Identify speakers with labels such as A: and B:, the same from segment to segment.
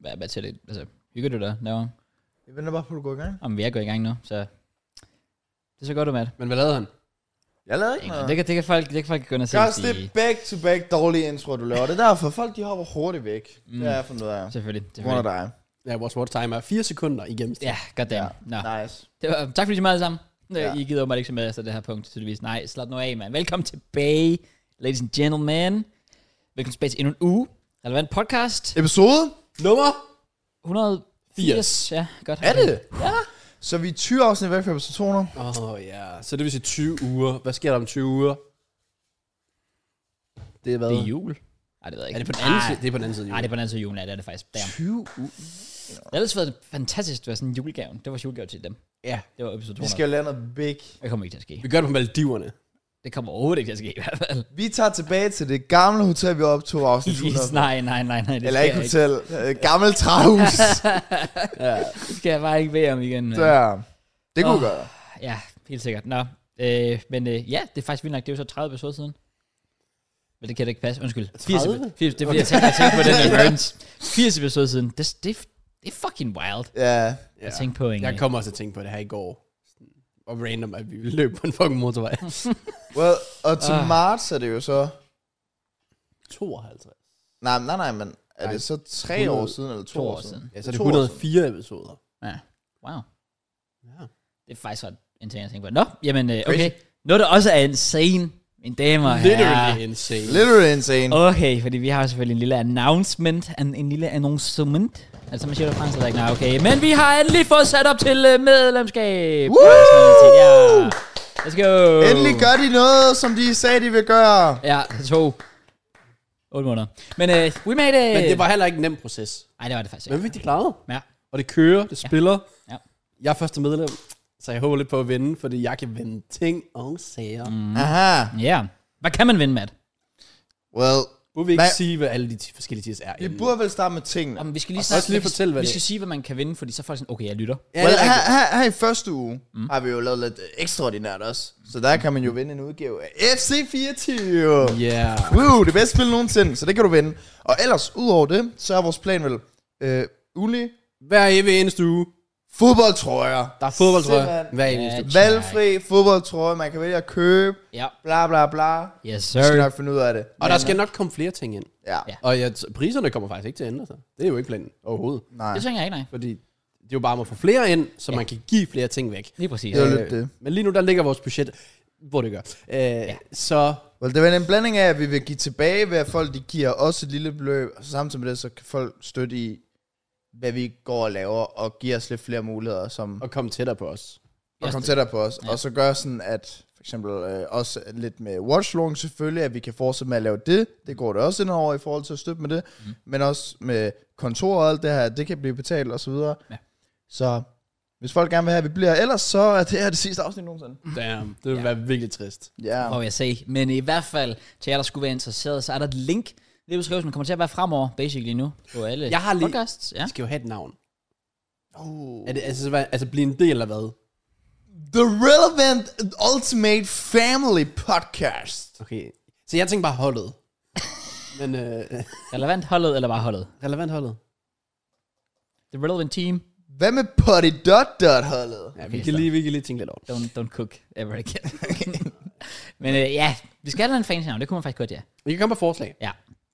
A: hvad, hvad til det? Altså, hygger du dig, Navang?
B: Jeg venter bare på, at du går i gang.
A: Om jeg går i gang nu, så... Det er så godt, du, Matt.
C: Men hvad lavede han?
B: Jeg lavede ikke
A: Ingen-
B: noget.
A: Det kan, det kan folk, det kan folk gå ind og se.
B: Guys,
A: hvis
B: det
A: de-
B: er back-to-back dårlige intro, du laver. Det er derfor, folk de hopper hurtigt væk. Mm.
A: Mm.
B: Det er jeg fundet ud af.
A: Selvfølgelig,
B: På grund af
A: selvfølgelig.
B: dig.
C: Ja, vores watch time er 4 sekunder i gennemsnit.
A: Ja, godt
B: Ja.
A: damn. Nå.
B: Nice.
A: Det var, tak fordi I var med alle sammen.
B: Ja.
A: Ja. I gider mig ikke så med efter det her punkt, tydeligvis. Nej, slap nu af, mand. Velkommen tilbage, ladies and gentlemen. Velkommen tilbage til endnu en uge. Relevant podcast.
B: Episode?
C: Nummer?
A: 180. Ja, godt.
B: Er det? Ja. Så vi er 20 afsnit væk fra episode 200.
C: Åh oh, ja, yeah. så det vil sige 20 uger. Hvad sker der om 20 uger? Det er hvad?
A: Det er jul. Nej, det ved jeg ikke.
C: Er det på den anden
A: Nej.
C: side? Det er på den anden side,
A: Nej,
C: jul.
A: det er på den anden side af julen, ja, det er det faktisk. Damn.
B: 20 uger.
A: Det har ellers været fantastisk, det var sådan en julegave. Det var vores julegave til dem.
C: Ja.
A: Det var episode 200.
B: Vi skal jo lave noget big.
A: Det kommer ikke til at ske.
C: Vi gør det på Maldiverne.
A: Det kommer overhovedet ikke til at ske i hvert fald.
B: Vi tager tilbage til det gamle hotel, vi optog afsnit 200.
A: Please, nej, nej, nej, nej. Det
B: Eller
A: skal
B: ikke
A: jeg
B: hotel. Øh, gammelt træhus.
A: Det skal jeg bare ikke bede om igen.
B: Der. Det kunne
A: Åh.
B: oh. gøre.
A: Ja, helt sikkert. Nå, øh, men øh, ja, det er faktisk vildt nok. Det er jo så 30 episoder siden. Men det kan da ikke passe. Undskyld.
C: 30?
A: 80, det er fordi, jeg tænker, jeg tænker på den her Burns. 80 episoder siden. Det, det, det er fucking wild
B: Ja.
A: ja. at tænke på, egentlig.
C: Jeg kom også til at tænke på det her i går. Og random, at vi løb på en fucking motorvej.
B: Well, og til
A: Ah.
B: marts er det jo så...
C: 52.
B: Nej, nej, nej, men er
C: Nej.
B: det så tre
C: 100
B: år siden, eller to år siden?
C: Ja, så er det
B: 100.
C: 104 episoder.
A: Ja. Wow.
C: Ja.
A: Det er faktisk ret insane at tænke på. Nå, jamen, øh, okay. Noget, der også er insane, mine damer og herrer.
C: Literally insane.
B: Literally insane.
C: Mm.
A: Okay, fordi vi har jo selvfølgelig en lille announcement, en, en lille annoncement. Altså, man siger det på fransk, så er der ikke, nej, okay. Men vi har endelig fået sat op til øh, medlemskab.
B: Woo!
A: Ja. Let's go.
B: Endelig gør de noget, som de sagde, de vil gøre.
A: Ja, to. 8 måneder. Men uh, we made it.
C: Men det var heller ikke en nem proces.
A: Ej, det var det faktisk
C: Men
A: ikke.
C: vi fik det klaret.
A: Ja.
C: Og det kører, det spiller.
A: Ja.
C: Jeg er første medlem, så jeg håber lidt på at vinde, fordi jeg kan vinde ting og sager. Mm.
B: Aha.
A: Ja. Hvad kan man vinde, Matt?
B: Well,
C: Burde vi ikke
B: Hvad-
C: sige, hvad alle de ti- forskellige tiers er?
B: vi
C: inden?
B: burde vel starte med tingene.
A: Om vi skal lige,
C: Og så også lige
A: vi-
C: fortælle, hvad
A: Vi
C: det er.
A: skal sige, hvad man kan vinde, fordi så er folk sådan, okay, jeg lytter.
C: Ja,
B: Well,
C: det er
B: her,
C: rigtigt.
B: her, her i første uge mm. har vi jo lavet lidt øh, ekstraordinært også. Så der kan man jo vinde en udgave af FC24. Yeah.
C: Yeah.
B: Woo, det bedste spil nogensinde, så det kan du vinde. Og ellers, udover det, så er vores plan vel øh, ugenlig
C: Hver evig eneste uge,
B: fodboldtrøjer.
C: der er fodbold, tror jeg.
B: Simpelthen.
C: Hver evig eneste uge.
B: Valgfri fodboldtrøje, man kan vælge at købe,
A: Ja.
B: bla bla bla.
A: Yes,
B: Vi
A: sir.
B: skal nok finde ud af det.
C: Og der skal nok komme flere ting ind.
B: Ja.
A: Ja.
C: Og ja, t- priserne kommer faktisk ikke til at ændre sig. Det er jo ikke planen overhovedet.
B: Nej.
A: Det tænker jeg ikke, nej.
C: Fordi det er jo bare om at få flere ind, så man kan give flere ting væk. Øh,
A: Lige præcis.
B: Det er jo lidt det.
C: Men lige nu, der ligger vores budget, hvor det gør. Øh, ja. Så
B: Well, det er en blanding af, at vi vil give tilbage, hvad folk de giver os et lille beløb, og samtidig med det, så kan folk støtte i, hvad vi går og laver, og give os lidt flere muligheder, som
C: at komme tættere på os.
B: og komme tættere på os. Ja. Og så gør sådan, at for eksempel øh, også lidt med watchlong selvfølgelig, at vi kan fortsætte med at lave det. Det går det også ind over i forhold til at støtte med det. Mm. Men også med kontor og alt det her, det kan blive betalt og så videre.
A: Ja.
B: Så hvis folk gerne vil have, at vi bliver, ellers så er det her det sidste afsnit nogensinde.
C: Mm. Damn, det vil ja. være virkelig trist.
B: Ja.
A: må jeg se. Men i hvert fald, til jer, der skulle være interesseret, så er der et link. Det er beskrivelsen, kommer til at være fremover, basically nu, på alle
C: Jeg har lige-
A: podcasts. Ja.
C: Vi skal jo have et navn.
B: Oh.
C: Er det, altså, hvad, altså blive en del af hvad?
B: The Relevant Ultimate Family Podcast.
C: Okay. Så jeg tænkte bare holdet. Men øh,
A: Relevant holdet, eller bare holdet?
C: relevant holdet.
A: The relevant team.
B: Hvad med Potty Dot Dot holdet?
C: Ja, vi,
A: Okay,
C: kan
A: så.
C: lige, vi kan lige tænke lidt over det.
A: Don't, don't cook ever again. Men øh, ja, vi skal have en fans navn, det kunne man faktisk godt, ja.
C: Vi kan komme med forslag.
A: Ja.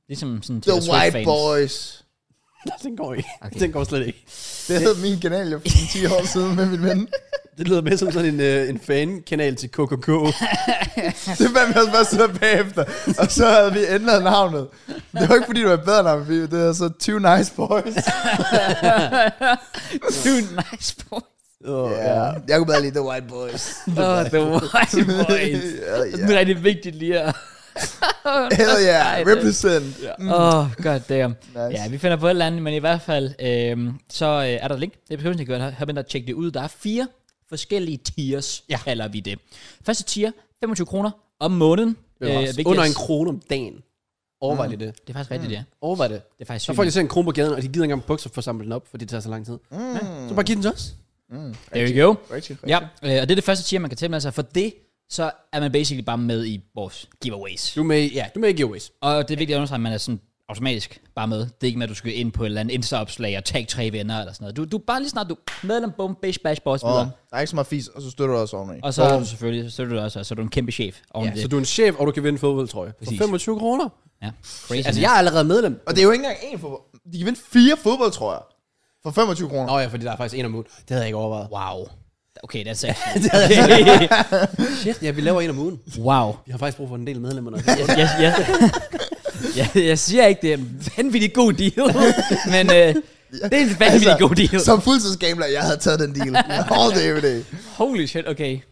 A: Ligesom sådan
B: The
A: Taylor
B: White
A: Swift-fans.
B: Boys.
C: Nej, Den går ikke.
A: Okay.
C: Okay. Den går slet ikke.
B: Det hed min kanal jo for 10 år siden med min ven.
C: Det lyder mere som sådan en, øh, en fan-kanal til KKK.
B: Det fandt vi også bare sidde bagefter. Og så havde vi ændret navnet. Det var ikke fordi, det var et bedre navn, fordi det hedder så Two Nice Boys.
A: Dude, nice boys.
C: Oh,
B: Ja, jeg kunne bare lide The White Boys.
A: Oh, the white boys.
B: Hell
A: Det er
B: yeah.
A: sådan rigtig vigtigt lige at...
B: Hell yeah. Represent.
A: Åh, oh, god damn.
B: Nice.
A: Nice. Ja, vi finder på et eller andet, men i hvert fald, øhm, så øh, er der et link. Det er beskrivelsen, I kan høre med at tjekke det ud. Der er fire forskellige tiers, ja. kalder vi det. Første tier, 25 kroner om måneden.
C: Øh,
A: er
C: også,
A: vigtigt
C: under
A: at-
C: en krone om dagen. Overvej lige det.
A: Det er faktisk rigtigt, det er.
C: Mm. Overvej det.
A: Det er faktisk
C: Så
A: sygt.
C: får de ser en krone på gaden, og de gider ikke engang bukser for at samle den op, fordi det tager så lang tid. Mm. Ja, så bare giv den til os.
A: There you go.
B: Rigtig,
A: Ja, øh, og det er det første tier, man kan tilmelde sig. For det, så er man basically bare med i vores giveaways.
C: Du er med, i- ja, du er med i giveaways.
A: Og det er vigtigt at understrege, at man er sådan automatisk bare med. Det er ikke med, at du skal ind på et eller andet Insta-opslag og tag tre venner eller sådan noget. Du, du bare lige snart, du er medlem, bum, bish, bash, boss,
B: Og
A: videre.
B: der er ikke så meget fis, og så støtter du også oveni.
A: Og så er du selvfølgelig, så er du også, så er du en kæmpe chef oven ja,
C: Ja,
A: det.
C: så du er en chef, og du kan vinde en fodboldtrøje. For
A: Præcis.
C: 25 kroner.
A: ja, crazy.
C: Altså, jeg er allerede medlem.
B: Og det er jo ikke engang én fodbold. De kan vinde fire fodboldtrøjer for 25 kroner.
C: Nå ja, fordi der er faktisk en om ugen. Det havde jeg ikke overvejet.
A: Wow. Okay, that's it.
C: Shit, ja, vi laver en om ugen.
A: wow.
C: Vi har faktisk brug for en del medlemmer. når-
A: jeg, jeg, jeg, jeg, jeg siger ikke, det er en vanvittig god deal, men øh, det er en vanvittig altså, god deal.
B: som fuldtidsgambler, jeg havde taget den deal. All day every day.
A: Holy shit, okay. Det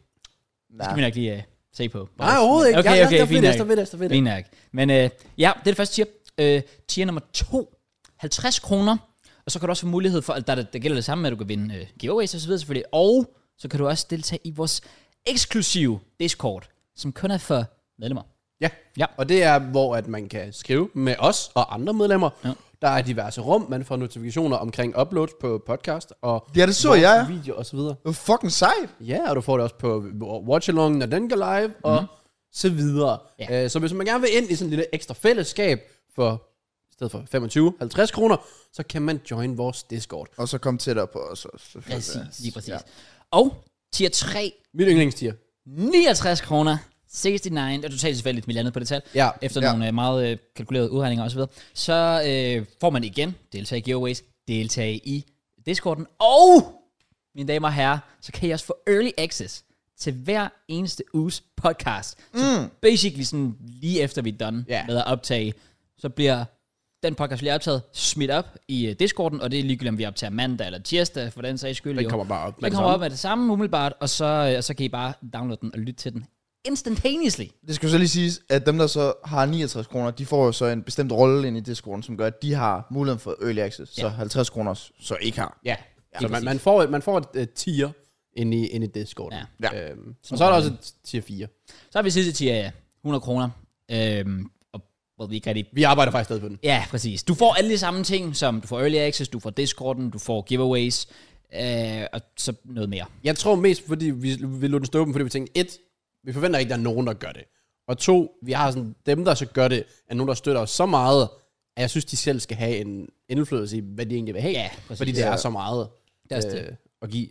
A: skal vi
B: Nah.
A: nok lige øh, se på.
C: Nej, overhovedet ikke.
A: Okay,
C: Jeg- jeg-
A: okay,
C: jeg-
A: fint
C: jeg-
A: nok.
C: jeg- jeg- jeg- jeg- jeg- jeg-
A: Fint nok. Men øh, ja, det er det første tier. Øh, tier nummer to. 50 kroner. Og så kan du også få mulighed for, der, der, der gælder det samme med, at du kan vinde øh, giveaways og så videre selvfølgelig. Og så kan du også deltage i vores eksklusive Discord, som kun er for medlemmer.
C: Ja.
A: Ja.
C: og det er, hvor at man kan skrive med os og andre medlemmer. Ja. Der er diverse rum, man får notifikationer omkring uploads på podcast og
B: Ja, det så jeg, ja.
C: video og så videre.
B: Det var fucking sejt.
C: Ja, og du får det også på Watchalong, når den går live, og så videre.
A: Ja.
C: Ja. Så hvis man gerne vil ind i sådan et lille ekstra fællesskab for i stedet for 25-50 kroner, så kan man join vores Discord.
B: Og så kom tættere på os. også.
A: Præcis. Lige præcis. Ja.
B: Ja.
A: Og tier 3,
C: Mit yndlingstier.
A: 69 kroner, 69, og totalt tilfældigt, vi landede på det tal,
C: Ja.
A: efter ja.
B: Ja.
A: nogle øh, meget øh, kalkulerede udregninger osv., så øh, får man igen deltage i giveaways, deltage i Discorden, og mine damer og herrer, så kan I også få early access til hver eneste uges podcast. Så mm. basically sådan lige efter vi er done
C: Ja.
A: med at optage, så bliver den podcast, vi har optaget, smidt op i øh, Discorden, og det er ligegyldigt, om vi optager mandag eller tirsdag, for den sags skyld.
C: Den
A: jo.
C: kommer bare op.
A: Den kommer op med det samme umiddelbart, og så, øh, og så kan I bare downloade den og lytte til den instantaneously.
B: Det skal jo så lige siges, at dem, der så har 69 kroner, de får jo så en bestemt rolle ind i Discorden, som gør, at de har muligheden for early access, så 50 kroner så ikke har.
C: Ja, så Altså, man,
A: præcis.
C: man, får, et- man får et uh, tier inde i, inde i Discord.
A: Ja.
B: Ja.
C: Øhm, og så er der også et tier 4.
A: Så har vi sidste tier, ja, 100 kroner. Øhm, og hvor vi ikke rigtig...
C: Vi arbejder faktisk stadig på den.
A: Ja, præcis. Du får alle de samme ting, som du får early access, du får Discorden, du får giveaways, øh, og så noget mere.
C: Jeg tror mest, fordi vi, vi lod den stå åben, fordi vi tænkte, et, vi forventer ikke, at der er nogen, der gør det. Og to, vi har sådan, dem, der så gør det, er nogen, der støtter os så meget, at jeg synes, de selv skal have en indflydelse i, hvad de egentlig vil have.
A: Ja, præcis.
C: fordi det
B: Ja.
C: er så meget øh,
A: er også det.
C: at give.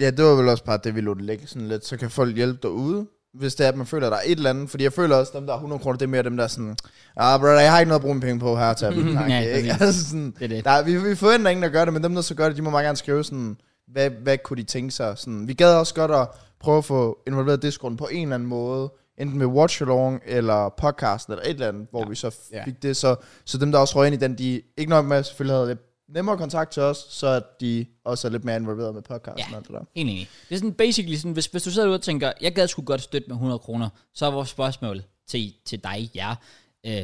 B: Ja, det var vel også bare det, vi lod det ligge sådan lidt. Så kan folk hjælpe derude, hvis det er, at man føler, at der er et eller andet. Fordi jeg føler også, at dem, der har 100 kroner, det er mere dem, der er sådan, ah, brother, jeg har ikke noget at bruge mine penge på her, tag dem.
A: Ja,
B: Nej, ikke?
A: præcis.
B: altså sådan,
A: Det er det.
B: Der, er- vi, vi forventer ingen, der gør det, men dem, der så gør det, de må meget gerne skrive sådan, hvad, hvad kunne de tænke sig? Sådan, vi gad også godt at prøve at få involveret Discorden på en eller anden måde, enten med watch-along eller podcasten eller et eller andet, hvor ja. vi så
C: Ja.
B: fik det. Så, så dem, der også røg ind i den, de ikke nok med at selvfølgelig havde lidt nemmere kontakt til os, så at de også er lidt mere involveret med podcasten
A: Ja.
B: og alt det der.
A: Egentlig ikke. Det er sådan basically sådan, hvis, hvis du sidder derude og tænker, jeg gad sgu godt støtte med 100 kroner, så er vores spørgsmål til, til dig, jer, øh,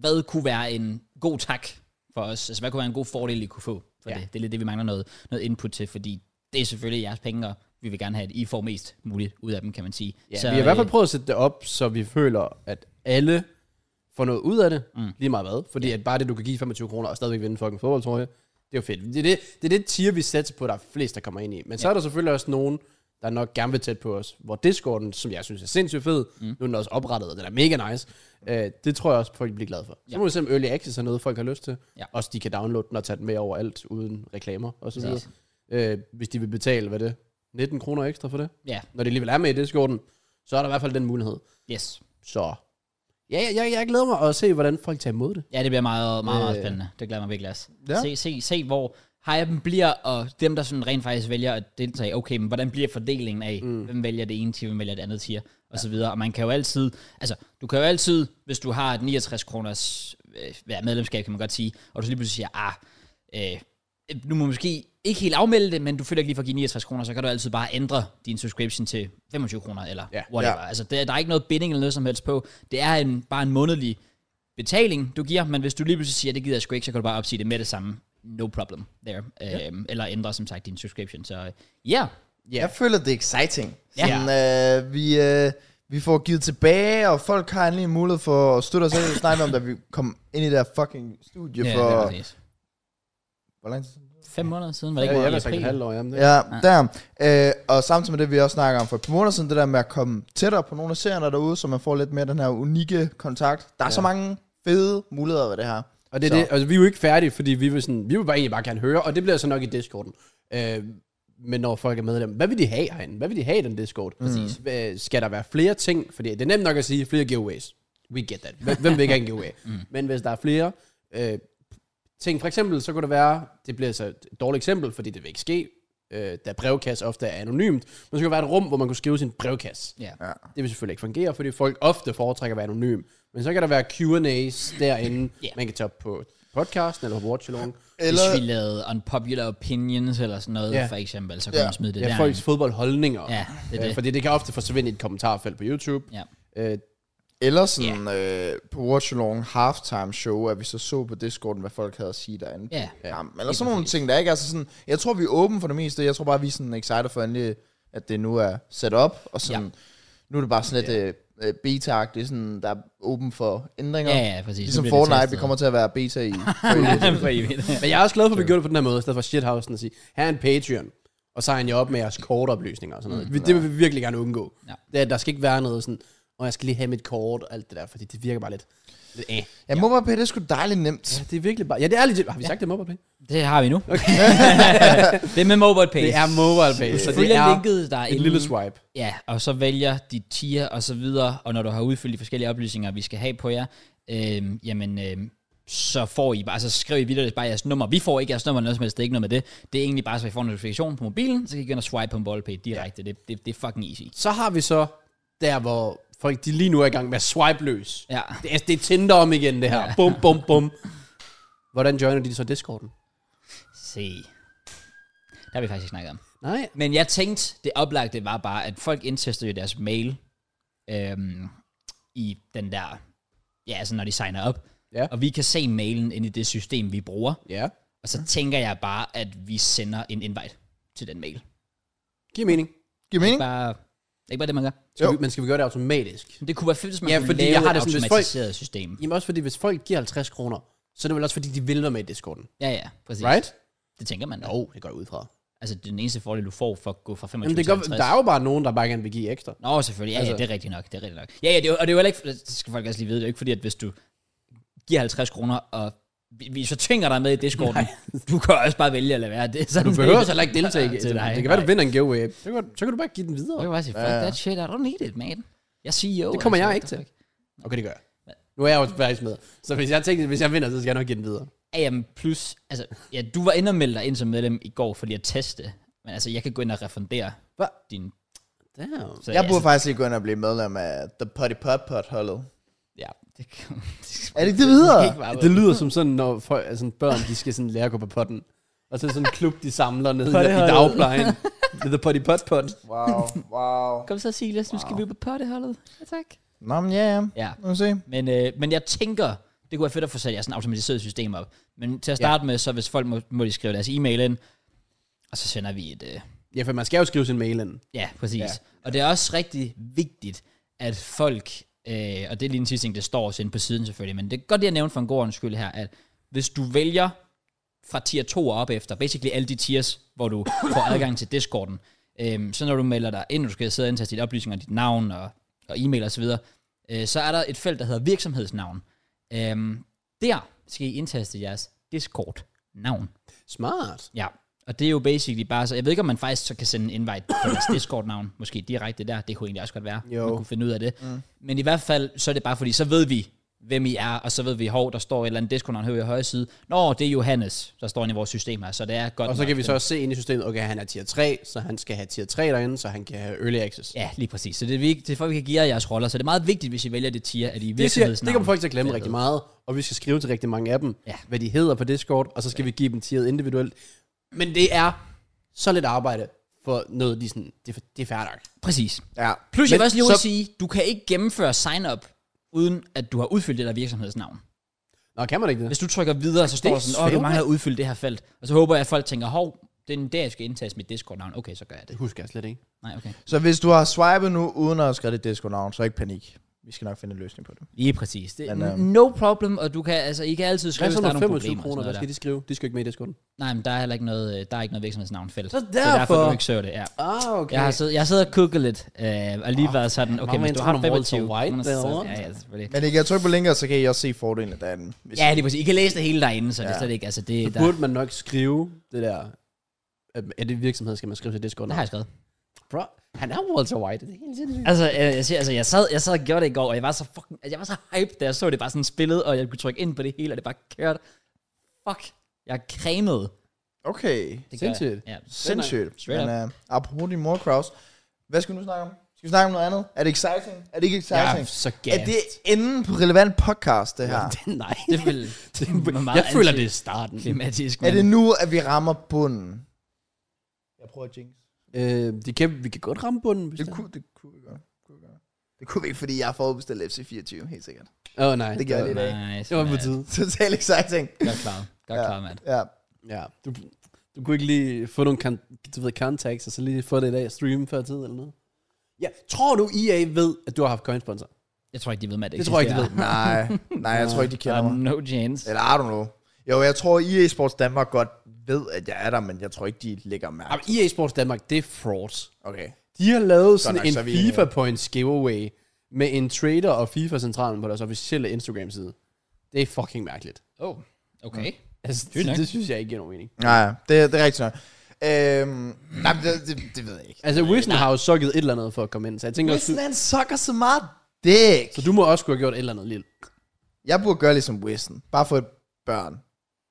A: hvad kunne være en god tak for os? Altså, hvad kunne være en god fordel, I kunne få for ja.
C: Ja.
A: det? Det er lidt det, vi mangler noget, noget input til, fordi det er selvfølgelig jeres penge, og vi vil gerne have, at I får mest muligt ud af dem, kan man sige.
C: Ja, så, vi har i hvert fald
A: øh,
C: prøvet at sætte det op, så vi føler, at alle får noget ud af det, mm. lige meget hvad. Fordi at bare det, du kan give 25 kroner og stadigvæk vinde en fucking fodboldtrøje, det er jo fedt. Det er det, det, er det tier, vi sætter på, der er flest, der kommer ind i. Men ja. så er der selvfølgelig også nogen, der nok gerne vil tæt på os. Hvor Discorden, som jeg synes er sindssygt fed, mm. nu er den også oprettet, og den er mega nice. Øh, det tror jeg også, folk bliver glade for. Så må vi se, om Early Access er noget, folk har lyst til.
A: Ja.
C: Også de kan downloade den og tage den med overalt, uden reklamer og så videre.
A: Præcis.
C: Øh, hvis de vil betale, hvad er det 19 kroner ekstra for det?
A: øh, Ja,
C: når det alligevel er med i Discorden, så er der i hvert fald den mulighed.
A: yes.
C: Så ja, jeg, jeg, jeg glæder mig at se, hvordan folk tager imod det.
A: Ja, det bliver meget, meget, meget
C: Øh.
A: spændende. Det glæder mig virkelig også. Ja.
B: Ja.
A: Se, se, se, hvor hypen bliver, og dem, der sådan rent faktisk vælger at deltage, okay, men hvordan bliver fordelingen af, mm. hvem vælger det ene tier, hvem vælger det andet tier, og så videre. Og man kan jo altid, altså, du kan jo altid, hvis du har et 69 kroners øh, ja, medlemskab, kan man godt sige, og du så lige pludselig siger, ah, øh, du må måske ikke helt afmelde det, men du føler ikke lige for at give 69 kroner, så kan du altid bare ændre din subscription til 25 kroner, eller
C: Ja.
A: whatever. Ja.
B: Ja.
A: Altså, der, der er ikke noget binding eller noget som helst på. Det er en, bare en månedlig betaling, du giver, men hvis du lige pludselig siger, det gider jeg sgu ikke, så kan du bare opsige det med det samme. No problem there. Ja. Øhm, eller ændre, som sagt, din subscription. Så øh, ja, yeah.
C: Ja.
B: Jeg føler, det er exciting. Sådan, øh, vi, øh, vi får givet tilbage, og folk har endelig en mulighed for at støtte os. Jeg snakke om, da vi kom ind i det her fucking studie
A: ja,
B: for...
A: det er præcis.
B: hvor lang tid? siden?
A: Fem måneder siden, var det
C: Jeg,
A: ikke
C: jeg, jeg
A: meget
C: vil
A: i
C: sige
A: april?
C: et halvt år, jamen
B: Ja,
C: det.
B: der. Øh, og samtidig med det, vi også snakker om for et par måneder siden, det der med at komme tættere på nogle af seerne derude, så man får lidt mere den her unikke kontakt. Der er ja. så mange fede muligheder ved det her.
C: Og det
B: Så.
C: er det, altså, vi er jo ikke færdige, fordi vi vil, sådan, vi vil bare egentlig bare gerne høre, og det bliver så nok i Discorden. Øh, men når folk er medlem, hvad vil de have herinde? Hvad vil de have i den Discord? Præcis. Øh, skal der være flere ting? Fordi det er nemt nok at sige, flere giveaways. We get that. Hvem- Hvem vil ikke have en giveaway? mm. Men hvis der er flere øh, ting, for eksempel, så kunne det være, det bliver så et dårligt eksempel, fordi det vil ikke ske, øh, da brevkasse ofte er anonymt, men så kunne der være et rum, hvor man kunne skrive sin brevkasse.
A: Ja.
B: Ja.
C: Det vil selvfølgelig ikke fungere, fordi folk ofte foretrækker at være anonym. Men så kan der være Q&A's derinde,
A: Ja.
C: man kan tage op på podcasten eller på watchalong.
A: Eller... Hvis
B: Eller,
A: vi lavede unpopular opinions eller sådan noget,
C: Ja.
A: yeah. for eksempel, så kunne
B: Ja.
A: man smide det
C: Ja,
A: der.
C: folks fodboldholdninger.
A: Ja, det er
C: Øh,
A: det.
C: Fordi det kan ofte forsvinde i et kommentarfelt på YouTube.
A: Ja.
C: Øh,
B: eller sådan øh, på Watch Along halftime show, at vi så så på Discorden, hvad folk havde at sige derinde.
A: Ja.
B: Ja, eller sådan nogle ting, der ikke altså sådan, jeg tror vi er åbne for det meste, jeg tror bare vi er sådan excited for endelig, at det nu er sat op, og sådan, ja. nu er det bare sådan lidt ja. øh, beta-agtigt, sådan, der er åben for ændringer.
A: Ja, ja, præcis.
B: Ligesom
A: Nu bliver det
B: Fortnite, vi
A: testet.
B: kommer til at være beta i.
A: For evigt.
C: men jeg er også glad for, at vi gjorde det på den her måde, i stedet for shithousen at sige, her er en Patreon, og så jeg op med jeres kortoplysninger og sådan noget. Mm, det vil vi virkelig gerne undgå.
A: Ja.
C: Det, er, at der skal ikke være noget sådan, og jeg skal lige have mit kort og alt det der, fordi det virker bare lidt... lidt æh.
B: ja, MobilePay, det er sgu dejligt nemt.
C: Ja, det er virkelig bare... Ja, det er lidt... Har vi sagt det mobile pay?
A: det har vi nu. Okay. det er med mobile pay.
C: Det er mobile pay, så
A: så
C: det er
A: linket der
C: et lille swipe.
A: Ja, og så vælger dit tier og så videre, og når du har udfyldt de forskellige oplysninger, vi skal have på jer, øhm, jamen, øhm, så får I bare, altså, så skriver I videre bare jeres nummer. Vi får ikke jeres nummer eller noget som helst, det er ikke noget med det. Det er egentlig bare, så I får en notifikation på mobilen, så kan I gå ind og swipe på en ballpay direkte. Det, det, det, er fucking easy.
C: Så har vi så der, hvor folk de lige nu er i gang med at swipe løs.
A: Ja.
C: Det, er, det er Tinder om igen, det her. Ja. Bum, bum, bum. Hvordan joiner de så Discorden?
A: Se. Der har vi faktisk ikke snakket om.
C: Nej.
A: Men jeg tænkte, det oplagte var bare, at folk indtastede jo deres mail øhm, i den der, ja, altså når de signer op.
C: Ja.
A: Og vi kan se mailen ind i det system, vi bruger.
C: Ja.
A: Og så tænker jeg bare, at vi sender en invite til den mail.
C: Giver mening.
B: Giver mening?
A: Bare, ikke bare det, man gør.
C: Skal
B: Jo.
C: vi, men skal vi gøre det automatisk?
A: Men det kunne være fedt, hvis man
C: Ja,
A: kunne
C: fordi
A: lave
C: jeg har
A: et
C: det sådan, hvis folk-
A: automatiseret system.
C: Jamen også fordi, hvis folk giver 50 kroner, så er det vel også fordi, de vil være med i Discorden.
A: Ja, ja, præcis.
C: Right?
A: Det tænker man da.
C: Jo, oh, det går jeg ud fra.
A: Altså, det er den eneste fordel, du får for at gå fra 25
C: Jamen, det
A: til
C: gør,
A: 50.
C: der er jo bare nogen, der bare gerne vil give ekstra.
A: Nå, selvfølgelig. Ja, altså. ja,
C: Altså-
A: det er rigtigt nok. Det er rigtigt nok. Ja, ja, det er, jo- og det er jo heller ikke, det skal folk også lige vide, det er jo ikke fordi, at hvis du giver 50 kroner, og vi, vi så tvinger dig med i Discorden, du kan også bare vælge at lade være. Det er sådan,
C: Du behøver så heller ikke deltage.
A: til dig.
C: det kan være, du vinder en giveaway. Så kan, du- så kan du bare give den videre.
A: Du kan bare sige, fuck that shit, I don't need it, man. Jeg E siger jo.
C: Det kommer jeg ikke til. Okay, det gør jeg. Nu er jeg jo faktisk med. Så hvis jeg tænkte, hvis jeg vinder, så skal jeg nok give den videre.
A: Ja, jamen, plus, altså, ja, du var inde og melde dig ind som medlem i går for lige at teste, men altså, jeg kan gå ind og refundere
C: Hva?
A: din...
C: Damn.
A: Så,
B: Jeg burde faktisk lige gå ind og blive medlem af The Potty Pot Pot holdet.
A: Ja, altså- det kan...
B: Er det ikke det, vi hedder?
A: Ikke bare
C: Det lyder som sådan, når folk, altså, sådan børn, de skal sådan lære at gå på potten. Og så er det sådan en klub, de samler ned i, i dagplejen. Det er the potty pot pot.
B: Wow, wow.
A: Kom så, Silas, nu skal vi på potteholdet. Ja, tak.
B: Nå, men ja, ja.
A: Ja,
B: Nu må vi se.
A: men, øh, men jeg tænker, det kunne være fedt at få sat jeres sådan automatiseret system op. Men til at
C: Ja.
A: starte med, så hvis folk må, må de skrive deres e-mail ind, og så sender vi et... Øh,
C: Ja, for man skal jo skrive sin mail ind.
A: Ja, præcis.
C: Ja.
A: Ja. Og det er også rigtig vigtigt, at folk, øh, og det er lige en sidste ting, det står også inde på siden selvfølgelig, men det er godt lige at nævne for en god ordens skyld her, at hvis du vælger fra tier 2 og op efter, basically alle de tiers, hvor du får adgang til Discorden, øh, så når du melder dig ind, og du skal sidde og indtaste dine oplysninger, dit navn og, og e-mail osv., øh, så er der et felt, der hedder virksomhedsnavn. Øh, der skal I indtaste jeres Discord-navn.
C: Smart.
A: Ja, og det er jo basically bare så, jeg ved ikke, om man faktisk så kan sende en invite på deres Discord-navn, måske direkte der, det kunne egentlig også godt være,
C: Jo.
A: man kunne finde ud af det. Mm. Men i hvert fald, så er det bare fordi, så ved vi, hvem I er, og så ved vi, hov, der står et eller andet Discord-navn her i højre side. Nå, det er Johannes, der står inde i vores system her, så det er godt
C: Og så
A: nok
C: kan vi så
A: dem.
C: også se ind i systemet, okay, han er tier 3, så han skal have tier 3 derinde, så han kan have early access.
A: Ja, lige præcis. Så det er, vigt- det er for, at vi kan give jer jeres roller, så det er meget vigtigt, hvis I vælger det tier, at I
C: Det, siger,
A: virksomhedsnavn.
C: det kommer folk til at glemme rigtig meget, og vi skal skrive til rigtig mange af dem,
A: Ja.
C: hvad de hedder på Discord, og så skal vi give dem tieret individuelt. Men det er så lidt arbejde for noget, de sådan, det, er- det er færdigt.
A: Præcis.
B: Ja.
A: Plus, jeg
C: Men
A: vil også lige så...
C: så-
A: sige, du kan ikke gennemføre sign-up, uden at du har udfyldt det der virksomhedsnavn.
C: Nå, kan man ikke det?
A: Hvis du trykker videre, så står
C: Det
A: der
C: er
A: sådan, åh,
C: svært.
A: du mangler at udfylde det her felt. Og så håber jeg, at folk tænker, hov, det er den der, jeg skal indtaste mit Discord-navn. Okay, så gør jeg det.
C: Det husker jeg slet ikke.
A: Nej, okay.
B: Så hvis du har swipet nu, uden at have skrevet dit Discord-navn, så ikke panik. vi skal nok finde en løsning på det.
A: Lige præcis. Det,
B: Men, øhm,
A: no problem, og du kan, altså, I kan altid skrive,
C: Hvad
A: hvis
C: så
A: der er
C: med
A: nogle
C: 25
A: problemer. og
C: kroner?
A: sådan
C: Hvad
A: noget
C: skal
A: der.
C: de skrive? De skal ikke med i Discord.
A: Nej, men der er heller ikke noget, øh, der er ikke noget virksomhedsnavn fælles.
C: Så
A: Det er derfor,
C: derfor.
A: du ikke så det, ja.
C: Ah, okay.
A: Jeg har siddet, jeg har siddet og kukket lidt, øh, og lige været sådan, okay,
C: Mamma
A: hvis du
C: Antoine
A: har
C: Walter
A: 25
C: White
A: kroner, så-
C: derovre.
A: ja, ja, selvfølgelig.
B: Men I kan trykke på linket, så kan I også se fordelene derinde. Hvis
A: Ja, det er præcis. I kan læse det hele derinde, så ja. det er
B: Ja.
A: slet ikke, altså det,
C: Så
A: der,
C: burde man nok skrive det der... Øhm, Er det virksomhed, skal man skrive til Discord? Ah,
A: det har jeg skrevet.
C: Bro, han er Walter White. Det er helt sindssygt.
A: Altså, jeg, jeg, siger, altså, jeg, sad, jeg sad og gjorde det i går, og jeg var så fucking, altså, jeg var så hyped, da jeg så det bare sådan spillet, og jeg kunne trykke ind på det hele, og det bare kørte. Fuck, jeg cremede.
B: Okay,
A: Det gør jeg.
C: Sindssygt.
A: Ja.
B: sindssygt.
A: Straight
B: Men uh, apropos din mor, Kraus, hvad skal vi nu snakke om? Skal vi snakke om noget andet? Er det exciting? Er det ikke
A: Jeg
B: exciting?
A: er så
B: er
A: gav.
B: det enden på relevant podcast, det her?
C: Nej.
A: Det vil, det var meget
C: jeg føler, det er starten.
A: klimatisk.
B: Er det nu, at vi rammer bunden? Jeg prøver at jinx.
C: Øh, det kan, vi kan godt ramme bunden. hvis
B: Det
C: det
B: kunne, det kunne vi godt. Det kunne vi godt. Det kunne vi ikke, fordi jeg har forudbestilt FC24, helt sikkert.
C: Åh, oh, nej.
B: Det gør det i dag.
A: Nice,
C: Det var på
A: mand.
C: tide.
B: Total exciting.
A: Godt klaret. Godt klaret, mand.
B: Ja.
C: Ja. Du, du kunne ikke lige få nogle kan, du ved, contacts, og så lige få det i dag og streame før tid eller noget? Ja, tror du EA ved, at du har haft coinsponsor?
A: Jeg tror ikke, de ved, med at det
C: Det tror jeg ikke, de ved.
B: Nej, nej, jeg tror ikke, de kender
A: Der er
B: mig.
A: no chance.
B: Eller I don't know. Jo, jeg tror, EA Sports Danmark godt ved, at jeg er der, men jeg tror ikke, de lægger mærke.
C: Jamen, EA Sports Danmark, det er fraud.
B: Okay.
C: De har lavet sådan
B: nok,
C: en
B: så er vi enige.
C: FIFA Points giveaway med en trader og FIFA-centralen på deres officielle Instagram-side. Det er fucking mærkeligt.
A: Oh, okay.
C: Altså,
A: Sygt nok.
C: det, det synes jeg ikke giver nogen mening.
B: Nej, det, det er rigtigt nok. Øhm, nej, men det, det, det, ved jeg ikke.
C: Altså, Wilson har jo sukket et eller andet for at komme ind, så jeg tænker også,
B: Wilson,
C: du-
B: han sukker så meget dæk.
C: så du må også kunne have gjort et eller andet lille.
B: Jeg burde gøre ligesom Wilson. Bare få et børn.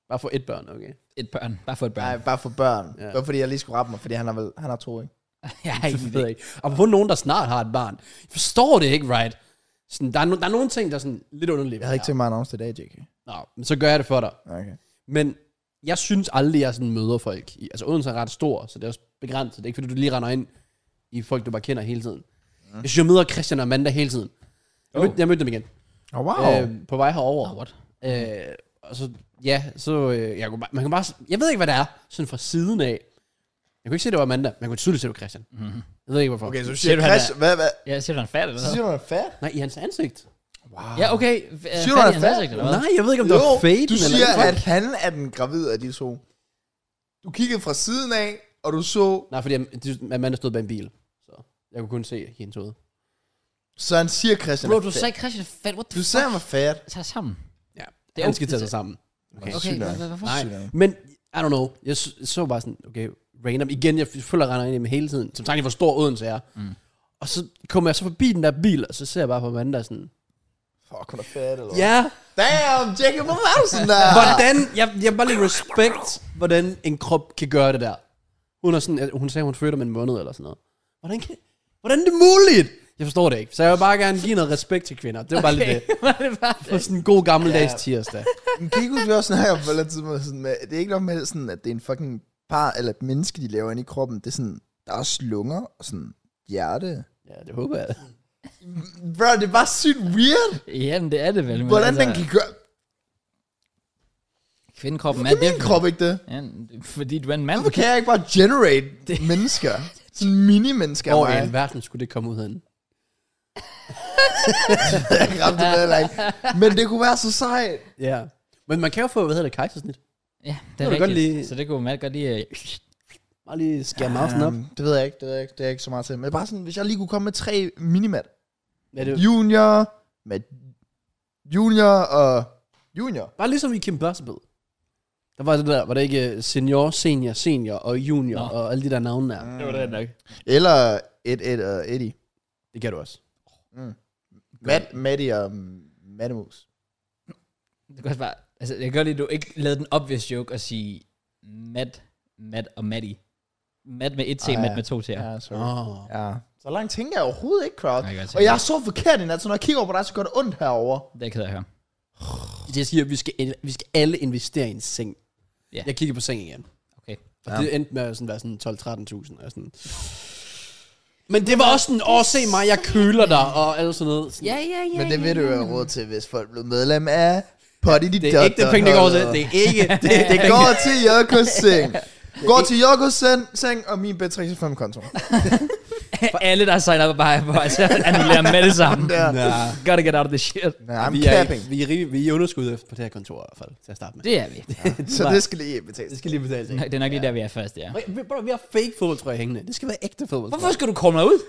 C: Bare for et børn, okay?
A: Et børn. Bare få et børn.
B: Nej, bare få børn.
C: Ja.
B: Ja. Det var fordi, jeg lige skulle rappe mig, fordi han har, vel, han har to, ikke?
A: Jeg har ikke
C: Det ved
A: idé.
C: jeg ikke. Og på nogen, der snart har et barn. Jeg forstår det ikke, right? Sådan, der, er no, der er nogle ting, der er sådan lidt underlige.
B: Jeg havde ikke tænkt mig at annonce det i dag, JK.
C: Nå, men så gør jeg det for dig.
B: Okay.
C: Men jeg synes aldrig, jeg sådan møder folk. I, altså Odense er ret stor, så det er også begrænset. Det er ikke, fordi du lige render ind i folk, du bare kender hele tiden.
B: Mhm.
C: Jeg synes, jeg møder Christian og Amanda hele tiden. Jeg, mødte, jeg mødte dem igen.
B: Oh, wow. Øh,
C: Øh, på vej herover.
A: Oh, what?
C: Øh, og så, ja, så, øh, jeg, kunne bare, man kan bare, s- jeg ved ikke, hvad det er, sådan fra siden af. Jeg kunne ikke se, det var Amanda, men jeg kunne tydeligt se, det var Christian.
A: Mhm.
C: Mm-hmm. Jeg ved ikke, hvorfor.
B: okay, så
A: siger
B: siger
A: du,
B: du,
A: han
B: Chris, hvad, hvad?
A: Ja, siger du, han er fat, eller
B: Så
A: hvad?
B: siger du, han er fat?
C: Nej, i hans ansigt.
B: Wow.
A: Ja, okay. F-
B: Siger du,
A: fat i
B: han er
A: hans
B: fat?
A: ansigt, eller hvad?
C: Nej, jeg ved ikke, om det
B: Jo,
C: var faden
B: du
C: eller
B: siger,
C: noget.
B: at han er den gravide af de to. Du kiggede fra siden af, og du så...
C: Nej, fordi jeg- det- Amanda stod bag en bil. Så jeg kunne kun se hendes hoved.
B: Så han siger, Christian
A: Bro,
B: er
A: du
B: fat.
A: sagde Christian er fat. What the
B: Du
A: fuck?
B: sagde, han var fat.
A: Tag dig sammen.
C: Ja,
A: Det er
C: han
A: jo-
C: skal tage sig sammen.
B: Okay,
A: Okay,
B: sygt nok.
A: hvad- hvad- hvorfor?
C: Nej,
B: Sygt nok.
C: men I don't know. Jeg så, så bare sådan, okay, random. Igen, jeg føler, jeg render ind i dem hele tiden. Som sagt, hvor stor Odense er. Mm. Og så kommer jeg så forbi den der bil, og så ser jeg bare på Amanda sådan,
B: Fuck, hun er fat, eller
C: ja,
B: Damn, Jacob, hvorfor er du sådan der?
C: hvordan, jeg, jeg har bare lige respekt, hvordan en krop kan gøre det der. Hun, er sådan, at hun sagde, hun fødte om en måned eller sådan noget. Hvordan, kan, hvordan er det muligt? Jeg forstår det ikke. Så jeg vil bare gerne give noget respekt til kvinder. Det var bare okay. lidt øh, det.
A: Var det bare
C: På sådan en god gammeldags tirsdag.
B: Men kan I ikke huske, vi også snakker om på et eller andet tidspunkt, sådan med, det er ikke nok med, sådan, at det er en fucking par eller et menneske, de laver ind i kroppen. Det er sådan, der er også lunger og sådan hjerte.
C: Ja, det håber jeg.
B: Bro, det er bare sygt weird,
A: Ja, men det er det vel. men altså,
B: hvordan den kan gøre...
A: Kvindekroppen er
B: Kan
A: det.
B: min krop ikke det?
A: Ja, fordi du er en mand.
B: Hvorfor kan jeg ikke bare generate mennesker? Sådan mini-mennesker af
C: Hvor i
B: mig.
C: alverden skulle det komme ud af
B: Jeg kan ramme det med, eller ikke. Men det kunne være så sejt.
C: Ja. Men man kan jo få, hvad hedder det, kejsersnit.
A: Ja, det
C: Nå,
A: er
C: du kan godt
A: rigtigt.
C: lide-
A: Så det kunne man godt lige... øh,
C: Bare lige skære mausen op.
B: Øhm, det ved jeg ikke, det ved jeg ikke, det er jeg ikke så meget til. Men bare sådan, hvis jeg lige kunne komme med tre minimat.
C: Ja, det,
B: Junior, med junior og junior.
C: bare ligesom i Kim Possible. Der var det der, var det ikke øh, senior, senior, senior og junior
A: Nå. Mm.
C: Nå. og alle de der navne der.
A: Det var det nok.
B: Eller et, et og Eddie.
C: Det kan du også.
A: Mm.
B: Matt, Matty og Mattemus.
A: Det kan også bare... Altså, jeg kan godt lide, at du ikke lavede den obvious joke og sige Matt, Matt og Matty. Matt med et T,
B: Ah, ja.
A: Matt med to T'er. Ja.
B: sorry.
C: Oh.
B: Ja. Så langt tænker jeg overhovedet ikke, crowd.
A: Jeg kan godt se
B: og jeg
A: det.
B: er så forkert i nat, så når jeg kigger over på dig, så gør det ondt herover.
A: Det er jeg ked af at høre.
C: Jeg siger, at vi skal, vi skal alle investere i en seng.
A: Ja.
C: Jeg kigger på sengen igen.
A: Okay.
C: Og ja. det endte med at sådan være sådan 12-13.000. og Sådan. Men det var også sådan, åh, se mig, jeg køler dig, og alt sådan noget. Sådan,
A: Ja, ja, ja.
B: Men det vil du jo have råd til, hvis folk blev medlem af Potty de
C: Det er ikke det penge, der går til. Det er ikke det,
B: det går til Jokos seng. Går til Jokos seng, seng og min B365-konto.
A: For alle, der har signet op på Hyperboys, annullerer med det samme.
B: Der.
C: Ja.
A: Gotta get out of this shit.
B: Nej, I'm
C: vi, er,
B: capping.
C: vi, er, rig- vi er i underskud på det her kontor i hvert fald, til at starte med.
A: Det er vi.
B: Så det skal lige betales.
C: det skal lige betales.
A: Det er nok lige der, vi er først, ja.
C: Vi, bro, vi har fake fodboldtrøje hængende. Det skal være ægte fodbold.
A: Hvorfor skal du komme derud?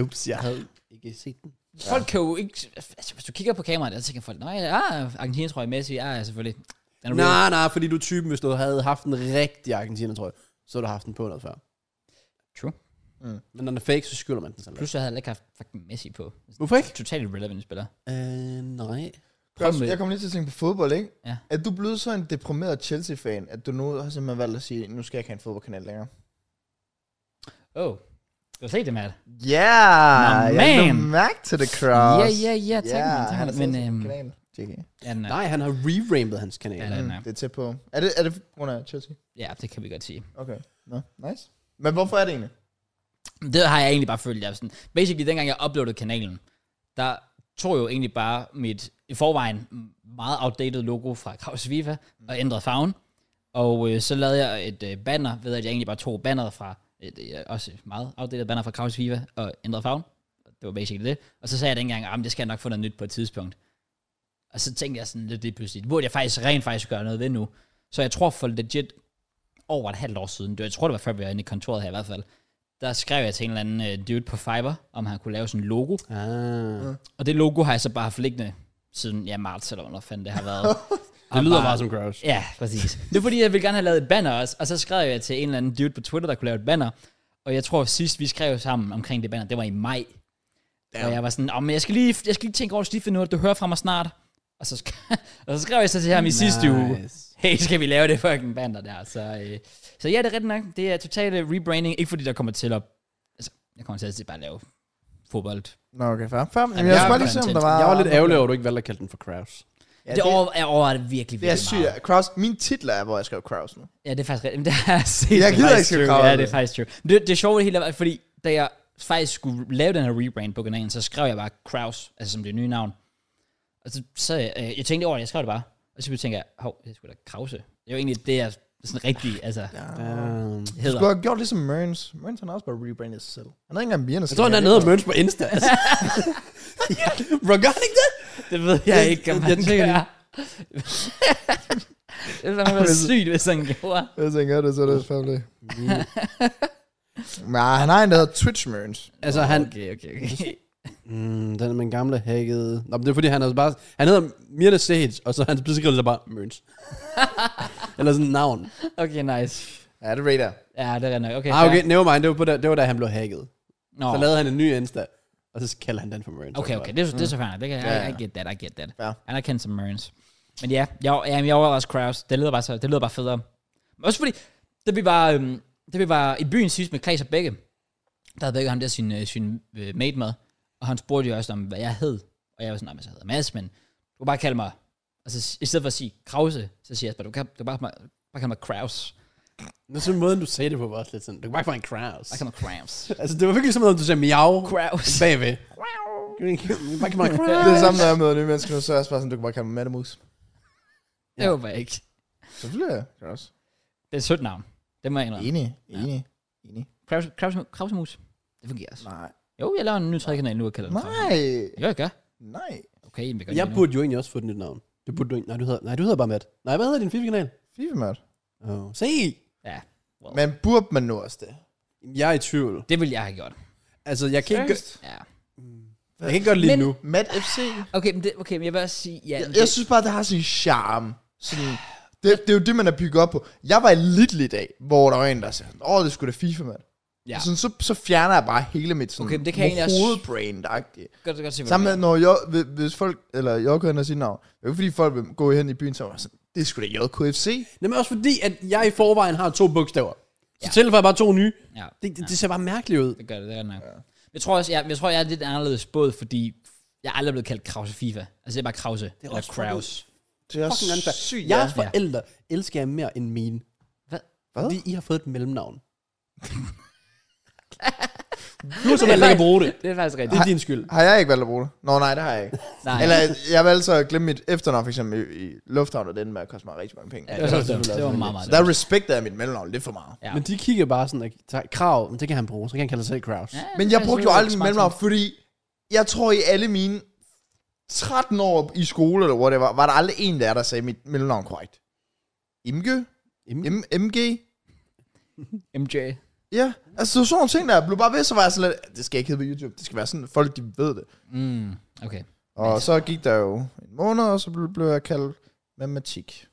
C: Ups, jeg havde ikke set den.
A: Folk kan jo ikke... Altså, hvis du kigger på kameraet, så tænker folk, nej, ah, Argentina tror jeg, Messi, ah, ja, selvfølgelig. Den er real.
C: Nej, nej, fordi du er typen, hvis du havde haft en rigtig Argentina, tror jeg, så havde du haft den på noget før.
A: True.
C: Men når den er fake, så skylder man den sådan lidt.
A: Plus, jeg havde heller ikke haft fucking Messi på.
C: Hvorfor ikke?
A: Totalt irrelevant spiller.
C: Øh, nej.
A: Prøv med-
B: Jeg kom lige til at tænke på fodbold, ikke?
A: Ja.
B: Er du blevet så en deprimeret Chelsea-fan, at du nu har simpelthen valgt at sige, nu skal jeg ikke have en fodboldkanal længere?
A: Oh. Du har set det, Matt?
B: Ja,
A: Nå,
B: jeg lagde
A: man.
B: mærke til det,
A: Ja,
B: Kraus.
A: ja, ja, tak,
B: Ja,
A: yeah,
B: han
A: tak.
B: har
A: Men,
B: taget sin
A: øhm,
B: kanal. JK.
A: ja, den er-
C: Nej, han har re-ramed hans kanal.
A: Ja, den er-
B: Mm, Det er tæt på. Er det, er det på grund af Chelsea?
A: ja, det kan vi godt sige.
B: Okay. Nå, nice. Men hvorfor er det egentlig?
A: Det har jeg egentlig bare følt. Jeg er sådan, basically, dengang jeg uploadede kanalen, der tog jeg jo egentlig bare mit i forvejen meget outdated logo fra Kraus Viva og ændrede farven. Og øh, så lavede jeg et øh, banner ved, at jeg egentlig bare tog banneret fra, et, øh, også et meget outdated banner fra Kraus Viva og ændrede farven. Det var basically det. Og så sagde jeg dengang, at det skal jeg nok få noget nyt på et tidspunkt. Og så tænkte jeg sådan lidt lige pludselig, burde jeg faktisk rent faktisk gøre noget ved nu? Så jeg tror for legit over et halvt år siden, det var- jeg tror det var før vi var inde i kontoret her i hvert fald, der skrev jeg til en eller anden øh, dude på Fiverr, om han kunne lave sådan en logo.
C: Ah.
A: Og det logo har jeg så bare haft liggende siden ja, marts, eller hvornår fanden det har været.
C: Det
A: Ah,
C: lyder
A: bare-
C: meget som Crouch.
A: ja, præcis. Det er fordi, jeg ville gerne have lavet et banner også, og så skrev jeg til en eller anden dude på Twitter, der kunne lave et banner. Og jeg tror sidst, vi skrev sammen omkring det banner, det var i maj. Damn. Og jeg var sådan, oh, men jeg skal lige, jeg skal lige tænke over, det, så lige finde ud af, at du hører fra mig snart. Og så, sk- og så skrev jeg så til ham i sidste uge, hey, skal vi lave det fucking banner der? Så, øh, så ja, det er rigtigt nok. Det er totalt øh, rebranding. Ikke fordi der kommer til at... Altså, jeg kommer til at bare lave fodbold.
B: Nå, okay, fair. fair. Jamen,
A: Jamen,
B: jeg
A: jeg
B: skal bare
A: er
B: lige se, om
A: content.
B: der var...
C: Jeg var lidt ærgerlig over, at du ikke valgte at kalde den for Crouch.
B: Ja,
A: Ja,
B: det, Ah.
A: det, over, jeg overvejer det virkelig,
B: det er
A: virkelig
B: sygt.
A: meget.
B: Kraus, mine titler er, hvor jeg skrev Kraus nu.
A: Ja, det er faktisk rigtigt. Men Det har jeg set.
B: Jeg
A: Det er
B: gider
A: faktisk
B: ikke at
A: true.
B: grave
A: Ja,
B: af
A: det er
B: det.
A: faktisk true. Men Det, det sjove hele er, fordi da jeg faktisk skulle lave den her rebrand på kanalen, så skrev jeg bare Kraus, altså som det nye navn. Og så, så øh, jeg tænkte over det, jeg skrev det bare. Og så tænkte jeg, hov, det skulle da Krause. Det er jo egentlig det, jeg sådan rigtig, altså,
B: Ja.
C: Um,
B: Du
A: hedder.
B: skulle have gjort ligesom Mørns. Mørns han har også bare rebrandet sig selv. Han havde ikke engang Bjørn.
C: jeg tror, han er nede og mønts på Insta. Altså. Bro, gør han ikke det?
A: Det ved jeg
C: Det-
A: ikke, om
C: det-
A: han
C: det tænker
A: gør. det ville fandme være sygt, hvis han gjorde.
B: Jeg tænker, det så er det fabelig. Nej, han har en, der hedder Twitch Mørns.
C: Altså, han...
A: Okay, okay, okay.
C: Mm, den er min gamle hackede... Nå, men det er fordi, han er bare... Han hedder Mirna Sage, og så hans beskrivelse er bare Møns. Eller sådan et navn.
A: Okay, nice.
B: Ja, det er radar.
A: Ja, det er rigtig nok. Okay,
C: Ah, okay,
A: fair.
C: never mind. Det var, på, da, det var da han blev hacket.
A: Nå.
C: Så lavede han en ny Insta, og så kalder han den for Møns.
A: Okay, okay, det er, så- det er så fair. nok. Det kan,
B: Mm. Ja, ja.
A: I, I get that, I get that.
B: Ja.
A: Han er kendt som Marines. Men ja, jeg, jeg, jeg var også Kraus. Det lyder bare, så, det lyder bare federe. Men Også fordi, da vi var, øhm, da vi var i byen sidst med Klaas og Begge, der havde Begge ham der sin, øh, sin øh, mate med, og han spurgte jo også om, hvad jeg hed. Og jeg var sådan, nej, men så hedder jeg Mads, men du kan bare kalde mig, altså s- i stedet for at sige Krause, så siger jeg bare, du kan, du kan bare, bare kalde mig Kraus.
C: Det er sådan måden, du sagde det på, var også lidt sådan... Du kan bare få en Kraus.
A: Bare kalde mig Kraus.
C: Altså, det var virkelig som om, du sagde miau
A: Kraus.
C: bagved. Bare kan man
B: Det er det samme, når jeg møder nye mennesker nu, så er jeg også bare sådan, du kan bare kalde mig Mattemus.
A: Det håber jeg ikke.
B: Selvfølgelig er jeg Kraus.
A: Det er et sødt navn. Det må jeg indrømme.
B: Enig, enig, enig.
A: Kraus, Kraus, Krausemus. Det fungerer altså.
B: Nej.
A: Jo, jeg laver en ny trækanal nu og kalder den Kraus.
B: Nej.
A: Jo, jeg gør.
B: Nej.
A: Okay, men vi gør det
C: Jeg
A: lige nu.
C: burde jo egentlig også få et nyt navn. Du burde du ikke... Nej, du hedder, nej, du hedder bare Matt. Nej, hvad hedder din FIFA-kanal?
B: FIFA-mørd.
C: Oh. Se!
A: Ja,
B: Men burde man nu også det?
C: Jeg er i tvivl.
A: det ville jeg have gjort.
C: Altså, jeg kan ikke... gøre-
A: Ja.
C: Jeg kan ikke gøre det lige
A: Men-
C: nu.
B: Matt FC?
A: Okay, men, det, okay, men jeg vil også sige, ja,
B: Jeg,
A: men
B: jeg
A: det,
B: synes bare, det har sin charme. Sådan, det, det er jo det, man er bygget op på. Jeg var i Lidl i dag, hvor der var en, der sagde, åh, det skulle da FIFA, mand.
A: Ja.
B: Ja. Sådan, så, så fjerner jeg bare hele mit sådan,
A: Okay, men det kan jeg egentlig også-
B: hovedbrain agtigt
A: godt, godt se, hvad
B: Sammen
A: du
B: med, når jeg, hvi- hvis folk, eller JK hen og siger navn, det er jo ikke fordi folk vil gå hen i byen, så er jeg sådan, det skulle da JKFC.
C: Nej, men også fordi, at jeg i forvejen har to bogstaver. Så ja. tilføjer jeg bare to nye.
A: Ja,
C: Det, det, det ser bare mærkeligt ud.
A: det gør det, det gør det nok. Ja. Jeg tror også, jeg, jeg tror, jeg er lidt anderledes både, fordi jeg er aldrig blevet kaldt Krause FIFA. Altså, det er bare Krause, det er eller
C: også
A: Kraus.
B: Det er
C: Fucking unfair.
B: sygt, ja.
C: Jeres forældre elsker jeg mere end mine.
A: Hvad?
C: Fordi I har fået et mellemnavn. Nu er så valgt ikke at bruge det.
A: Det er faktisk rigtigt.
C: Det er din skyld.
B: Har jeg ikke valgt at bruge det? Nå, nej, det har jeg ikke.
A: Nej.
B: Ah, Eller jeg valgte så at glemme mit efternavn, for eksempel i, i Lufthavn, og den med at koste mig rigtig mange penge.
A: Det var, så dumt. det var meget, meget
B: Så
A: dumt.
B: der respekter jeg mit mellemnavn lidt for meget.
A: Ja.
C: Men de kigger bare sådan, at tager- krav, men det kan han bruge, så kan han kalde sig selv Kraus.
A: Ja,
B: Men
A: det
B: jeg
A: er
B: brugte jo
A: selvfølgelig
B: aldrig mit
A: smart
B: mellemnavn, fordi jeg tror i alle mine 13 år i skole, eller whatever, var der aldrig en der, der sagde mit mellemnavn korrekt. Imge?
C: Imge?
B: M- MG?
A: ting. MJ.
B: Ja, altså det var sådan nogle ting, der jeg blev bare ved, så var jeg sådan lidt, det skal ikke hedde på YouTube, det skal være sådan, folk de ved det.
A: Mm, okay.
B: Og så gik der jo en måned, og så blev, blev jeg kaldt matematik.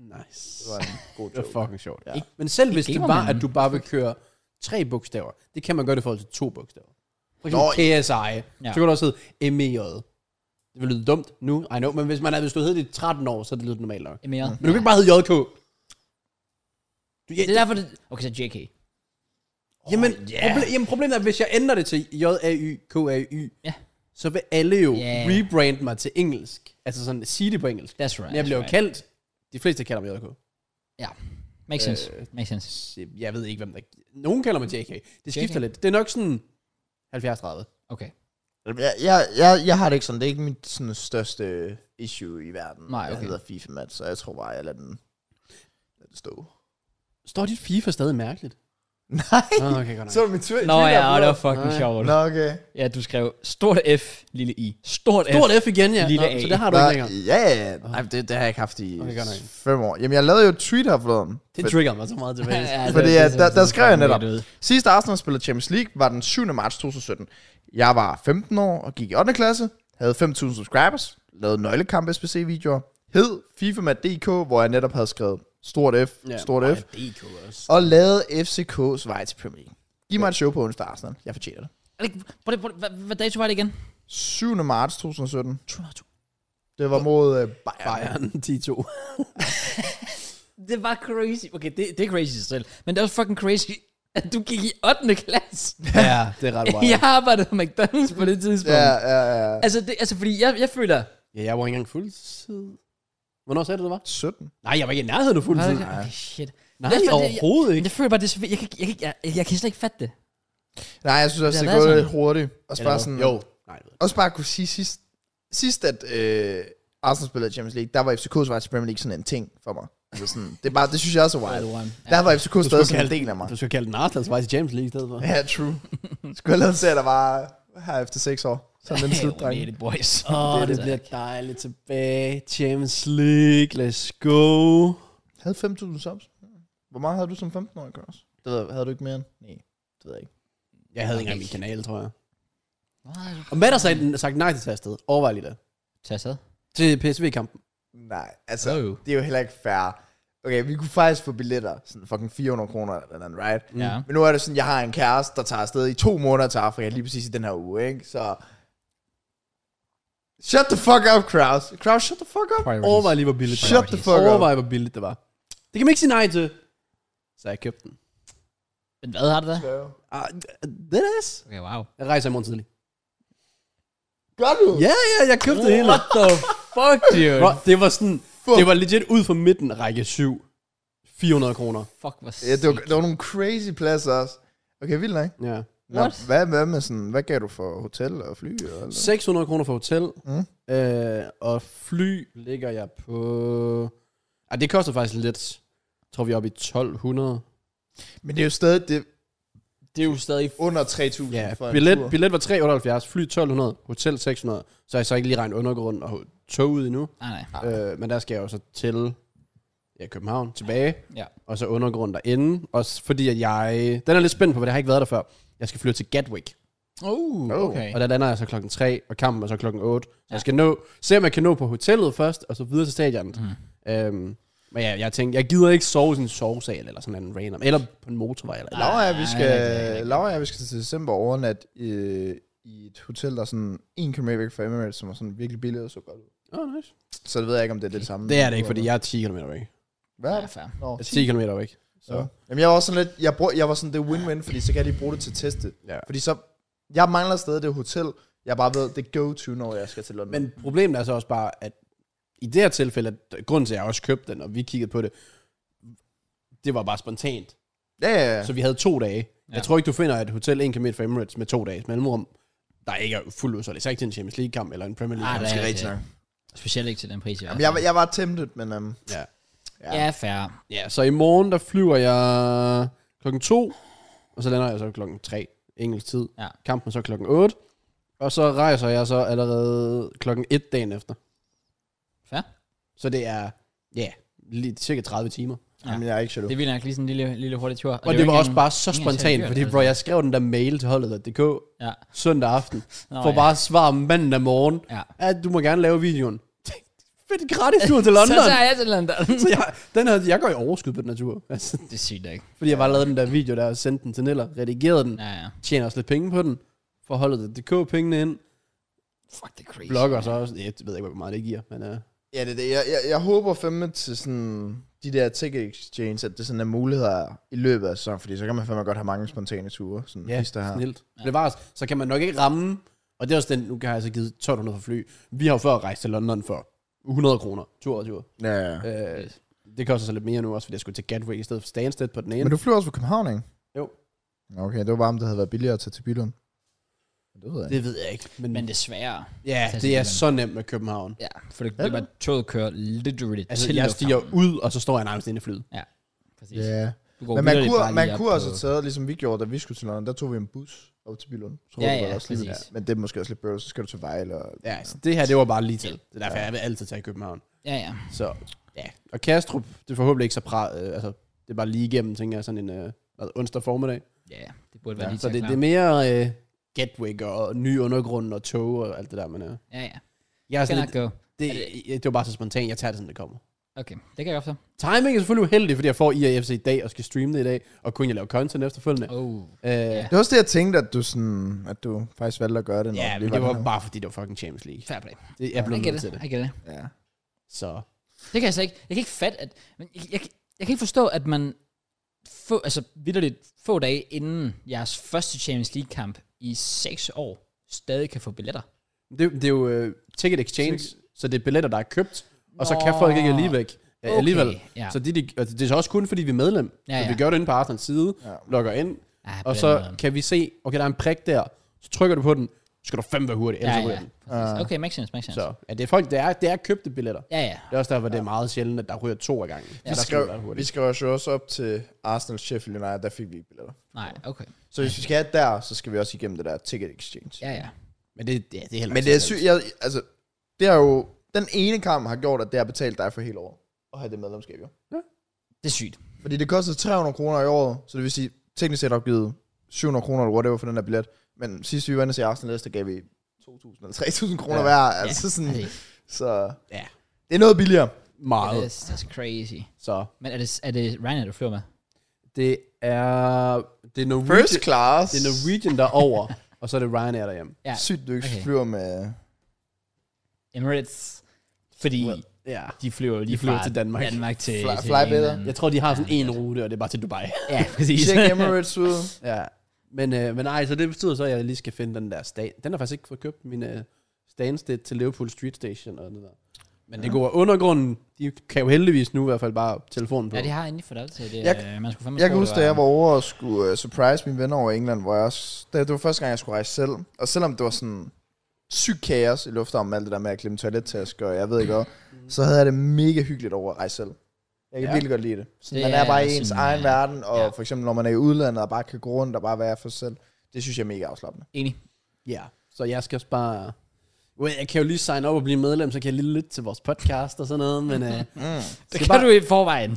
C: Nice.
B: Det var en god
C: Det
B: joke.
C: var fucking sjovt.
B: Ja.
C: Ja. Men selv hvis det
A: gamer
C: var,
A: man.
C: at du bare vil køre tre bogstaver, det kan man gøre det i forhold til to bogstaver. For
B: Nå,
C: eksempel KSI,
A: Ja.
C: ja. så kan du også hedde MEJ. Det vil lyde dumt nu, I know, men hvis, man er, hvis du hedder det i 13 år, så er det lidt normalt nok.
A: Mere.
C: Men du kan ikke bare hedde JK. Du, ja,
A: Det er derfor, det... Okay, så JK.
C: jamen,
A: ja.
C: yeah. proble- jamen, problemet er, at hvis jeg ændrer det til J-A-Y-K-A-Y,
A: Ja.
C: så vil alle jo
A: Ja.
C: yeah. rebrande mig til engelsk. Altså sådan, sige det på engelsk.
A: That's right.
C: Men jeg bliver jo
A: that's right.
C: kaldt, de fleste kalder mig JK.
A: Makes sense.
C: Øh,
A: Makes sense.
C: jeg ved ikke, hvem der... Nogen kalder mig JK. Det skifter
A: JK.
C: lidt. Det er nok sådan 70-30.
A: Okay.
B: Jeg, jeg, jeg, jeg har det ikke sådan, det er ikke mit sådan, største issue i verden.
A: Nej,
B: Jeg
A: okay.
B: hedder FIFA Mat, så jeg tror bare, jeg lader den, lader den stå.
C: Står dit FIFA stadig mærkeligt?
B: Nej,
C: Nå, okay, godt
B: så er det mit Twitter.
A: Nå ja, og det var fucking
C: Nej.
A: sjovt.
B: Nå, okay.
A: Ja, du skrev stort F, lille I. Stort,
C: Stort
A: F.
C: F igen, ja.
A: Lille
C: Nå,
A: A.
C: så det har du
B: Nå,
C: ikke længere.
B: ja, ja, ja. Nej, det, det har jeg ikke haft i
C: Okay, godt nok.
B: fem år. Jamen, jeg lavede jo et tweet her forleden.
C: Det
B: For-
C: trigger mig så meget tilbage.
B: Fordi,
A: det-
B: øh,
A: det-
B: der-
A: det-
B: der
A: det-
B: skrev jeg netop.
A: det ud.
B: Sidste Arsenal spillede Champions League var den 7. marts 2017. Jeg var 15 år og gik i 8. klasse, havde 5.000 subscribers, lavede nøglekamp SPC-videoer, hed FIFA med DK, hvor jeg netop havde skrevet stort F, stort F,
C: DK også.
B: og lavede FCK's vej til Premier League. Giv mig et show på onsdag, Arsenal. Jeg fortjener det.
A: Er det ikke- prøv lige- prøv lige- Hvad hvad dato var det igen?
B: 7. marts 2017.
A: 202.
B: Det var mod øh, Bayern.
C: Bayern 10-2.
A: Det var crazy. Okay, det, det er crazy i sig selv. Men det er også fucking crazy, at du gik i 8. klasse.
C: ja, det er ret wild.
A: Jeg arbejdede på McDonald's på det tidspunkt.
B: Ja, ja, ja.
A: Altså, det, altså, fordi jeg, jeg føler...
C: Ja, jeg var ikke engang fuldtid. Hvornår sagde du, det var?
B: 17.
C: Nej, jeg var ikke i nærheden af fuldtid.
A: Okay, shit.
C: Nej,
A: Det er fordi,
C: overhovedet
A: Men
C: ikke.
A: jeg føler bare, det er så, jeg, kan, jeg, kan- jeg, jeg, jeg kan slet ikke fatte det.
B: Nej, jeg synes også,
A: Det
B: det,
A: har
B: det
A: været
B: går lidt
A: sådan.
B: hurtigt. Og
C: Eller
B: bare
C: hvad?
B: sådan,
C: Jo. Nej, jeg ved det.
B: Også bare kunne sige sidst, sidst at øh, Arsenal spillede i Champions League, der var FCK's vej til Premier League sådan en ting for mig. Altså sådan, det, er bare, det synes jeg også er wild.
A: Ja.
B: Der var FCK
C: skulle
B: stadig sådan en
C: kalde-
B: del af mig.
C: Du skal kalde den Arsenal's vej til James League i stedet for.
B: Ja, true. Skulle jeg lade se, at der var her efter 6 år. Sådan en
A: Hey,
B: slutdreng.
A: United boys.
C: Åh, oh, det, det
A: altså
C: bliver dejligt tilbage. Champions League, let's go.
B: Havde 5.000 subs. Hvor meget havde du som 15-årig, Kørs? Det ved, jeg- havde du ikke mere end? Nej, det ved jeg ikke.
C: Jeg havde ikke engang
A: Okay.
C: min kanal, tror jeg.
A: ikke-
C: Og Matt har sagt, sagt nej til tastet. Overvej lige det.
A: Tag afsted.
C: Til PSV-kampen.
B: Nej, altså,
A: Jo, jo.
B: det er jo heller ikke fair. Okay, vi kunne faktisk få billetter, sådan fucking 400 kroner eller andet, right?
A: Ja.
C: Mm.
B: Men nu er det sådan, jeg har en kæreste, der tager afsted i to måneder til Afrika, lige præcis i den her uge, ikke? Så... Shut the fuck up, Kraus. Kraus, shut the fuck up.
C: Overvej lige, hvor billigt
B: Shut the
C: det var.
B: fuck up.
C: Overvej, hvor billigt det var. Det kan man ikke sige nej til. Så jeg købte den.
A: Men hvad har det der?
C: Ah, det er det.
A: Okay, wow.
C: Jeg rejser i morgen tidlig.
B: Gør du?
C: Ja, ja, jeg købte det hele.
A: What the fuck, dude?
C: Bro, det var sådan,
B: Fuck.
C: det var legit ud for midten, række 7. 400 kroner.
A: Fuck, hvor
B: ja det, var,
A: sygt.
B: det var nogle crazy pladser også. Okay, vildt nok.
C: Ja.
B: Nå,
A: What?
B: hvad, hvad med sådan, hvad gav du for hotel og fly? Og alt det?
C: 600 kroner for hotel,
B: Mm.
C: øh, og fly ligger jeg på... Ej, det koster faktisk lidt. Jeg tror, vi er oppe i 1200.
B: Men det er jo stadig det,
A: det er jo stadig
B: under 3.000
C: Ja,
B: for en tur.
C: billet, billet var 378, fly 1200, hotel 600. Så har jeg så ikke lige regnet undergrund og tog ud endnu.
A: Ah, Nej, nej.
C: Øh, men der skal jeg jo så til ja, København tilbage,
A: Ja.
C: og så undergrund derinde. Også fordi at jeg... Den er lidt spændt på, for jeg har ikke været der før. Jeg skal flyve til Gatwick.
B: Uh.
A: Oh, okay.
C: Og der lander jeg så klokken 3, og kampen er så klokken 8. Så jeg skal nå, se om jeg kan nå på hotellet først, og så videre til stadionet. Mm. Øhm, men ja, jeg tænkte, jeg gider ikke sove i sådan en sovesal, eller sådan en random, eller på en motorvej. Eller,
B: Laura og jeg, vi
A: Nej,
B: skal,
A: det er rigtigt, det er
B: Laura og jeg, vi skal til december overnat øh, i et hotel, der er sådan 1 km væk fra Emirates, som er sådan virkelig billigt og så godt ud.
C: oh, nice.
B: Så det ved jeg ikke, om det er det samme.
C: Det er det ikke, fordi jeg er 10 km væk.
B: Hvad er
A: Ja,
B: det?
A: fair.
B: Nå,
C: Jeg er 10 km væk.
B: Så. Ja. Jamen, jeg var også sådan lidt, jeg, brug, jeg var sådan, det er win-win, fordi så kan jeg lige bruge det til at teste.
C: Ja.
B: Fordi så, jeg mangler stadig det hotel, jeg bare ved, det er go-to, når jeg skal til London.
C: Men problemet er så også bare, at i det her tilfælde, at grunden til, at jeg også købte den, og vi kiggede på det, det var bare spontant.
B: ja, ja, ja.
C: Så vi havde to dage. Ja. Jeg tror ikke, du finder et hotel 1 km fra Emirates med to dages mellemrum, der ikke er fuldt udsolgt. Især ikke til en Champions League-kamp eller en Premier
A: Nej,
C: League-kamp.
A: det Ah, er
B: Rigtig
A: rigtigt.
B: nok.
A: Specielt ikke til den pris, jeg
B: Jamen, jeg, var- jeg var tempted, men um,
C: Ja.
A: Ja, fair.
C: ja, så i morgen, der flyver jeg klokken 2, og så lander jeg så klokken 3, engelsk tid.
A: Ja.
C: Kampen så klokken 8, og så rejser jeg så allerede klokken 1 dagen efter.
A: Fair.
C: Så det er, ja, lige cirka 30 timer.
A: Ja.
B: jamen, jeg er ikke jaloux.
A: Det er vildt nok lige sådan en lille, lille hurtig tur.
C: Og
A: er
C: det,
A: jo
C: var
A: ikke
C: også
A: engang-
C: bare så
A: ikke engang
C: spontant,
A: dyrt,
C: fordi
A: altså.
C: bro, jeg skrev den der mail til holdet.dk
A: Ja.
C: søndag aften,
A: Nå,
C: for
A: ja.
C: bare svar mandag morgen,
A: Ja.
C: at du må gerne lave videoen. Fedt gratis tur til London.
A: Så tager jeg til London.
C: Så jeg, den her, jeg går i overskud på den her tur. Altså,
A: det er sygt ikke.
C: fordi jeg bare lavede den der video der, og sendte den til Niller, redigerede den,
A: Ja, ja.
C: tjener også lidt penge på den, forholdet det DK pengene ind,
A: Fuck, det er crazy.
C: blogger så også, jeg ved ikke, hvor meget det giver, men uh,
B: Ja, det er det. Jeg, jeg, jeg håber fandme til sådan de der ticket exchange, at det sådan er muligheder i løbet af sæsonen, fordi så kan man fandme godt have mange spontane ture, sådan
C: ja,
B: yeah, der her.
C: snilt. Ja. Det var, også- så kan man nok ikke ramme, og det er også den, nu kan jeg så givet 1200 for fly. Vi har jo før rejst til London for 100 kroner, tur og tur.
B: Ja, ja. ja.
C: Øh, det koster så lidt mere nu også, fordi jeg skulle til Gatwick i stedet for Stansted på den ene.
B: Men du flyver også fra København, ikke?
C: Jo.
B: Nå, Okay, det var bare, om det havde været billigere at tage til Billund. Det ved jeg ikke.
C: det ved jeg ikke. Men,
A: Men desværre.
C: ja,
A: Tag til
C: det er
A: Jylland.
C: så nemt med København.
A: Ja, for det, det er bare, toget kører literally
C: Altså,
A: til
C: jeg
A: lufthavnen.
C: stiger ud, og så står jeg nærmest inde i flyet.
A: Præcis.
B: Ja. Yeah.
A: Du går
B: Men man
A: vidderligt bare
B: kunne,
A: lige
B: man
A: op
B: kunne
A: på-
B: også have taget, ligesom vi gjorde, da vi skulle til London, der tog vi en bus op til Billund. Så
A: Ja,
B: var det
A: ja,
B: bare også lige
A: præcis.
B: lidt- Men det er måske også lidt bøvlet, så skal du til Vejle. Og...
C: Ja, så det her, det var bare lige til. Det er derfor, jeg vil altid tage i København.
A: Ja, ja.
C: Så, ja. Og Kastrup, det er forhåbentlig ikke så pra... Øh, altså, det er bare lige igennem, tænker jeg, sådan en øh, hvad, onsdag formiddag.
A: Ja, ja. det burde være
B: Ja,
A: lige
C: Så
A: til
C: det,
A: at
C: det er
A: klare.
C: mere øh, Gatwick og ny undergrund og tog og alt det der, man er.
A: Ja, ja.
C: Jeg er
A: Skal
C: sådan
A: nok
C: lidt,
A: gå.
C: Altså, det, det var bare så spontant, jeg tager det sådan, det kommer.
A: Okay, det kan jeg godt så.
C: Timing er selvfølgelig uheldig, fordi jeg får IAFC i dag og skal streame det i dag, og kun jeg laver content efterfølgende.
A: Oh.
C: Øh, ja,
B: Det var også det, jeg tænkte, at du, sådan, at du faktisk valgte at gøre det. når
C: ja
B: du
C: men
B: lige
C: det var
B: dernede.
C: bare fordi, det var fucking Champions League.
A: Fair play.
C: Det, jeg blev
A: Jeg
C: nødt
A: gætter
C: til
A: det.
C: det.
A: Jeg gætter det.
B: Ja.
C: Så
A: Det kan jeg så ikke. Jeg kan ikke fatte, at... Men jeg, jeg, jeg kan ikke forstå, at man... Få, altså, vidderligt få dage inden jeres første Champions League-kamp i seks år, stadig kan få billetter.
C: det, det er jo øh, ticket exchange, så det er billetter, der er købt, og så
A: Nå.
C: kan folk ikke alligevel. Okay. alligevel.
A: ja.
C: Så de, de, og det er så også kun, fordi vi er medlem.
A: Ja,
C: Ja, ja.
A: ja.
C: Så vi gør det inde på Arsenals side,
B: Ja.
C: ja. logger ind,
A: Ah,
C: og
A: på den
C: så
A: måde.
C: kan vi se, okay, der er en prik der, så trykker du på den, så skal du fem være hurtig, ellers
A: Ja,
C: ja, ryger
A: ja.
C: den. Ah.
A: Præcis. Okay, makes sense, makes sense.
C: Så ja, det er folk, det er, det er købte billetter.
A: Ja, ja.
C: Det er også derfor, det er meget sjældent, at der ryger to af gangen. Ja,
B: Vi skrev, vi skrev os jo også op til Arsenal Sheffield United, der fik vi ikke billetter.
A: Nej, okay.
B: Så hvis vi skal have der, så skal vi også igennem det der ticket exchange.
A: Ja, ja.
C: Men det, ja, det er heller
B: Men
C: ikke
B: det er
C: så
B: sygt,
C: nemt.
B: jeg, altså, det er jo, den ene kamp har gjort, at det har betalt dig for hele året, at have det medlemskab, jo.
A: Det er sygt.
B: Fordi det kostede 300 kroner i året, så det vil sige, teknisk set har du givet 700 kroner eller whatever for den der billet. Men sidst vi var inde og se Arsenal Leicester, gav vi 2.000 eller 3.000 kroner
C: Ja.
B: hver. Altså
A: ja.
C: Mm.
B: sådan,
A: Hey,
B: så
C: Ja.
B: det er noget billigere.
A: det
C: Meget.
A: er- that's crazy.
C: Så
A: Men er det, er det Ryanair, du flyver med?
C: det er... Det er Norwegian,
B: First class.
C: det er Norwegian derovre, og så er det Ryanair derhjemme.
A: Ja.
B: Sygt, du ikke
A: Okay.
B: flyver med...
A: Emirates. Fordi
C: Well, Ja.
A: de flyver jo lige
C: flyver
A: fra
C: til Danmark.
A: Danmark til,
B: Fly-
A: til
B: fly better.
A: England.
C: Mm. Jeg tror, de har sådan en rute, og det er bare til Dubai.
A: Ja, præcis.
B: Check Emirates ud.
C: Ja. Men, øh, men nej, så det betyder så, at jeg lige skal finde den der stand. Den har faktisk ikke fået købt min øh, standsted til Liverpool Street Station og det der. Men det går undergrunden. De kan jo heldigvis nu i hvert fald bare telefonen på.
A: Ja, de har endelig fået op til det.
B: Jeg-
A: øh, man skulle fandme
B: Jeg kan
A: tro,
B: huske,
A: det
B: da jeg var over og skulle uh, surprise mine venner over i England, hvor jeg også, det, det var første gang, jeg skulle rejse selv. Og selvom det var sådan syg kaos i lufthavnen med alt det der med at klemme toilettasker, og jeg ved ikke hvad, så havde jeg det mega hyggeligt over at rejse selv. Jeg kan
C: Ja.
B: ja. virkelig godt lide det. Så
A: Det
B: man er bare
A: er
B: i ens
A: sådan,
B: egen
A: øh,
B: verden, og
A: ja.
B: for eksempel når man er i udlandet og bare kan gå rundt og bare være for sig selv, det synes jeg er mega afslappende.
A: Enig.
C: Ja, så jeg skal også bare... Well, jeg kan jo lige signe op og blive medlem, så kan jeg lige lytte til vores podcast og sådan noget, men øh,
B: Mm.
A: Det
C: Skal
A: kan
C: bare-
A: du i forvejen.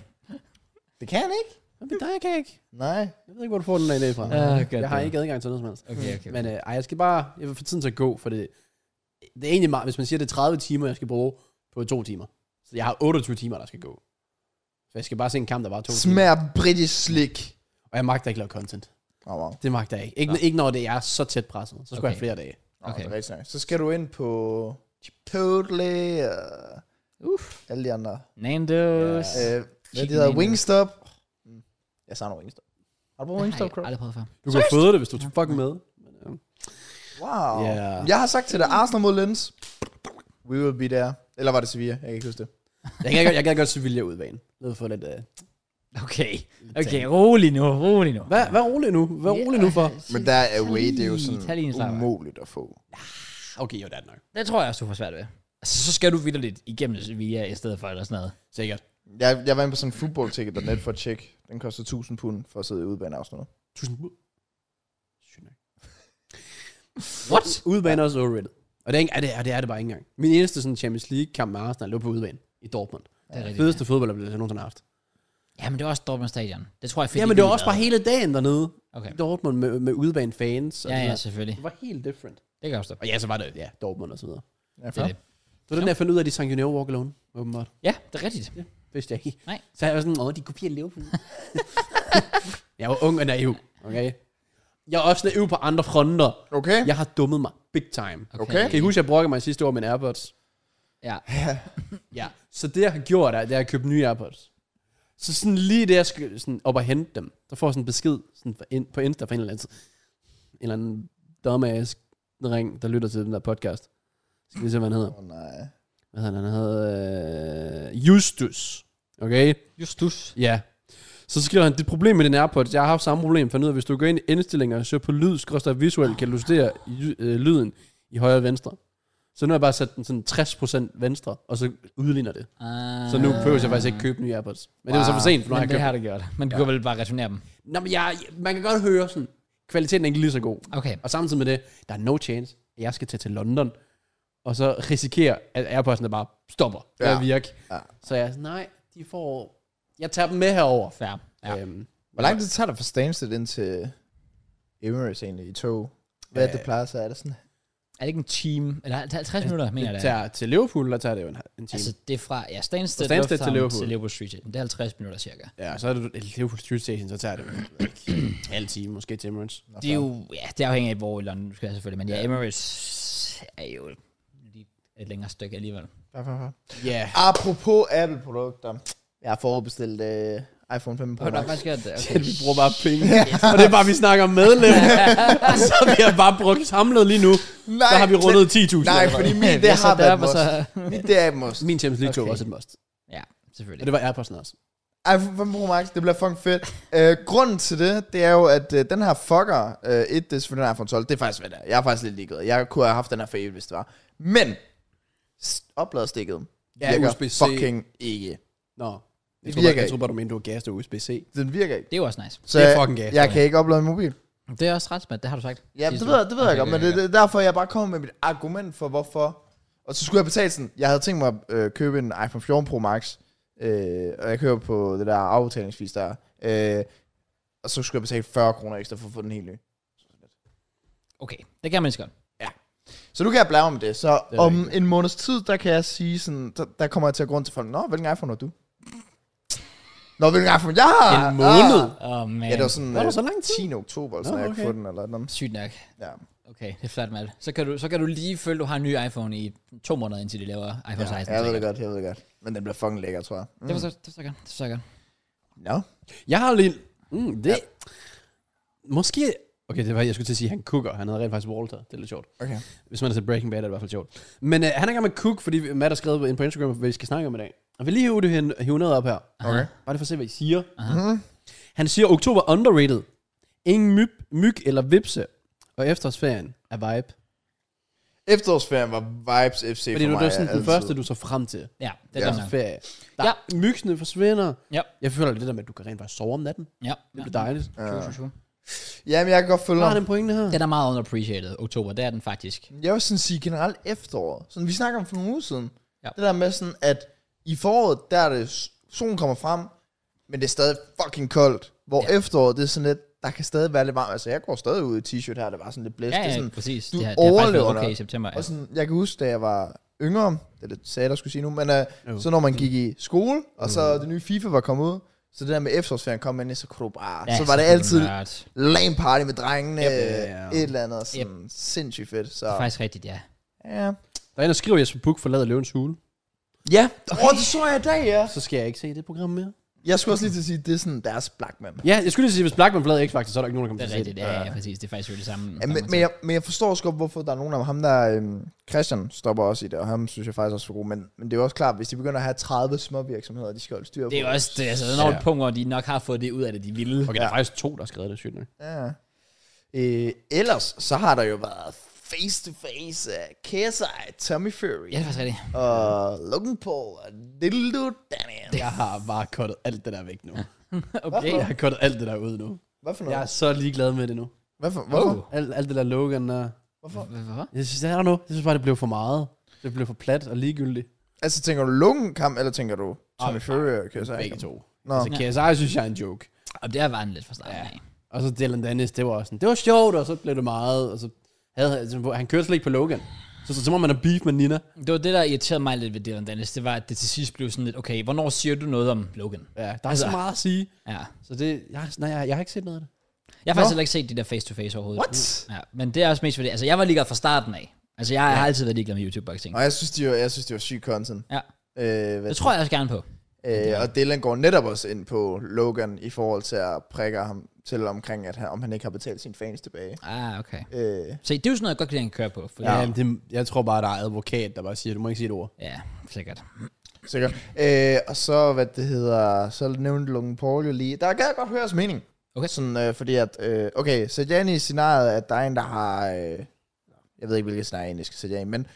B: Det kan jeg ikke.
C: det der kan jeg ikke.
B: Nej.
C: Jeg ved ikke, hvor du får den der idé fra.
A: Ah, god
C: jeg har
A: damn.
C: ikke adgang til noget som helst.
A: Okay, okay.
C: Men øh, ej, jeg skal bare... Jeg vil få tiden til at gå, for det, det er egentlig meget... Hvis man siger, det er 30 timer, jeg skal bruge på to timer. Så jeg har 28 timer, der skal gå. Så jeg skal bare se en kamp, der var to timer.
B: Smager britisk slik.
C: Og jeg magter ikke lave content.
B: Oh, wow.
C: Det magter jeg ikke. Ikke,
A: Nå.
C: ikke når det er så tæt presset. Så skal okay. jeg
A: Okay.
C: have flere dage.
B: Okay.
A: Okay.
B: Det er rigtig nok. Så skal du ind på Chipotle og Uff. alle de andre.
A: Nando's.
B: Øh, hvad
A: Chicken
B: det hedder?
A: Nando's.
B: Wingstop. Mm. Jeg savner Wingstop. Har du brugt
A: Nej,
B: Wingstop,
A: jeg har
B: Crow?
A: aldrig prøvet før.
C: Du kan få det, hvis du er fucking med.
B: Wow.
C: Ja.
B: Jeg har sagt til dig, Arsenal mod Lens. We will be there. Eller var det Sevilla? Jeg kan ikke huske det.
C: Jeg kan, godt- jeg kan godt Sevilla ud af banen. Nede for lidt... Øh,
A: Okay, okay, rolig nu, rolig nu.
C: Hvad, hvad rolig nu? Hvad rolig nu for?
B: Men der er away, det er jo
A: lige- tag lige en
B: sådan
A: slapper.
B: umuligt at få.
C: Okay, jo, det er det nok.
A: Det tror jeg også, du får svært ved. Altså, så skal du videre lidt igennem Sevilla i stedet for, eller sådan noget.
C: Sikkert.
B: Jeg, jeg var inde på sådan en football-ticket der net for at tjekke. Den koster 1000 pund for at sidde i udbaneafsnittet.
C: Tusind bud. Sygt nok.
A: What?
C: Udebane er også overrated. Og det er, ikke, er, det, og det, er det bare ikke engang. Min eneste sådan, Champions League-kamp med Arsenal lå på udebane i Dortmund.
A: Det er rigtigt.
C: Fedeste fodboldoplevelse, jeg nogensinde har haft.
A: Ja, men det er også Dortmund Stadion. Det tror jeg fedt.
C: Jamen, det var også bare hele dagen dernede.
A: Okay.
C: I Dortmund med, med udebane-fans. og
A: Ja,
C: det
A: ja,
C: der.
A: selvfølgelig.
C: Det var helt different.
A: Det kan jeg også
C: Og ja, så var det, ja, Dortmund og så videre.
B: Ja,
A: Det er
B: fair.
A: det.
C: Det var den, der jeg fandt ud af, at de sang You Never Walk Alone, åbenbart.
A: Ja, det er rigtigt.
C: Vidste jeg ikke.
A: Nej.
C: Så jeg var sådan, åh, de kopierer Liverpool. jeg var ung og naiv, okay? Jeg er også naiv på andre fronter.
B: Okay.
C: Jeg har dummet mig big time. Okay.
B: Okay.
C: Kan I huske, at jeg brokkede mig sidste år med en Airpods?
A: Ja.
C: Ja. Så det, jeg har gjort, er, det er, at jeg har købt nye Airpods. Så sådan lige det, jeg skal sådan op og hente dem, der får jeg sådan en besked sådan fra in, på Insta fra en eller anden, en eller anden dumbass ring, der lytter til den der podcast. Skal vi se, hvad han hedder.
B: Åh, nej.
C: Hvad hedder han? Han hedder øh, Justus. Okay?
A: Justus.
C: Ja. Så skriver han, dit problem med din Airpods, jeg har haft samme problem, fandt ud af, hvis du går ind i indstillinger og søger på lyd, skråstrej visuelt, kan du justere jy- øh, lyden i højre og venstre. Så nu har jeg bare sat den sådan 60% venstre, og så udligner det.
A: Uh,
C: Så nu behøver jeg faktisk ikke købe nye Airpods. Men wow. det er jo så for sent, for nu
A: Men
C: har jeg
A: det
C: købt.
A: har det gjort. Men du kan vel bare returnere dem.
C: Nå, men jeg, man kan godt høre sådan, kvaliteten er ikke lige så god.
A: Okay.
C: Og samtidig med det, der er no chance, at jeg skal tage til London, og så risikere, at Airpods'ene bare stopper med
B: Ja.
C: at virke.
B: Ja.
C: Så jeg er sådan, nej, de får... Jeg tager dem med herover.
A: Fair. Ja.
C: Øhm,
B: Hvor lang tid tager det fra Stansted ind til Emirates egentlig i tog? Hvad er det plejer sig? Er det sådan?
A: Er det ikke en time? Eller er det 50 minutter, mener jeg
C: det
A: det. er?
C: tager til Liverpool, der tager det jo en, en time.
A: Altså,
C: Altså,
A: det er fra ja, Stansted,
C: Fra Stansted til
A: Lufthavn
C: Liverpool.
A: til Liverpool Street. Det er 50 minutter cirka.
C: ja, så er det et Liverpool Street Station, så tager det jo en halv time, måske til Emirates.
A: Det er jo, ja, det er afhængigt af, hvor i London du skal have selvfølgelig, men ja, Emirates er jo lige et længere stykke alligevel.
C: Ja, yeah.
B: Apropos Apple-produkter. Jeg har forudbestilt øh, iPhone 15 Pro
A: Hold da
B: Max.
A: faktisk gjort det. Okay.
C: vi bruger bare penge. Og det er bare, vi snakker om medlemmer. og så har vi bare brugt samlet lige nu.
B: Nej,
C: der har vi rundet 10.000.
B: Nej,
A: Vi
B: fordi min,
A: er
B: det
A: så
B: har været
A: deroppe, og
B: must.
A: så...
B: Mit, det er et must.
C: Min Champions League-tog
B: Okay.
C: var også et must.
A: Ja, selvfølgelig.
C: Og det var Airpods'en også.
B: iPhone 15 Pro Max, det bliver fucking fedt. Øh, grunden til det, det er jo, at øh, den her fucker, øh, et disk for den her iPhone 12, det er faktisk, hvad det er. Jeg er faktisk lidt ligeglad. Jeg kunne have haft den her for evigt, hvis det var. Men, s- opladerstikket
C: Ja,
B: virker
C: USB-C.
B: fucking ikke.
C: Nå. Jeg
B: Det
C: tror, bare,
B: virker
C: jeg tror bare, du mente, du var gas til USB-C.
B: Den virker ikke.
A: Det er jo også nice.
B: Så
C: Det er fucking galt,
B: Jeg kan ikke oplade min mobil.
A: Det er også ret smart, det har du sagt.
B: Ja,
A: sidste
B: det ved,
A: uge.
B: jeg, det ved jeg
A: Okay,
B: godt, men
A: okay,
B: det, det er derfor, jeg bare kommer med mit argument for, hvorfor. Og så skulle jeg betale sådan, jeg havde tænkt mig at øh, købe en iPhone 14 Pro Max, øh, og jeg køber på det der afbetalingsvis der, øh, og så skulle jeg betale 40 kroner ekstra for at få den helt ny.
A: Okay, det kan man lige så godt.
B: Så nu kan jeg blære om det. Så
C: Det
B: det
C: er
B: om
C: rigtigt.
B: en måneds tid, der kan jeg sige sådan, der, der kommer jeg til at gå rundt til folk, Nå, hvilken iPhone har du? Nå, hvilken iPhone jeg har?
C: En måned?
B: Ah.
A: Åh, oh, man.
B: Ja, det var sådan,
C: Nå, det var
B: øh,
C: så lang tid.
B: 10. oktober, eller
C: Nå,
B: sådan, jeg kunne
C: okay.
B: få den, eller noget.
A: Sygt nok.
B: Ja.
A: Okay, det er flot, Malte. Så kan, du, så kan du lige føle, du har en ny iPhone i to måneder, indtil de laver iPhone 16.
B: ja, jeg ved det
A: sikkert.
B: godt, jeg ved det godt. Men den bliver fucking lækker, tror jeg. Mm.
A: Det var så, det var så godt. Det var så godt.
B: Nå.
C: Jeg har lige... Mm, det... Ja. Måske... Okay, det var, jeg skulle til at sige, at han cooker. Han havde rent faktisk Walter. Det er lidt sjovt.
B: Okay.
C: Hvis man har set Breaking Bad, er det i hvert fald sjovt. Men øh, han er i gang med cook, fordi Matt har skrevet ind på Instagram, hvad vi skal snakke om i dag. Og vi lige hive, det hen, hive noget op her.
B: Okay.
C: Bare lige for at se, hvad I siger.
B: Uh-huh.
C: Han siger, oktober underrated. Ingen myg, myg eller vipse. Og efterårsferien er vibe.
B: Efterårsferien var Vibes FC
C: Fordi
B: for
C: det
B: mig.
C: var sådan den
B: altid.
C: første, du så frem til.
A: Ja, det er godt
B: Ja.
C: Altså
A: nok.
C: ferie. Der, ja. Mygsene forsvinder.
A: Ja.
C: Jeg føler det der med, at du kan rent faktisk sove om natten.
A: Ja.
C: Det bliver dejligt.
A: Ja. True, true, true.
B: Jamen, jeg kan godt følge
C: Hvad har
B: dig.
C: den pointe her?
A: Den er meget underappreciated, oktober. Det er den faktisk.
B: Jeg vil sådan sige generelt efteråret. Sådan, vi snakker om for nogle uger siden.
A: Ja.
B: Ja. Det der med sådan, at i foråret, der er det, s- solen kommer frem, men det er stadig fucking koldt. Hvor
A: Ja.
B: ja. efteråret, det er sådan lidt, der kan stadig være lidt varmt. Altså, jeg går stadig ud i t-shirt her, det var sådan lidt blæst.
A: Ja,
B: Det er
A: ja,
B: sådan,
A: præcis.
B: du
A: det har, det har faktisk
B: overlever
A: været okay
B: nok.
A: i september. Ja.
B: og sådan, jeg kan huske, da jeg var yngre, det er lidt sad, der skulle sige nu, men uh,
C: Jo.
B: så når man gik i skole, og så det nye FIFA var kommet ud, så det der med efterårsferien kom ind, så kunne du bare, ja, så var det
A: er
B: altid
A: nørdet.
B: LAN party med drengene,
C: Yep. Ja.
B: et eller andet, sådan sindssygt fedt.
A: Det
B: Så,
A: er faktisk rigtigt, ja.
B: ja.
C: Der er en, der skriver, at Jesper Buch forlader Løvens Hule.
B: Ja, åh, oh, det så jeg i dag, ja.
C: Så skal jeg ikke se det program mere.
B: Jeg skulle også lige til at sige, det er sådan deres Blackman.
C: Ja, jeg skulle lige sige, hvis Blackman forlader X-Factor, så er der ikke nogen,
A: Det er
C: der kommer til at se
A: rigtigt,
C: det.
A: ja, ja, præcis. Det er faktisk jo det samme.
B: Ja, men, men, jeg, men jeg forstår også godt, hvorfor der er nogen af ham, der... Øhm, Christian stopper også i det, og ham synes jeg faktisk også er god. Men, men det er jo også klart, hvis de begynder at have 30 små virksomheder, de skal holde styr på.
A: det er jo også, det, altså, der er nogle
C: Ja.
A: ja. punkter, hvor de nok har fået det ud af det, de ville.
C: Okay, der er faktisk to, der har skrevet det, sygt nok.
B: Ja. Øh, ellers så har der jo været face-to-face af KSI, øh, Tommy Fury
A: Ja, det er faktisk rigtigt.
B: og Logan Paul og Dildo Daniel.
C: Jeg har bare kottet alt det der væk nu.
A: Okay.
C: Jeg har kottet alt det der ud nu.
B: Hvad for noget?
C: Jeg er så ligeglad med det nu.
B: Hvad for, hvorfor?
A: Oh.
C: Alt, alt det der Logan der.
B: hvorfor?
A: Hvorfor?
C: Jeg synes, det er der nu. Jeg synes bare, det blev for meget. Det blev for plat og ligegyldigt.
B: Altså, tænker du Logan kamp, eller tænker du Tommy
C: Ah,
B: Fury og KSI?
C: Begge
B: kamp?
C: to.
B: Nå.
C: Altså, KSI synes jeg er en joke.
A: Og det har været en lidt for starten
C: Ja.
A: af.
C: Og så Dylan Dennis, det var også sådan, det var sjovt, og så blev det meget, og så havde, altså, han kørte slet ikke på Logan. Så, så, så må man have beef med Nina.
A: Det var det, der irriterede mig lidt ved Dylan Dennis. Det var, at det til sidst blev sådan lidt, okay, hvornår siger du noget om Logan?
C: Ja, der er altså, så meget at sige.
A: Ja.
C: Så det, jeg, nej, jeg, jeg har ikke set noget af det.
A: Jeg har faktisk heller ikke set de der face-to-face overhovedet. What? Ja, men det er også mest fordi, altså jeg var ligeglad fra starten af. Altså jeg ja. har altid været ligeglad med YouTube-boxing.
B: Og jeg synes, det var, jeg synes, det var syg content.
A: Ja,
B: Øh, hvad,
A: det tror jeg også gerne på.
B: øh, og Dylan går netop også ind på Logan i forhold til at prikke ham til omkring, at han, om han ikke har betalt sine fans tilbage.
A: Ah, okay.
B: Øh,
A: Så det er jo sådan noget, jeg godt kan lide, at han kører på. Fordi,
C: Ja. Jamen, det, jeg tror bare, der er advokat, der bare siger, du må ikke sige et ord.
A: ja, sikkert.
B: Sikkert. Øh, og så, hvad det hedder, så nævnte Logan Paul jo lige, der kan jeg godt høre hans mening.
A: Okay.
B: Sådan, øh, fordi at, øh, okay, sæt jer ind i scenariet, at der er en, der har, øh, jeg ved ikke, hvilket scenarie jeg egentlig skal sætte jer ind, men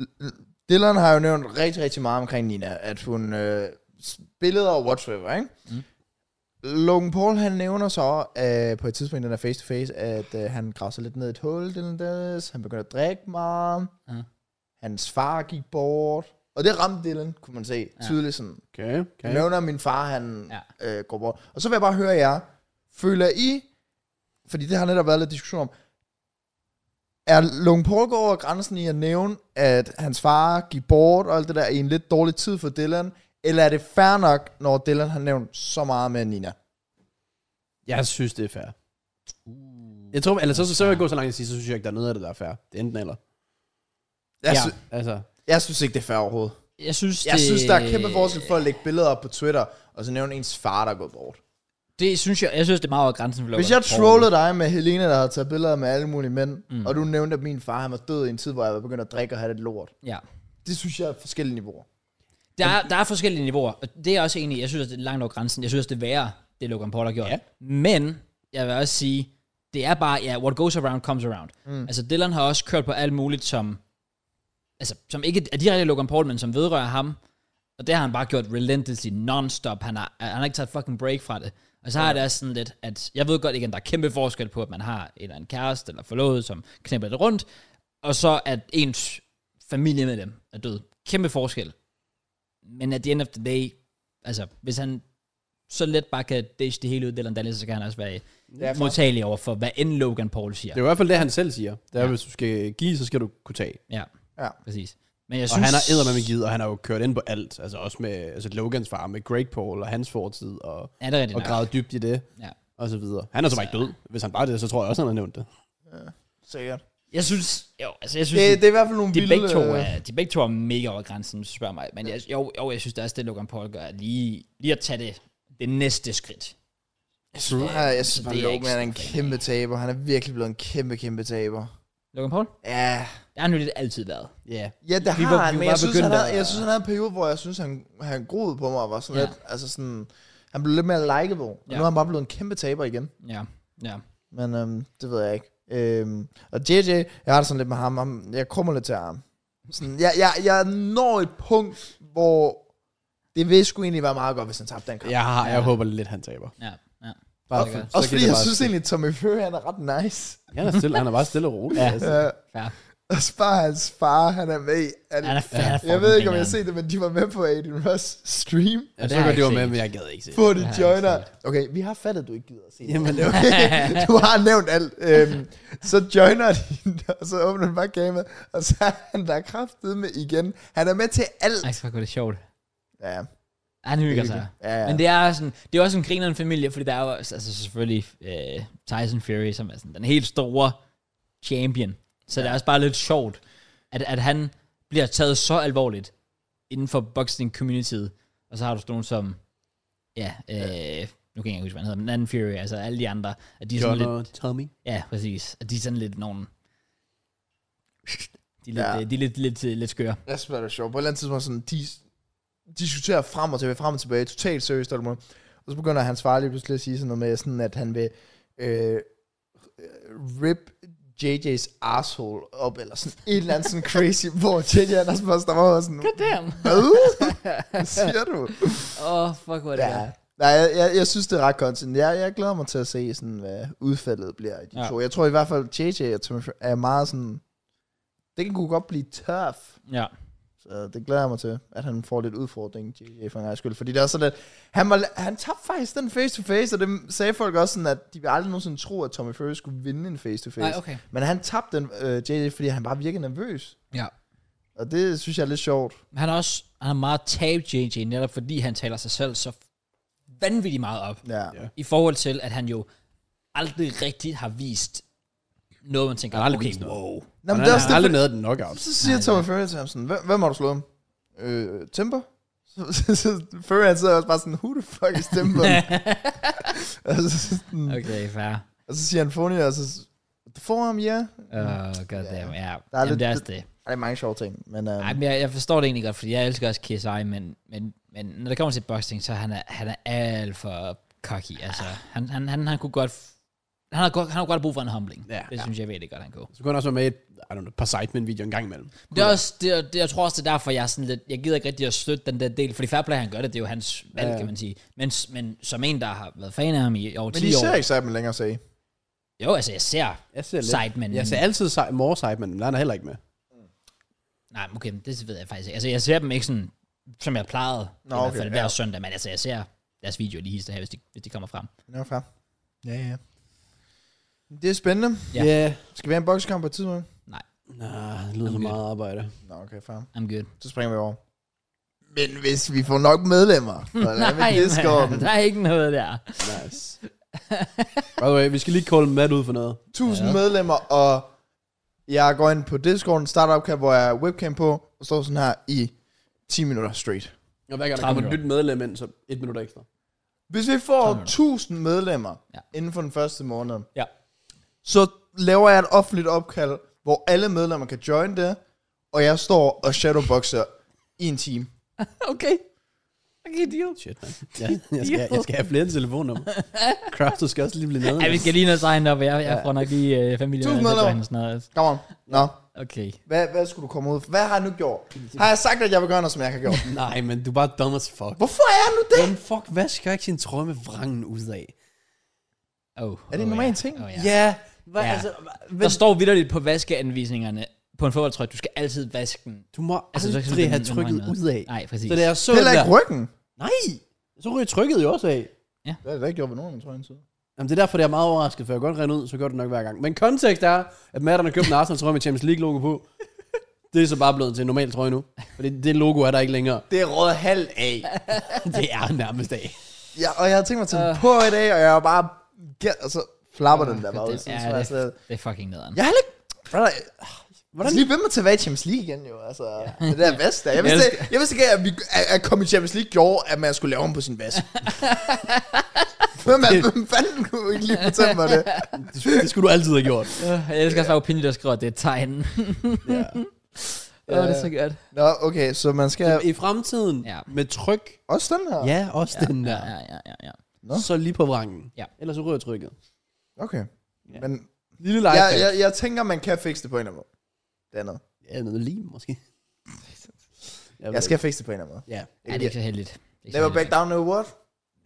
B: L- L- Dylan har jo nævnt rigtig, rigtig meget omkring Nina, at hun øh, spillede over whatsoever, ikke?
A: Mm.
B: Logan Paul, han nævner så øh, på et tidspunkt i den her face-to-face, at øh, han gravede sig lidt ned i et hul, Dylan Dennis, han begyndte at drikke meget,
A: Ja.
B: hans far gik bort, og det ramte Dylan, kunne man se,
A: Ja.
B: tydeligt sådan.
C: Okay,
B: Okay. Nævner min far, han ja. øh, går bort. Og så vil jeg bare høre jer. Føler I, fordi det har netop været lidt diskussion om, er Lung Paul går over grænsen i at nævne, at hans far gik bort og alt det der i en lidt dårlig tid for Dylan? Eller er det fair nok, når Dylan har nævnt så meget med Nina?
C: Jeg synes, det er fair.
A: Uh,
C: Jeg tror, eller så, så, så vil jeg gå så langt og sige, så synes jeg ikke, der er noget af det, der er fair. Det er enten eller.
B: Jeg, ja. sy-
C: Altså,
B: jeg synes ikke, det er fair overhovedet.
A: Jeg synes,
B: Jeg
A: det,
B: synes, der er kæmpe forskel for at lægge billeder op på Twitter, og så nævne ens far, der er gået bort.
A: Det synes jeg, jeg synes, det er meget over grænsen for
B: Hvis
A: Logan
B: jeg
A: Paul.
B: trollede dig med Helena, der havde taget billeder med alle mulige mænd, mm. og du nævnte, at min far han var død i en tid, hvor jeg var begyndt at drikke og have det lort.
A: Ja.
B: Det synes jeg er forskellige niveauer.
A: Der er, der er forskellige niveauer, og det er jeg også enig i. Jeg synes, at det er langt over grænsen. Jeg synes, det er værre, det Logan Paul har gjort.
C: Ja.
A: Men jeg vil også sige, det er bare, ja, what goes around, comes around. Mm. Altså, Dylan har også kørt på alt muligt, som, altså, som ikke er direkte Logan Paul, men som vedrører ham. Og det har han bare gjort relentlessly, non-stop. Han har, han har ikke taget fucking break fra det. Og så har jeg det også sådan lidt, at jeg ved godt igen, der er kæmpe forskel på, at man har en eller anden kæreste eller forlovet, som knæpper det rundt, og så at ens familiemedlem er død. Kæmpe forskel. Men at the end of the day, altså, hvis han så let bare kan dish det hele ud, Dylan Dennis, så kan han også være
B: Derfor.
A: modtagelig over for, hvad end Logan Paul siger.
C: det er jo i hvert fald det, han selv siger. Det er, ja. hvis du skal give, så skal du kunne tage.
A: Ja,
B: Ja.
A: præcis. Men jeg
C: Og
A: synes,
C: han har eddermame givet, og han har jo kørt ind på alt. Altså også med altså Logans far, med Greg Paul og hans fortid, og,
A: Ja, det er rigtigt
C: og
A: nok.
C: gravet dybt i det,
A: Ja.
C: og så videre. Han er så bare ikke død. Hvis han bare er det, så tror jeg også, han har nævnt det.
B: Sikkert.
A: Jeg synes, jo, altså jeg synes,
B: Det,
A: det,
B: det er i hvert fald nogle
A: de,
B: vilde...
A: begge to
B: øh,
A: er, de begge to er mega over grænsen, hvis du spørger mig. Men jeg, jo, jo, jeg synes det er også, det Logan Paul gør, er lige, lige at tage det, det næste skridt.
B: True. Ja, jeg synes bare,
A: det er
B: Logan
A: ikke
B: er
A: sådan
B: en
A: rigtig.
B: kæmpe taber. Han er virkelig blevet en kæmpe, kæmpe taber.
A: Logan Paul?
B: Ja,
A: Der har han jo lidt altid været.
C: Ja. Yeah.
B: ja det
C: Vi
B: har
C: var-
B: han,
C: vi
B: men
C: var
B: jeg synes, han
C: begyndt
B: havde,
C: at-
B: jeg synes, han havde en periode, hvor jeg synes, han, han groede på mig og var sådan
A: Ja.
B: ja. lidt... Altså sådan... Han blev lidt mere likeable. Og
A: Ja.
B: nu er han bare blevet en kæmpe taber igen.
A: Ja, ja.
B: Men øhm, det ved jeg ikke. Øhm, og JJ, jeg har det sådan lidt med ham. ham jeg krummer lidt til ham. Sådan, jeg, jeg, jeg når et punkt, hvor det vil sgu egentlig være meget godt, hvis han tabte den kamp.
C: Jeg, har, jeg håber lidt, han taber.
A: Ja, ja.
C: Bare,
A: det gør jeg.
C: så
B: Også
C: kan
B: fordi
C: det
B: jeg
C: bare-
B: synes egentlig, at Tommy Fury han er ret nice.
C: Han er, stille, han er bare stille og rolig.
A: Ja.
C: altså.
B: Ja.
A: Fair.
B: Og så bare hans far, han er med. i alt.
A: Han er, han er
B: jeg
A: fucking
B: ved ikke, om jeg har
A: grineren.
B: set det, men de var med på Aiden Ross stream.
C: Jeg
A: det
C: så
A: har jeg
C: godt, det var
A: ikke
C: med,
A: set.
C: men jeg gad ikke se det.
B: Få de
A: har jeg
B: joiner.
A: ikke
B: Okay, vi har fattet, at du ikke gider at se det.
C: Jamen,
B: okay, du har nævnt alt. Øhm, så joiner de, og så åbner han bare gamet, og så er han der kraftet med igen. Han er med til alt.
A: Ej, fuck, hvor er det sjovt.
B: Ja,
A: Han hygger sig.
B: ja, ja.
A: Men det er, sådan, det er også en grineren familie, fordi der er jo også- altså selvfølgelig øh, Tyson Fury, som er sådan den helt store champion. Så ja. det er også bare lidt sjovt, at, at han bliver taget så alvorligt inden for boxing communityet. Og så har du sådan nogen som ja, øh, nu kan jeg ikke huske, hvad han hedder, men Anden Fury, altså alle de andre, at de er sådan
C: John
A: lidt,
C: og Tommy.
A: ja, præcis, at de er sådan lidt nogen, de er lidt,
B: Ja.
A: ja. de er lidt, lidt, lidt, lidt skøre.
B: Jeg synes, det er sjovt. På et eller andet tidspunkt, sådan, de diskuterer frem og tilbage, frem og tilbage, totalt seriøst, eller noget. og så begynder hans far lige pludselig at sige sådan noget med, sådan, at han vil øh, rip JJ's asshole op, eller sådan et eller andet sådan crazy, hvor JJ han også bare stammer og sådan,
A: Damn.
B: hvad siger du?
A: Åh, oh, fuck, hvor er det ja.
B: Ja. Nej, jeg, jeg, jeg synes, det er ret godt. Jeg, jeg glæder mig til at se, sådan, hvad udfaldet bliver i de ja.
A: Ja.
B: to. Jeg tror i hvert fald, JJ og Timothy er meget sådan... Det kan kunne godt blive tough.
A: Ja.
B: Så det glæder jeg mig til, at han får lidt udfordring, JJ, for en gangs skyld. Fordi det er sådan, at han, var, han tabte faktisk den face-to-face, og det sagde folk også sådan, at de vil aldrig nogensinde tro, at Tommy Fury skulle vinde en face-to-face.
A: Nej, okay.
B: Men han tabte den, øh, JJ, fordi han bare virkede nervøs.
A: Ja.
B: Og det synes jeg er lidt sjovt.
A: Men Han er også, han er meget tabt JJ, netop fordi han taler sig selv så vanvittigt meget op.
B: Ja.
C: Ja.
A: I forhold til, at han jo aldrig rigtigt har vist noget, man tænker,
C: Han har aldrig
A: okay,
C: vist noget.
A: wow.
B: Nå, men
C: han
B: det er
C: har
B: også det,
C: aldrig nået den knockout.
B: Så siger
A: Nej,
B: Tommy Fury til ham sådan, "Hvem- hvem har du slået ham? Øh, Timber? Så- så- så Fury han sidder også bare sådan, who the fuck is Timber? og, så, sådan,
A: Okay, fair.
B: og så siger han Fonia, og så, the forearm, ja. Yeah.
A: Oh, god damn, ja.
B: Der
A: Der
B: er
A: er Jamen,
B: lidt-
A: det er også det.
B: Der er mange sjove ting, men øh,
A: Ej, men jeg, jeg, forstår det egentlig godt, fordi jeg elsker også KSI, men, men, men når det kommer til boxing, så er han er, han er alt for cocky. Altså, han, han, han, han kunne godt... Han har, godt, han har godt brug for en humbling.
C: Ja.
A: det synes jeg virkelig godt, han kunne.
C: Så kunne han også være med i et, I don't know, par Sidemen-video en gang imellem.
A: Det er også, det, er- det, jeg tror også, det er derfor, jeg er sådan lidt, jeg gider ikke rigtig at støtte den der del, fordi Fairplay, han gør det, det er jo hans valg,
C: Ja.
A: ja. kan man sige. Men, men som en, der har været fan af ham i over
B: men
A: 10
B: de ser
A: år.
B: ikke sammen længere, sagde
A: Jo, altså, jeg ser.
C: Jeg ser
A: lidt- Sidemen.
C: Jeg ser altid si- more Sidemen, men han er heller ikke med.
A: Nej, men okay, men det ved jeg faktisk ikke. Altså, jeg ser dem ikke sådan, som jeg plejede, Nå, i
B: okay,
A: hvert fald hver
B: ja.
A: søndag, men altså, jeg ser deres videoer lige hister her, hvis de, hvis de kommer frem.
B: Nå, fra. Ja, ja. Det er spændende.
A: Ja.
C: Yeah.
B: Skal vi have en boksekamp på et tidspunkt?
C: Nah, det lyder så
A: Okay.
C: meget arbejde.
B: Nå, okay, far.
A: I'm good.
B: Så springer vi over. Men hvis vi får nok medlemmer, så er det med
A: man,
B: Discorden.
A: der er ikke noget der.
C: Nice. By the way, vi skal lige call Matt ud for noget.
B: 1000 ja.
A: Ja.
B: medlemmer, og jeg går ind på Discorden, startup kan, hvor jeg er webcam på, og står sådan her i 10 minutter straight.
C: Og hver gang der
A: 30
C: kommer et
A: minutter.
C: nyt medlem ind, så et minut ekstra.
B: Hvis vi får
A: minutter.
B: 1000 medlemmer ja.
A: Ja.
B: inden for den første måned,
A: Ja.
B: så laver jeg et offentligt opkald, hvor alle medlemmer kan join det, og jeg står og shadowboxer i en time.
A: Okay. Okay, deal.
C: Shit, man. Ja, jeg, skal, jeg skal have flere telefonnummer. Kraft, du skal også lige blive nede.
A: Ej, vi skal lige noget sign op, og jeg, jeg får nok lige øh, familie.
B: Tusind medlemmer.
A: Sådan noget.
B: Come on. Nå,
A: Okay.
B: hvad, hvad skulle du komme ud for? Hvad har jeg nu gjort? Har jeg sagt, at jeg vil gøre noget, som jeg ikke har gjort?
C: Nej, men du er bare dumb as fuck.
B: Hvorfor er jeg nu det?
C: Hvem fuck vasker ikke sin trøje med vrangen ud af?
A: Oh,
B: Er det en
A: oh,
B: normal
A: ja.
B: ting?
A: Oh, ja.
C: Ja, hvad,
A: Ja.
C: altså...
A: Men, der
C: Hvem,
A: står vidderligt på vaskeanvisningerne på en fodboldtrøje, du skal altid vaske den.
C: du må
A: Altså, så kan
C: aldrig
A: den-
C: have
A: den
C: trykket
A: vrangen
C: ud af.
A: Nej, præcis.
C: Så det er så...
B: Heller
C: der-
B: ikke ryggen.
C: Nej! Så ryger trykket jo også af.
B: Det er det ikke gjort ved nogen, af dem, tror jeg, indtil.
C: Jamen, det er derfor, det er meget overrasket, for jeg godt rende ud, så gør det nok hver gang. Men kontekst er, at Madden har købt en Arsenal trøje med Champions League logo på. Det er så bare blevet til en normal trøje nu. Fordi det logo er der ikke længere.
B: Det er råd halv af.
C: Det er nærmest af.
B: Ja, og jeg havde tænkt mig at tage den på i dag, og jeg var bare... Gæ- og så flapper den der bare ud.
A: det,
B: Sådan,
A: ja,
B: så var jeg,
A: det,
B: sådan,
A: det, det er fucking nederen.
B: jeg har heller ikke... Brother, Hvordan? Lige
C: Hvordan-
B: ved med tilbage i Champions League igen, jo. Altså, det der vask der. Jeg vidste,
A: Jeg
B: jeg, jeg vidste ikke, at, vi, at, at komme i Champions League gjorde, at man skulle lave om på sin vask. Hvem, er- hvem fanden kunne ikke lige fortælle mig det?
C: Det, skulle- det skulle du altid have gjort.
A: Uh, jeg elsker også bare opinion, der skriver, at det er tegnen.
C: Ja.
A: Åh, oh, det er så godt.
B: Nå, okay, så man skal
C: I fremtiden,
A: Ja.
C: med tryk.
B: også den her.
C: Ja, også ja, den der.
A: Ja, ja, ja, ja.
B: Nå.
C: Så lige på vrangen.
A: Ja.
C: Ellers så ryger trykket.
B: Okay.
C: Ja.
B: Men
C: Lille
B: jeg,
C: lifehack. Ja,
B: jeg, jeg tænker, man kan fikse det på en eller anden måde. Det andet.
C: ja. ja, noget lim måske. ved
B: Jeg skal fikse det på en eller anden måde.
C: Ja.
A: Ej, det er ikke så heldigt. Det er ikke så
B: Never
A: heldigt.
B: back down, no what?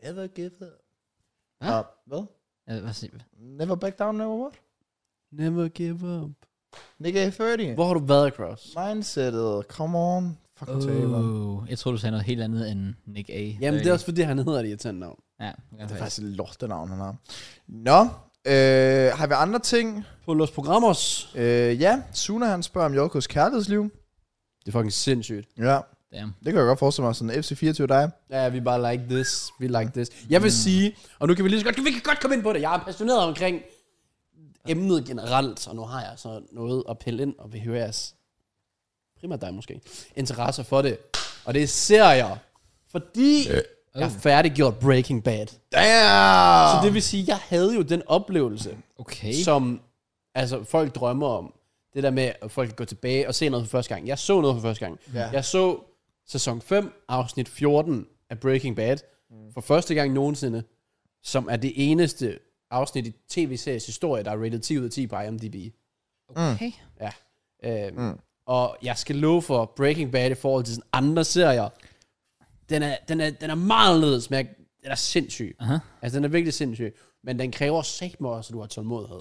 B: Never give up.
A: Hva?
B: Nå, Hvad?
A: Øh, hvad siger-
B: Never back down, never what?
C: Never give up.
B: Nigga 30.
C: Hvor har du været, Cross?
B: Mindsetet, come on. Fucking
C: Øh,
B: oh. taber.
A: Oh, jeg tror du sagde noget helt andet end Nick A.
C: Jamen, det er også fordi, han hedder et irritant navn.
A: Ja, det
B: Det
A: er
B: er
A: faktisk.
B: faktisk et lortenavn, han har. Nå, øh, har vi andre ting?
C: På Los Programos.
B: Øh, ja, Suna han spørger om JK's kærlighedsliv.
C: Det er fucking sindssygt.
B: Ja,
A: Damn.
B: det kan jeg godt forestille mig, sådan FC24 dig.
C: Ja, vi er bare like this, vi like this. Jeg vil mm. sige, og nu kan vi lige så godt, vi kan godt komme ind på det, jeg er passioneret omkring emnet generelt, og nu har jeg så noget at pille ind, og vi hører jeres, primært dig måske, interesser for det. Og det er serier. Fordi Jeg har færdiggjort Breaking Bad.
B: Damn!
C: Så det vil sige, jeg havde jo den oplevelse,
A: Okay. Så,
C: som altså, folk drømmer om. Det der med, at folk kan gå tilbage og se noget for første gang. Jeg så noget for første gang.
B: Ja.
C: Jeg så sæson 5, afsnit 14 af Breaking Bad, for første gang nogensinde, som er det eneste afsnit i tv-series historie, der er rated 10 ud af 10 på IMDb.
A: okay.
C: Ja. Øhm, mm. Og jeg skal love for Breaking Bad i forhold til sådan andre serier. Den er, den er, den er meget anderledes, men jeg- den er sindssyg.
A: Aha.
C: Altså, den er virkelig sindssyg. Men den kræver sagt mig også, at du har tålmodighed.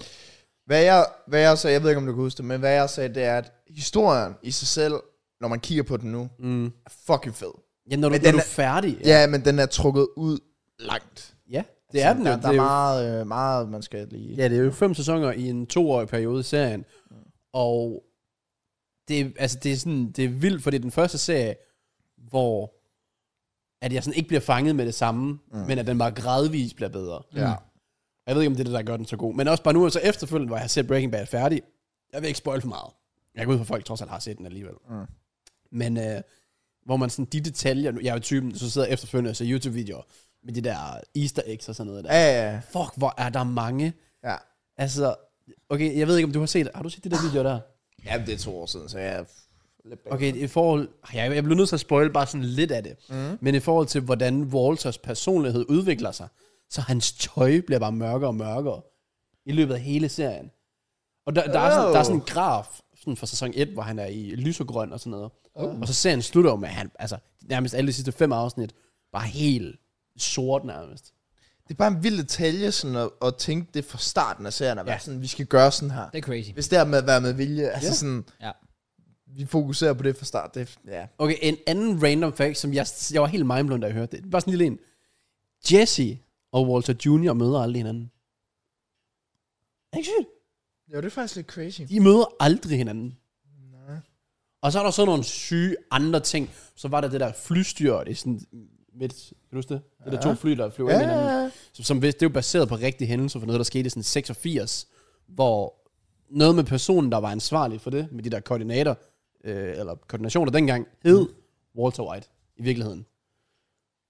B: Hvad jeg, hvad jeg sagde, jeg ved ikke, om du kan huske det, men hvad jeg sagde, det er, at historien i sig selv, når man kigger på den nu, mm. er fucking fed.
C: Ja, når du,
B: Men
C: når
B: den
C: du er
B: er-
C: færdig.
B: Ja, ja men den er trukket ud langt.
C: ja det er den jo.
B: der, der
C: det
B: er
C: er jo
B: meget, øh, meget, man skal lige...
C: Ja, det er jo fem sæsoner i en toårig periode i serien.
B: Mm.
C: Og det, er- altså, det, er sådan, det er vildt, for det er den første serie, hvor at jeg sådan ikke bliver fanget med det samme, mm. men at den bare gradvist bliver bedre.
B: Ja.
C: Jeg ved ikke, om det er det, der gør den så god. Men også bare nu, så efterfølgende, hvor jeg har set Breaking Bad færdig, jeg vil ikke spoil for meget. Jeg går ud fra, at folk trods alt har set den alligevel. Mm. Men øh, hvor man sådan, de detaljer, nu- jeg er jo typen, så sidder jeg efterfølgende og ser YouTube-videoer med de der easter eggs og sådan noget der.
B: Ja, ja, ja.
C: Fuck, hvor er der mange.
B: ja.
C: Altså, okay, jeg ved ikke, om du har set, har du set de der videoer der?
B: Ja, det er to år siden, så jeg...
C: Okay, i forhold, Ej, jeg, jeg blev nødt til at spoil bare sådan lidt af det, mm. men i forhold til, hvordan Walters personlighed udvikler sig, så hans tøj bliver bare mørkere og mørkere i løbet af hele serien. Og der, der, er, sådan, der er sådan en graf sådan fra sæson 1, hvor han er i lysegrøn og sådan noget. Oh. Og så serien slutter jo med, at han, altså, nærmest alle de sidste fem afsnit, bare helt sort nærmest.
B: Det er bare en vild detalje sådan at, at tænke det fra starten af serien, at ja.
C: Ja.
B: sådan, vi skal gøre sådan her.
A: Det er crazy.
B: Hvis det er med at være med vilje, altså
C: Ja.
B: sådan,
A: Ja.
B: vi fokuserer på det fra start. Det, ja.
C: Okay, en anden random fact, som jeg, jeg var helt mindblown, da jeg hørte det. Bare sådan en lille en. Jesse og Walter Jr. møder aldrig hinanden. Er det Ikke sygt?
B: Jo, det er faktisk lidt crazy.
C: De møder aldrig hinanden. Nej. Og så er der sådan nogle syge andre ting. Så var der det der flystyr, det er sådan mm, midt, kan du huske det? Det der to fly, der flyver
B: Ja,
C: ind i hinanden.
B: ja, ja.
C: Som, som, hvis- det er jo baseret på rigtige hændelser for noget, der skete i sådan 86, hvor noget med personen, der var ansvarlig for det, med de der koordinater, øh, eller koordinationer dengang, hed
B: Mm.
C: Walter White i virkeligheden.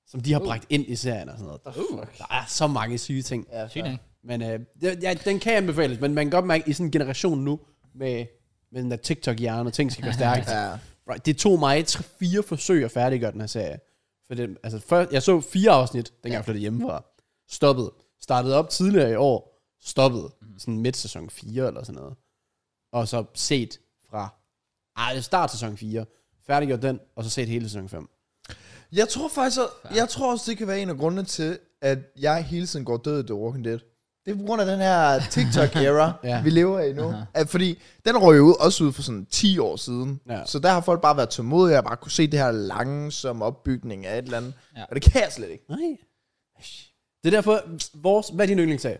C: Som de har bragt ind i serien og sådan noget. Der, der er så mange syge ting.
B: Ja,
A: Sygt, ikke?
C: Men øh, det, ja, den kan anbefales, men man kan godt mærke, i sådan en generation nu, med, med den der TikTok-hjerne, og ting skal gå stærkt.
B: Ja.
C: Right, det tog mig tre, fire forsøg at færdiggøre den her serie. For det, altså, før, jeg så fire afsnit, dengang jeg flyttede hjemmefra. Stoppede. Startede op tidligere i år. Stoppede.
A: Mhm.
C: Sådan midt sæson 4 eller sådan noget. Og så set fra... Ej, start sæson 4. Færdiggjort den, og så set hele sæson 5.
B: Jeg tror faktisk, at, jeg tror også, det kan være en af grundene til, at jeg hele tiden går død i The Walking Dead. Det er på grund af den her TikTok-era,
C: Ja. Uh-huh.
B: vi lever i nu. At, fordi den røg jo ud, også ud for sådan 10 år siden.
C: Ja.
B: Så der har folk bare været tålmodige, og bare kunne se det her langsomme opbygning af et eller andet.
A: Ja.
B: Og det kan jeg slet ikke.
C: Nej. Det er derfor, vores, hvad er din yndlingsserie?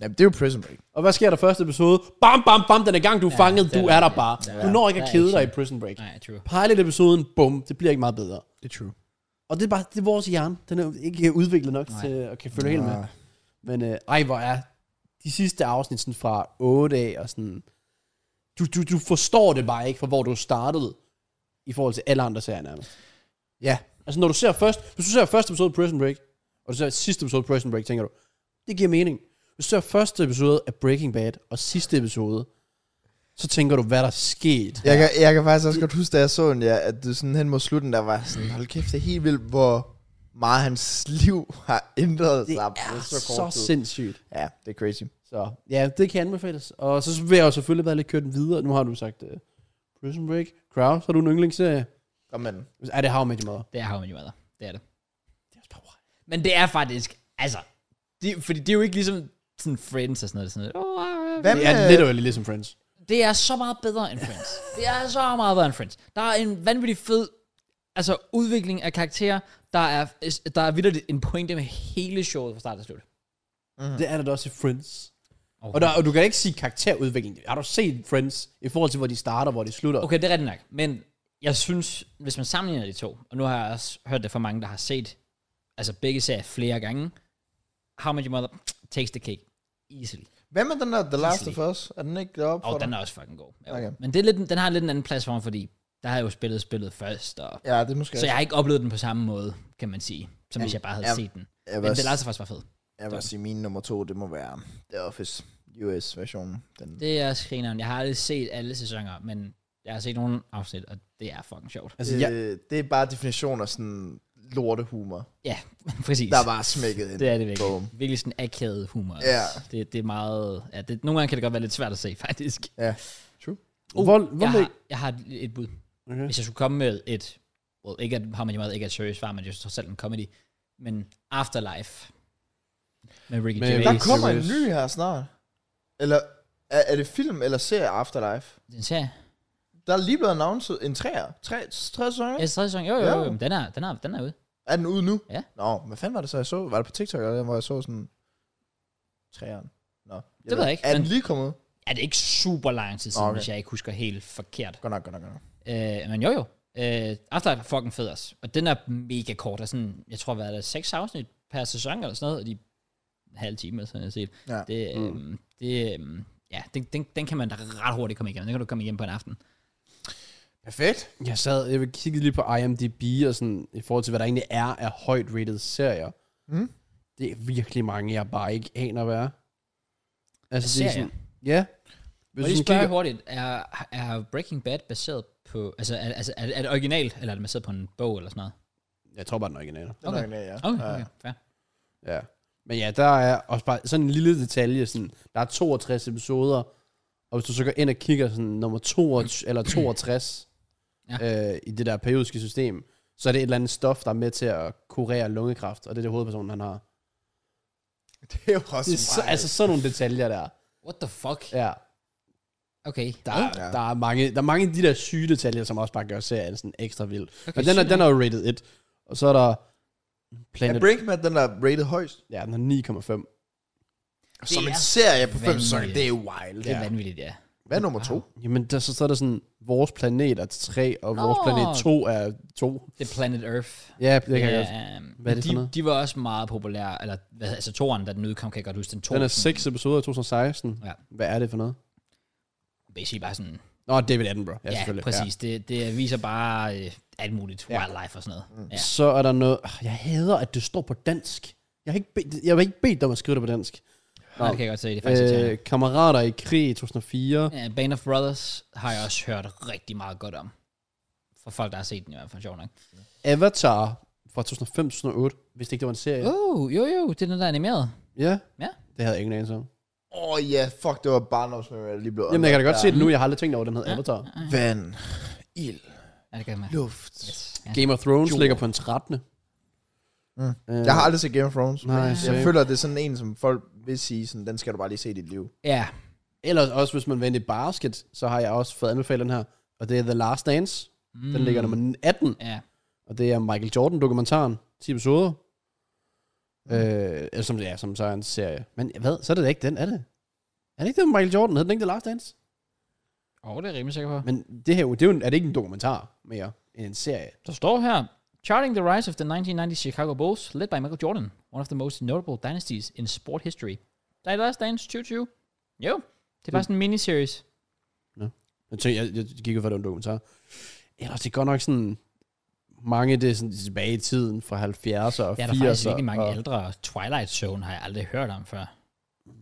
B: Jamen, det er jo Prison Break.
C: Og hvad sker der første episode? Bam, bam, bam, den er i gang, du er ja, fanget,
A: det
C: du
A: er
C: er der
A: det.
C: bare.
A: Ja,
C: Du når ikke
A: der
C: at
A: er
C: kede dig i
A: action.
C: Prison Break.
A: Nej, true.
C: Pilot-episoden, bum, det bliver ikke meget bedre.
B: Det er true.
C: Og det er bare, det er vores hjerne. Den er ikke udviklet nok Nej.
A: Nej.
C: til at kan følge helt
B: Nej.
C: med. Men øh, ej, hvor er de sidste afsnit sådan fra 8 af og sådan... Du, du, du forstår det bare ikke fra, hvor du startede i forhold til alle andre serier nærmest.
B: Ja.
C: Altså når du ser først, hvis du ser første episode af Prison Break, og du ser sidste episode af Prison Break, tænker du, det giver mening. Hvis du ser første episode af Breaking Bad, og sidste episode, så tænker du, hvad der er sket.
B: Jeg kan, jeg kan faktisk også godt huske, da jeg så den, ja, at det sådan hen mod slutten, der var sådan, hold kæft, det er helt vildt, hvor meget hans liv har ændret
C: Det
B: sig.
C: er
B: på
C: så,
B: kort
C: så
B: tid.
C: sindssygt.
B: Ja, det er crazy.
C: Så ja, det kan anbefales. Og så vil jeg jo selvfølgelig bare lige køre den videre. Nu har du sagt uh, Prison Break, Crown, så har du en yndlingsserie.
B: Kom med den.
C: Er det How I Met Your Mother?
A: Det er How Many Mother. Det er det. Men det er faktisk, altså, det, fordi det er jo ikke ligesom sådan Friends og sådan noget. Sådan noget.
B: Hvad
C: Det er
B: med-
C: lidt øjelig, ligesom Friends.
A: Det er så meget bedre end Friends. det er så meget bedre end Friends. Der er en vanvittig fed altså, udvikling af karakterer. Der er, der er vildt en pointe med hele showet fra start til slut.
C: Mm. Det er det da også i Friends. Og, der, og du kan ikke sige karakterudvikling. Har du set Friends i forhold til, hvor de starter, hvor de slutter?
A: Okay, det er rigtigt nok. Men jeg synes, hvis man sammenligner de to, og nu har jeg også hørt det fra mange, der har set altså begge serier flere gange, How Much Mother takes the cake. Easily.
B: Hvad med den der The Last of Us? Er den ikke deroppe
A: Og
B: for
A: den
B: dig?
A: er også fucking god. Jo.
B: Okay.
A: Men det er lidt, den har lidt en anden plads for mig, fordi der har jeg jo spillet spillet først, og,
B: Ja, det er måske
A: så jeg har ikke oplevet den på samme måde, kan man sige, som hvis jeg bare havde
B: ja.
A: set den.
B: jeg,
A: Men
B: vil,
A: det
B: også-
A: lader sig faktisk var fed.
B: jeg vil også sige, min nummer to, det må være The Office US-versionen. Den,
A: Det er også grineren. Jeg har aldrig set alle sæsoner, men jeg har set nogle afsnit, og det er fucking sjovt.
C: Altså,
B: øh,
C: jeg,
B: Det er bare definition af sådan lortehumor,
A: Ja, præcis.
B: der er bare smækket ind.
A: Det er det virkelig.
B: Boom.
A: Virkelig sådan akavet humor.
B: Ja.
A: Det, det er meget... Ja, det, nogle gange kan det godt være lidt svært at se, faktisk.
B: Ja.
C: uh, hvor, hvor
A: Jeg
C: har,
A: har, jeg har et, et bud.
B: Mm.
C: okay.
A: Hvis Øh, jeg skulle komme med et... Well, ikke at har man jo meget, ikke at seriøst svar, men det er jo trods alt en comedy. Men Afterlife. Med Ricky
C: Med-
A: Gervais.
B: Der
C: Base
B: kommer en
C: series.
B: ny her snart. Eller er, er det film eller serie Afterlife?
A: Den serie.
B: Der er lige blevet annonceret en træer. Tre, tre sæsoner?
A: Ja, det er tredje sæson. Jo, jo, jo.
B: Ja.
A: jo. Den, er, den, er, den er ude.
B: Er den ude nu?
A: Ja.
B: Nå, hvad fanden var det så, jeg så? Var det på TikTok eller hvor jeg så sådan... Træeren? Nå. Jeg
A: ved jeg ikke,
B: Er den
A: men-
B: lige kommet? ud?
A: Ja, det er ikke super lang tid siden,
B: Okay.
A: okay. hvis jeg ikke husker helt forkert.
B: Godt nok, godt nok, godt nok.
A: Øh, men jo jo, øh, Afterlife er fucking fed også. Og den er mega kort. Der er sådan, jeg tror, hvad er der, seks afsnit per sæson eller sådan noget, og de er en halv time eller sådan noget. set.
B: Ja.
A: Det, øh, mm. det, øh, ja, den, den, den, kan man da ret hurtigt komme igennem. Den kan du komme igennem på en aften.
B: Perfekt.
C: Jeg sad, jeg kiggede lige på IMDb og sådan, i forhold til, hvad der egentlig er af højt rated serier.
B: Mm.
C: Det er virkelig mange, jeg bare ikke aner, hvad er. Altså, det er
A: serier?
C: sådan, ja. Hvis
A: Må
C: du
A: jeg lige
C: sådan
A: spørge
C: kigger-
A: hurtigt, er, er Breaking Bad baseret på, altså er, altså, er, er det originalt, eller er det baseret på en bog eller sådan noget?
C: Jeg tror bare, den originale.
B: Den
A: Okay.
B: okay. er, ja.
A: Okay,
B: Ja.
A: okay, fair.
C: Ja. Men ja, der er også bare sådan en lille detalje, sådan, der er 62 episoder, og hvis du så går ind og kigger sådan nummer 62, eller 62 ja. øh, i det der periodiske system, så er det et eller andet stof, der er med til at kurere lungekræft, og det er det hovedpersonen, han har.
B: Det er jo også
C: Det er så, altså sådan nogle detaljer der.
A: What the fuck?
C: Ja.
A: Okay.
C: Der, er,
B: Ja.
C: der, er mange, der er mange af de der syge detaljer, som også bare gør serien sådan ekstra vild. Okay,
A: Okay,
C: Men den er,
A: sygt.
C: den er jo rated 1. Og så er der
B: Er
C: Planet...
B: Breaking Bad, den er rated højst?
C: Ja, den er 9,5.
B: Som en
A: er
B: serie på fem
A: vanvittigt.
B: sæsoner, det er wild.
A: Det er
C: Ja.
A: vanvittigt, ja.
B: Hvad er nummer to?
C: Jamen, der, så, så er der sådan, vores planet er 3, og vores
A: Nå.
C: planet 2 er 2.
A: Det er Planet Earth.
C: Ja, det kan jeg godt.
A: ja, um,
C: Hvad er det
A: de,
C: for noget?
A: De var også meget populære, eller hvad, altså toren, da den udkom, kan jeg godt huske, den to.
C: Den er 6 episoder i 2016.
A: Ja.
C: Hvad er det for noget?
A: Basically bare sådan,
C: Nå, David Attenborough. Ja,
A: ja, ja
C: selvfølgelig.
A: præcis, ja. Det, det viser bare øh, alt muligt, wildlife og sådan noget.
C: Ja.
A: Ja.
C: Så er der noget... Ah, Jeg hader, at det står på dansk. Jeg har ikke bedt, jeg har ikke bedt dig om at skrive det på dansk.
A: Nå, det kan jeg godt se, det er faktisk
C: Øh,
A: øh,
C: kammerater i krig i 2004.
A: ja, Band of Brothers har jeg også hørt rigtig meget godt om. For folk, der har set den i hvert fald, sjovt nok.
C: Avatar fra 2005-2008. Hvis det ikke det var en serie.
A: Oh, jo jo, det er den, der er animeret.
C: Ja.
A: Ja.
C: Det havde jeg ingen anelse om.
B: Åh oh, ja, yeah, fuck, det var barndomsmøder, jeg lige blev
C: Jamen, jeg kan da godt
B: Ja.
C: se det nu. Jeg har aldrig tænkt over, at den hed Avatar.
B: Vand, ild,
A: Ja, det kan man.
B: luft.
A: Yes. Ja.
C: Game of Thrones
B: Jord.
C: ligger på en 13.
B: Mm.
C: Øh,
B: Jeg har aldrig set Game of Thrones.
C: Nej,
B: Jeg
C: same.
B: føler, det er sådan en, som folk vil sige, sådan, den skal du bare lige se i dit liv.
A: ja,
C: Ellers også, hvis man vender i basket, så har jeg også fået anbefalet den her, og det er The Last Dance. Mm. Den ligger nummer 18,
A: Mm. ja.
C: og det er Michael Jordan-dokumentaren, 10 episoder. Mm. Øh, eller som, ja, som så er en serie. Men hvad, så er det da ikke den, er det? Er det ikke det med Michael Jordan? Hed den ikke The Last Dance?
A: Åh, oh, det er jeg rimelig sikker på.
C: Men det her, jo- det er, jo, en- er det ikke en dokumentar mere end en serie?
A: Der står her, Charting the rise of the 1990 Chicago Bulls, led by Michael Jordan, one of the most notable dynasties in sport history. Der er Last Dance 2020. Jo, det er bare sådan en miniseries.
C: Jeg, tænkte, jeg, jeg gik ud fra, at det var en dokumentar. Ellers det er godt nok sådan... Mange, det er sådan tilbage i tiden fra 70'er og 80'er.
A: Ja, der er faktisk virkelig mange
C: og,
A: ældre. Twilight Zone har jeg aldrig hørt om før.
C: Mm.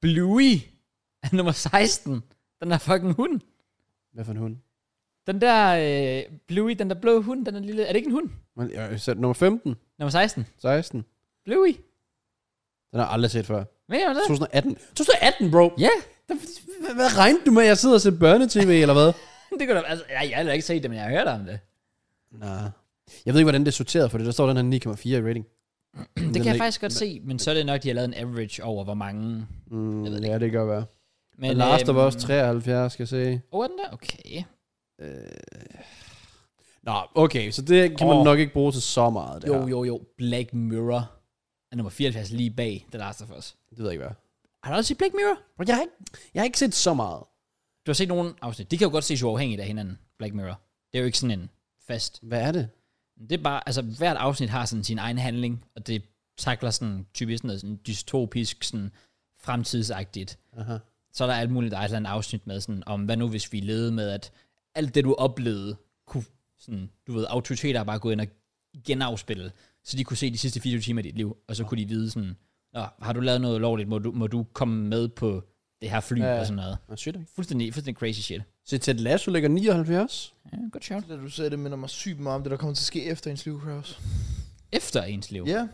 A: Bluey er nummer 16. Den er fucking hund.
C: Hvad for en hund?
A: Den der øh, Bluey, den der blå hund, den er lille... Er det ikke en hund?
C: Men, øh, så nummer 15,
A: Nummer 16.
C: 16.
A: Bluey.
C: Den har jeg aldrig set før.
A: Hvad er det?
C: 2018. 2018, bro!
A: Ja,
C: Hvad- Hvad regnede du med, at jeg sidder og ser børnetv, eller hvad?
A: det kunne da... Altså, jeg, jeg har heller ikke set det, men jeg har hørt om det.
C: Nej. Jeg ved ikke, hvordan det er sorteret, for det der står den her 9,4 i rating.
A: Det kan jeg faktisk godt se, men så er det nok, de har lavet en average over, hvor mange
C: Mm,
A: Jeg ved det
C: ja, det kan godt være. Men,
A: Men
C: Last of
A: øhm,
C: Us 73, skal jeg se. Øh.
A: Åh, er den der? Okay.
C: Nå, okay, så det kan man
A: Åh.
C: nok ikke bruge til så meget, det
A: Jo,
C: her.
A: jo, jo. Black Mirror er nummer 74 lige bag The Last of Us.
C: Det ved jeg ikke, hvad.
A: Har du også set Black Mirror?
C: Bro, Jeg har, ikke, jeg har ikke set så meget.
A: Du har set nogle afsnit. De kan jo godt ses uafhængigt af hinanden, Black Mirror. Det er jo ikke sådan en fast.
C: Hvad er det?
A: Det er bare, altså hvert afsnit har sådan sin egen handling, og det takler sådan typisk noget sådan dystopisk, sådan fremtidsagtigt.
C: Aha.
A: så er der alt muligt, der er et eller andet afsnit med, sådan, om hvad nu hvis vi levede med, at alt det, du oplevede, kunne sådan, du ved, autoriteter er bare gået ind og genafspille, så de kunne se de sidste 24 timer af dit liv, og så kunne de vide sådan, Nå, har du lavet noget ulovligt, må du, må du komme med på det her fly
C: Ja, ja.
A: og sådan noget.
C: Nå, sygt, ikke?
A: Fuldstændig, fuldstændig crazy shit.
C: Så Ted Lasso ligger 79.
A: Ja, godt sjovt.
B: Det, du sagde, det minder mig sygt meget om det, der kommer til at ske efter ens liv, Kraus.
A: Efter ens liv,
B: Ja.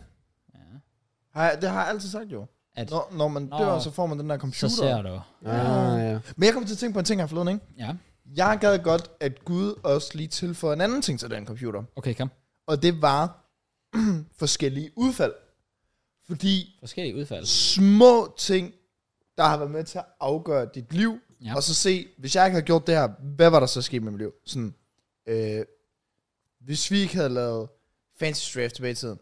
B: Har jeg, det har jeg altid sagt jo.
A: At-
B: At når, når man
A: Nå.
B: dør, så får man den der computer.
A: så ser du.
C: Ah, ja.
B: Men jeg kom til at tænke på en ting her forleden, ikke?
A: Ja,
B: Jeg gad godt, at Gud også lige tilføjede en anden ting til den computer.
A: okay, kom.
B: Og det var forskellige udfald. Fordi
A: Forskellige udfald.
B: små ting, der har været med til at afgøre dit liv,
A: Ja.
B: ja. og så se, hvis jeg ikke havde gjort det her, hvad var der så sket med mit liv? Sådan, øh, hvis vi ikke havde lavet Fantasy Draft tilbage i tiden,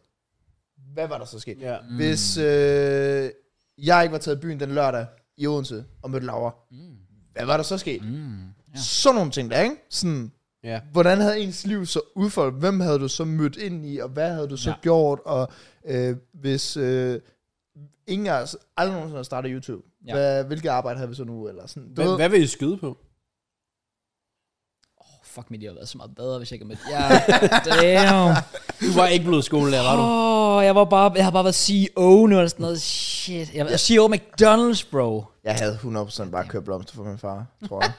B: hvad var der så sket?
C: ja.
B: Mm. Hvis øh, jeg ikke var taget i byen den lørdag i Odense og mødte Laura,
A: Mm.
B: hvad var der så sket? Mm.
A: Mm. Ja.
B: Sådan nogle ting der, ikke? Sådan,
C: Ja.
B: hvordan havde ens liv så udfoldet? Hvem havde du så mødt ind i, og hvad havde du så
A: Ja.
B: ja. gjort? Og øh, hvis øh, ingen af os aldrig nogensinde havde startet YouTube,
A: Ja.
B: ja. hvad, hvilket arbejde havde vi så nu? Eller sådan. Du
C: Hvad,
B: ved,
C: hvad vil I skyde på?
A: Oh, fuck mit, det har været så meget bedre, hvis jeg ikke havde mødt Ja, damn.
C: Du var ikke blevet skolelærer, var du?
A: Åh, oh, jeg, var bare, jeg har bare været CEO nu, eller sådan noget. Shit. Jeg var CEO McDonald's, bro.
B: Jeg havde 100% bare købt blomster for min far, tror jeg.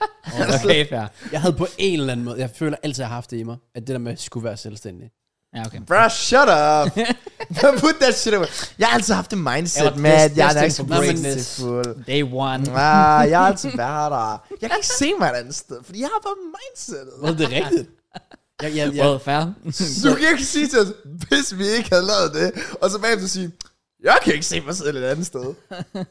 A: Okay, fair.
C: Jeg havde på en eller anden måde, jeg føler altid, jeg har haft det i mig, at det der med, at jeg skulle være selvstændig.
A: Ja, okay.
B: Bruh, shut up! Put that shit away. Jeg har altid haft det mindset
A: Jeg var
B: med, at jeg
A: destined
B: er ikke så
A: for greatness.
B: greatness.
A: Day one.
B: Ah, jeg har altid været der. Jeg kan ikke se mig et andet sted, fordi jeg har bare mindsetet.
C: Var det rigtigt? Jeg, jeg, jeg,
A: Well, fair.
B: Du kan ikke sige til os, hvis vi ikke havde lavet det, og så bagefter sige, jeg kan ikke se mig selv et andet sted.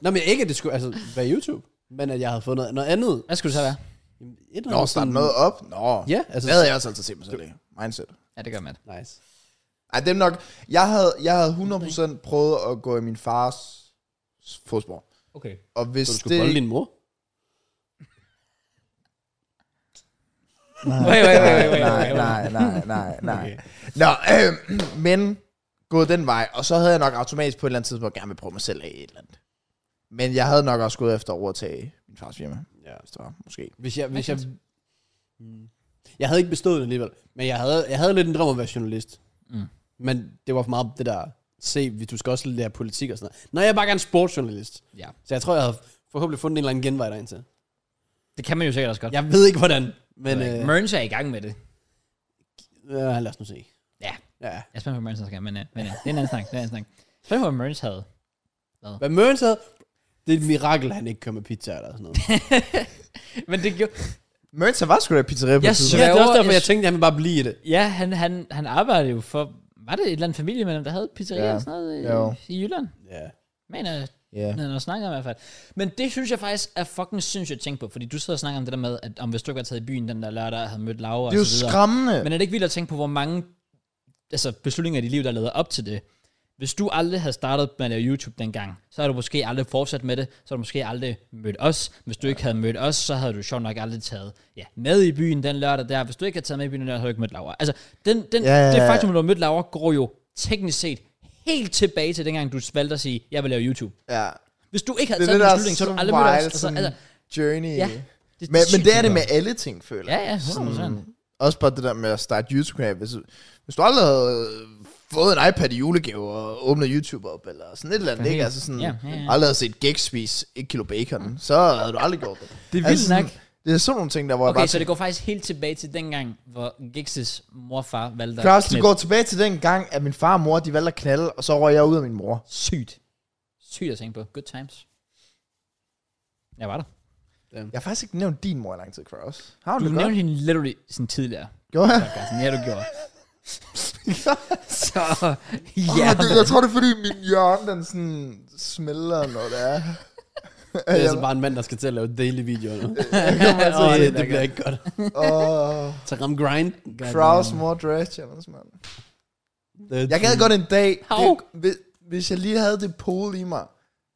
C: Nå, men ikke, at det skulle altså, være YouTube, men at jeg havde fundet noget andet.
A: Hvad skulle det så være?
C: Jamen, Et eller
B: Nå,
C: andet
B: starte
C: sådan-
B: noget op. Nå,
C: Ja, altså-
B: hvad havde jeg også altid set mig selv i? Mindset.
A: Ja, det gør man.
C: Nice.
B: Ej, det er nok, jeg havde, jeg havde 100% prøvet at gå i min fars fodspor.
A: Okay.
B: Og hvis
C: Så du skulle
B: det...
C: bolde din mor?
A: Wait, wait, wait, wait,
B: nej,
A: wait,
B: nej,
A: wait, wait.
B: nej, nej, nej, nej. Nå, øh, men gået den vej, og så havde jeg nok automatisk på et eller andet tidspunkt gerne vil prøve mig selv af i et eller andet. Men jeg havde nok også gået efter at overtage min fars firma,
C: Ja.
B: hvis det var, måske.
C: Hvis jeg, hvis jeg, Mm. jeg havde ikke bestået det alligevel, men jeg havde, jeg havde lidt en drøm om at være journalist.
A: Mm.
C: Men det var for meget det der, se, vi- du skal også lære politik og sådan noget. Nej, jeg er bare gerne sportsjournalist.
A: Ja.
C: Så jeg tror, jeg havde forhåbentlig fundet en eller anden genvej derind til.
A: Det kan man jo sikkert også godt.
C: Jeg ved ikke, hvordan, men øh,
A: øh... Mørns er i gang med det.
C: ja, lad os nu se.
A: Ja.
C: ja.
A: Jeg er spændt på, hvad Mørns skal, men, øh, men øh, det er en anden snak. Det er en anden snak. Jeg er Spændt på, hvad Mørns havde.
C: Hvad Mørens havde, det er et mirakel, han ikke kører med pizza eller sådan noget.
A: Men det gjorde...
B: Mørns var sgu da i pizzeria på
A: Jeg
B: et tidspunkt.
C: ja, det er også derfor,
A: Jeg-
C: jeg tænkte, at han ville bare blive i det.
A: Ja, han, han, han arbejdede jo for... Var det et eller andet familie, men der havde et pizzeria
B: Ja.
A: eller sådan noget i,
B: Jo.
A: i Jylland?
C: Ja.
A: Men øh,
B: Ja.
A: Når jeg snakker om i hvert fald. Men det synes jeg faktisk er fucking sindssygt at tænke på, fordi du sidder og snakker om det der med, at om hvis du ikke var taget i byen den der lørdag, og havde mødt Laura
B: Det
A: og
B: er jo
A: så videre.
B: skræmmende.
A: Men er det ikke vildt at tænke på, hvor mange altså, beslutninger i dit liv, der leder op til det? Hvis du aldrig havde startet med at lave YouTube dengang, så havde du måske aldrig fortsat med det, så havde du måske aldrig mødt os. Hvis du ikke havde mødt os, så havde du sjovt nok aldrig taget ja, med i byen den lørdag der. Hvis du ikke havde taget med i byen den lørdag, havde du ikke mødt Laura. Altså, den, den,
B: Ja, ja,
A: det
B: ja.
A: faktum, at du har mødt Laura, går jo teknisk set helt tilbage til dengang, du valgte at sige, jeg vil lave YouTube.
B: ja.
A: Hvis du ikke havde
B: Det er
A: taget
B: det,
A: den
B: der
A: beslutning, altså, så
B: er
A: havde
B: så
A: du aldrig mødt os.
B: wild,
A: Altså,
B: sådan
A: altså,
B: journey.
A: Ja.
B: Ja.
A: det,
B: Men, men
A: sygt,
B: det er det
A: gør.
B: med alle ting, føler
A: Ja,
B: jeg.
A: ja, 100%.
B: Sådan, også bare det der med at starte YouTube-kanal. Hvis, hvis du aldrig havde fået en iPad i julegave og åbnet YouTube op, eller sådan et eller andet, ikke? Altså sådan,
A: Ja,
B: ja,
A: ja,
B: ja,
A: ja.
B: aldrig havde set Gek spise et kilo bacon, så havde du aldrig gjort det.
A: Det er vildt
B: sådan,
A: nok.
B: Det er sådan nogle ting, der hvor Altså,
A: Okay,
B: jeg bare
A: så det går faktisk helt tilbage til dengang, hvor Giggs' morfar valgte at
B: Klaus, det
A: knæppe.
B: går tilbage til den gang, at min far og mor, de valgte at knalde, og så røg jeg ud af min mor.
A: Sygt. Sygt at tænke på. Good times. Jeg var der.
B: Jeg har faktisk ikke nævnt din mor i lang tid, Klaus. Har
A: Du
B: hun det
A: nævnte
B: godt?
A: hende literally sådan tidligere.
B: Gjorde jeg?
A: Carsten. Ja, du gjorde. Så, ja.
B: Ja, det, jeg tror, det er fordi min hjørne, den sådan smelter, når det er.
C: Det er altså bare en mand, der skal til at lave daily videoer nu.
A: Åh,
C: det,
A: det er
C: det, det bliver ikke godt.
B: Åh,
C: Så ram grind.
B: Kraus mor dress challenge, mand.
C: Det-
B: Jeg gad godt en dag,
A: Hav.
B: det, hvis, hvis jeg lige havde det pool i mig,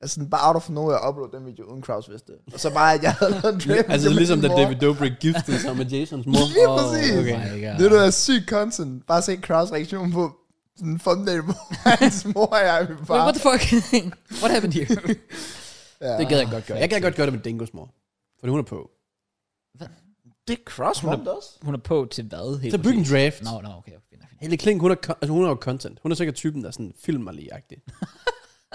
B: altså sådan bare out of nowhere, at uploade den video, uden Kraus vidste det. Og så bare, at jeg havde lavet en dress
C: Altså ligesom da David Dobrik giftede sig med Jasons mor.
B: Lige præcis.
A: Oh
B: Okay.
A: my god.
B: Det er noget syg content. Bare se Kraus reaktion på sådan en thumbnail, hvor hans mor og jeg min
A: Wait,
B: far.
A: what the fuck? What happened here?
B: Ja.
C: Det gad jeg godt gøre. Jeg gad godt gøre det med Dingos mor. For hun er på.
B: Det cross hun også.
A: Hun er på til hvad? Helt
C: Så byg en
A: præcis?
C: draft.
A: Nå, nå, okay. okay, fint, fint.
C: Helle Klink, hun er, co- altså, hun er jo content. Hun er sikkert typen, der er sådan filmerlig-agtig.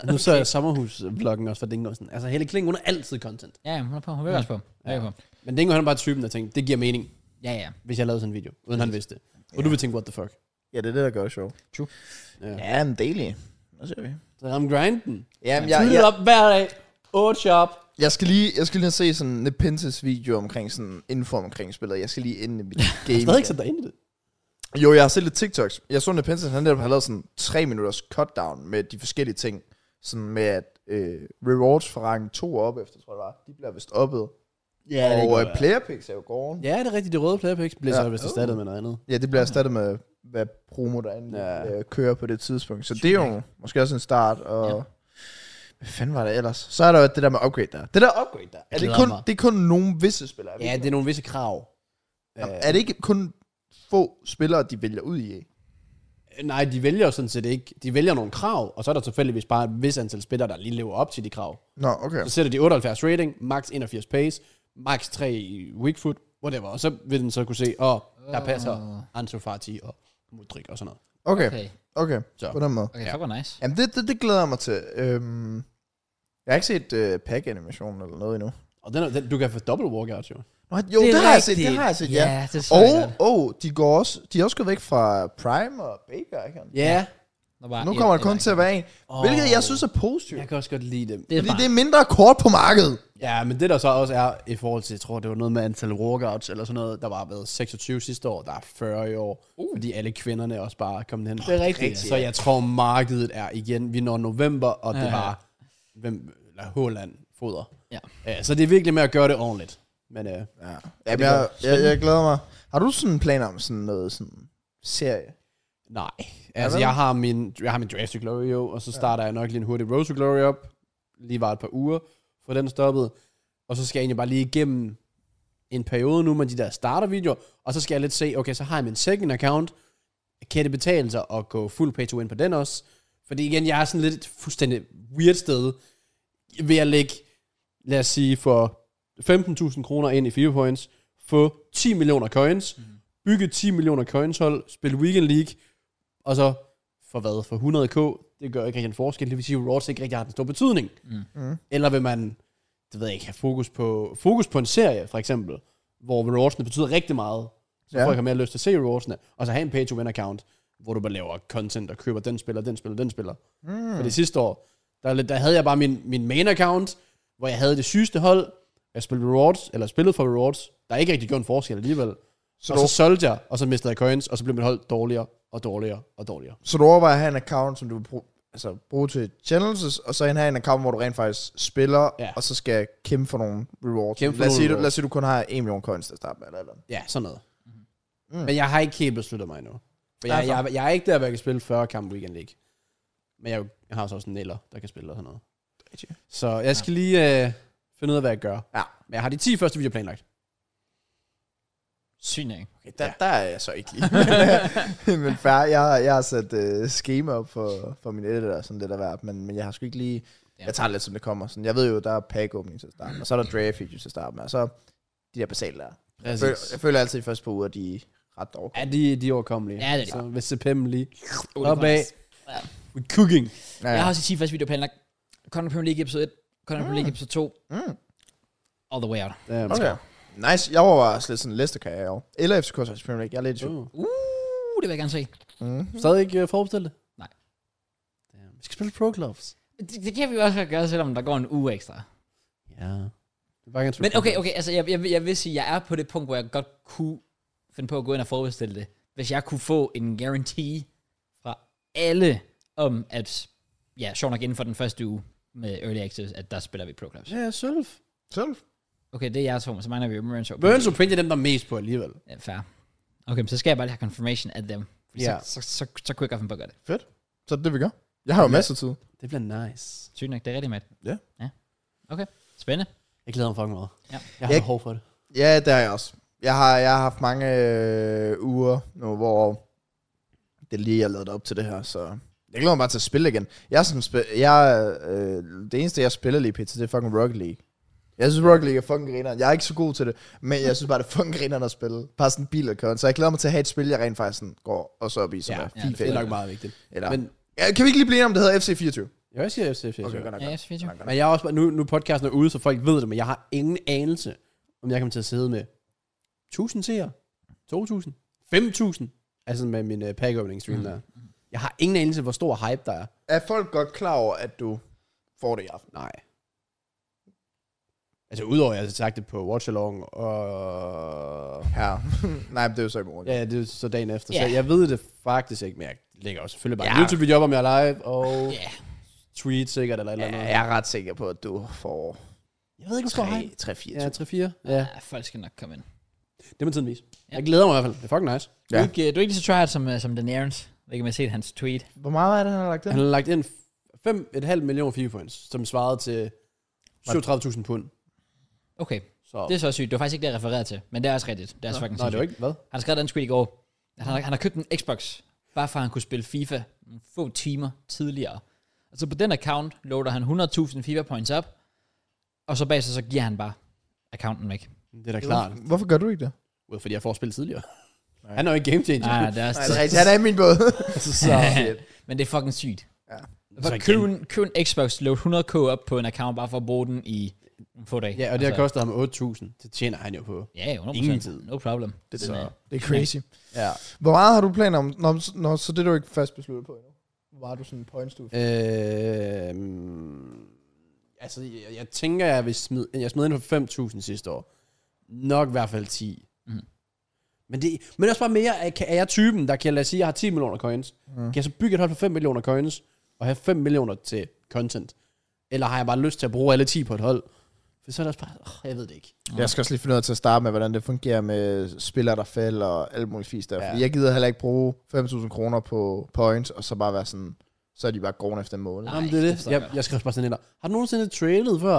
C: Nu så jeg sommerhus-vloggen også for Dingo. og Sådan. Altså, Helle Klink, hun er altid content.
A: Ja, ja, hun er på. Hun vil også på. Ja. på.
C: Men Dingo, han er bare typen, der tænkte, det giver mening,
A: Ja, ja.
C: hvis jeg lavede sådan en video, uden han vidste det. Og du vil tænke, what the fuck?
B: Ja, det er det, der gør det sjovt.
A: True.
C: Ja.
B: Ja, ja men daily. Hvad ser vi?
C: Så han grinden.
B: Jamen,
C: Ja,
B: jeg,
C: ja.
B: jeg,
C: op hver dag. 8 shop.
B: jeg, skal lige, jeg skal lige se sådan en Pintes video omkring sådan info omkring spillet. Jeg skal lige ind i mit game.
C: Stadig ikke sat dig ind i det.
B: Jo, jeg har set lidt TikToks. Jeg så Nepenthes, han netop har lavet sådan tre minutters cutdown med de forskellige ting. Sådan med, at øh, rewards fra rang 2 og op efter, tror jeg det var, de bliver vist oppet.
C: Ja, det
B: og
C: går,
B: øh,
C: ja.
B: player picks er jo gården. Ja,
C: ja, det er rigtigt. Det røde playpix bliver
B: Ja.
C: så vist erstattet med noget andet.
B: ja det bliver erstattet med, hvad promo der egentlig
C: Ja.
B: ja. øh, kører på det tidspunkt. Så det er jo måske også en start, og... Ja. Hvad fanden var det ellers? Så er der jo det der med upgrade der. Det der upgrade der, er det,
C: glæder
B: kun,
C: mig.
B: det er kun nogle visse spillere.
C: Ja, det er nogle visse krav. Øh,
B: Jamen, er det ikke kun få spillere, de vælger ud i?
C: Nej, de vælger jo sådan set ikke. De vælger nogle krav, og så er der tilfældigvis bare et vis antal spillere, der lige lever op til de krav.
B: Nå, okay.
C: Så sætter de 78 rating, max 81 pace, max 3 i weak foot, whatever. Og så vil den så kunne se, åh, oh, der passer Ansu Fati og Mudrik og sådan noget.
B: Okay, okay.
A: Okay,
B: okay.
C: Så.
B: På den måde.
A: okay ja. fuck, hvor nice.
B: Jamen, det, det, det glæder jeg mig til. Øhm, jeg har ikke set øh, pack-animationen eller noget endnu.
C: Og den, er- den, du kan få double walkout, jo.
B: Nå, jo, det, det har jeg set, det har jeg set, ja.
A: Ja, det er
B: Og oh, de, går også, de er også gået væk fra Prime og Baker, ikke?
C: Ja, yeah. Ah,
A: Bare,
B: Nu kommer der kun til at være en, hvilket jeg synes er positivt.
C: jeg kan også godt lide dem.
A: Det er
B: Fordi
A: bare,
B: det er mindre kort på markedet.
C: Ja, men det der så også er, i forhold til, jeg tror, det var noget med antal walkouts eller sådan noget, der var været 26 sidste år, der er 40 i år, uh. fordi alle kvinderne også bare er kommet hen. Det er rigtigt. Så jeg tror, markedet er igen, vi når november, og det
A: Ja.
C: var, hvem, eller Håland foder.
A: Ja.
C: ja. Så det er virkelig med at gøre det ordentligt. Men øh,
B: Ja. Jamen, jeg, jeg, jeg, glæder mig. Har du sådan en plan om sådan noget sådan serie?
C: nej, altså jeg har min, jeg har min draft to glory jo, og så starter jeg nok lige en hurtig road to glory op, lige var et par uger, for den stoppet, og så skal jeg egentlig bare lige igennem en periode nu med de der startervideoer, og så skal jeg lidt se, okay, så har jeg min second account, kan det betale sig at gå full pay to win på den også? Fordi igen, jeg er sådan lidt et fuldstændig weird sted ved at lægge, lad os sige, for 15.000 kroner ind i 4 points, få 10 millioner coins, mm. bygge 10 millioner coins hold, spille weekend league, og så for hvad, for 100k, det gør ikke rigtig en forskel, det vil sige, at Raws ikke rigtig har den store betydning. Mm. Eller vil man, det ved jeg ikke, have fokus på, fokus på en serie, for eksempel, hvor Rawsene betyder rigtig meget, så ja.
B: Ja.
C: folk har mere lyst til at se Rawsene, og så have en pay-to-win account, hvor du bare laver content og køber den spiller, den spiller, den spiller. Mm. For det sidste år, der, der havde jeg bare min, min main account, hvor jeg havde det sygeste hold, jeg spillede rewards, eller spillede for rewards, der ikke rigtig gjorde en forskel alligevel. Så og så
B: du-
C: solgte jeg, og så mistede jeg coins, og så blev mit hold dårligere og dårligere og dårligere.
B: Så du overvejer at have en account, som du vil bruge, altså, bruge til challenges, og så have en account, hvor du rent faktisk spiller,
C: Ja.
B: ja. og så skal kæmpe for nogle rewards.
C: Kæmpe for
B: lad, os
C: nogle
B: sige, du,
C: rewards.
B: lad os sige, du kun har 1 million coins til at starte med, eller, et eller andet.
C: Ja, sådan noget. Mm. Men jeg har ikke helt besluttet mig endnu. For jeg,
B: Derfor.
C: jeg, jeg, er ikke der, hvor jeg kan spille 40 kamp weekend league. Men jeg, jeg har så også en eller, der kan spille og sådan noget. Så jeg skal lige øh, finde ud af, hvad jeg gør.
B: Ja.
C: Men jeg har de 10 første videoer planlagt.
A: Sygt nok.
B: Okay, der, ja. der er jeg så ikke lige. men færre, jeg, har- jeg har sat øh, schema op for, for min editor og sådan lidt af hvert, men, men jeg har sgu ikke lige... Jeg tager det lidt, som det kommer. Sådan, jeg ved jo, der er pack-åbning til at starte med, og så er der draft features til at starte med, og så de der basale der. Jeg føler, jeg føler altid, at de første par uger, de er ret dårlige.
C: Ja, de, de er overkommelige.
A: Ja, det er det.
C: Så hvis CPM lige
A: Oh,
C: op af.
A: Ja.
C: We're cooking.
B: Ja,
A: Jeg
B: ja.
A: har også i 10 første video planlagt. Conor Premier League episode 1, Conor Premier League episode 2.
B: Mm.
A: All the way out.
C: Damn.
B: Okay. Nice. Jeg var også lidt sådan en Leicester-karriere i år. Eller FCK Søjs Premier League. Jeg er lidt i tvivl.
C: Uh.
A: Uh, det vil jeg gerne se.
B: Mm.
C: Stadig ikke uh, forbestilt det?
A: Nej.
C: Damn. Vi skal spille Pro Clubs.
A: Det, det kan vi jo også godt gøre, selvom der går en uge ekstra.
C: Ja. Det er bare ganske
A: Men okay, okay, altså jeg, jeg, vil- jeg vil sige, jeg er på det punkt, hvor jeg godt kunne finde på at gå ind og forudstille det. Hvis jeg kunne få en guarantee fra alle om, at ja, sjovt nok inden for den første uge med Early Access, at der spiller vi Pro Clubs.
C: Ja, selv.
B: Selv.
A: Okay, det er jeres form, så mangler vi jo Burns Open.
C: Burns Opinion er dem, der er mest på alligevel.
A: Ja, fair. Okay, men så skal jeg bare lige have confirmation af dem. Fordi
C: Ja.
A: yeah. så, så, så, så kunne jeg godt finde på at gøre det.
B: Fedt. Så er det det, vi gør. Jeg har jo
C: Ja.
B: masser af tid.
C: Det bliver nice.
A: Sygt nok, det er rigtigt, Matt.
B: Ja.
A: Ja. Okay, spændende.
C: Jeg glæder mig fucking meget.
A: Ja.
C: Jeg har
B: Jeg-
C: behov for det.
B: Ja, det har jeg også. Jeg har, jeg har haft mange øh, uger nu, hvor det er lige jeg lavede op til det her, så jeg glæder mig bare til at spille igen. Jeg er sådan, spil- jeg, øh, det eneste, jeg spiller lige pt, det er fucking Rocket League. Jeg synes, Rocket League er fucking grineren. Jeg er ikke så god til det, men jeg synes bare, det er fucking grineren at spille. Bare sådan bil og køre. Så jeg glæder mig til at have et spil, jeg rent faktisk sådan går og så op i, som ja, er
C: ja,
B: FIFA.
C: det er
B: Ja,
C: nok meget vigtigt.
B: eller,
C: Men
B: men, ja, kan vi ikke lige blive enige om, det hedder FC24?
C: jeg siger FC. Okay,
B: godt nok.
A: Ja,
B: godt.
A: jeg synes, det er
C: Men jeg er også, bare- nu, nu podcasten er ude, så folk ved det, men jeg har ingen anelse, om jeg kommer til at sidde med 1000 seere, 2000, 5000, altså med min uh, pack opening stream mm. der. Jeg har ingen anelse, hvor stor hype der er.
B: Er folk godt klar over, at du får det i aften?
C: Nej. Altså udover, at jeg har sagt det på Watch Along, og...
B: Ja. Nej, men det er jo så i morgen.
C: Ja, det er så dagen efter.
A: Ja.
C: Så jeg ved det faktisk ikke, men jeg lægger også selvfølgelig bare
A: Ja.
C: en YouTube-video op, om jeg er live, og
A: Ja.
C: tweet sikkert, eller et eller andet.
B: jeg er ret sikker på, at du får
C: Jeg ved ikke, hvor stor hype.
B: 3-4.
C: Ja, 3-4. Ja,
A: Ja, folk skal nok komme ind.
C: det må tiden vise.
A: Ja.
C: Jeg glæder mig i hvert fald. Det er fucking nice.
A: Du, er ikke, du er ikke lige så tryhard som, øh, som Daenerys. Jeg kan man se hans tweet.
B: Hvor meget er det, han har lagt ind?
C: Han har lagt ind 5,5 millioner FIFA points, som svarede til 37.000 pund.
A: Okay,
C: Så,
A: det er så sygt. Det var faktisk ikke det, jeg refererede til, men det er også rigtigt. Det er også fucking
C: nej, det var
A: sindssygt.
C: ikke, hvad?
A: Han har skrevet den tweet i går. at Han har, han har købt en Xbox, bare for at han kunne spille FIFA nogle få timer tidligere. Og så på den account loader han 100.000 FIFA points op, og så bag sig, så giver han bare accounten væk.
C: Det er da klart.
B: Hvorfor gør du ikke det?
C: Well, fordi jeg får spillet tidligere. Han er jo ikke game changer.
A: Nej, Ah, det er
B: Nej, det er
A: også,
B: rigtigt. altså, Han er i min båd.
C: altså, så,
A: men det er fucking sygt.
B: Ja.
A: Så køb en, køb en Xbox, load 100k op på en account, bare for at bruge den i nogle få dage.
C: ja, og det har
A: Altså,
C: kostet ham 8.000. Det tjener han jo på.
A: Ja, 100%.
C: Ingen tid.
A: No problem.
B: Det,
A: Men,
B: så,
A: øh,
B: det er crazy.
C: Ja.
B: Hvor meget har du planer om? Nå, men- nå, så det er du ikke fast besluttet på endnu. Hvor har du sådan en points, du
C: Øh, altså, jeg, jeg tænker, jeg vil smide, jeg smed ind for 5.000 sidste år. Nok i hvert fald 10. Mm.
A: Mhm.
C: Men, det, men også bare mere, at kan, er jeg typen, der kan, lad os sige, jeg har 10 millioner coins.
A: Mhm.
C: Mm. Kan jeg så bygge et hold for 5 millioner coins, og have 5 millioner til content? Eller har jeg bare lyst til at bruge alle 10 på et hold? For så er det også bare, åh, jeg ved det ikke.
B: Jeg skal også lige finde ud af til at starte med, hvordan det fungerer med spillere, der falder og alt muligt fisk der.
C: Ja.
B: Ja. Fordi jeg gider heller ikke bruge 5.000 kroner på points, og så bare være sådan, så er de bare groen efter en måned.
A: Nej,
C: Jamen, det er
A: det
C: det.
A: forstår
C: Jeg,
A: jeg
C: jeg skrev bare sådan lidt, har du nogensinde trailet før?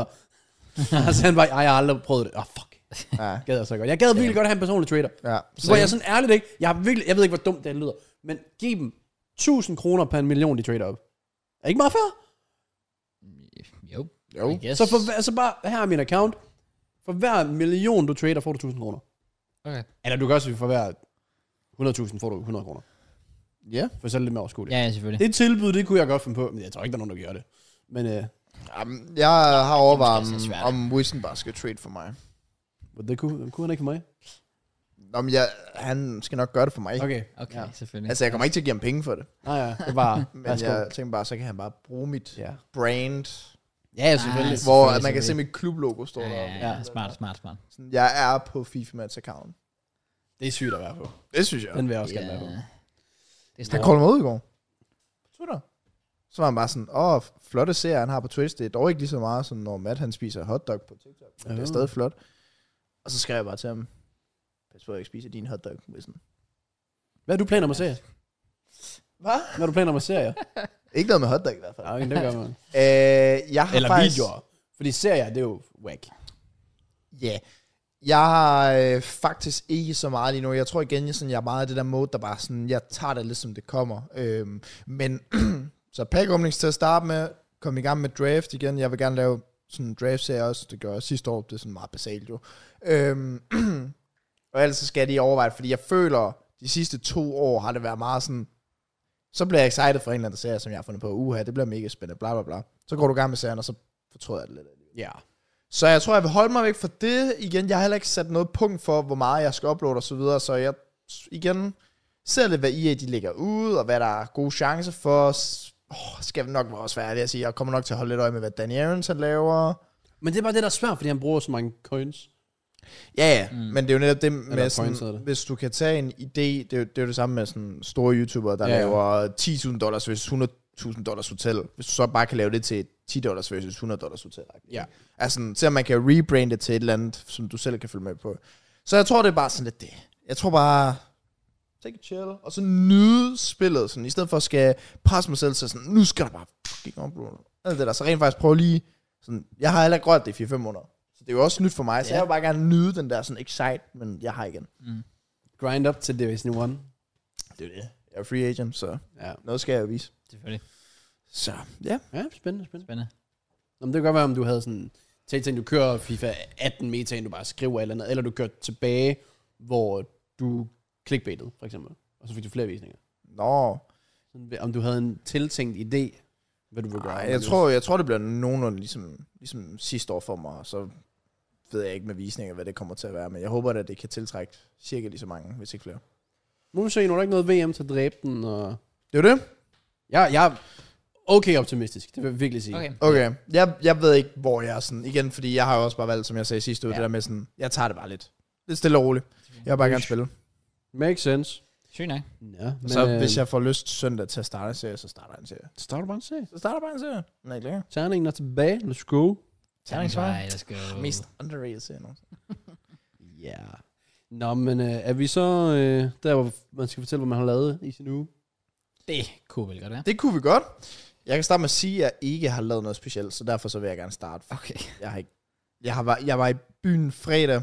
C: og så han bare, ej, jeg har aldrig prøvet det. Åh, oh, fuck.
B: Ja,
C: Gad jeg så godt. Jeg gad virkelig godt have en personlig trader.
B: ja.
C: Så hvor jeg sådan ærligt ikke, jeg, har virkelig, jeg ved ikke, hvor dumt det lyder, men giv dem 1000 kroner per en million, de trader op. Er ikke meget fair?
A: øh, Jo.
B: Jo.
A: I guess.
C: Så for, altså bare, her er min account. For hver million, du trader, får du 1000 kroner.
A: Okay.
C: Eller du kan også for hver 100.000 får du 100 kroner.
B: Ja.
C: For så er det lidt mere overskueligt.
A: Ja, ja, selvfølgelig.
C: Det tilbud, det kunne jeg godt finde på, men jeg tror ikke, der er nogen, der gør det. Men uh,
B: Jamen, jeg har overvejet,
A: det er svært.
B: om, om Wilson bare skal trade for mig.
C: det kunne, kunne han ikke for mig.
B: Nå, men jeg, han skal nok gøre det for mig. Okay.
C: Okay.
A: Okay, ja. selvfølgelig.
B: Altså, jeg kommer ikke til at give ham penge for det.
C: Nej, ja, det var
B: Men
C: Ah, værsgo.
B: jeg tænker bare, så kan han bare bruge mit
C: Ja.
B: brand,
C: ja, selvfølgelig.
A: Ah,
B: hvor
A: selvfølgelig,
B: at man kan se
A: selvfølgelig.
B: mit klublogo står
A: ja,
B: der.
A: ja, ja, smart, smart, smart.
B: Sådan, Jeg er på FIFA Match account.
C: Det er sygt at være på.
B: Det synes jeg.
C: Den vil jeg også gerne
A: Ja.
C: være på.
A: Det er
B: Han
A: stort.
B: kaldte mig ud i går. Twitter. Så var han bare sådan, åh, flotte serier, han har på Twitch. Det er dog ikke lige så meget, som når Matt han spiser hotdog på TikTok. Men det
C: Ah.
B: er stadig flot. Og så skrev jeg bare til ham, pas på, at jeg ikke spiser din hotdog, Wilson.
C: Hvad er du planer om at se?
B: Hvad?
C: Hvad er du planer om at se?
B: Ikke noget med hotdog i hvert fald.
C: Nej, det gør man.
B: Øh, jeg har
C: Eller
B: faktisk,
C: videoer. Fordi serier, det er jo whack.
B: Ja. Yeah. Jeg har øh, faktisk ikke så meget lige nu. Jeg tror igen, jeg, sådan, jeg er meget i det der mode, der bare sådan, jeg tager det lidt, som det kommer. Øhm, men så pakkeåbnings til at starte med, kom i gang med draft igen. Jeg vil gerne lave sådan en draft-serie også. Det gør jeg sidste år. Det er sådan meget basalt jo. Øhm, og ellers så skal jeg lige overveje det, fordi jeg føler, de sidste to år har det været meget sådan, så bliver jeg excited for en eller anden serie, som jeg har fundet på. Uha, det bliver mega spændende, bla bla bla. Så går du i gang med serien, og så fortrøder jeg det lidt.
C: Ja.
B: Så jeg tror, jeg vil holde mig væk fra det igen. Jeg har heller ikke sat noget punkt for, hvor meget jeg skal uploade og så videre, så jeg igen ser lidt, hvad IA de lægger ud, og hvad der er gode chancer for. S- Åh, skal jeg nok også være ærlig at sige, jeg kommer nok til at holde lidt øje med, hvad Danny Aarons han laver.
C: Men det er bare det, der er svært, fordi han bruger så mange coins.
B: Ja, ja, mm. men det er jo netop det med,
C: points hedder
B: sådan,
C: det.
B: hvis du kan tage en idé, det er, jo, det er jo det samme med sådan store YouTubere, der
C: Ja, ja.
B: ja, laver 10.000 dollars versus 100.000 dollars hotel. Hvis du så bare kan lave det til 10 dollars versus 100 dollars hotel.
C: Ja.
B: Altså, se om man kan rebrande det til et eller andet, som du selv kan følge med på. Så jeg tror, det er bare sådan lidt det. Jeg tror bare, take a chill, og så nyde spillet, sådan, i stedet for at skal presse mig selv til sådan, nu skal der bare fucking uploade. Alt det der, så rent faktisk prøve lige, sådan, jeg har heller ikke rørt det i 4-5 måneder. Så det er jo også nyt for mig, så
C: Ja.
B: jeg vil bare gerne nyde den der sådan excite, men jeg har igen.
C: Grind up til Division 1.
B: Det er det. Jeg er free agent, så
C: Ja.
B: noget skal jeg jo vise.
A: Selvfølgelig.
B: Så ja.
C: Ja, spændende, spændende.
A: Spændende.
C: Nå, men det kan godt være, om du havde sådan Så tænk, du kører FIFA 18 meta, du bare skriver et eller andet, eller du kører tilbage, hvor du clickbaitede, for eksempel, og så fik du flere visninger.
B: Nå,
C: Sådan, Om du havde en tiltænkt idé, hvad du ville gøre.
B: nej, jeg tror, jeg tror, det bliver nogenlunde ligesom, ligesom sidste år for mig, og så ved jeg ikke med visninger, hvad det kommer til at være, men jeg håber da, det kan tiltrække cirka lige så mange, hvis ikke flere.
C: Nu må vi se, nu er der ikke noget VM til at dræbe den, og...
B: Det er det?
C: Jeg, jeg er okay optimistisk, det vil jeg virkelig sige.
A: Okay.
B: Okay. Jeg, jeg ved ikke, hvor jeg er sådan, igen, fordi jeg har jo også bare valgt, som jeg sagde sidste uge,
C: Ja.
B: det der med sådan, jeg tager det bare lidt. Lidt stille og roligt. Jeg vil bare gerne spille.
C: Makes sense.
A: Sygt nok.
C: Ja, men, øh,
B: så hvis jeg får lyst søndag til at starte en serie, så starter jeg en serie.
C: Starter bare en serie.
B: Så starter jeg bare en serie. Nej, ikke længere.
C: Terningen er tilbage, let's go.
B: Terningsvej.
A: Nej, der skal jo...
B: Mest underrated serie nu.
C: Ja. Yeah. Nå, men øh, er vi så øh, der, hvor man skal fortælle, hvad man har lavet i sin uge?
A: Det kunne vel godt være.
B: Det kunne vi godt. Jeg kan starte med at sige, at jeg ikke har lavet noget specielt, så derfor så vil jeg gerne starte.
A: Okay.
B: Jeg, har ikke, jeg, har, var- jeg var i byen fredag,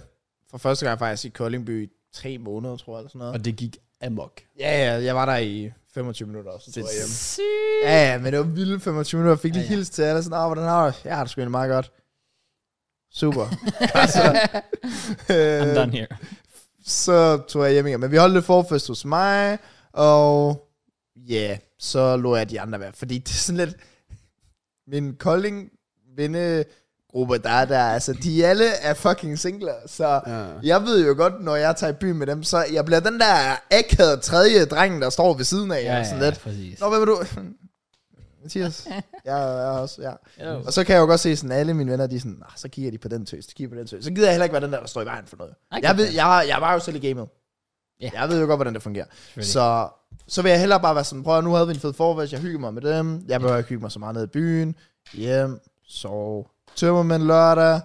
B: for første gang faktisk i Koldingby i tre måneder, tror jeg, eller sådan noget.
C: Og det gik amok.
B: Ja, ja, jeg var der i 25 minutter, og så tog jeg hjem.
A: Sygt.
B: Ja, ja, men det var vildt 25 minutter. Jeg fik
A: Ja,
B: lige ja,
A: ja.
B: ja. hils til alle sådan, ah, hvordan har du? det?" Jeg har det sgu egentlig meget godt. Super. altså,
A: I'm
B: øh,
A: done here.
B: så tog jeg hjem igen. Men vi holdt lidt forfest hos mig, og ja, yeah, så lå jeg de andre være. Fordi det er sådan lidt, min kolding vennegruppe, der er der, altså de alle er fucking singler, så...
C: Ja.
B: Jeg ved jo godt, når jeg tager i byen med dem, så jeg bliver den der akavede tredje dreng, der står ved siden af, ja, og sådan lidt.
A: præcis.
B: Nå, hvad vil du? Mathias. Ja, jeg er også, ja.
A: Hello.
B: Og så kan jeg jo godt se sådan, alle mine venner, de er sådan, nah, så kigger de på den tøs, så kigger de på den tøs. Så gider jeg heller ikke være den der, der står i vejen for noget.
A: Nej,
B: Jeg,
A: godt
B: ved, jeg, jeg var jo selv i gamet.
A: Ja.
B: Jeg ved jo godt, hvordan det fungerer.
A: Selvfølgelig.
B: Så, så vil jeg hellere bare være sådan, prøv at nu havde vi en fed forværs, jeg hygger mig med dem, jeg behøver ikke hygge mig så meget nede i byen, hjem, sov, tømmermænd lørdag, jeg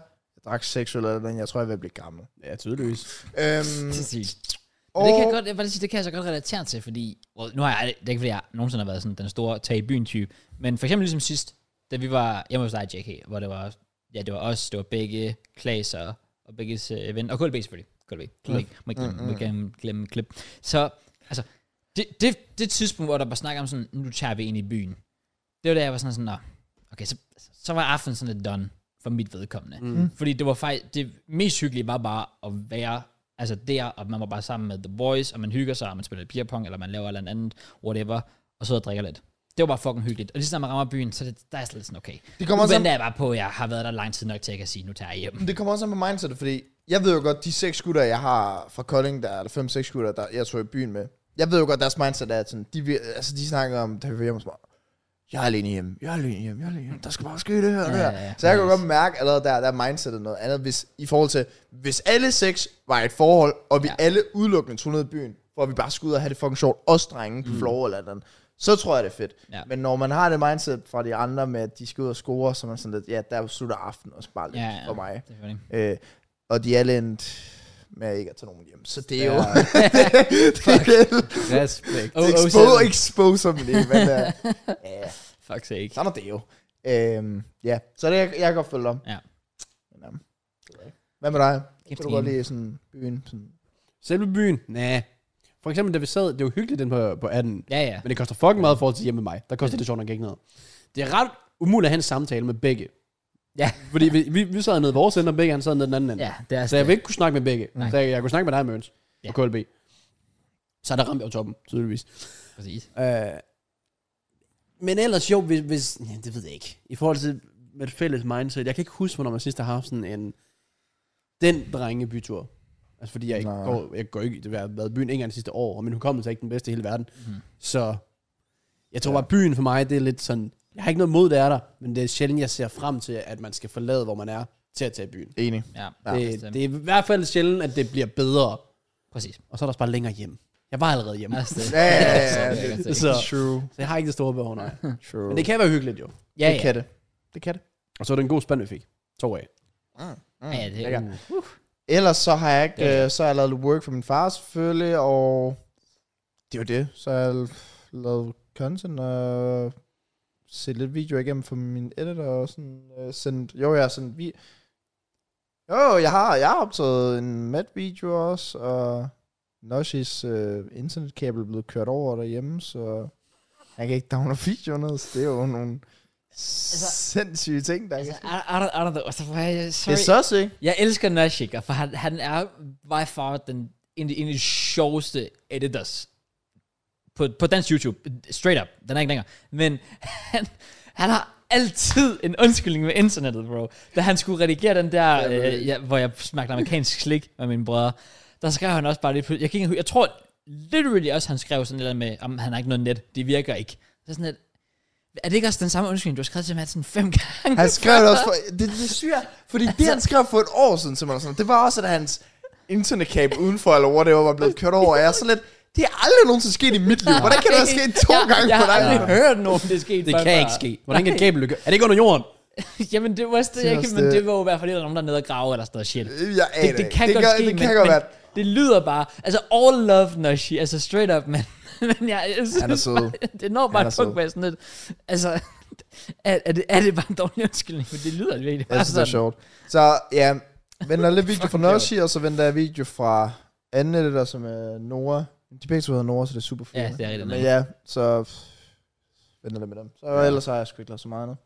B: drak seks øl eller noget, jeg tror, jeg vil blive gammel.
C: ja, tydeligvis.
B: Øhm,
A: Det er sygt. Men
B: og,
A: det kan jeg godt, jeg vil bare sige, det kan jeg så godt relatere til, fordi, well, nu har jeg, det er ikke fordi, jeg nogensinde har været sådan den store tag i byen type, men for eksempel ligesom sidst, da vi var hjemme hos dig, JK, hvor det var, ja, det var os, det var begge Klaas og, og begges øh, ven, og KLB selvfølgelig, KLB, KLB, må ikke glemme, må ikke glemme, glemme klip. Så, altså, det, det, det tidspunkt, hvor der var snak om sådan, nu tager vi ind i byen, det var da jeg var sådan sådan, Nå, okay, så, så var aftenen sådan lidt done for mit vedkommende. Mm. Fordi det var faktisk, det mest hyggelige var bare at være altså der, og man var bare sammen med The Boys, og man hygger sig, og man spiller beer pong, eller man laver et eller andet, whatever, og så og drikker lidt. Det var bare fucking hyggeligt. Og lige så snart man rammer byen, så er det, der er jeg lidt sådan, okay.
B: Det
A: Nu
B: kommer også
A: venter jeg bare på, at jeg har været der lang tid nok til, at jeg kan sige, nu tager jeg hjem.
B: Men det kommer også an på mindsetet, fordi jeg ved jo godt, de seks gutter, jeg har fra Kolding, der er der fem, seks gutter, der jeg tog i byen med, jeg ved jo godt, deres mindset er sådan, de, vil- altså, de snakker om, da vi var hjemme hos mig, jeg er alene hjemme, jeg er alene hjemme, jeg er alene hjemme, der skal bare ske det her og det
A: Ja,
B: her.
A: ja, ja.
B: Så jeg kan
A: Nice.
B: godt mærke allerede der, der er mindsetet noget andet, hvis, i forhold til, hvis alle seks var i et forhold, og vi
A: Ja.
B: ja. alle udelukkende tog ned i byen, hvor vi bare skulle ud og have det fucking sjovt, også drenge på mm. floor eller andet, så tror jeg, det er fedt.
A: Ja.
B: Men når man har det mindset fra de andre med, at de skal ud og score, så er man sådan lidt, ja, der slutter aften også bare lidt
A: Ja, ja.
B: for mig.
A: Selvfølgelig.
B: Øh, og de er alle endt med ikke at tage nogen hjem. Så det er jo...
C: Ja.
B: det
C: Respekt.
A: Oh, oh,
B: expo-
A: selv.
B: exposer dem lige, men uh, ja,
A: Fuck sake.
B: sådan er det jo. Øhm, ja, så det er jeg, jeg kan godt følge om.
A: Ja.
B: Men, um, hvad med dig?
A: Kæft,
B: Kan du godt
A: Ian.
B: lide sådan byen? Sådan,
C: Selve byen? Næh. For eksempel, da vi sad, det var hyggeligt den på, på 18,
A: Ja, ja.
C: men det koster fucking meget i forhold til hjemme med mig. Der koster det sjovt nok ikke noget. Det er ret umuligt at have en samtale med begge.
A: Ja.
C: Fordi vi, vi, vi sad nede i vores ende, og begge han sad nede i den anden ende.
A: Ja, det er
C: Så jeg vil ikke kunne snakke med begge.
A: Nej.
C: Så jeg, jeg kunne snakke med dig, Mørens,
A: Ja.
C: og KLB. Så der ramte jeg jo toppen, tydeligvis.
A: Præcis.
C: Øh, men ellers jo, hvis, hvis ja, det ved jeg ikke. I forhold til med et fælles mindset, jeg kan ikke huske, hvornår man sidst har haft sådan en, den drenge bytur. Altså fordi jeg ikke
B: Nej.
C: går, jeg går ikke, det har været i byen en gang det sidste år, og min hukommelse er ikke den bedste i hele verden. Mm.
A: Mhm.
C: Så jeg tror bare, byen for mig, det er lidt sådan, jeg har ikke noget mod, det er der, men det er sjældent, jeg ser frem til, at man skal forlade, hvor man er, til at tage i byen.
B: enig.
A: Ja,
C: Ja, det,
A: bestemt.
C: det er i hvert fald sjældent, at det bliver bedre,
A: Præcis.
C: og så er der også bare længere hjem. Jeg var allerede hjemme,
A: Altså, det-
B: Ja, ja, ja, ja,
A: Sådan,
B: det-
A: jeg kan se.
C: så,
B: True.
C: så jeg har ikke det store behov, nej.
B: True.
C: Men det kan være hyggeligt jo.
A: Ja,
B: det
A: ja.
B: kan det. Det kan det.
C: Og så var det en god spand, vi fik. To af.
B: Mm. Mm.
A: Ja, det
B: Lækker.
A: er
B: Ellers så har jeg ikke,
A: Det er
B: øh, så har jeg lavet lidt work for min far selvfølgelig, og det er jo det. Så har jeg lavet content og set lidt video igennem for min editor og sådan øh, sendt, jo jeg har sendt vi jo, jeg har, jeg har optaget en mat video også, og Noshis øh, internetkabel er blevet kørt over derhjemme, så jeg kan ikke downloade videoerne, så det er jo nogle sindssyge ting, der altså,
A: Altså, I, I, don't, I don't know. Altså, for jeg,
B: Det
A: sorry.
B: er sus, ikke?
A: Jeg elsker Nashik, for han, han er by far den, en, en af de sjoveste editors på, på dansk YouTube. Straight up. Den er ikke længere. Men han, han har altid en undskyldning med internettet, bro. Da han skulle redigere den der, øh, ja, hvor jeg smagte amerikansk slik med mine brødre, der skrev han også bare lidt... Jeg, kan ikke, engang- jeg tror literally også, han skrev sådan lidt med, om han har ikke noget net. Det virker ikke. Så sådan lidt, er det ikke også den samme undskyldning, du har skrevet til Madsen fem gange?
B: Han skrev det også for... Det, det syger, fordi det, han skrev for et år siden til mig, og sådan, det var også, at hans internetkab udenfor, eller whatever, var blevet kørt over, og jeg er sådan lidt... Det er aldrig nogensinde sket i mit liv. Hvordan kan det have sket to
A: jeg,
B: gange
A: jeg
B: for
A: har
B: dig?
A: aldrig hørt nogen, det er sket
C: Det
A: før.
C: kan ikke ske. Hvordan kan et kabel lykke? Er det ikke under jorden?
A: Jamen, det var også det, jeg
B: også
A: ikke, men
B: det.
A: det var jo i hvert fald, at der var nogen, der er nede og grave eller sådan noget shit.
B: Jeg aner
A: Det, det
B: ikke.
A: kan godt
B: gør-
A: ske,
B: det
A: men,
B: kan godt
A: men
B: være.
A: det lyder bare, altså all love Nushi, altså straight up, men, men jeg, jeg synes,
B: Han er sød.
A: bare, det når
B: Han
A: bare
B: er
A: et
B: sød.
A: punkt, hvor jeg sådan lidt, altså, er, er, det, er det bare en dårlig undskyldning, for det lyder virkelig bare
B: Jeg synes, det er
A: Altså, sådan.
B: sjovt. Så ja, venter lidt video fra Nørsi, og så venter jeg video fra anden editor, som er Nora. De begge to hedder Nora, så det er super fint.
A: Ja, det er rigtigt,
B: Men
A: nej.
B: ja, så pff, venter lidt med dem. Så ellers har jeg sgu ikke lavet så meget andet.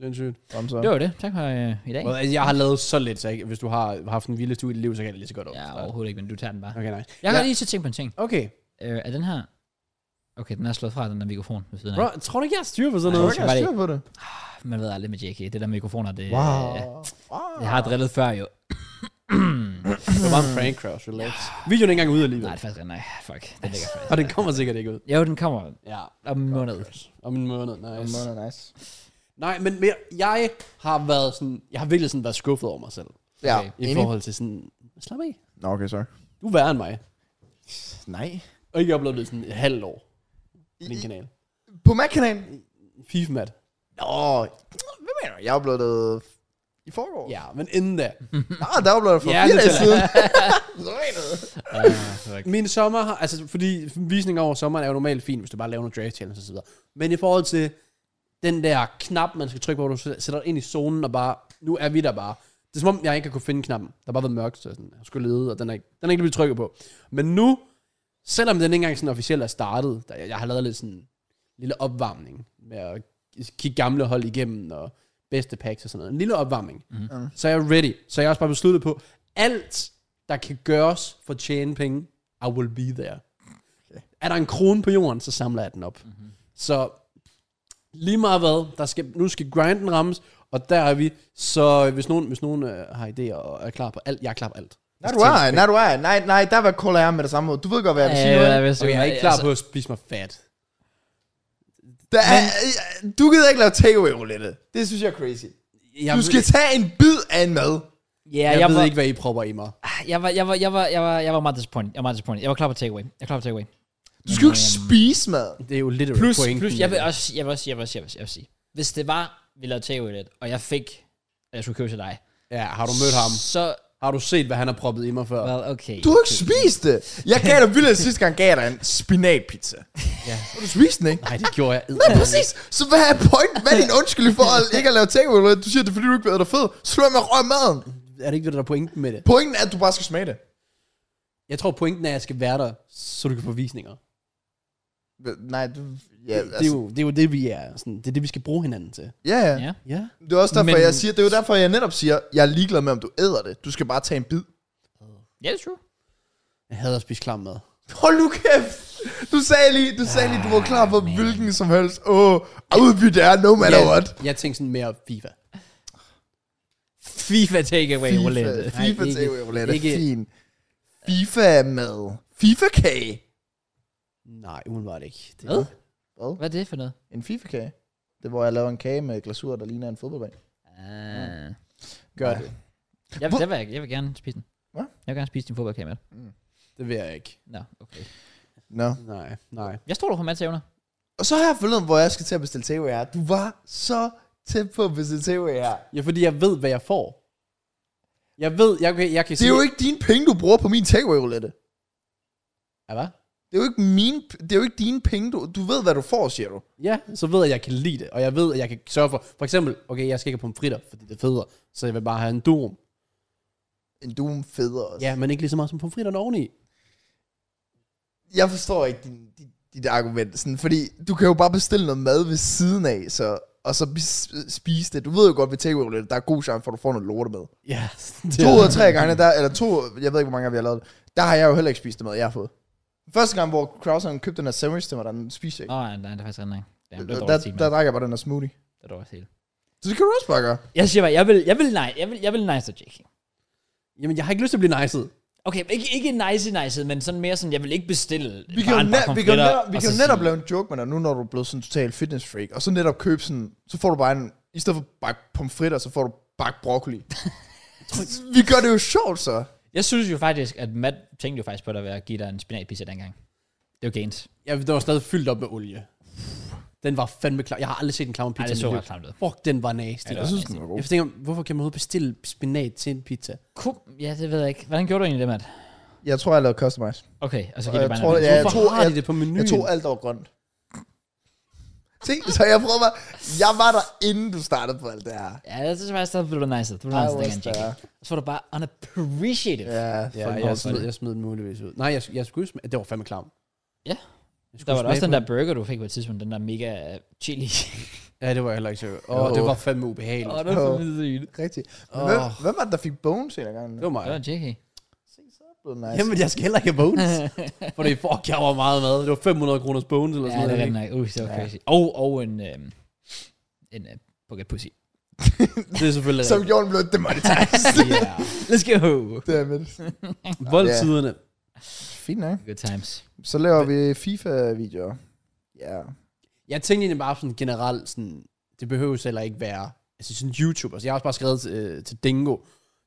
C: Sindssygt.
B: Kom så.
A: Det var det. Tak for øh, i dag.
C: Well, altså, jeg har lavet så lidt, så jeg, hvis du har haft en vildeste uge i dit liv, så kan det lige så godt op.
A: Ja, overhovedet ikke, men du tager den bare.
C: Okay, nice.
A: Jeg har
C: Ja.
A: lige så tænkt på en ting.
C: Okay.
A: Øh, er den her... Okay, den er slået fra, den der mikrofon ved siden af.
C: Bro, tror du ikke, jeg har styr på sådan
A: Nej,
C: noget?
A: okay.
B: Jeg har styr på det.
A: Man ved aldrig med JK, det der mikrofoner, det...
B: Wow.
A: øh,
B: wow.
A: Jeg har drillet før jo.
C: Det var bare en prank crash, relax. Videoen er ikke engang ude alligevel.
A: Nej, det er faktisk nej. Fuck, den ligger faktisk.
C: Og den kommer sikkert ikke ud.
A: Jo, den kommer
C: Ja.
A: om en måned.
C: Om en måned,
B: Det
C: nice.
B: må være nice.
C: Nej, men mere, jeg har været sådan, jeg har virkelig sådan været skuffet over mig selv.
B: Ja,
A: Okay.
C: I forhold til sådan, slap af.
B: Nå, okay, sorry.
C: Du er værre end mig.
B: Nej.
C: Og ikke oplevet det i sådan et halvt år. Min kanal.
B: På Mac-kanalen?
C: FIFMAT.
B: Nå, hvad mener du? Jeg uploadede i forgår.
C: Ja, men inden da.
B: Nå, der uploadede jeg for
C: Ja,
B: fire
C: det
B: dage
C: tæller.
B: siden.
C: Min sommer har, altså fordi visninger over sommeren er jo normalt fint, hvis du bare laver nogle draft challenge og så videre. Men i forhold til den der knap, man skal trykke på, hvor du sæ- sætter dig ind i zonen og bare, nu er vi der bare. Det er som om, jeg ikke har kunne finde knappen. Der har bare været mørkt, så sådan, jeg skulle lede, og den er, ikke- den er ikke blevet trykket på. Men nu, selvom den ikke engang sådan officielt er startet, der, jeg, jeg har lavet lidt sådan en lille opvarmning med at kigge gamle hold igennem og bedste packs og sådan noget. En lille opvarmning. Mm. Så er jeg ready. Så er jeg også bare besluttet på, alt der kan gøres for at tjene penge, I will be there. Er der en krone på jorden, så samler jeg den op.
B: Mhm.
C: Mm-hmm. Så lige meget hvad, der skal, nu skal grinden rammes, og der er vi. Så hvis nogen, hvis nogen øh, har idéer og er klar på alt, jeg er klar på alt.
B: Nej, du er. Nej, du er. Nej, nej, der var kolder jeg med det samme måde. Du ved godt, hvad jeg vil sige.
A: Øh,
B: Øh,
A: hvis du-
C: Okay, jeg er ikke klar
A: altså,
C: på at spise mig fat.
B: der er, du gider ikke lave takeaway roulette. Det synes jeg er crazy.
C: Jeg,
B: Du skal tage en bid af en mad.
A: Ja,
C: jeg,
A: jeg,
C: jeg ved
A: var,
C: ikke, hvad I propper i mig.
A: Jeg var, jeg var, jeg var, jeg var, jeg var meget disappointed. Jeg var meget disappointed. Jeg var klar på takeaway. Jeg var klar på takeaway.
B: Du skal jo ikke spise mad.
C: Det er jo lidt
A: Plus,
C: pointen.
A: plus, jeg vil også, jeg vil også, jeg vil også, jeg vil, jeg vil sige. Hvis det var, vi lavede takeaway lidt, og jeg fik, at jeg skulle købe til dig,
C: Ja, har du mødt ham?
A: så,
C: Har du set, hvad han har proppet i mig før?
A: well, okay.
B: Du har ikke spist det. Jeg gav dig vildt sidste gang, gav jeg dig en spinatpizza.
C: Ja.
B: Og du spiste den, ikke?
C: Nej, det gjorde jeg.
B: Nej, præcis. Så hvad er pointen? Hvad er din undskyldning for at ikke at lave takeaway roulette? Du siger, det er fordi, du ikke ved, dig fed. Så lad mig røre maden.
C: Er det ikke det, der er pointen med det?
B: Pointen er, at du bare skal smage det.
C: Jeg tror, pointen er, at jeg skal være der, så du kan få visninger.
B: Nej, du... Ja, altså-
C: det, det, er jo, det er jo det, vi er. Sådan, det er det, vi skal bruge hinanden til.
B: ja, ja.
A: Ja.
C: Ja.
B: Det er også derfor,
A: Men-
B: Men... jeg siger, det er jo derfor, jeg netop siger, jeg er ligeglad med, om du æder det. Du skal bare tage en bid.
A: Ja, det er true.
C: Jeg hader at spise klam mad.
B: Hold nu kæft! Du sagde lige, du sagde lige, du var klar på hvilken som helst. Åh, oh, udbytte er no matter
C: jeg,
B: what.
C: Jeg tænkte sådan mere FIFA.
A: FIFA takeaway
B: FIFA,
A: roulette.
B: FIFA
C: Nej, ikke-
B: takeaway roulette,
C: ikke-
B: fin. FIFA mad. FIFA kage.
C: Nej, umiddelbart ikke. Det,
A: Hvad?
B: Hvad?
A: Hvad er det for noget?
B: En FIFA kage? Det er, hvor jeg laver en kage med glasur, der ligner en fodboldbane.
A: Uh,
C: Gør det.
A: jeg,
B: Hvor-
A: det vil, jeg, jeg vil gerne spise den.
B: Hvad?
A: Jeg vil gerne spise din fodboldkage med.
C: Det vil jeg ikke.
A: Nå, okay.
B: Nå. No.
C: Nej, nej.
A: Jeg stoler på Mads evner.
B: Og så har jeg forleden, hvor jeg skal til at bestille takeaway her. Du var så tæt på at bestille takeaway her.
C: Ja, fordi jeg ved, hvad jeg får. Jeg ved, jeg, okay, jeg kan
B: Det er jo ikke dine penge, du bruger på min takeaway roulette.
C: Ja, hvad?
B: Det er jo ikke mine, det er jo ikke dine penge, du, du ved, hvad du får, siger du.
C: Ja, så ved jeg, at jeg kan lide det. Og jeg ved, at jeg kan sørge for... For eksempel, okay, jeg skal ikke have pomfritter, fordi det er federe. Så jeg vil bare have en durum.
B: En doom federe også.
C: Ja, men ikke lige så meget som pomfritterne oveni.
B: Jeg forstår ikke din, din, dit argument. Sådan, fordi du kan jo bare bestille noget mad ved siden af, så, og så bis- spise det. Du ved jo godt ved takeaway, der er god chance for, at du får noget lortemad.
C: Ja.
B: To ud af tre gange, der, eller to, jeg ved ikke, hvor mange gange vi har lavet det, der har jeg jo heller ikke spist det mad, jeg har fået. Første gang, hvor Krausen købte den her sandwich til mig, der spiste jeg
A: Åh, oh, nej, det er faktisk rigtig nok. Jamen, det
B: ikke.
A: er
B: der,
A: dårligt team,
B: der,
A: der,
B: drak jeg bare den her smoothie.
A: det er dårligt team.
B: Så det kan du også bare gøre.
A: Jeg siger bare, jeg vil, jeg vil, nej, jeg vil, jeg vil nice og JK.
C: Jamen, jeg har ikke lyst til at blive nicet.
A: Okay, men ikke, ikke nice nice, men sådan mere sådan, jeg vil ikke bestille
B: Vi kan,
A: bare
B: jo
A: en
B: net,
A: pakke
B: vi kan, jo
A: pomfritter,
B: netop, vi
A: og
B: kan
A: så
B: jo netop
A: sige-
B: lave en joke med dig nu, når du er blevet sådan total fitness freak, og så netop købe sådan, så får du bare en, i stedet for bakke pomfritter, så får du bakke broccoli. vi gør det jo sjovt så.
A: Jeg synes jo faktisk, at Matt tænkte jo faktisk på dig ved at give dig en spinatpizza dengang. Det var gens.
C: Ja, det var stadig fyldt op med olie. Den var fandme klar. Jeg har aldrig set en clown
A: Ej,
C: pizza.
A: det
C: i
A: så
C: mit liv.
A: ret klamt ud.
C: Fuck, den var nasty.
A: Ja,
B: Jeg synes, den var god.
C: Jeg tænker, hvorfor kan man overhovedet bestille spinat til en pizza?
A: Kom, ja, det ved jeg ikke. Hvordan gjorde du egentlig det, Matt?
B: Jeg tror, jeg lavede customize.
A: Okay, og så
B: Og
A: giver det
B: jeg
A: bare
B: tror,
A: en
B: Ja, jeg
C: hvorfor
B: tror,
C: har de
B: jeg-
C: det på menuen?
B: Jeg tog alt, der var grønt. Se, så jeg prøvede bare, jeg var der, inden du startede på alt det her.
A: Ja, jeg synes faktisk, at det blev nice. Det blev
B: I
A: nice
B: was
A: dengang, JK.
B: there.
A: Så var du bare unappreciative.
B: Ja,
C: Ja,
B: fuck,
C: jeg,
B: hvor-
C: smed, jeg smed den muligvis ud. Nej, jeg, jeg skulle smage. Det var fandme klam.
A: Ja.
C: Jeg
A: Der
C: skulle
A: var da også
C: smage
A: den
C: på
A: der burger, du fik på et tidspunkt, den der mega øh, chili.
C: Ja, det var jeg heller ikke sikker. Åh, oh, det
B: Jo.
C: var fandme ubehageligt.
A: Åh,
C: Oh,
A: det var for vildt.
B: Rigtigt. Men hvem,
C: Åh.
B: hvem var det, der fik bones en af gangen?
C: det var mig.
A: Det var JK.
B: var nice.
C: Jamen, jeg skal heller ikke have bonus. Fordi fuck, jeg var meget mad. Det var 500 kroners bonus eller
A: Ja,
C: sådan
A: det er
C: noget.
A: rigtig nok. Uh, det var crazy. Og, og en, øhm, en øh, pocket pussy.
C: ikke? Det er selvfølgelig
B: Som gjorde den blev demonetized.
A: Yeah. Let's go.
B: Dammit.
C: rigtigt. Voldtiderne.
B: Fint nok.
A: Good times.
B: Så laver vi FIFA-videoer. Ja.
C: Jeg tænkte egentlig bare sådan generelt, sådan, det behøves heller ikke være, altså sådan YouTuber. Så jeg har også bare skrevet til, øh, til Dingo,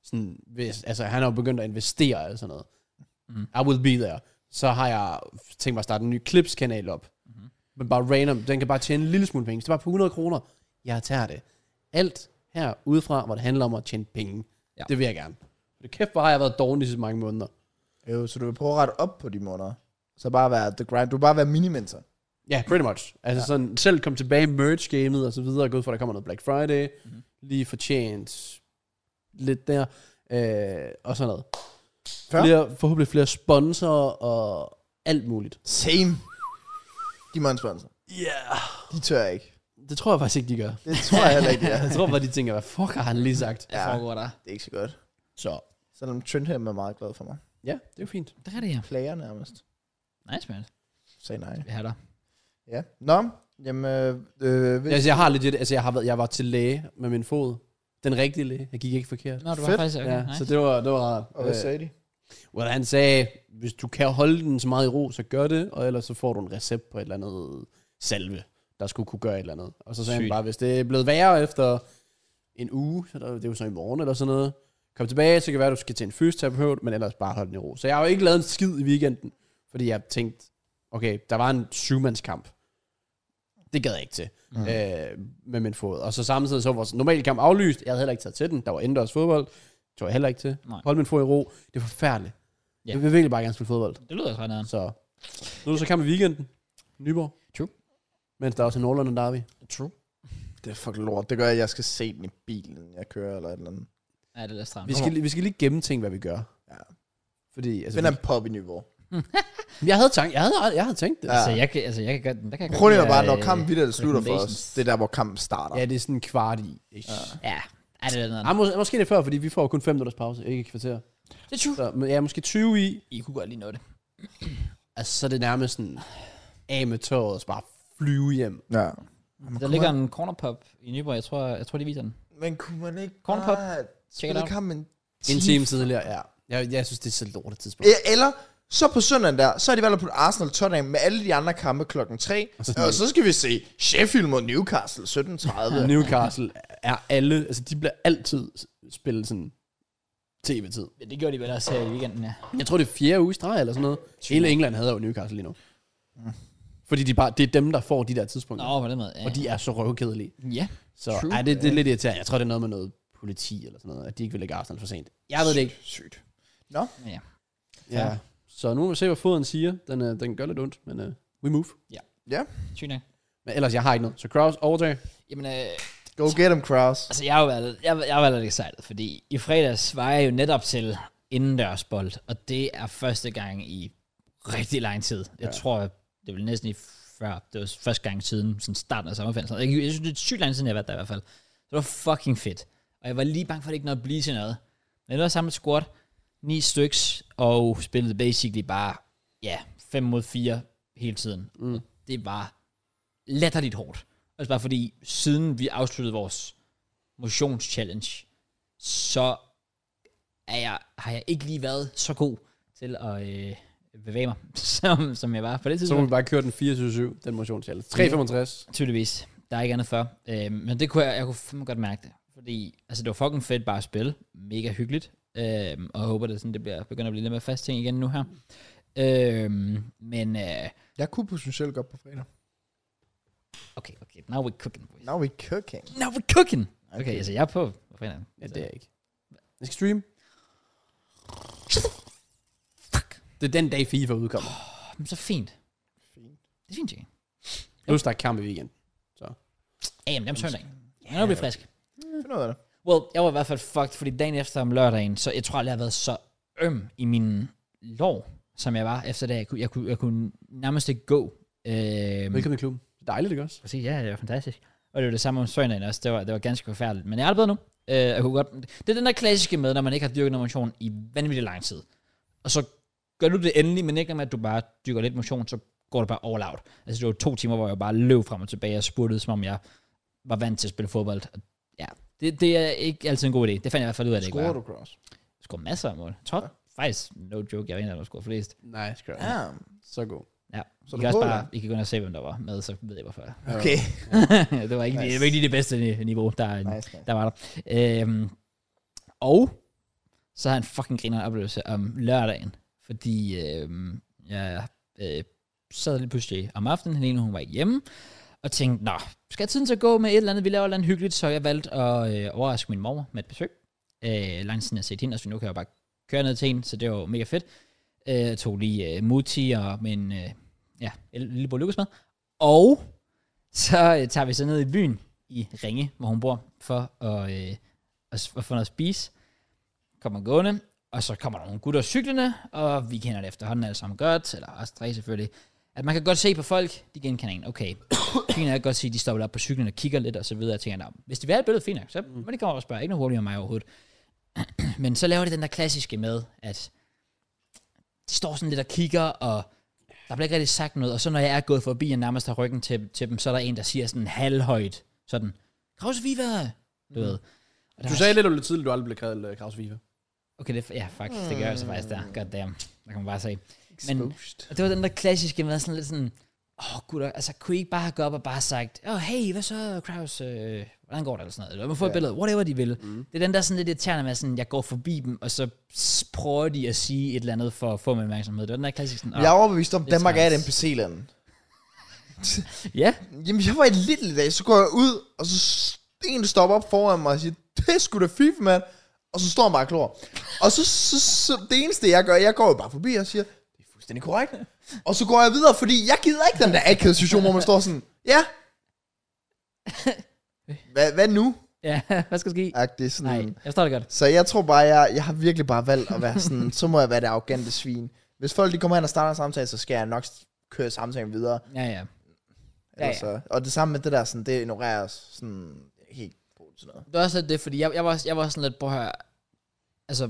C: sådan, hvis, altså han har jo begyndt at investere og sådan noget.
A: Mhm.
C: Mm. I will be there. Så har jeg tænkt mig at starte en ny Clips-kanal op. Mm.
A: Mm-hmm.
C: Men bare random, den kan bare tjene en lille smule penge. Så det er bare på 100 kroner. Jeg tager det. Alt her udefra, hvor det handler om at tjene penge.
A: Ja.
C: Ja. Det vil jeg gerne. For det kæft, hvor har jeg været dårlig i så mange måneder.
B: Jo, så du vil prøve at rette op på de måneder. Så bare være the grind. Du vil bare være minimentor.
C: Ja, yeah, pretty much. Altså ja. sådan, selv kom tilbage i merge-gamet og så videre, gået for, at der kommer noget Black Friday, mm-hmm. lige fortjent lidt der, øh, og sådan noget.
B: Fair.
C: Flere, forhåbentlig flere sponsorer og alt muligt.
B: Same. Giv mig en sponsor.
C: Ja. Yeah.
B: De tør jeg ikke.
C: Det tror jeg faktisk ikke, de gør.
B: Det tror jeg heller ikke, de er.
C: Jeg tror bare, de tænker, hvad fuck har han lige sagt?
A: Hvad
B: Ja.
A: foregår der?
B: Det er ikke så godt.
C: Så,
B: Selvom Trendham er meget glad for mig.
C: ja, det er jo fint.
A: Det er det her.
B: Player nærmest.
A: Nice, man.
B: Sagde nej.
A: Vi har dig.
B: Ja. Nå, jamen... Øh, øh, ved-
C: Altså, jeg har legit, altså, jeg, har været, jeg var til læge med min fod. Den rigtige læge. Jeg gik ikke forkert.
A: Nå, du var
B: Fedt.
A: faktisk... Okay,
C: ja,
A: nice.
C: så det var, det var rart.
B: og hvad
C: Øh,
B: sagde de?
C: Well, han sagde, hvis du kan holde den så meget i ro, så gør det, og ellers så får du en recept på et eller andet salve, der skulle kunne gøre et eller andet. Og så sagde
A: Sygt.
C: Sygt. han bare, hvis det er blevet værre efter en uge, så der, det er jo så i morgen eller sådan noget, kom tilbage, så kan det være, at du skal til en fysioterapeut, men ellers bare hold den i ro. Så jeg har jo ikke lavet en skid i weekenden, fordi jeg tænkte, okay, der var en syvmandskamp. Det gad jeg ikke til mm. øh, med min fod. Og så samtidig så var vores normale kamp aflyst. Jeg havde heller ikke taget til den. Der var indendørs fodbold. Det var jeg heller ikke til.
A: Nej.
C: Hold min fod i ro. Det er forfærdeligt.
A: Ja.
C: Yeah. Jeg vil virkelig bare gerne spille fodbold.
A: Det lyder også ret nederen.
C: Så nu er der så kamp i weekenden. Nyborg.
A: True.
C: Mens der er også en Nordland og Derby.
A: True.
B: Det er fucking lort. Det gør, at jeg skal se den i bilen, jeg kører eller et eller andet.
A: Ja, det er lidt stramt.
C: Vi skal, vi skal lige gennemtænke, hvad vi gør.
B: Ja.
C: Fordi, altså,
B: Den er en pop i niveau.
C: vi, øh, jeg, havde tank, jeg, havde, jeg havde tænkt det.
B: Ja.
C: Ja.
A: Altså, jeg kan, altså, jeg kan gøre den. Der kan jeg
B: Prøv
A: godt
B: lige
A: lide,
B: bare, når
A: øh,
B: kampen videre slutter for os.
A: recommendations.
B: Det er der, hvor kampen starter.
C: ja, det er sådan en kvart i. Ja.
A: Ja, ja det er lidt
C: Ah,
A: nederen.
C: mås- måske det før, fordi vi får kun 5 minutters pause, ikke et kvarter.
A: Det er true.
C: Så, men ja, måske 20 i.
A: I kunne godt lige nå det.
C: Altså, så er det nærmest sådan af med tøjet og så bare flyve hjem.
B: Ja.
A: Der ligger en corner pop i Nyborg. Jeg tror, jeg tror de viser den.
B: Men kunne man ikke
A: Corn pop.
B: spille
A: out.
B: kampen en
C: En
B: time
C: time tidligere, ja. Jeg, jeg synes, det er så lort et tidspunkt.
B: Ja, Eller så på søndagen der, så er de valgt at putte Arsenal Tottenham med alle de andre kampe klokken 3. Og så skal vi se Sheffield mod Newcastle 17.30.
C: Newcastle er alle, altså de bliver altid spillet sådan tv-tid.
A: Ja, det gjorde de vel også her i weekenden, ja.
C: Jeg tror, det er fjerde uge i streg eller sådan noget. Hele England havde jo Newcastle lige nu. Mm. Fordi de bare, det er dem, der får de der tidspunkter.
A: Nå, på den måde. Ja.
C: Og de er så røvkedelige.
A: Ja.
C: Så
A: True.
C: ej, det, det er lidt irriterende. Jeg tror, det er noget med noget politi eller sådan noget, at de ikke vil lægge Arsenal for sent. Jeg ved det ikke.
B: Sygt.
A: ja.
C: Ja. Så nu må vi se, hvad foden siger. Den, øh, den gør lidt ondt, men uh, we move.
A: Sygt nok.
C: Men ellers, jeg har ikke noget. Så Kraus, overtag.
A: Jamen, øh,
B: Go get him, Kraus.
A: Altså, jeg har jo været, jeg, jeg har været lidt excited, fordi i fredags var jeg jo netop til indendørsbold, og det er første gang i rigtig lang tid. Jeg tror, det var næsten i før, det var første gang siden sådan starten af sommerferien. sådan noget. Jeg, jeg synes, det er sygt lang tid, siden jeg har været der i hvert fald. Det var fucking fedt. Og jeg var lige bange for, at det ikke nåede at blive til noget. Men det var samlet squat, ni styks, og spillede basically bare, ja, 5 mod 4 hele tiden. Mm. Det var latterligt hårdt. Altså bare fordi, siden vi afsluttede vores motionschallenge, så er jeg, har jeg ikke lige været så god til at øh, bevæge mig, som, som jeg var på det
C: Så må
A: tidspunkt.
C: vi bare køre den 24-7, den motionshjælp. 3,65.
A: Tydeligvis. Der er ikke andet for. Øh, men det kunne jeg, jeg kunne fandme godt mærke det. Fordi altså, det var fucking fedt bare at spille. Mega hyggeligt. Øh, og jeg håber, det, er sådan, det bliver, begynder at blive lidt mere fast ting igen nu her. Øh, men øh,
B: Jeg kunne potentielt godt på fredag.
A: okay, okay. Now we're cooking. boys.
B: Now we cooking.
A: Now we're cooking. Okay, okay altså jeg er Altså, på. Hvad fanden?
C: Ja, det er jeg ikke. Jeg skal streame.
A: Fuck.
C: Det er den dag FIFA udkommer.
A: Men så fint.
B: Fint.
A: Det er fint, Jake.
C: Nu starter kamp i weekend.
A: Ja, jamen, dem søndag. Ja, nu er vi frisk.
B: Find ud af det.
A: Well, jeg var i hvert fald fucked, fordi dagen efter om lørdagen, så jeg tror aldrig, jeg har været så øm i min lår, som jeg var efter det. Jeg kunne, jeg kunne, jeg kunne nærmest ikke gå. Øhm,
C: Velkommen i klubben. Det er dejligt, ikke også?
A: Præcis, ja, det var fantastisk. Og det var det samme om søndagen også, det var, det var ganske forfærdeligt. Men jeg er det bedre nu. Øh, jeg kunne godt, det er den der klassiske med, når man ikke har dyrket noget motion i vanvittig lang tid. Og så gør du det endelig, men ikke med, at du bare dyrker lidt motion, så går det bare all out. Altså det var to timer, hvor jeg bare løb frem og tilbage og spurtede, som om jeg var vant til at spille fodbold. Og ja, det, det er ikke altid en god idé. Det fandt jeg i hvert fald ud af, det ikke
B: Scorer
A: var.
B: du cross?
A: Scorer masser af mål. Top. Ja. Faktisk, no joke, jeg var en af dem, der scorede flest.
C: Nej, skal
B: Ja.
C: Så god.
A: Ja,
B: Så
A: så
B: du
A: I kan også
B: prøvede
A: bare, I kan gå ind og se, hvem der var med, så ved jeg hvorfor.
B: Okay.
A: det var ikke, nice. det,
B: Nice.
A: var ikke lige det bedste ni- niveau, der,
B: Nice,
A: nice,
B: nice.
A: nice. der var der. Øhm, og så har jeg en fucking griner oplevelse om lørdagen, fordi øhm, jeg øh, sad lige pludselig om aftenen, Helene hun var ikke hjemme, og tænkte, nå, skal tiden så gå med et eller andet, vi laver et eller andet hyggeligt, så jeg valgte at øh, overraske min mor med et besøg. Øh, langt siden jeg har set hende, og så nu kan jeg jo bare køre ned til hende, så det var jo mega fedt. Øh, jeg tog lige øh, Muti og min øh, ja, lillebror Lukas med, og så øh, tager vi så ned i byen i Ringe, hvor hun bor, for at, øh, at, s- at få noget at spise. Kommer gående, og så kommer der nogle gutter cyklerne, og vi kender det efterhånden alle sammen godt, eller også tre selvfølgelig, at man kan godt se på folk, de genkender en. Okay, så kan jeg godt se, at de stopper op på cyklen og kigger lidt og så videre, og tænker, "Nå, hvis det vil have et billede, fint nok, så
C: Mm.
A: må de komme over og spørge. Ikke noget hurtigere om mig overhovedet. Men så laver de den der klassiske med, at de står sådan lidt og kigger, og der bliver ikke rigtig sagt noget, og så når jeg er gået forbi og nærmest har ryggen til, til dem, så er der en, der siger sådan halvhøjt, sådan, Krause Viva, du ved. Og der
C: Mm. Du
A: er-
C: sagde lidt om det tidligt, du aldrig blev kaldt uh, Kraus FIFA.
A: Okay, det, ja, fuck, det gør jeg så faktisk der. God damn. Der kan man bare se. Men
B: Exposed.
A: Hmm. og det var den der klassiske med sådan lidt sådan, åh oh, gutter, altså kunne I ikke bare have gået op og bare sagt, åh oh, hey, hvad så Kraus, øh, hvordan går det eller sådan noget, eller man får et billede, whatever de vil. Mm. Det er den der sådan lidt irriterende med sådan, jeg går forbi dem, og så s- prøver de at sige et eller andet for at få min opmærksomhed. Det var den der klassiske sådan,
B: Jeg er
A: oh,
B: overbevist om, at
A: er
B: Danmark er et
A: træls.
B: NPC-land.
A: ja,
B: Jamen, jeg var i Lidl i dag, så går jeg ud, og så s- en stopper op foran mig og siger, det er sgu da FIFA, mand. Og så står han bare og klor. Og så, så, så, det eneste, jeg gør, jeg går jo bare forbi og siger, det er fuldstændig korrekt. Og så går jeg videre, fordi jeg gider ikke den der akavede situation, hvor man står sådan, ja. Hvad, hvad nu?
A: ja, hvad skal der ske?
B: Ag, det er sådan,
A: Nej, jeg forstår det godt.
B: Så jeg tror bare, jeg, jeg har virkelig bare valgt at være sådan, så må jeg være det arrogante svin. Hvis folk de kommer hen og starter en samtale, så skal jeg nok køre samtalen videre.
A: Ja, ja.
B: Ja,
A: ja.
B: ja. Så. Og det samme med det der, sådan, det ignoreres sådan helt på sådan noget.
A: Det var også lidt det, fordi jeg, jeg, var, jeg var sådan lidt, på her, altså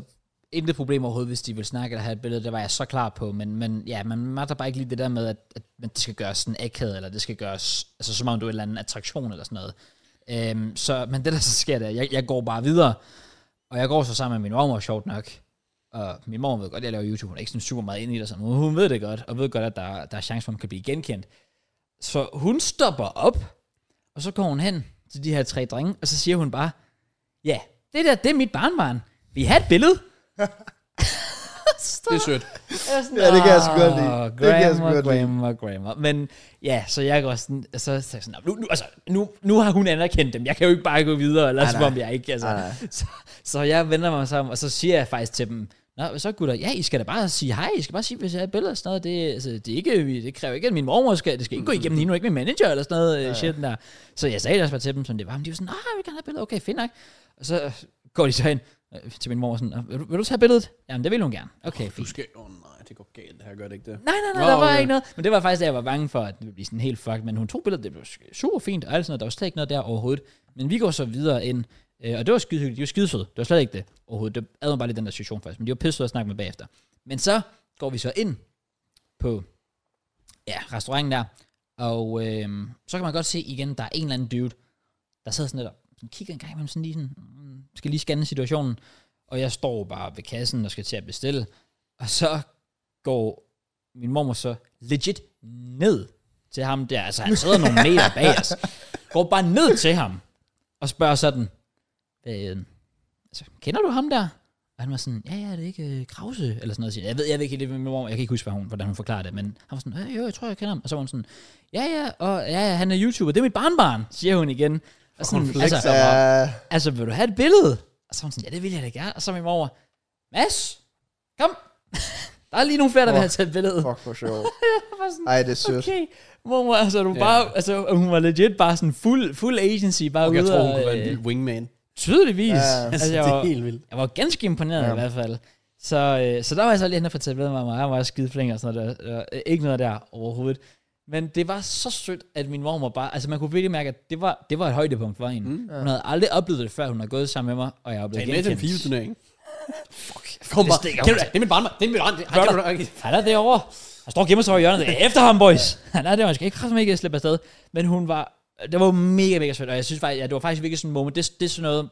A: intet problem overhovedet, hvis de ville snakke eller have et billede, det var jeg så klar på, men, men ja, man magter bare ikke lige det der med, at, at men det skal gøres sådan akavet, eller det skal gøres, altså som om du er en eller anden attraktion eller sådan noget. Øhm, så, men det der så sker, der, jeg, jeg går bare videre, og jeg går så sammen med min mormor, sjovt nok, og min mor ved godt, at jeg laver YouTube, hun er ikke sådan super meget inde i det, og sådan, men hun ved det godt, og ved godt, at der, der er chance for, at man kan blive genkendt. Så hun stopper op, og så går hun hen til de her tre drenge, og så siger hun bare, ja, det der, det er mit barnbarn. Vi har et billede.
C: Det er sødt.
B: Ja, det kan jeg sgu godt lide. Det kan jeg sgu
A: Grammar,
B: godt lide."
A: grammar, grammar. Men ja, så jeg går sådan, så sagde jeg sådan, "Nå, nu, nu, altså, nu, nu har hun anerkendt dem. Jeg kan jo ikke bare gå videre, eller som om jeg ikke, altså.
B: Ej, nej.
A: så, så jeg vender mig sammen, og så siger jeg faktisk til dem, Nå, så gutter, ja, I skal da bare sige hej, I skal bare sige, hvis jeg har et billede og sådan noget, det, altså, det, er ikke, det kræver ikke, at min mormor skal, det skal ikke gå igennem lige nu, ikke min manager eller øh, sådan noget, ja. shit der. Så jeg sagde det også bare til dem, sådan det var, men de var sådan, ah, vi kan have et billede, okay, fint nok. Og så går de så hen øh, til min mor og sådan, "Øh, vil du, vil du tage billedet? Jamen, det vil hun gerne. Okay,
C: Du
A: fint.
C: skal... Åh oh, nej, det går galt det her, gør det ikke det?
A: Nej, nej, nej,
C: Nå,
A: der var
C: okay.
A: ikke noget. Men det var faktisk, at jeg var bange for, at det ville blive sådan helt fucked. Men hun tog billedet, det blev super fint, og alt sådan noget. Der var slet ikke noget der overhovedet. Men vi går så videre ind, øh, og det var skidehyggeligt. De var skidesøde. Det var slet ikke det overhovedet. Det havde mig bare lidt den der situation faktisk. Men de var pisse søde at snakke med bagefter. Men så går vi så ind på ja, restauranten der, og øh, så kan man godt se igen, der er en eller anden dude, der sidder sådan lidt og sådan kigger en gang imellem, sådan lige sådan, mm, skal lige scanne situationen. Og jeg står bare ved kassen og skal til at bestille. Og så går min mormor så legit ned til ham der. Altså, han sidder nogle meter bag os. Går bare ned til ham og spørger sådan, øh, altså, kender du ham der? Og han var sådan, ja, ja, det er ikke øh, Krause, eller sådan noget. siger han. Jeg ved, jeg ved ikke helt, hvad min mor, jeg kan ikke huske, hvad hun, hvordan hun forklarede det, men han var sådan, ja, jo, jeg tror, jeg kender ham. Og så var hun sådan, ja, ja, og ja, ja, han er YouTuber, det er mit barnbarn, siger hun igen. Og sådan, altså,
B: Ja,
A: altså, vil du have et billede? Og så var hun sådan, ja, det vil jeg da gerne. Og så min mor over, Mads, kom. der er lige nogle flere, der vil have taget et billede.
B: fuck for sjov.
A: Jeg var sådan,
B: Ej, det er sødt.
A: okay, mor, altså, du bare, altså, hun var legit bare sådan fuld, fuld agency, bare
C: Okay,
A: okay, ude
C: jeg tror, hun kunne
A: og,
C: være en
A: øh,
C: vild wingman.
A: tydeligvis.
B: Ja,
A: altså, jeg
C: det
A: var,
C: er helt vildt.
A: jeg var ganske imponeret ja.
B: Ja.
A: i hvert fald. Så, øh, så der var jeg så lige henne og fortalte ved mig, at jeg var skideflink og sådan noget. Der, øh, ikke noget der overhovedet. Men det var så sødt, at min mormor bare... Altså, man kunne virkelig mærke, at det var, det var et højdepunkt for hende. Mm, ja. Hun havde aldrig oplevet det før, hun havde gået sammen med mig, og jeg var
C: Det
A: blevet
C: er med til en
A: genkendt.
C: fire turnering. Fuck. Kom bare.
A: stikker
C: Kan du
A: mig
C: det? Det er mit barnbarn. Det er mit barnbarn. Det- Ej,
A: Gør
C: kan
A: der.
C: du- okay.
A: Han er derovre. Han står og gemmer sig over i hjørnet. Det er efter ham, boys. Han er der, man skal ikke kraftedeme ikke slippe afsted. Men hun var... Det var mega, mega sødt, og jeg synes faktisk, ja, det var faktisk virkelig sådan en moment. Det, det er sådan noget,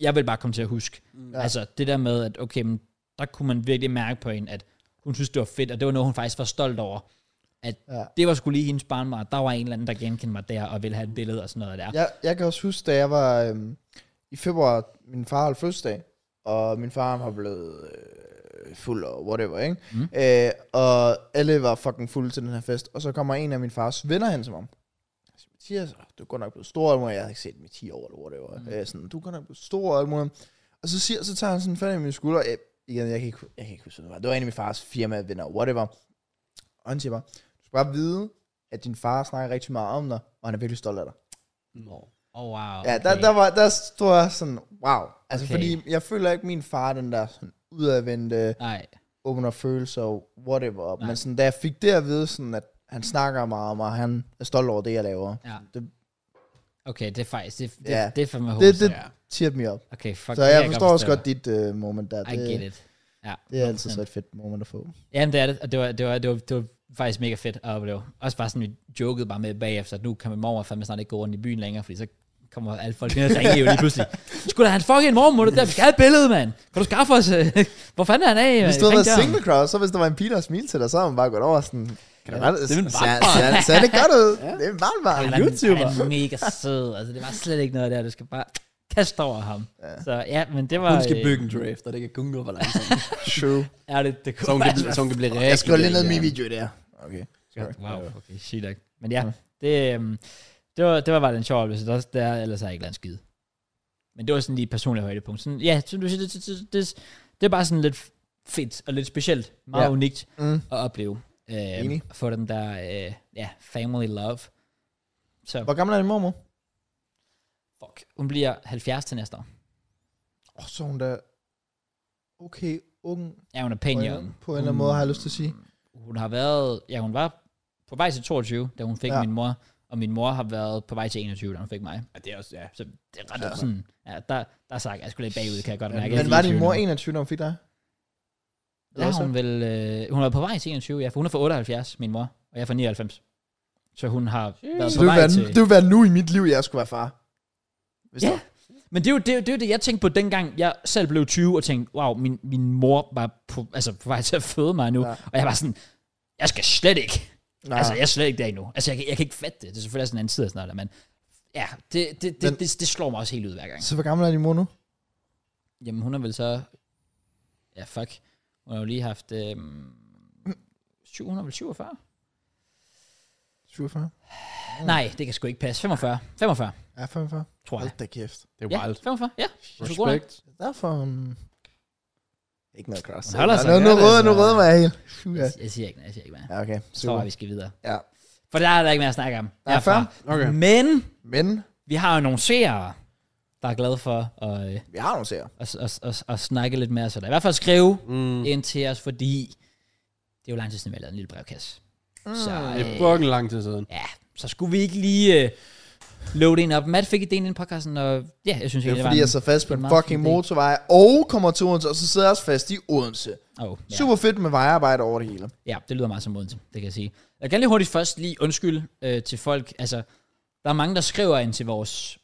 A: jeg vil bare komme til at huske.
B: Mm.
A: Ja. Altså det der med, at okay, men der kunne man virkelig mærke på hende, at hun synes, det var fedt, og det var noget, hun faktisk var stolt over. At ja.
B: Ja.
A: det var skulle lige hendes barnbarn. Der var en eller anden, der genkendte mig der, og ville have et billede og sådan noget der. Ja.
B: Jeg, jeg kan også huske, da jeg var øhm, i februar, min far holdt fødselsdag, og min far var blevet øh, fuld og whatever, ikke? Mm. Øh, og alle var fucking fulde til den her fest, og så kommer en af min fars venner hen til mig. Jeg siger, Mathias, åh, du er godt nok blevet stor, Almor. jeg har ikke set dem i 10 år, eller whatever. Mm. Øh, sådan, du er godt nok blevet stor, Almor. Og så, siger, så tager han sådan fat i min skulder, jeg, igen, jeg kan, ikke, jeg kan ikke huske, hvad det var. Det var en af min fars firma, venner, whatever. Og han siger bare, du skal bare vide, at din far snakker rigtig meget om dig, og han er virkelig stolt af dig.
C: Nå.
A: Oh, wow.
B: Ja, der, der, var, der stod jeg sådan, wow. Altså,
A: Okay.
B: okay. fordi jeg føler ikke, min far er den der sådan, udadvendte,
A: Nej.
B: åbner følelser, whatever. op. Men sådan, da jeg fik det at vide, sådan, at han snakker meget om, og han er stolt over det, jeg laver.
A: Ja.
B: Det,
A: Okay, det er faktisk... Det, det,
B: Ja.
A: det er fandme hårdt.
B: det, det
C: ja.
B: tippede mig op.
A: Okay, fuck.
B: Så
A: det kan
B: jeg forstår også
A: forstå.
B: godt dit uh, moment der.
A: I get
B: Det,
A: it. Ja,
B: det er
A: 100%.
B: altid så et fedt moment at få.
A: Jamen, det er det, og det var, det var, det var, det var faktisk mega fedt at opleve. Også bare sådan, vi jokede bare med bagefter, at nu kan min mormor fandme snart ikke gå rundt i byen længere, fordi så kommer alle folk ned og ringer jo lige pludselig. Skulle da han fucking mormor, det der, vi skal have et billede, mand. Kan du skaffe os, øh, hvor fanden er han af?
B: Hvis
A: mand?
B: du havde
A: Ring
B: været
A: døren."
B: single crowd, så hvis der var en pige, der smilte til dig, så havde man bare gået over sådan... Kan du ja, det,
C: det er min
B: ser, ser, det godt ud. Det er en barnbarn.
A: han er, YouTuber. Han er mega sød, altså det var slet ikke noget der, du skal bare kaste over ham. Ja. Så ja, men det var...
C: Hun skal
A: øh,
C: bygge en draft, og det kan kun gå for langsomt.
B: True.
A: Ærligt, det kunne
C: Så hun kan,
A: faktisk
C: så hun kan blive rigtig
B: Jeg skriver lige ned i
C: irriterende.
B: min video der. Okay. Sorry.
A: Wow, okay, sygt nok. Men ja, det, øhm, det, var, det var bare den sjove oplevelse. Der, der, ellers har jeg ikke lavet en skid. Men det var sådan lige et personligt højdepunkt. Sådan, ja, som du siger, det, det, det, det, det er bare sådan lidt fedt og lidt specielt. Meget ja.
B: Ja.
A: unikt
B: Mm.
A: at opleve. Øh,
B: Enig.
A: at få den der øh, ja, family love. Så
B: Hvor gammel er din mormor?
A: fuck, hun bliver 70 til næste år.
B: Åh, oh, så er hun da... Okay, ung
A: Ja, hun er pæn
B: på,
A: young.
B: en, på en eller anden måde, har jeg lyst til at sige.
A: Hun har været, ja, hun var på vej til 22, da hun fik ja.
B: Ja.
A: min mor. Og min mor har været på vej til 21, da hun fik mig.
C: Ja, det er også, ja.
A: Så det er ret ja. sådan, ja, der, der sagt, jeg skulle lidt bagud, kan jeg godt mærke. Jeg er
B: Men var
A: 24
B: din mor
A: nu.
B: 21, når hun fik dig?
A: Ja,
B: Eller
A: hun,
B: så?
A: vel, øh, hun er på vej til 21, ja, for hun er fra 78, min mor, og jeg er fra 99. Så hun har været
B: Så
A: på
B: det ville,
A: vej
B: være,
A: til...
B: det ville være nu i mit liv, jeg skulle være far. Hvis
A: Ja.
B: der-
A: Men det er, jo, det, er jo, det er jo det, jeg tænkte på dengang, jeg selv blev 20 og tænkte, wow, min, min mor var på, altså, på vej til at føde mig nu. Ja.
B: Ja.
A: Og jeg var sådan, jeg skal slet ikke. Ja.
B: Nej.
A: Altså, jeg er slet ikke der endnu. Altså, jeg, kan- jeg kan ikke fatte det. Det er selvfølgelig også en anden side af sådan noget, der, men ja, det, det, det,
B: Men-
A: det, det, det, slår mig også helt ud hver gang.
B: Så hvor gammel er din mor nu?
A: Jamen, hun har vel så... Ja, fuck. Hun har jo lige haft... Øh, 747?
B: 47?
A: Mm. Nej, det kan sgu ikke passe. 45. 45,
B: Ja, 45.
A: tror jeg.
B: Hold da kæft.
C: Det er
A: Ja,
C: wild.
A: 45, ja.
C: Respekt.
B: Der er for... Um... Ikke noget krass.
A: Hun holder sig
B: nu, nu,
A: godt,
B: rød, nu
A: altså.
B: røder mig helt. Ja.
A: Jeg, jeg siger ikke, nej, jeg siger ikke, hvad.
B: ja, okay.
A: Så tror
B: Super.
A: jeg, vi skal videre.
B: Ja.
A: For der er der ikke mere at snakke om.
B: er
A: herfra.
B: fair.
C: Okay.
A: Men
B: Men
A: vi har jo nogle seere. bare glad for at, øh,
B: Vi har nogle serier.
A: at, at, at, at snakke lidt mere. Så der i hvert fald skrive mm. ind til os, fordi det er jo lang tid siden, vi har lavet en lille brevkasse. Mm. Så,
C: Det er
A: øh,
C: fucking lang tid siden.
A: ja, så skulle vi ikke lige øh, load en op. Matt fik idéen ind i podcasten, og ja, jeg synes
B: Det
A: egentlig,
B: er
A: det
B: fordi, jeg
A: var
B: er så fast på
A: en
B: en
A: meget
B: fucking
A: fin idé.
B: motorvej, og kommer til Odense, og så sidder jeg også fast i Odense.
A: en... oh, ja.
B: Super fedt med vejarbejde over det hele.
A: Ja, det lyder meget som Odense, det kan jeg sige. Jeg kan lige hurtigt først lige undskylde øh, til folk. Altså, der er mange, der skriver ind til vores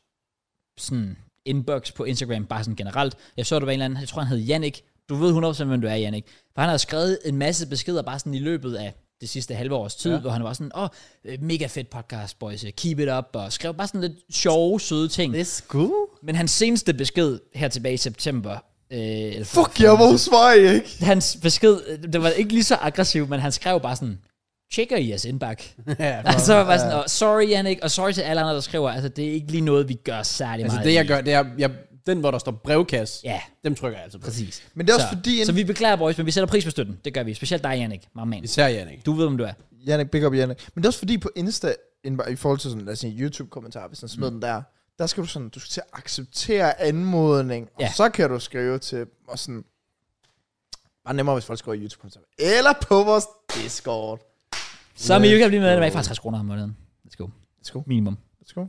A: sådan, inbox på Instagram, bare sådan generelt. Jeg så, der var en eller anden, jeg tror, han hed Jannik. Du ved 100% hvem du er, Jannik. For han har skrevet en masse beskeder bare sådan i løbet af det sidste halve års tid, ja. hvor han var sådan, åh, oh, mega fed podcast, boys, øh, keep it up, og skrev bare sådan lidt sjove, søde ting.
C: This school?
A: Men hans seneste besked her tilbage i september, øh, eller for-
B: Fuck, jeg var hos mig, ikke?
A: hans besked, øh, det var ikke lige så aggressiv, men han skrev bare sådan, tjekker I jeres indbakke?
C: ja,
A: Og så var jeg bare sådan, oh, sorry Jannik, og sorry til alle andre, der skriver, altså det er ikke lige noget, vi gør særlig
C: altså
A: meget
C: det jeg
A: i.
C: gør, det er, jeg, den hvor der står brevkasse,
A: Ja,
C: dem trykker jeg altså på.
A: præcis.
B: Men det er også
A: så,
B: fordi, en-
A: Så vi beklager, boys, men vi sætter pris på støtten. Det gør vi. Specielt dig, Jannik. My man.
C: Især Jannik.
A: Du ved, hvem du er.
B: Jannik, big up Jannik. Men det er også fordi på Insta, indb- i forhold til sådan, lad os sige, YouTube-kommentar, hvis han smed mm. den der, der skal du sådan, du skal til at acceptere anmodning, og
A: Ja.
B: så kan du skrive til, og sådan, bare nemmere, hvis folk skriver i YouTube-kommentarer. Eller på vores Discord.
A: Så men I kan blive med, det var 50 kroner om måneden. Let's go.
B: Let's go.
A: Minimum.
B: Let's go.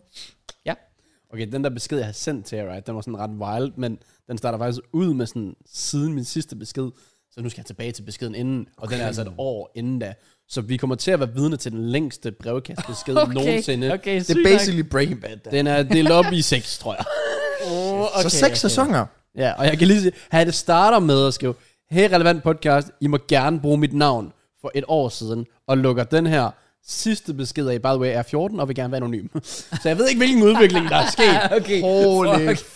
C: Okay, den der besked, jeg har sendt til jer, right, den var sådan ret wild, men den starter faktisk ud med sådan, siden min sidste besked, så nu skal jeg tilbage til beskeden inden, og den er altså et år inden da. Så vi kommer til at være vidne til den længste brevkastbesked okay. nogensinde. Okay.
A: okay
B: Det er basically Breaking Bad. Der.
C: Den er delt op i seks, tror jeg.
A: okay,
B: så seks sæsoner.
C: Ja, og jeg kan lige sige, at det starter med at skrive, hey relevant podcast, I må gerne bruge mit navn for et år siden, og lukker den her sidste besked af, by the way, er 14, og vil gerne være anonym. så jeg ved ikke, hvilken udvikling der er sket.
A: Okay.
B: Holy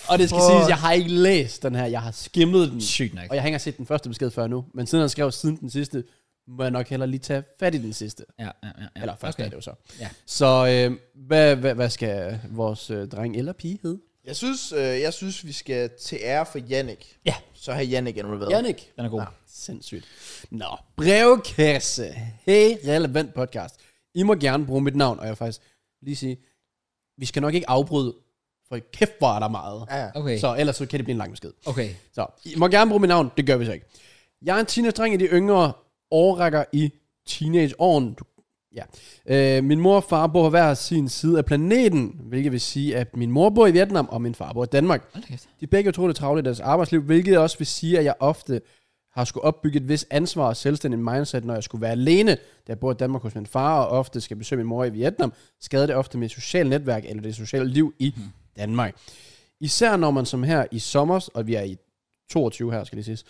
C: Og det skal
B: fuck.
C: siges, jeg har ikke læst den her, jeg har skimmet den.
A: Sygt nok.
C: Og jeg har ikke engang set den første besked før nu, men siden han skrev siden den sidste, må jeg nok hellere lige tage fat i den sidste.
A: Ja, ja, ja, ja.
C: Eller første okay. er
A: okay.
C: det jo så.
A: Ja.
C: Så øh, hvad, hvad, hvad skal vores øh, dreng eller pige hedde?
B: Jeg synes, øh, jeg synes, vi skal til ære for Jannik.
A: Ja.
B: Så har Jannik involveret.
C: Jannik.
A: Den er god.
C: Sindssygt. Nå, brevkasse. Hey, relevant podcast. I må gerne bruge mit navn, og jeg vil faktisk lige sige, vi skal nok ikke afbryde, for kæft hvor er der meget.
B: Ja, ja.
A: Okay.
C: Så ellers så kan det blive en lang besked.
A: Okay.
C: Så, I må gerne bruge mit navn, det gør vi så ikke. Jeg er en teenage-dreng i de yngre årrækker i teenageåren. Du- Ja. Øh, min mor og far bor på hver sin side af planeten, hvilket vil sige, at min mor bor i Vietnam, og min far bor i Danmark.
A: Hold da kæft.
C: De er begge utroligt travle i deres arbejdsliv, hvilket også vil sige, at jeg ofte har skulle opbygge et vis ansvar og selvstændig mindset, når jeg skulle være alene, da jeg bor i Danmark hos min far, og ofte skal besøge min mor i Vietnam, skader det ofte mit sociale netværk eller det sociale liv i Danmark. Især når man som her i sommer, og vi er i 22 her, skal det siges,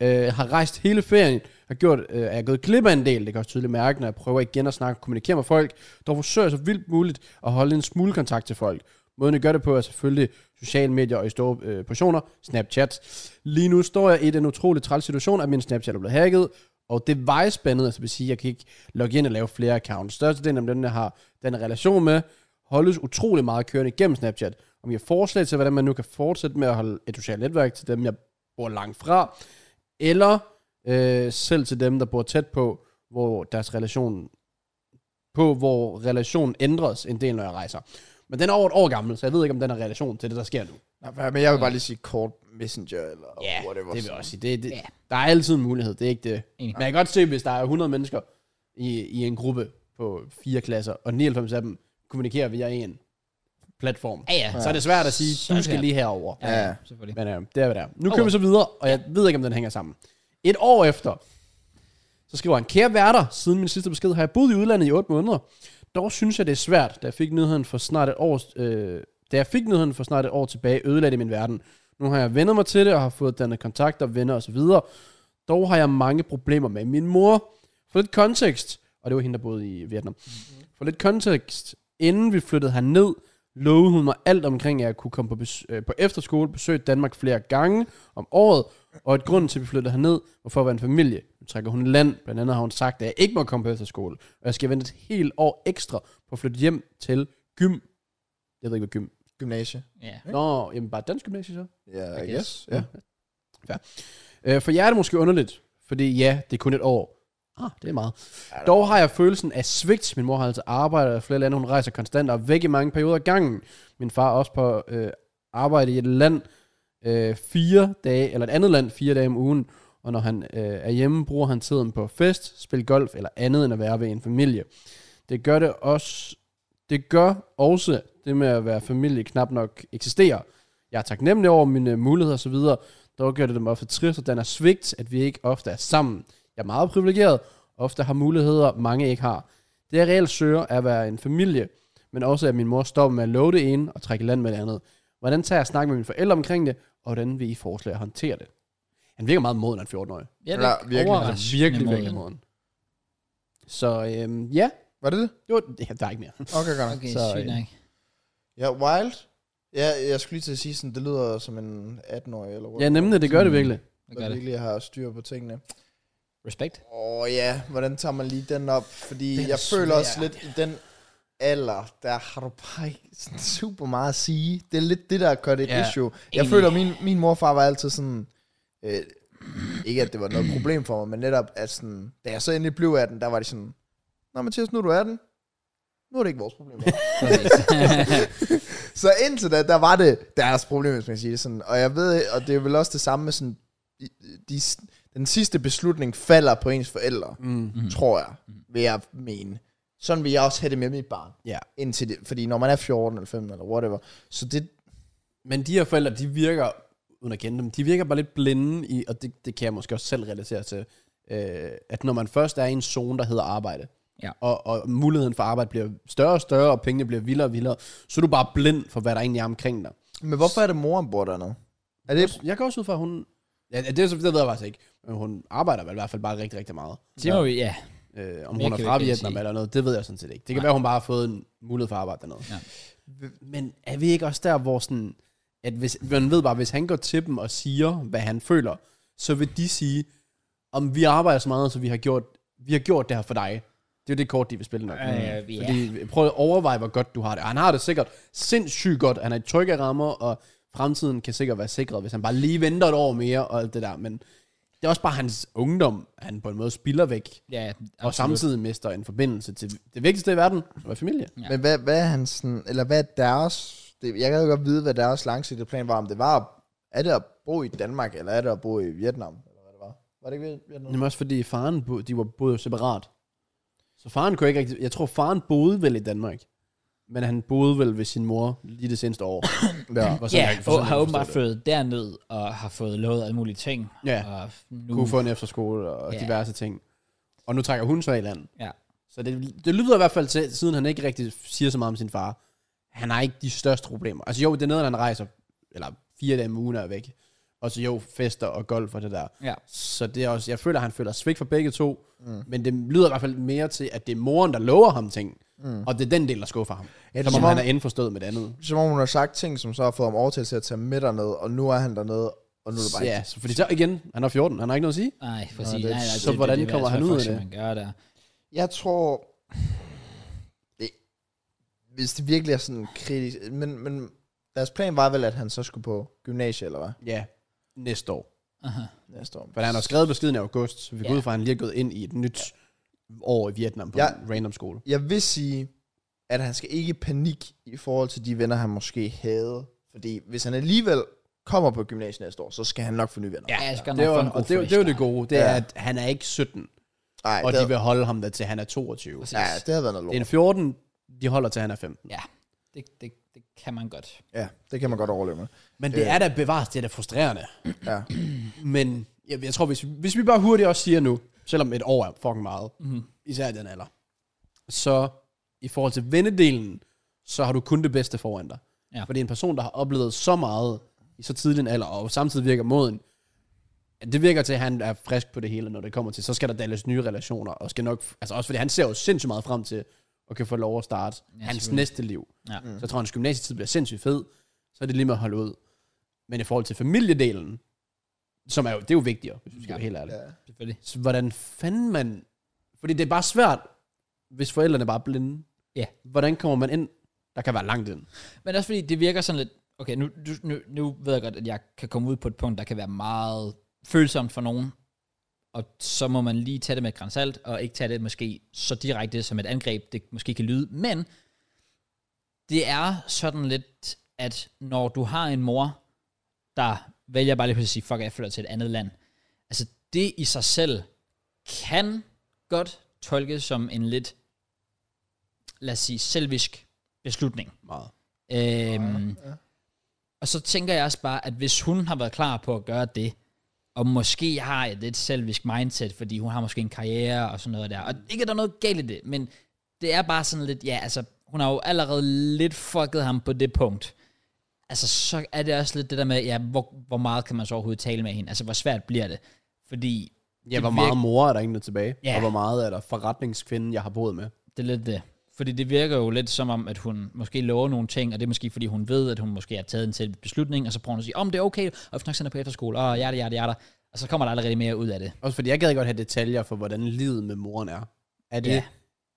C: øh, har rejst hele ferien, har gjort, øh, er jeg gået glip af en del, det kan jeg også tydeligt mærke, når jeg prøver igen at snakke og kommunikere med folk, dog forsøger jeg så vildt muligt at holde en smule kontakt til folk. Måden jeg gør det på er selvfølgelig sociale medier og i store øh, portioner, Snapchat. Lige nu står jeg i den utrolig træls situation, at min Snapchat er blevet hacket, og det vejspandet, altså det vil sige, at jeg kan ikke logge ind og lave flere accounts. Størstedelen af dem, jeg har den her relation med, holdes utrolig meget kørende gennem Snapchat. Om jeg har forslag til, hvordan man nu kan fortsætte med at holde et socialt netværk til dem, jeg bor langt fra, eller øh, selv til dem, der bor tæt på, hvor deres relation på, hvor relationen ændres en del, når jeg rejser. Men den er over et år gammel, så jeg ved ikke, om den har relation til det, der sker nu.
B: Nå, men jeg vil bare lige sige kort messenger, eller
A: Ja,
B: whatever.
C: Det vil jeg også sige. Det, det,
A: Ja.
C: Der er altid en mulighed, det er ikke det.
A: Enig.
C: Men jeg kan godt se, hvis der er 100 mennesker i, i en gruppe på fire klasser, og 99 af dem kommunikerer via en platform,
A: Ja, ja.
C: så er det svært at sige,
A: Så er
C: du
A: det
C: skal
A: her.
C: lige herover.
A: Ja, ja,
B: Ja.
A: selvfølgelig.
C: Men øh, det er, hvad det er. Nu
A: Okay.
C: kører vi så videre, og jeg ved ikke, om den hænger sammen. Et år efter, så skriver han, kære værter, siden min sidste besked har jeg boet i udlandet i 8 måneder. Dog synes jeg, det er svært, da jeg fik nyheden for snart et år, øh, da jeg fik nyheden for snart et år tilbage, ødelagde det min verden. Nu har jeg vendt mig til det, og har fået dannet kontakter, venner osv. Dog har jeg mange problemer med min mor. For lidt kontekst, og det var hende, der boede i Vietnam. For lidt kontekst, inden vi flyttede herned, lovede hun mig alt omkring, at jeg kunne komme på, bes- øh, på efterskole, besøge Danmark flere gange om året, og et grund til, at vi flyttede herned, var for at være en familie. Nu trækker hun i land, blandt andet har hun sagt, at jeg ikke må komme på efterskole, og jeg skal vente et helt år ekstra på at flytte hjem til gym. Jeg ved ikke, hvad gym.
B: Gymnasie.
A: Ja.
C: Nå, jamen bare dansk gymnasie så.
B: Ja,
C: I
B: yeah, I
C: guess.
B: guess. Ja.
C: Øh, for jer er det måske underligt, fordi ja, det er kun et år. Ah, det er meget.
B: Ja,
C: Dog har jeg følelsen af svigt. Min mor har altså arbejdet i flere lande, hun rejser konstant og er væk i mange perioder af gangen. Min far er også på øh, arbejde i et land øh, fire dage, eller et andet land fire dage om ugen, og når han øh, er hjemme, bruger han tiden på fest, spille golf eller andet end at være ved en familie. Det gør det også, det gør også det med at være familie knap nok eksisterer. Jeg er taknemmelig over mine øh, muligheder osv., dog gør det dem ofte trist, og den er svigt, at vi ikke ofte er sammen. Jeg er meget privilegeret, ofte har muligheder, mange ikke har. Det jeg reelt søger er at være en familie, men også at min mor stopper med at love det ene og trække i land med det andet. Hvordan tager jeg snak med mine forældre omkring det, og hvordan vil I forslag at håndtere det? Han virker meget moden, han 14-årig.
A: Ja,
B: Ja, virkelig.
C: Altså virkelig,
A: moden.
C: virkelig moden. Så øhm, ja,
B: Var det det?
C: det var, ja, der er ikke mere.
B: Okay, godt. Okay.
A: Okay,
C: Så,
A: sygt
C: øh,
A: nok.
B: Ja, Wild. Ja, jeg skulle lige til at sige sådan, det lyder som en 18-årig eller
C: Ja, nemlig, det gør det virkelig.
A: Det gør
B: Der
A: det.
B: virkelig har styr på tingene.
A: Respekt.
B: Åh oh, ja, hvordan tager man lige den op? Fordi
A: Den er
B: jeg føler
A: svær.
B: også lidt, i den alder, der har du bare ikke sådan super meget at sige. Det er lidt det, der gør det et
A: Ja,
B: issue. Jeg
A: enig.
B: føler, min, min morfar var altid sådan... Øh, ikke, at det var noget problem for mig, men netop, at sådan, da jeg så endelig blev 18, der var det sådan... Nå, Mathias, nu er du 18. Nu er det ikke vores problem. Så indtil da, der var det deres problem, hvis man siger det sådan. Og jeg ved, og det er vel også det samme med sådan, de, de, den sidste beslutning falder på ens forældre, mm. tror jeg, vil jeg mene. Sådan vil jeg også have det med mit barn.
C: Ja.
B: Indtil det, fordi når man er 14 eller 15 eller whatever, så det,
C: Men de her forældre, de virker, uden at kende dem, de virker bare lidt blinde i, og det, det kan jeg måske også selv relatere til, øh, at når man først er i en zone, der hedder arbejde,
A: Ja.
C: og, og muligheden for arbejde bliver større og større, og pengene bliver vildere og vildere, så er du bare blind for, hvad der egentlig er omkring dig.
B: men hvorfor er det mor ombord dernede? Er det,
C: Jeg går også ud fra, at hun... Ja, det, det ved jeg faktisk ikke. Men hun arbejder vel i hvert fald bare rigtig, rigtig meget.
A: Det må vi, ja.
C: Øh, om hun er
A: kan vi
C: fra
A: ikke
C: Vietnam
A: sige.
C: eller noget, det ved jeg sådan set ikke. Det kan være, hun bare har fået en mulighed for at arbejde dernede.
A: Ja.
C: Men er vi ikke også der, hvor sådan, at hvis, man ved bare, hvis han går til dem og siger, hvad han føler, så vil de sige, om vi arbejder så meget, så vi har gjort, vi har gjort det her for dig. Det er jo det kort, de vil spille nok.
A: Øh, ja.
C: Fordi, prøv at overveje, hvor godt du har det. Og han har det sikkert sindssygt godt. Han er i trygge rammer, og fremtiden kan sikkert være sikret, hvis han bare lige venter et år mere og alt det der. Men det er også bare hans ungdom, han på en måde spiller væk.
A: Ja,
C: Og samtidig mister en forbindelse til det vigtigste i verden, som er familie.
A: Ja.
B: men hvad, hvad er han sådan, eller hvad er deres, det, jeg kan jo godt vide, hvad deres langsigtede plan var, om det var, at- er det at bo i Danmark, eller er det at bo i Vietnam, eller hvad det var? Var det ikke Vietnam?
C: Jamen også fordi faren, bo, de var boede separat. Så faren kunne ikke rigtig... Jeg tror, faren boede vel i Danmark. Men han boede vel ved sin mor lige det seneste år.
B: Ja.
C: Var
A: Ja,
C: jeg- sådan
A: og
C: jeg
A: har
C: forstod
A: åbenbart
C: det.
A: flyttet derned, og har fået lovet alle mulige ting.
C: Ja.
A: Og nu,
C: Kunne få en efterskole og
A: Ja.
C: diverse ting. Og nu trækker hun så i land.
A: Ja.
C: Så det, det lyder i hvert fald til, siden han ikke rigtig siger så meget om sin far, han har ikke de største problemer. Altså jo, det er noget, han rejser, eller fire dage om ugen er væk. Og så jo, fester og golf og det der.
A: Ja.
C: Så det er også, jeg føler, at han føler svigt for begge to. Mm. Men det lyder i hvert fald mere til, at det er moren, der lover ham ting. Mm. Og det er den del, der skuffer ham.
B: det er
C: som om
B: som
C: han
B: om-
C: er indforstået med det andet.
B: som om hun har sagt ting, som så har fået ham overtalt til at tage med derned, og nu er han dernede, og nu er det bare
C: Ja, så fordi så igen, han er 14, han har ikke noget at sige.
A: Nej, præcis.
B: det-
A: nej, nej,
C: så hvordan kommer
A: altså,
C: han
A: hvad
C: ud
A: fuck
C: af
A: skal
C: det?
A: Man gør der.
B: Jeg tror... Det, hvis det virkelig er sådan kritisk... Men, men deres plan var vel, at han så skulle på gymnasiet, eller hvad?
C: Ja, næste år.
A: Aha.
B: Næste år.
C: For han har skrevet beskeden i august, så vi går
A: Ja.
C: ud fra, at han lige er gået ind i et nyt år i Vietnam på
B: Ja.
C: en random skole.
B: Jeg vil sige, at han skal ikke i panik i forhold til de venner, han måske havde. Fordi hvis han alligevel kommer på gymnasiet næste år, så skal han nok få nye venner.
A: Ja, jeg skal
C: Det er
A: nok
C: jo,
A: få en god
C: og det, er jo- det er jo det gode, det er,
B: Ja.
C: at han er ikke 17,
B: Nej,
C: og
B: det,
C: de vil holde ham der til, han er 22.
A: Præcis.
B: ja, det har været noget
C: Det er en
B: lort.
C: 14, de holder til, han er 15.
A: Ja, det, det, det kan man godt.
B: Ja, det kan man godt overleve med.
C: Men det er da bevares, det er da frustrerende.
B: Ja.
C: Men jeg, jeg tror, hvis, hvis vi bare hurtigt også siger nu, selvom et år er fucking meget,
A: Mhm.
C: mm. især i den alder, så i forhold til vennedelen, så har du kun det bedste foran dig.
A: Ja.
C: Fordi en person, der har oplevet så meget i så tidlig en alder, og samtidig virker moden, at det virker til, at han er frisk på det hele, når det kommer til, så skal der dannes nye relationer, og skal nok, altså også fordi han ser jo sindssygt meget frem til, at kan få lov at starte ja, hans næste liv.
A: Ja.
C: Så jeg tror, at hans gymnasietid bliver sindssygt fed, så er det lige med at holde ud. Men i forhold til familiedelen, som er jo, det er jo vigtigere, hvis vi skal
A: Ja.
C: være helt ærlige.
B: Ja.
A: Selvfølgelig.
C: Så hvordan fanden man... Fordi det er bare svært, hvis forældrene bare er blinde.
A: Ja.
C: Hvordan kommer man ind? Der kan være langt ind.
A: Men også fordi, det virker sådan lidt... Okay, nu, du, nu, nu ved jeg godt, at jeg kan komme ud på et punkt, der kan være meget følsomt for nogen. Og så må man lige tage det med et gran salt, og ikke tage det måske så direkte som et angreb, det måske kan lyde. Men det er sådan lidt, at når du har en mor, der vælger bare lige pludselig at sige, fuck, jeg flytter til et andet land. Altså det i sig selv kan godt tolkes som en lidt, lad os sige, selvisk beslutning.
C: Meget.
A: Øhm, ja. Og så tænker jeg også bare, at hvis hun har været klar på at gøre det, og måske har et lidt selvisk mindset, fordi hun har måske en karriere og sådan noget der. Og ikke, at der er noget galt i det, men det er bare sådan lidt, ja, altså, hun har jo allerede lidt fucket ham på det punkt. Altså, så er det også lidt det der med, ja, hvor, hvor meget kan man så overhovedet tale med hende? Altså, hvor svært bliver det? Fordi
C: Ja, hvor
A: virker-
C: meget mor er der egentlig tilbage?
A: Ja.
C: Og hvor meget er der forretningskvinden, jeg har boet med?
A: Det er lidt det. Fordi det virker jo lidt som om, at hun måske lover nogle ting, og det er måske fordi hun ved, at hun måske har taget en selv beslutning, og så prøver hun at sige, om det er okay, og snakker sender på efterskole, og jada, jada, jada. Og så kommer der allerede mere ud af det.
C: Også fordi jeg gad godt have detaljer for, hvordan livet med moren er. Er det,
A: Ja.
C: ja.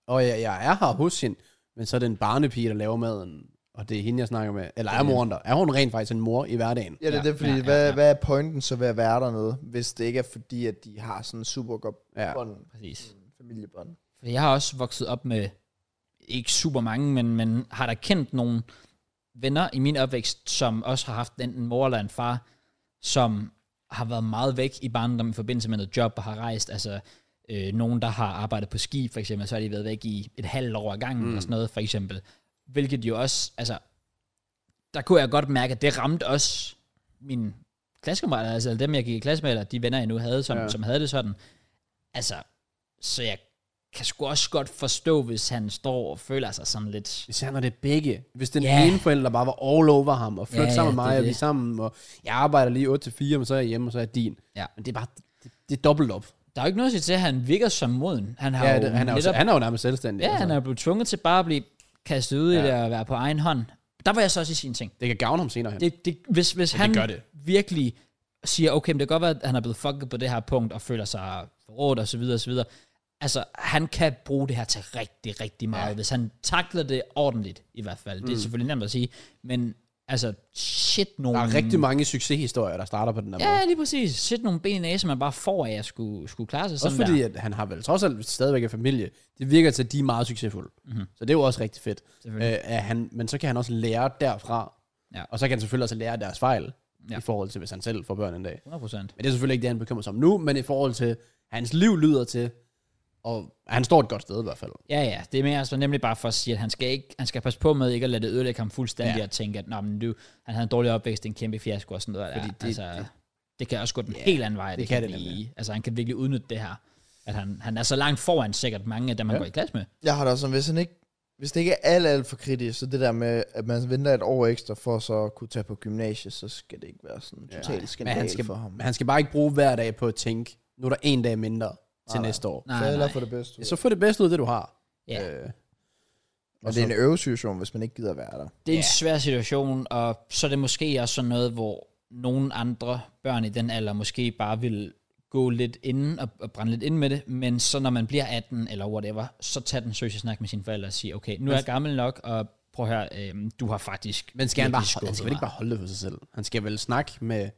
C: og jeg, jeg er her hos hende, men så er det en barnepige, der laver maden, og det er hende, jeg snakker med. Eller er moren der? Er hun rent faktisk en mor i hverdagen?
B: Ja, det er
A: Ja,
B: det, fordi
A: ja,
B: ja,
A: ja,
B: ja, hvad,
A: ja.
B: hvad er pointen så ved at være dernede, hvis det ikke er fordi, at de har sådan en super godt
C: Ja.
B: ja. bånd,
A: Præcis.
B: familiebånd.
A: Fordi jeg har også vokset op med, ikke super mange, men, men har da kendt nogle venner i min opvækst, som også har haft enten en mor eller en far, som har været meget væk i barndommen i forbindelse med noget job og har rejst. Altså øh, nogen, der har arbejdet på ski, for eksempel, så har de været væk i et halvt år ad gangen mm. og sådan noget, for eksempel. Hvilket jo også, altså, der kunne jeg godt mærke, at det ramte også mine klassekammerater, altså eller dem, jeg gik i klasse med, eller de venner, jeg nu havde, som, ja.
C: Ja.
A: som havde det sådan. Altså, så jeg kan sgu også godt forstå, hvis han står og føler sig sådan lidt...
C: Især når det er begge. Hvis den
A: Ja.
C: yeah. ene forælder bare var all over ham, og flytte
A: Ja,
C: yeah, sammen
A: ja,
C: med
A: det er
C: mig, og
A: det.
C: vi er sammen, og jeg arbejder lige 8-4, men så er jeg hjemme, og så er jeg din.
A: Ja.
C: Men det er bare, det, det er dobbelt op.
A: Der er jo ikke noget at sige til, at han virker som moden. Han har
C: Ja,
A: jo
C: det, han, er jo,
A: netop,
C: han er jo nærmest selvstændig. altså.
A: ja, han er blevet tvunget til bare at blive kastet ud ja. i
C: Ja.
A: det og være på egen hånd. Der var jeg så også i sin ting.
C: Det kan gavne ham senere hen.
A: Det,
C: Det,
A: det, hvis hvis han
C: gør det.
A: virkelig siger, okay, men det kan godt være, at han er blevet fucket på det her punkt, og føler sig forrådt og så videre og så videre. Altså, han kan bruge det her til rigtig, rigtig meget, ja. hvis han takler det ordentligt, i hvert fald. Mm. Det er selvfølgelig nemt at sige, men altså, shit nogle...
C: der er rigtig mange succeshistorier, der starter på den der måde.
A: Ja, lige præcis. Shit nogle ben i næsen, man bare får af at skulle, skulle klare sig sådan
C: Også fordi,
A: der.
C: at han har vel trods alt stadigvæk en familie. Det virker til, at de er meget succesfulde. Mm-hmm. Så det er jo også rigtig fedt. Øh,
A: Mhm. Selvfølgelig.
C: at han, men så kan han også lære derfra.
A: Ja.
C: Og så kan han selvfølgelig også lære af deres fejl,
A: Ja.
C: ja. i forhold til, hvis han selv får børn en dag.
A: 100 procent.
C: Men det er selvfølgelig ikke det, han bekymrer sig om nu, men i forhold til, hans liv lyder til, og han står et godt sted i hvert fald.
A: Ja, ja. Det er mere altså nemlig bare for at sige, at han skal, ikke, han skal passe på med ikke at lade det ødelægge ham fuldstændig ja.
C: Ja.
A: og tænke, at Nå, men du, han havde en dårlig opvækst, det er en kæmpe fiasko og sådan noget. Fordi
C: Fordi
A: det,
C: det-
A: altså, det,
C: det-
A: det kan også gå den helt anden vej.
C: det kan det
A: blive.
C: nemlig.
A: Altså, han kan virkelig udnytte det her. At han, han er så langt foran sikkert mange af dem, han ja.
C: Ja.
A: går i klasse med.
B: Jeg har da også sådan, hvis, han ikke, hvis det ikke er alt, alt for kritisk, så det der med, at man venter et år ekstra for så at kunne tage på gymnasiet, så skal det ikke være sådan
C: Ja.
B: totalt
C: Men
B: skandal
C: han skal,
B: for ham.
C: han skal bare ikke bruge hver dag på at tænke, nu er der en dag mindre til
B: Nej, nej.
C: næste år.
A: Nej,
B: så
A: nej.
B: for det bedste.
C: Ja, så få det bedste ud af det, du har.
A: Ja.
C: Øh,
B: og det er en øvesituation, hvis man ikke gider være der.
A: Det er en
C: Ja.
A: svær situation, og så er det måske også sådan noget, hvor nogle andre børn i den alder måske bare vil gå lidt inden og, og brænde lidt ind med det, men så når man bliver 18 eller whatever, så tag den seriøse snak med sine forældre og sige, okay, nu er jeg gammel nok, og prøv her, øh, du har faktisk
C: men skal han,
A: virkelig
C: bare, han
A: skuffet
C: skal vel ikke
A: mig."
C: bare holde det for sig selv? Han skal vel snakke med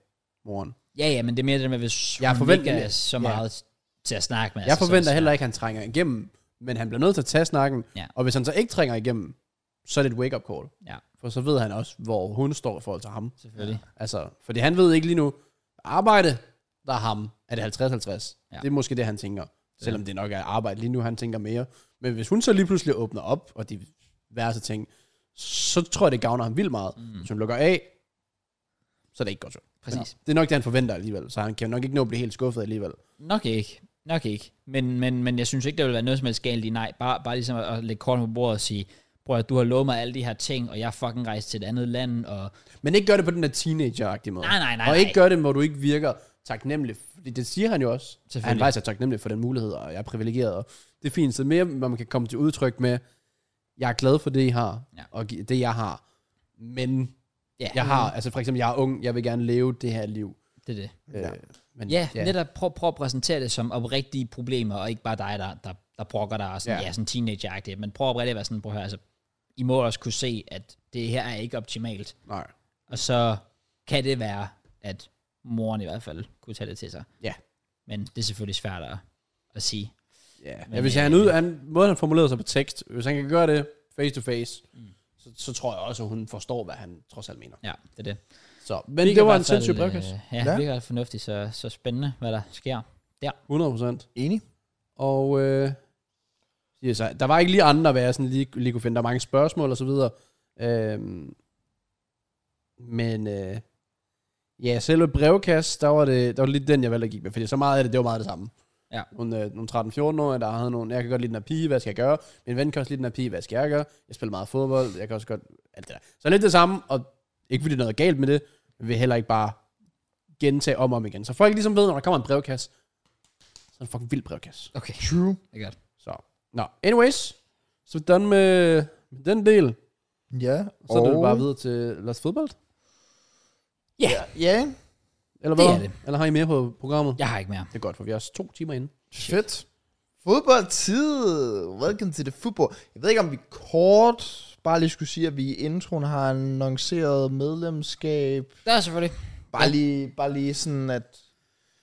C: moren?
A: Ja, ja, men det er mere det med, hvis
C: Jeg
A: jeg hun
C: forventer-
A: ikke er så
C: ja.
A: meget til at snakke med.
C: Jeg
A: altså, så er det
C: forventer
A: svært.
C: heller ikke, at han trænger igennem, men han bliver nødt til at tage snakken,
A: Ja.
C: og hvis han så ikke trænger igennem, så er det et wake-up call.
A: Ja.
C: For så ved han også, hvor hun står i forhold til ham.
A: Selvfølgelig.
C: Altså, fordi han ved ikke lige nu, arbejde, der er ham, er det 50-50.
A: Ja.
C: Ja. Det er måske det, han tænker. Selvom det nok er arbejde lige nu, han tænker mere. Men hvis hun så lige pludselig åbner op, og de værste ting, så tror jeg, det gavner ham vildt meget. Mm. Hvis hun lukker af, så er det ikke godt. jo.
A: Præcis.
C: Det er nok det, han forventer alligevel, så han kan nok ikke nå at blive helt skuffet alligevel.
A: Nok ikke. Nok ikke. Men, men, men jeg synes ikke, der vil være noget som helst galt i nej. Bare, bare ligesom at, at lægge korten på bordet og sige, bror, du har lovet mig alle de her ting, og jeg er fucking rejst til et andet land, og
C: Men ikke gør det på den der teenager-agtige måde.
A: Nej, nej, nej,
C: Og ikke
A: nej.
C: gør det, hvor du ikke virker taknemmelig. Fordi det siger han jo også. At han
A: Selvfølgelig.
C: faktisk er taknemmelig for den mulighed, og jeg er privilegeret. Og det er fint. Så mere, hvor man kan komme til udtryk med, jeg er glad for det, I har,
A: Ja.
C: ja. og gi- det, jeg har. Men
A: ja,
C: jeg har, altså for eksempel, jeg er ung, jeg vil gerne leve det her liv.
A: det er det.
C: Ja, øh, men,
A: Ja, yeah. netop prøv, prøv at præsentere det som oprigtige problemer, og ikke bare dig, der, der, der brokker dig og sådan, yeah.
C: Ja.
A: ja, sådan teenager men prøv oprigtigt at være sådan, prøv at høre, altså, I må også kunne se, at det her er ikke optimalt,
C: Nej.
A: og så kan det være, at moren i hvert fald kunne tage det til sig.
C: Ja.
A: Men det er selvfølgelig svært at, at sige.
C: Ja,
A: Men,
C: ja hvis
A: øh, Mm.
C: han ud, han, måden han formulerede sig på tekst, hvis han kan gøre det face to face, så, så tror jeg også, at hun forstår, hvad han trods alt mener.
A: Ja, det er det.
C: Så, men det
A: i
C: var
A: hvert
C: en
A: fald,
C: sindssyg
A: øh,
C: brevkasse.
A: Ja,
B: Ja.
A: det virker fornuftigt, så, så spændende, hvad der sker.
C: 100 procent.
B: Enig.
C: Og øh, yes, der var ikke lige andre, hvad jeg sådan lige, lige kunne finde. Der er mange spørgsmål og så videre. Øhm, men øh, ja, selve brevkast, der var det, der var lidt den, jeg valgte at gik med, fordi så meget af det, det var meget det samme.
A: Ja.
C: Nogle, øh, nogle 13-14-årige, der havde nogle, jeg kan godt lide den her pige, hvad skal jeg gøre? Min ven kan også lide den her pige, hvad skal jeg gøre? Jeg spiller meget fodbold, jeg kan også godt, alt det der. Så lidt det samme, og ikke fordi der er noget galt med det, men vi vil heller ikke bare gentage om og om igen. Så folk ligesom ved, når der kommer en brevkasse, så er det en fucking vild brevkasse.
A: Okay,
B: True.
A: det er godt.
C: Så, nå, anyways, så er vi done med, med den del.
B: Ja.
C: Så er det
B: og-
C: bare videre til Lars Fodbold.
B: Ja. Ja.
C: Eller
A: Det
C: hvad?
A: er det.
C: Eller har I mere på programmet?
A: Jeg har ikke mere.
C: Det er godt, for vi er også to timer inde.
B: Fedt. Fodboldtid. Welcome to the football. Jeg ved ikke, om vi kort bare lige skulle sige, at vi i introen har annonceret medlemskab.
A: Der er selvfølgelig.
B: Bare lige, bare lige sådan, at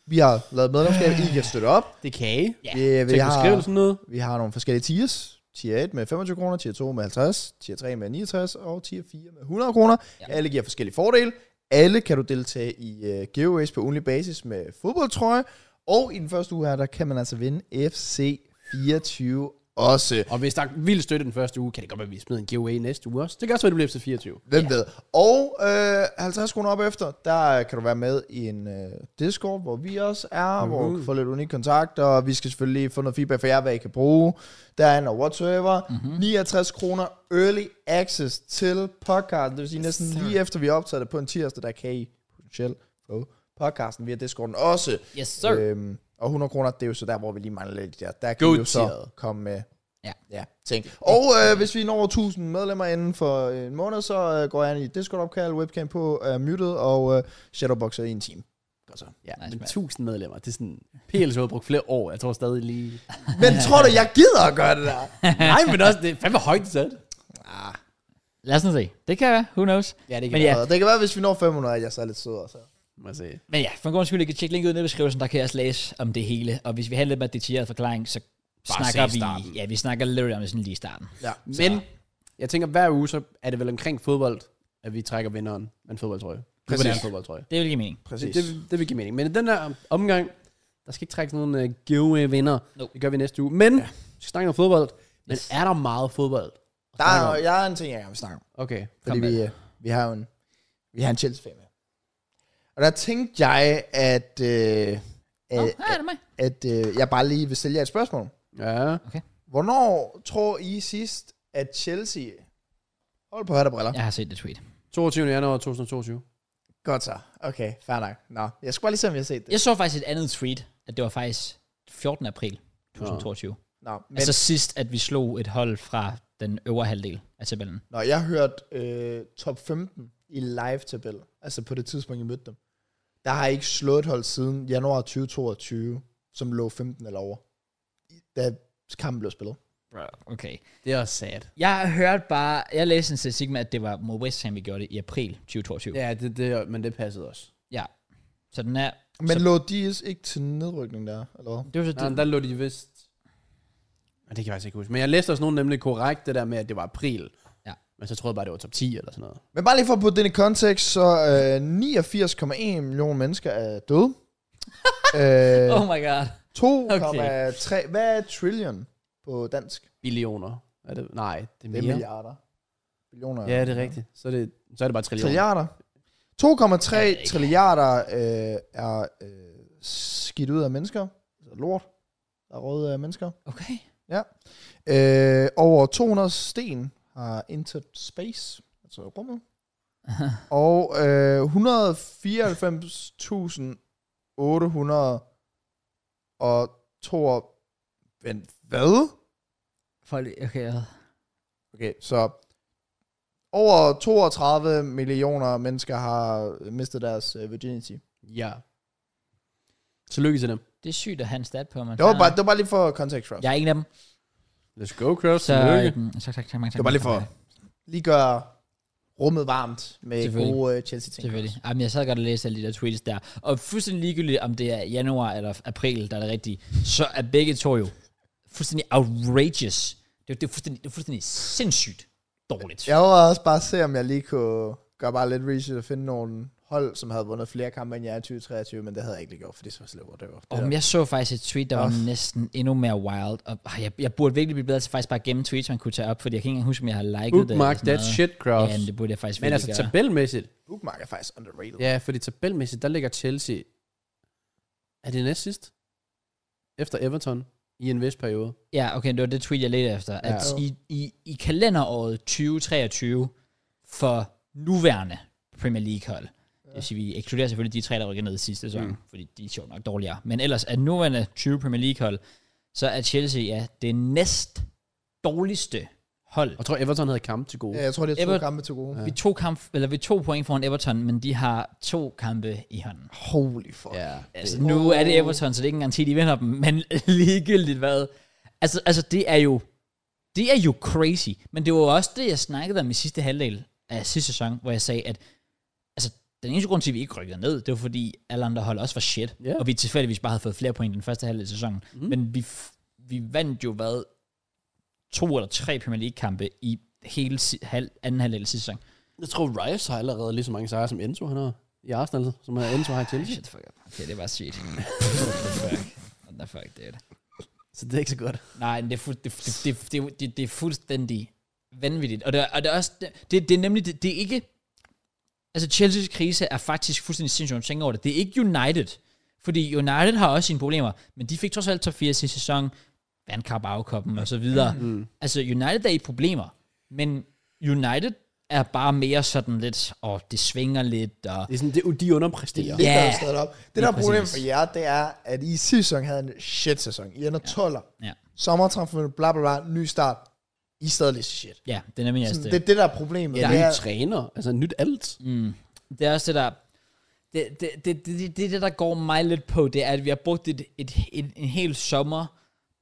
B: vi har lavet medlemskab. I kan støtte op.
C: Det er kage.
A: Ja.
B: Vi, vi,
C: Tænk
B: har,
C: beskrivelsen noget.
B: vi har nogle forskellige tiers. Tier 1 med 25 kroner, tier 2 med 50, tier 3 med 69 og tier 4 med 100 kroner.
A: Ja.
B: Ja. Alle giver forskellige fordele. Alle kan du deltage i uh, giveaways på ugenlig basis med fodboldtrøje. Og i den første uge her, der kan man altså vinde FC 24 også.
C: Og hvis der er vild støtte den første uge, kan det godt være, at vi smider en giveaway næste uge også. Det kan også være, det bliver til 24.
B: Hvem ved? Og øh, 50 kroner op efter, der øh, kan du være med i en øh, Discord, hvor vi også er, hvor du kan få lidt unik kontakt, og vi skal selvfølgelig lige få noget feedback fra jer, hvad I kan bruge derinde og whatsoever. Mm-hmm. 69 kroner early access til podcasten, det vil sige næsten lige efter vi optager det på en tirsdag, der kan I potentielt få podcasten via Discorden også.
A: Yes, sir.
B: Øhm, og 100 kroner, det er jo så der, hvor vi lige mangler lidt der. Der kan
C: Go
B: vi jo så
C: tieret.
B: komme med
A: Ja.
B: ja, ting. Og øh, hvis vi når 1000 medlemmer inden for en måned, så øh, går jeg ind i Discord-opkald, webcam på, er muted og øh, shadowboxer i en time. Godt så.
C: Ja,
A: Nice,
C: nice, men
A: mand.
C: 1000 medlemmer. Det er sådan, PLC har brugt flere år. Jeg tror stadig lige...
B: Men tror du, jeg gider at gøre det der?
C: Nej, men også, det er fandme højt sat.
B: Ah,
A: Lad os nu se. Det kan være. Who knows?
C: Ja, det
A: Men
C: kan være.
A: ja,
B: ja. Det kan være, hvis vi når 500, at jeg så er lidt altså. sødere. Så.
C: Må jeg se.
A: men ja, for en grund skyld, I kan tjekke linket ud i beskrivelsen, der kan jeg også læse om det hele. Og hvis vi har lidt mere detaljeret forklaring, så snakker
C: se
A: vi,
C: starten.
A: ja, vi snakker lidt om det sådan lige i starten.
B: Ja.
C: Men jeg tænker, hver uge, så er det vel omkring fodbold, at vi trækker vinderen af en fodboldtrøje. Du
B: Præcis.
C: vinder en fodboldtrøje.
A: Det vil give mening.
B: Præcis.
C: Det, det, det vil give mening. Men i den her omgang, der skal ikke trækkes nogen uh, giveaway-vinder.
A: Nope.
C: Det gør vi næste uge. Men ja. vi skal snakke om fodbold. Men
A: Yes.
C: er der meget fodbold? at
B: Der
C: snakke
B: er,
C: om?
B: jeg er en ting, jeg gerne vil snakke om.
C: Okay.
B: Fordi
A: Kom med
B: vi, øh, vi har jo en, vi har en Chelsea-fan med. Og der tænkte jeg, at, øh,
A: Nå,
B: at,
A: her Ah, er det mig.
B: at øh, jeg bare lige vil stille jer et spørgsmål.
C: Ja.
B: Hvornår tror I sidst, at Chelsea... Hold på hat og briller. Ja.
A: Jeg har set det tweet.
C: 22. januar 2022.
B: Godt så. Okay, fair nok. Nå, jeg skulle bare lige se, om jeg har set det.
A: Jeg så faktisk et andet tweet, at det var faktisk 14. april 2022.
B: Nå, men,
A: Altså
B: altså,
A: sidst, at vi slog et hold fra den øvre halvdel af tabellen.
B: nå jeg hørte øh, top 15 i live-tabel. Altså på det tidspunkt, jeg mødte dem. Der har jeg ikke slået et hold siden januar 2022, som lå 15 eller over. I- Da kampen blev spillet.
A: Okay.
C: Det er også sad.
A: Jeg hørte bare, jeg læste en statistik med, at det var mod West Ham, vi gjorde det i april 2022.
C: Ja, det, det, men det passede også.
A: ja. Så den er...
B: Men
A: så,
B: lå de ikke til nedrykning der, eller hvad?
A: det var så
C: Nej,
A: det,
C: der lå de vist... Ja, det kan jeg faktisk ikke huske. Men jeg læste også nogen nemlig korrekt, det der med, at det var april.
A: Ja.
C: Men så troede jeg bare, det var top 10 eller sådan noget.
B: Men bare lige for at putte den i kontekst, så øh, 89,1 millioner mennesker er døde. øh,
A: Oh my god.
B: 2,3. Okay. Hvad er trillion på dansk?
C: Billioner. Er det, nej, det
B: Det
C: er mere.
B: er milliarder. Billioner.
C: Ja, det er rigtigt. Så er det, så er det bare trillioner.
B: Trilliarder.
A: Ja, det er
B: 2,3
A: ikke-
B: trilliarder øh, er øh, skidt ud af mennesker. Altså lort. Der er råd af mennesker.
A: Okay.
B: Øh, over 200 sten har entered space. Altså rummet. Og øh, 194.800 og to... Vent, hvad?
A: Folk, okay. ja.
B: Okay, så over 32 millioner mennesker har mistet deres øh, virginity.
C: Ja. Tillykke til dem.
A: Det er sygt at have en stat på, man.
B: Det var bare, det var bare lige for kontekst, Ross.
A: Jeg er en af dem.
C: Let's go, Cross.
A: Så,
C: Tillykke.
A: øhm, tak, tak, tak, tak,
B: Det var bare lige for
A: tak, tak,
B: lige gøre rummet varmt med
A: Selvfølgelig.
B: gode øh, Chelsea-ting.
A: Selvfølgelig. Jamen, jeg sad godt og læste alle de der tweets der. Og fuldstændig ligegyldigt, om det er januar eller april, der er det rigtige, så er begge to jo fuldstændig outrageous. Det er, det er, fuldstændig, det er fuldstændig sindssygt dårligt.
B: Jeg var også bare se, om jeg lige kunne gøre bare lidt research og finde nogle hold, som havde vundet flere kampe end jeg i 2023, men det havde jeg ikke lige gjort, fordi så var sløver det var.
A: Og men jeg så faktisk et tweet, der var
C: Ah.
A: næsten endnu mere wild. Og, ah, jeg, jeg burde virkelig blive bedre til faktisk bare at gemme tweets, man kunne tage op, fordi jeg kan ikke engang huske, om jeg har liket det.
C: Bookmark
A: eller sådan
C: that
A: noget.
C: shit, Kraus.
A: Ja, men det burde jeg faktisk
C: Men
A: virkelig
C: altså
A: gøre.
C: tabelmæssigt,
B: Bookmark er faktisk underrated.
C: ja, fordi tabelmæssigt, der ligger Chelsea. Er det næst sidst? Efter Everton i en vis periode.
A: Ja, okay, det var det tweet, jeg ledte efter. At
B: Ja.
A: i, i, i kalenderåret 2023 for nuværende Premier League-hold, det vil sige, vi ekskluderer selvfølgelig de tre, der rykker ned i sidste sæson, mm. fordi de er sjovt nok dårligere. Men ellers af nuværende 20 Premier League-hold, så er Chelsea ja, det næst dårligste hold.
C: Og jeg tror, Everton havde kamp til gode.
B: Ja, jeg tror, det er to
A: Ever-
B: kampe til gode.
A: Vi tog kamp, eller vi tog point foran Everton, men de har to kampe i hånden.
B: Holy fuck.
C: Ja.
A: Altså, nu er det Everton, så det er ikke engang tit, de vinder dem, men ligegyldigt hvad. Altså, altså, det er jo, det er jo crazy. Men det var jo også det, jeg snakkede om i sidste halvdel af sidste sæson, hvor jeg sagde, at altså, den eneste grund til, at vi ikke rykkede ned, det var fordi alle andre hold også var shit.
C: Ja.
A: Og vi tilfældigvis bare havde fået flere point i den første halvdel af sæsonen. Mm. Men vi, f- vi vandt jo hvad, to eller tre Premier League-kampe i hele si- halv, anden halvdel af sidste sæson.
C: Jeg tror, Rice har allerede lige så mange sejre, som Enzo han har i Arsenal, som har Enzo har i Chelsea.
A: Shit, the fuck up. Okay, det var sygt. What the fuck, dude.
C: Så det er ikke så godt.
A: Nej, men det er, fuld, det, det, det, det, det, det er fuldstændig vanvittigt. Og det, er- og det er også, det, det er nemlig, det, det er ikke, altså Chelsea's krise er faktisk fuldstændig sindssygt, når du tænker over det. Det er ikke United, fordi United har også sine problemer, men de fik trods alt top 4 sidste sæson, vandt Carabao-koppen og så videre. Mm. Altså United er i problemer, men United er bare mere sådan lidt, og det svinger lidt, og
C: Det er sådan, det, de underpræsterer.
A: Ja.
B: Det, der er stadig op. det der er
A: præcis.
B: problemet for jer, det er, at I i sidste sæson havde en shit sæson. I ender 12'er.
A: ja,
B: Sommertransfer, bla bla bla, ny start. I er stadig lidt shit.
A: ja det er nemlig også
B: Sådan, det er det, der er problemet.
C: Ja,
B: det
C: nye
B: er,
C: træner, altså nyt alt.
A: Mm. Det er også det, der... Det, det, det, det, det, det, det, der går mig lidt på, det er, at vi har brugt et, et, et, en hel sommer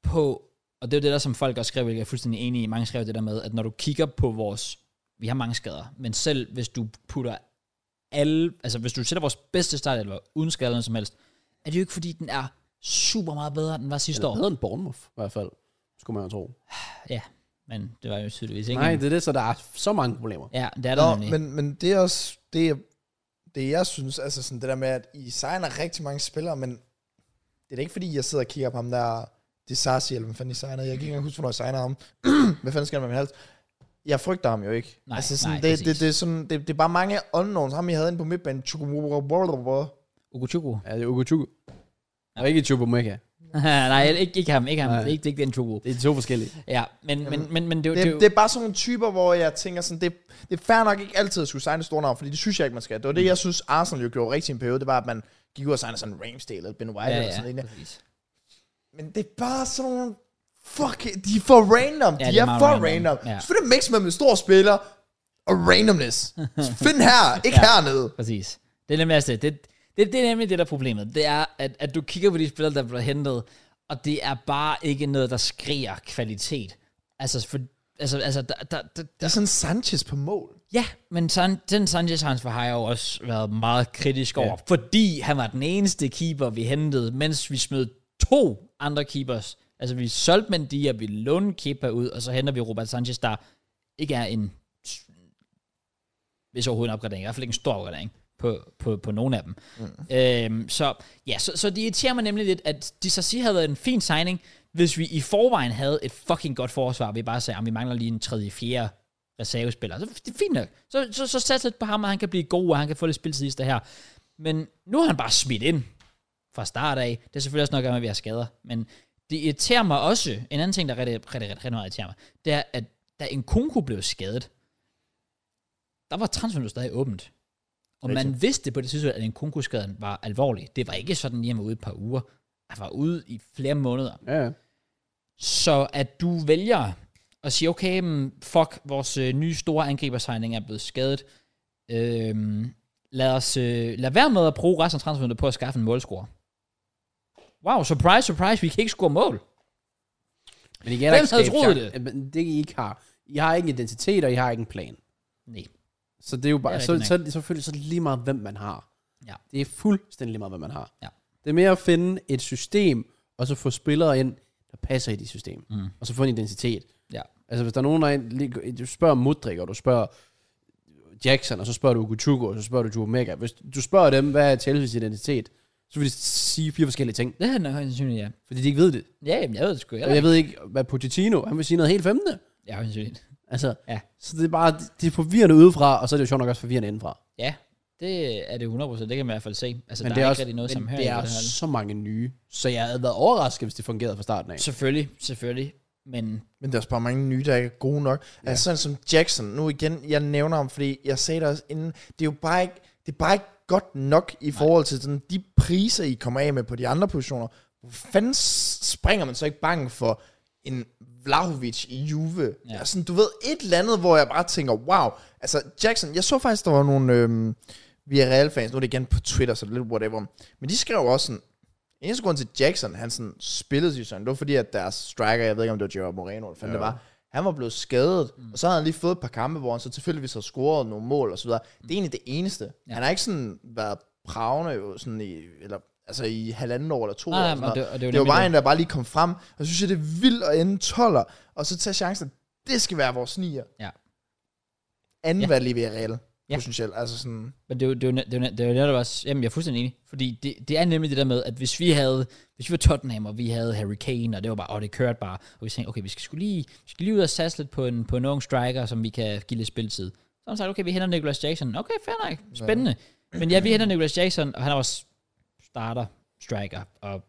A: på... Og det er jo det der, som folk også skrev, hvilket jeg er fuldstændig enig i. Mange skrev det der med, at når du kigger på vores... Vi har mange skader, men selv hvis du putter alle... Altså, hvis du sætter vores bedste start, eller uden skader eller noget som helst, er det jo ikke, fordi den er super meget bedre, end den var sidste
C: Står.
A: år.
C: Havde en Bournemouth, i hvert fald, skulle man jo tro.
A: Ja, men det var jo tydeligvis ikke...
C: Nej,
A: en-
C: det er det, så der er så mange problemer.
A: Ja, det er der
B: Nå,
A: nemlig.
B: men, men det er også det, jeg- det, jeg synes, altså sådan det der med, at I signer rigtig mange spillere, men det er da ikke fordi, jeg sidder og kigger på ham der, det er Sarsi, eller hvad fanden I signede. Jeg kan ikke engang huske, hvornår jeg signede ham. hvad fanden skal han med min hals? Jeg frygter ham jo ikke.
A: Nej,
B: altså sådan,
A: nej,
B: det,
A: præcis.
B: det, det, er sådan, det, det, er bare mange unknowns. Ham, I havde inde på midtbanen. Chukwuemeka.
A: Ugochukwu.
C: Ja, det er Ugochukwu. Og ikke Chubomeka.
A: Nej, ikke, ikke ham, ikke ham.
C: Nej.
A: Det er ikke, det er ikke den Chukwuemeka.
C: Det er to forskellige.
A: Ja, men, men, men, men det, det,
B: Det, det, er bare sådan nogle typer, hvor jeg tænker sådan, det, det er fair nok ikke altid at skulle signe store navn, fordi det synes jeg ikke, man skal. Det
A: Mm.
B: var det, jeg synes, Arsenal jo gjorde rigtig i en periode. Det var, at man gik ud og signede sådan Ramsdale eller Ben White
A: ja,
B: eller sådan
A: ja,
B: noget.
A: præcis.
B: Men det er bare sådan nogle... Fuck, it, de er for random.
A: Ja,
B: Ja, de
A: det er
B: er,
A: meget
B: for
A: random.
B: random. random.
A: Ja.
B: Ja. Selvfølgelig mix med en stor spiller og randomness. Find her, ikke
A: Ja.
B: ja. hernede.
A: præcis. Det er nemlig altså det. Det, det. det er nemlig det, der er problemet. Det er, at, at du kigger på de spillere, der bliver hentet, og det er bare ikke noget, der skriger kvalitet. Altså, for, altså, altså der, der, der,
B: Det er sådan Sanchez på mål.
A: ja, men San, den Sanchez transfer har jeg jo også været meget kritisk over, ja. fordi han var den eneste keeper, vi hentede, mens vi smed to andre keepers. Altså, vi solgte Mendy, og vi lånte keeper ud, og så henter vi Robert Sanchez, der ikke er en hvis overhovedet en opgradering, i hvert fald ikke en stor opgradering på, på, på nogen af dem. Mm. Øhm, så ja, så, så det irriterer mig nemlig lidt, at de så siger, havde været en fin signing, hvis vi i forvejen havde et fucking godt forsvar, og vi bare sagde, at vi mangler lige en tredje, fjerde reservespiller. Så det er fint nok. Så, så, så sats lidt på ham, og han kan blive god, og han kan få lidt spiltid der her. Men nu er han bare smidt ind fra start af. Det er selvfølgelig også noget at gøre med, at vi har skader. Men det irriterer mig også, en anden ting, der rigtig, rigtig, rigtig, rigtig meget irriterer mig, det er, at da en konko blev skadet, der var transfervinduet stadig åbent. Og man vidste på det tidspunkt, at en konkursskaden var alvorlig. Det var ikke sådan, at han var ude et par uger. Han var ude i flere måneder.
C: Ja, ja.
A: Så at du vælger at sige, okay, men fuck, vores øh, nye store angribersigning er blevet skadet. Øhm, lad os øh, lad være med at bruge resten af transfervinduet på at skaffe en målscorer. Wow, surprise, surprise, vi kan ikke score mål.
C: Men I kan heller
A: Hvem
C: ikke
A: havde
C: skabe
A: troet
C: chance- Men Det I ikke har. I har ikke en identitet, og I har ikke en plan.
A: Nej.
C: Så det er jo bare,
A: Det er
C: så,
A: rigtigt
C: så, så, selvfølgelig så er det lige meget, hvem man har.
A: Ja.
C: Det er fuldstændig lige meget, hvem man har.
A: Ja.
C: Det er mere at finde et system, og så få spillere ind, der passer i det system. Mm. Og så få en identitet.
A: Ja.
C: Altså, hvis der er nogen, der er en, lige- du spørger Mudrik, og du spørger Jackson, og så spørger du Uguchugo, og så spørger du Joe Mega. Hvis du spørger dem, hvad er Chelsea's identitet, så vil de sige fire forskellige ting,
A: Det er nok højst sandsynligt, ja.
C: fordi de ikke ved det.
A: Ja, jamen, jeg ved det sgu
C: Og
A: heller.
C: jeg ved ikke, hvad Pochettino, han vil sige noget helt femte.
A: Ja, højst sandsynligt.
C: Altså,
A: Ja.
C: så det er bare, det er forvirrende udefra, og så er det jo sjovt nok også forvirrende indenfra.
A: Ja, det er det 100%. Det kan man i hvert fald se. Altså,
C: Men
A: der
C: det er,
A: er
C: også,
A: ikke rigtig noget
C: men
A: sammenhør
C: det
A: i
C: er
A: det hold.
C: så mange nye, så jeg havde været overrasket, hvis det fungerede fra starten af.
A: Selvfølgelig, selvfølgelig. Men
B: Men der er også bare mange nye, der ikke er gode nok. Ja. Altså sådan som Jackson, nu igen, jeg nævner ham, fordi jeg sagde det også inden, det er jo bare ikke, det er bare ikke godt nok i forhold til sådan, de priser, I kommer af med på de andre positioner. Hvor fanden s- springer man så ikke bange for en Vlahovic i Juve? Ja. Altså, du ved, et eller andet, hvor jeg bare tænker, wow. Altså, Jackson, jeg så faktisk, der var nogle øhm, Villarreal-fans, nu er det igen på Twitter, så det er lidt whatever, men de skrev også sådan, Eneste grund til Jackson, han sådan spillede sidste sæson, det var fordi, at deres striker, jeg ved ikke, om det var Gerard Moreno, eller fanden det var, han var blevet skadet, mm. og så havde han lige fået et par kampe, hvor han så tilfældigvis har scoret nogle mål og så videre. Det er egentlig det eneste. Ja. Han har ikke sådan været pravende jo sådan i, eller, altså i halvanden år eller to
A: Nej,
B: år.
A: nej,
B: og sådan
A: og
B: noget.
A: det- og det er jo
B: det var
A: nemlig
B: bare
A: det.
B: en, der bare lige kom frem, og så synes jeg, det er vildt at ende toller, og så tage chancen, det skal være vores nier.
A: Ja.
B: Anden
A: Ja.
B: ja. valg i Villarreal,
A: Ja.
B: ja. potentielt. Altså sådan,
A: Men det er jo- det er jo ne- det er jo ne- det er jo netop også, jamen jeg er fuldstændig enig, fordi det, det er nemlig det der med, at hvis vi havde, hvis vi var Tottenham, og vi havde Harry Kane, og det var bare, åh det kørte bare, og vi tænkte, okay, vi skal, skulle lige, vi skal lige ud og satse lidt på en, på en ung striker, som vi kan give lidt spilletid. Så har man sagt, okay, vi henter Nicholas Jackson, okay, fair nok, spændende. Men ja, vi henter Nicholas Jackson, og han er også starter, striker, og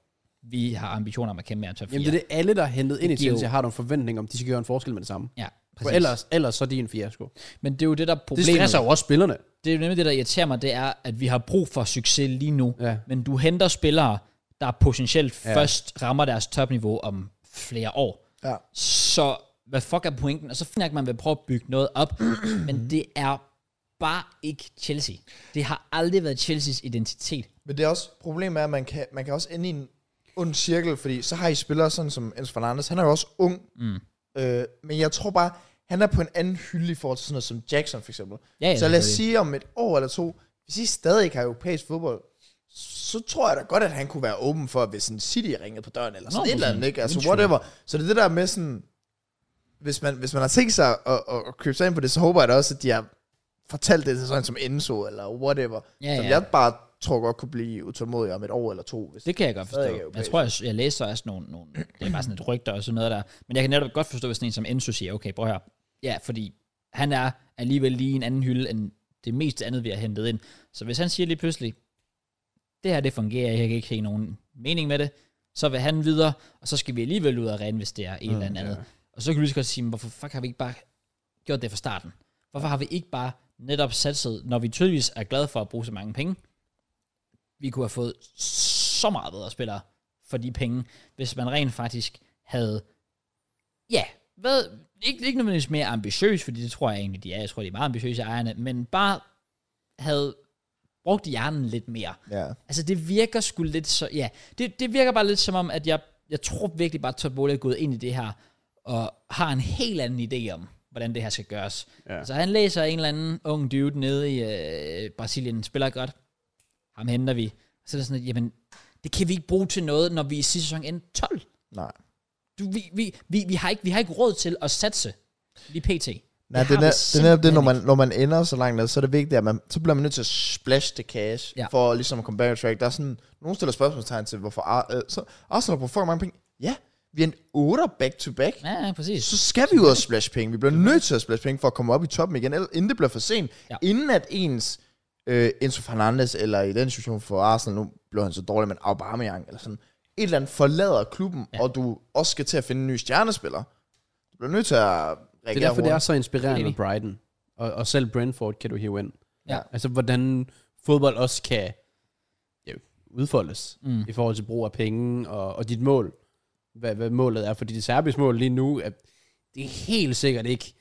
A: vi har ambitioner om at kæmpe med Anton 4.
C: Jamen, det er det, alle, der er hentet ind i
A: giver
C: Chelsea, har nogle forventninger om, de skal gøre en forskel med det samme.
A: Ja,
C: For
A: præcis.
C: ellers, ellers så er de en fiasko.
A: Men det er jo det, der er
C: Det
A: problemet.
C: stresser jo også spillerne.
A: det er jo nemlig det, der irriterer mig, det er, at vi har brug for succes lige nu,
C: Ja.
A: men du henter spillere, der potentielt ja.
C: Ja.
A: først rammer deres topniveau om flere år.
B: ja.
A: Så hvad fuck er pointen? Og så finder jeg, at man vil prøve at bygge noget op, men det er bare ikke Chelsea. Det har aldrig været Chelseas identitet.
B: Men det er også, problemet er, at man kan, man kan også ende i en ond cirkel, fordi så har I spillere sådan som Enzo Fernandes, han er jo også ung, mm. øh, men jeg tror bare, han er på en anden hylde i forhold til sådan noget som Jackson for eksempel.
A: Ja, ja,
B: så lad os
A: selvfølgelig.
B: sige om et år eller to, hvis I stadig ikke har europæisk fodbold, så tror jeg da godt, at han kunne være åben for, hvis en City ringede på døren, eller sådan
A: Nå,
B: et eller andet,
A: måske.
B: ikke? Altså
A: Uden tvivl.
B: whatever. Så det er det der med sådan, hvis man, hvis man har tænkt sig at, at, at købe sig ind på det, så håber jeg da også, at de har fortalt det til sådan som Enzo, eller whatever.
A: Ja,
B: som
A: ja.
B: jeg bare tror godt kunne blive utålmodig om et år eller to. Hvis
A: Det kan jeg godt
B: Stadig
A: forstå.
B: europæisk.
A: Jeg tror, jeg, jeg læser også nogle, nogle, det er bare sådan et rygter og sådan noget der. Men jeg kan netop godt forstå, hvis sådan en som Enzo siger, okay, prøv her. Ja, fordi han er alligevel lige i en anden hylde, end det meste andet, vi har hentet ind. Så hvis han siger lige pludselig, det her det fungerer, jeg kan ikke se nogen mening med det, så vil han videre, og så skal vi alligevel ud og reinvestere i et eller
B: Mm,
A: andet. andet. Og så kan vi lige så godt sige, men hvorfor fuck har vi ikke bare gjort det fra starten? Hvorfor har vi ikke bare netop satset, når vi tydeligvis er glade for at bruge så mange penge? Vi kunne have fået så meget bedre spillere for de penge, hvis man rent faktisk havde, ja, hvad, ikke, ikke nødvendigvis mere ambitiøs, fordi det tror jeg egentlig, de er. Jeg tror, de er meget ambitiøse ejerne, men bare havde brugt hjernen lidt mere.
B: Ja.
A: Altså det virker sgu lidt så, ja, det, det virker bare lidt som om, at jeg, jeg tror virkelig bare, at Todd Bowley er gået ind i det her, og har en helt anden idé om, hvordan det her skal gøres. Ja. Altså han læser en eller anden ung dude nede i øh, Brasilien, spiller godt, ham henter vi. Så er det sådan, at jamen, det kan vi ikke bruge til noget, når vi i sidste sæson endte 12.
B: Nej.
A: Du, vi, vi, vi, vi, har ikke, vi har ikke råd til at satse lige pt.
B: Nej, det,
A: har
B: er,
A: vi
B: net- det er netop det, når
A: simpelthen
B: man, når man ender så langt ned, så er det vigtigt, at man, så bliver man nødt til at splash the cash,
A: Ja.
B: ja. for ligesom at komme back on track. Der er sådan, nogen stiller spørgsmålstegn til, hvorfor Ar- øh, så Arsenal har brugt for mange penge. Ja, vi er en 8 back to back.
A: ikke. Ja, ja, præcis.
B: Så skal vi ud og splash penge. Vi bliver nødt til at splash penge for at komme op i toppen igen, eller- inden det bliver for sent.
A: Ja.
B: Ja. Inden at ens øh, Enzo Fernandes, eller i den situation for Arsenal, nu blev han så dårlig, men Aubameyang, eller sådan, et eller andet forlader klubben, ja. og du også skal til at finde en ny stjernespiller. Du bliver nødt til at reagere
C: Det er derfor, det er
B: hurtigt.
C: så inspirerende med
A: Enig.
C: Brighton. Og, og selv Brentford kan du hive ind.
A: Ja.
C: Altså, hvordan fodbold også kan ja, udfoldes
A: Mm.
C: mm. i forhold til brug af penge og, og dit mål. Hvad, hvad målet er. Fordi det serbiske mål lige nu, er, det er helt sikkert ikke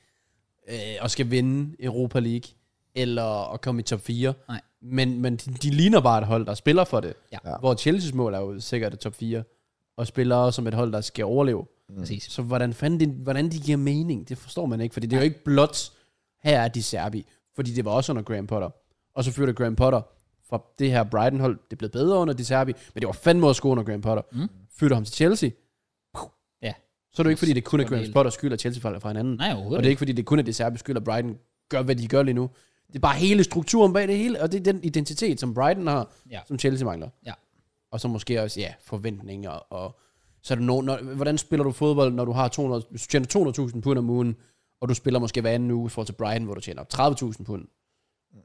C: øh, at skal vinde Europa League eller at komme i top 4.
A: Nej.
C: Men, men de, de ligner bare et hold, der spiller for det.
A: Ja.
B: Ja.
C: Hvor Chelsea's mål er jo sikkert et top 4 og spiller som et hold, der skal overleve.
B: Mm.
A: præcis.
C: Så hvordan fanden det, hvordan de giver mening, det forstår man ikke, fordi det er jo ikke blot, her er de serbi, fordi det var også under Graham Potter. Og så flytter Graham Potter fra det her Brighton-hold, det blev bedre under de serbi, men det var fandme også gode under Graham Potter. Mm. Flytter ham til Chelsea.
A: Ja.
C: Så er det jo ikke, fordi det kun er
A: Fordel.
C: Graham Potter skyld, og Chelsea falder fra hinanden.
A: Nej,
C: og
A: overhovedet
C: det er ikke, fordi det kun er det Serbi skyld, og Brighton gør, hvad de gør lige nu. Det er bare hele strukturen bag det hele, og det er den identitet, som Brighton har,
A: Ja.
C: som Chelsea mangler.
A: Ja.
C: Og så måske også, ja, forventninger, og så er det nogen, når, hvordan spiller du fodbold, når du har 200, hvis du tjener 200.000 pund om ugen, og du spiller måske hver anden uge i forhold til Brighton, hvor du tjener 30.000 pund.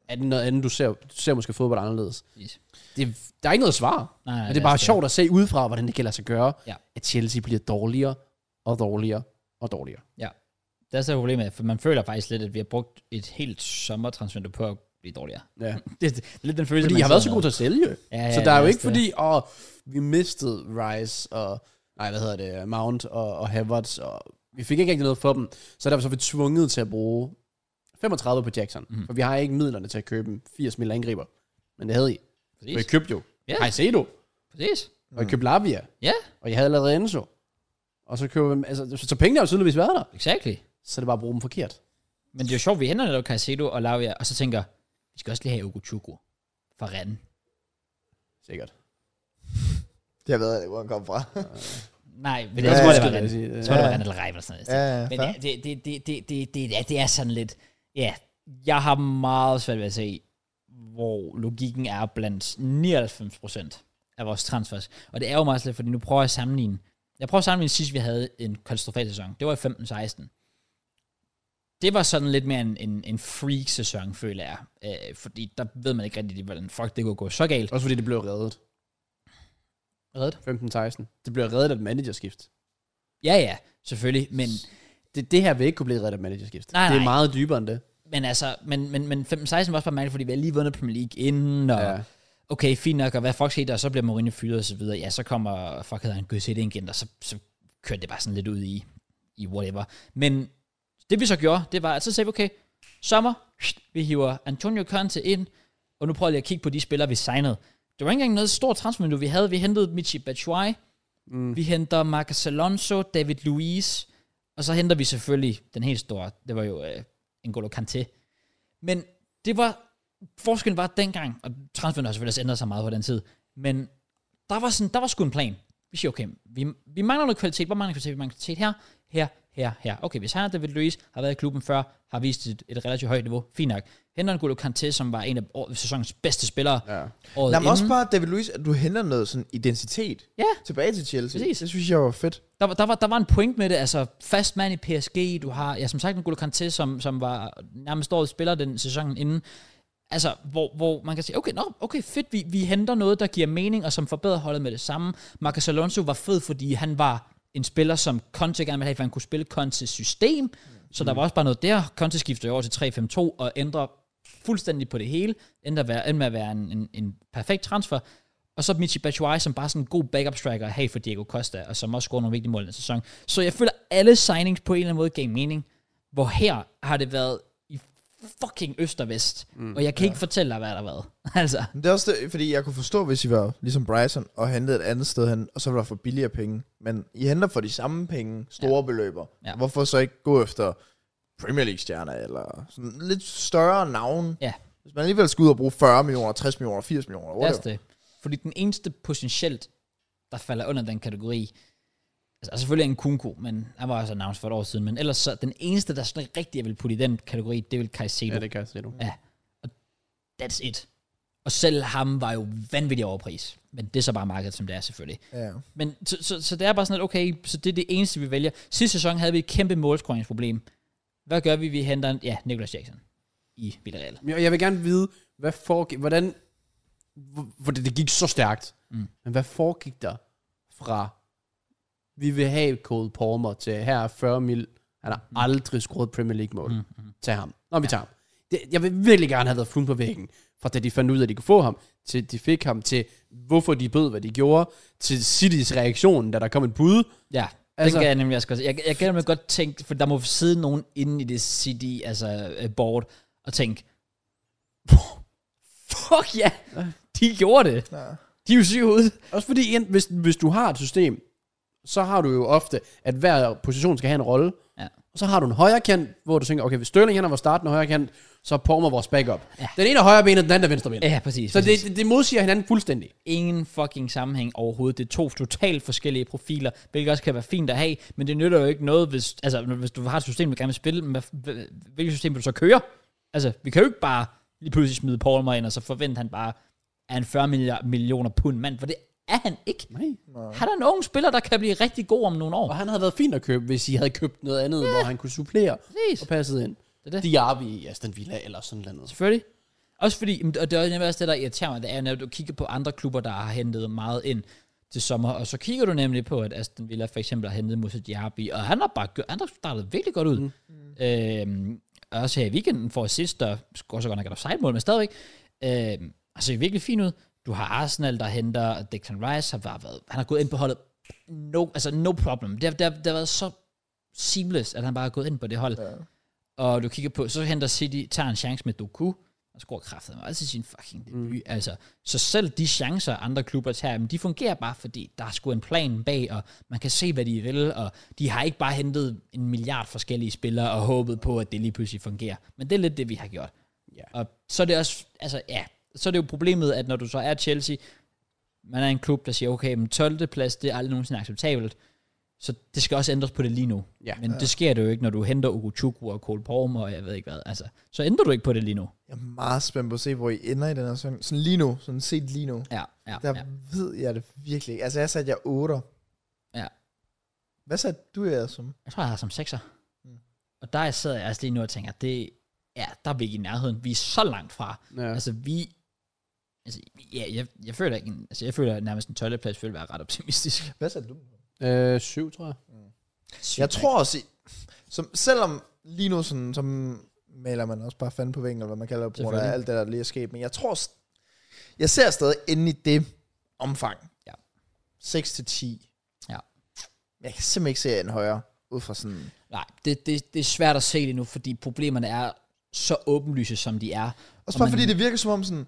C: Er det noget andet, du ser, du ser måske fodbold anderledes?
A: Yes.
C: det, der er ikke noget svar.
A: Nej,
C: Nej,
A: nej, altså-
C: men det
A: det
C: er
A: er
C: bare
A: stadig-
C: sjovt at se udefra, hvordan det kan lade sig gøre,
A: Ja.
C: ja. at Chelsea bliver dårligere og dårligere og dårligere.
A: Ja. Der er så problemet, for man føler faktisk lidt, at vi har brugt et helt sommertransvindue på at blive dårligere.
C: Ja.
A: Det, det, det er lidt den følelse,
C: Fordi
A: man
C: jeg har været så
A: sidder med.
C: god til at sælge.
A: Ja, ja,
C: så der er
A: det
C: jo
A: er
C: ikke
A: også
C: fordi, åh, vi mistede Rice og, nej, hvad hedder det, Mount og, og Havertz, og vi fik ikke rigtig noget for dem. Så derfor så er vi tvunget til at bruge 35 på Jackson, mm.
A: Mhm.
C: for vi har ikke midlerne til at købe en 80 mil angriber. Men det havde I. Så I
A: Præcis.
C: købte jo
A: Ja.
C: yeah. Caicedo,
A: Præcis.
C: og I købte Lavia,
A: Ja,
C: og jeg havde allerede Enzo. Og så køber vi, altså, så, så pengene har jo tydeligvis været der.
A: exactly.
C: så er det bare at bruge dem forkert.
A: Men det er jo sjovt, vi henter netop Caicedo og Lavia, og så tænker, vi skal også lige have Ogochukwu fra Rennes.
C: Sikkert.
B: Det har været, hvor han kom fra.
A: Nej, men
B: Ja,
A: jeg tror, det var
C: skal jeg
A: Rennes.
C: sige.
A: Jeg tror, det var
B: Ja.
A: Rennes eller Reimer eller sådan noget.
B: ja, ja,
A: Men
B: fair.
A: det, det, det, det, det, det, det, ja, det er sådan lidt, ja, jeg har meget svært ved at se, hvor logikken er blandt 99 procent af vores transfers. Og det er jo meget slet, fordi nu prøver jeg at sammenligne. Jeg prøver at sammenligne sidst, vi havde en katastrofal sæson. Det var i 15-16. Det var sådan lidt mere en, en, en freak-sæson, føler jeg. Øh, fordi der ved man ikke rigtig, lige, hvordan fuck det kunne gå så galt.
C: Også fordi det blev reddet.
A: Reddet?
C: 15-16. Det blev reddet af et managerskift.
A: Ja, ja, selvfølgelig. Men,
C: Det, det her vil ikke kunne blive reddet af et managerskift.
A: Nej,
C: det er
A: nej.
C: meget dybere end det.
A: men altså, men, men, men 15-16 var også bare mærkeligt, fordi vi havde lige vundet Premier League inden, og
C: Ja.
A: okay, fint nok, og hvad fuck skete der, og så bliver Mourinho fyret og så videre, ja, så kommer, fuck hedder han, Gøsette igen, og så, så kørte det bare sådan lidt ud i, i whatever. Men det vi så gjorde, det var, at så sagde vi, okay, sommer, vi hiver Antonio Conte ind, og nu prøver jeg lige at kigge på de spillere, vi signede. Det var ikke engang noget stort transfervindue, vi havde. Vi hentede Michi Batshuayi, mm. vi henter Marcus Alonso, David Luiz, og så henter vi selvfølgelig den helt store, det var jo øh, N'Golo Kanté. Men det var, forskellen var dengang, og transferen har selvfølgelig også ændret sig meget på den tid, men der var, sådan, der var sgu en plan. Vi siger, okay, vi, vi mangler noget kvalitet. Hvor mangler kvalitet? Vi mangler kvalitet her, her, her, her. Okay, hvis han David Luiz har været i klubben før, har vist et, et relativt højt niveau, fint nok. Henter en Golo Kanté, som var en af år, sæsonens bedste spillere ja. året
B: Nej, men også
A: inden.
B: bare David Luiz, at du henter noget sådan identitet
A: Ja.
B: tilbage til Chelsea.
A: Præcis.
B: Det synes jeg var fedt.
A: Der, var- der, var, der var en point med det, altså fast mand i PSG, du har, ja, som sagt, en Golo Kanté, som, som var nærmest årets spiller den sæsonen inden. Altså, hvor, hvor man kan sige, okay, no, okay fedt, vi, vi henter noget, der giver mening, og som forbedrer holdet med det samme. Marcus Alonso var fed, fordi han var en spiller, som Conte gerne ville have, for han kunne spille Contes system, så der var også bare noget der. Conte skifter jo over til 3-5-2 og ændrer fuldstændig på det hele, ændrer være, end med at være en, en, en perfekt transfer, og så Michi Batshuayi, som bare sådan en god backup striker at have for Diego Costa, og som også scorer nogle vigtige mål i den sæson. Så jeg føler, at alle signings på en eller anden måde gav mening, hvor her har det været i fucking øst og vest, mm, og jeg kan ja. ikke fortælle dig, hvad der har været. altså,
B: Men det er også det, fordi jeg kunne forstå, hvis I var ligesom Bryson og hentede et andet sted hen, og så var der for billigere penge. Men I henter for de samme penge, store ja. beløber.
A: Ja.
B: Ja. Hvorfor så ikke gå efter Premier League-stjerner, eller sådan lidt større navn?
A: ja,
B: Hvis man alligevel skal ud og bruge 40 millioner, 60 millioner, 80 millioner,
A: det er
B: whatever.
A: også det. Fordi den eneste potentielt, der falder under den kategori, altså er selvfølgelig en Kunko, men han var også announced for et år siden, men ellers så den eneste, der sådan rigtig jeg vil putte i den kategori, det er vel Caicedo.
C: ja, det kan jeg se nu.
A: Ja. Og that's it. Og selv ham var jo vanvittig overpris. Men det er så bare markedet, som det er selvfølgelig.
B: Ja.
A: Men så, så, så det er bare sådan lidt, okay, så det er det eneste, vi vælger. Sidste sæson havde vi et kæmpe målscoringsproblem. Hvad gør vi? Vi henter, en- ja, Nicholas Jackson i Villarreal.
C: Men Jeg jeg vil gerne vide, hvad foregik, hvordan, hvor- hvor det, det gik så stærkt. Mm. Men hvad foregik der fra, vi vil have Cole Palmer til her er 40 mil, han har
A: Mm.
C: aldrig scoret Premier League-mål. Mm. Tag ham. Nå, vi tager ham. Det, jeg vil virkelig gerne have været fluen på væggen, fra da de fandt ud af, at de kunne få ham, til de fik ham, til hvorfor de bød, hvad de gjorde, til Citys reaktion, da der kom et bud.
A: Ja, altså,
C: Altså-
A: den kan jeg nemlig også godt se. Jeg, jeg kan nemlig godt tænke, for der må sidde nogen inde i det CD, altså øh, board, og tænke, fuck ja, de gjorde det.
B: Ja.
A: De er jo syge ud.
C: Også fordi, igen, hvis, hvis du har et system, så har du jo ofte, at hver position skal have en rolle.
A: Ja.
C: Og så har du en højre kant, hvor du tænker, okay, hvis Sterling han er vores startende højre kant, så er Palmer vores backup. Ja. Den ene er højre ben, og den anden er venstre ben.
A: Ja, præcis.
C: Så
A: præcis.
C: det, det, det modsiger hinanden fuldstændig.
A: ingen fucking sammenhæng overhovedet. Det er to totalt forskellige profiler, hvilket også kan være fint at have, men det nytter jo ikke noget, hvis, altså, hvis du har et system, du gerne vil spille, men hvad- hvilket system vil du så køre? Altså, vi kan jo ikke bare lige pludselig smide Palmer ind, og så forvente han bare er en 40 milliard, millioner pund mand, for det er han ikke.
C: Nej.
A: Han er en ung spiller, der kan blive rigtig god om nogle år.
C: Og han havde været fint at købe, hvis I havde købt noget andet, hvor han kunne supplere
A: Præcis.
C: og passet ind.
A: Det er det.
C: Diaby i Aston Villa eller sådan noget.
A: Selvfølgelig. Også fordi, men- og det er jo nemlig også det, der irriterer mig, det er, når du kigger på andre klubber, der har hentet meget ind til sommer, og så kigger du nemlig på, at Aston Villa for eksempel har hentet Moussa Diaby, og han har bare gjort, han har startet virkelig godt ud. Mm. Øhm, og også her i weekenden for sidst, der scorer så godt nok et offside-mål, men stadigvæk. Øhm, og ser virkelig fint ud. Du har Arsenal, der henter Declan Rice, har bare været, han har gået ind på holdet, no, altså no problem. Det har, det, har, det har været så seamless, at han bare er gået ind på det hold. Ja. Og du kigger på, så henter City, tager en chance med Doku, og scorer kraftet med altid sin fucking debut. Mm. Altså, så selv de chancer, andre klubber tager, jamen, de fungerer bare, fordi der er sgu en plan bag, og man kan se, hvad de vil, og de har ikke bare hentet en milliard forskellige spillere og håbet på, at det lige pludselig fungerer. Men det er lidt det, vi har gjort.
C: Ja.
A: Og så er det også, altså ja, så er det jo problemet, at når du så er Chelsea, man er en klub, der siger, okay, men 12. plads, det er aldrig nogensinde acceptabelt, så det skal også ændres på det lige nu.
C: Ja.
A: Men det sker det jo ikke, når du henter Ugochukwu og Cole Palmer, og jeg ved ikke hvad. Altså, så ændrer du ikke på det lige nu.
B: Jeg er meget spændt på at se, hvor I ender i den her sådan, sådan lige nu, sådan set lige nu.
A: Ja, ja,
B: Der
A: ja.
B: ved jeg det virkelig ikke. Altså, jeg satte jer 8.
A: Ja.
B: Hvad satte du jer som?
A: Jeg tror, jeg har som sekser.
B: Mm.
A: Og der sidder jeg altså lige nu og tænker, det, ja, der er vi ikke i nærheden. Vi er så langt fra. Ja.
C: Ja.
A: Altså, vi... Altså, ja, jeg, jeg føler ikke en, altså, jeg føler nærmest en 12. plads, føler jeg er ret optimistisk.
B: Hvad satte du?
C: Øh, syv, tror jeg.
A: Sygt,
B: Jeg tror også, I- som, selvom lige nu sådan, som maler man også bare fanden på væggen, eller hvad man kalder det, på grund af
A: Selvfølgelig.
B: alt det, der lige er sket, men jeg tror, st- jeg ser stadig inde i det omfang.
A: Ja.
B: 6-10.
A: Ja.
B: Jeg kan simpelthen ikke se en højere, ud fra sådan...
A: Nej, det, det, det er svært at se lige nu, fordi problemerne er så åbenlyse, som de er.
B: Også
A: Og
B: bare
A: man-
B: fordi det virker som om sådan,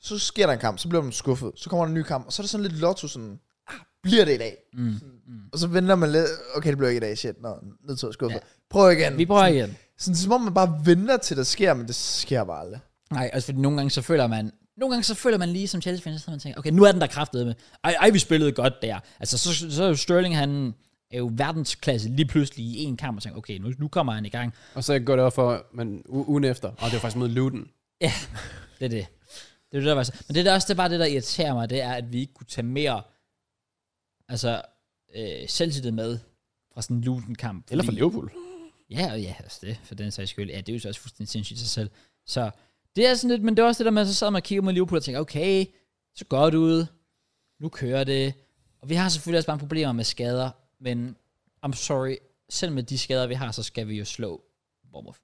B: så sker der en kamp, så bliver man skuffet, så kommer der en ny kamp, og så er det sådan lidt lotto sådan, ah, bliver det i dag? Mm. Sådan, og så venter man lidt, okay, det bliver ikke i dag, shit, nå, nødt til at skuffe. Ja. Prøv igen.
A: Vi prøver igen.
B: Sådan, som om man bare venter til, der sker, men det sker bare aldrig.
A: Nej, altså fordi nogle gange så føler man, nogle gange så føler man lige som Chelsea-fan, så man tænker, okay, nu er den der kraftede med. Ej, ej, vi spillede godt der. Altså, så, så er jo Sterling, han er jo verdensklasse lige pludselig i en kamp, og tænker, okay, nu, nu kommer han i gang.
C: Og så går det op for, men u- ugen efter, og det var faktisk mod Luton.
A: Det er det. Det er det, der var så. Men det er også det, er bare det, der irriterer mig, det er, at vi ikke kunne tage mere altså, øh, selvtillid med fra sådan en Luton-kamp.
C: Eller for
A: fordi-
C: Liverpool.
A: Ja, og ja, altså det, for den sags skyld. Ja, det er jo så også fuldstændig sindssygt i sig selv. Så det er sådan lidt, men det er også det der med, at så sad man og kiggede mod Liverpool og tænkte, okay, så godt ud, nu kører det. Og vi har selvfølgelig også bare problemer med skader, men I'm sorry, selv med de skader, vi har, så skal vi jo slå Bournemouth.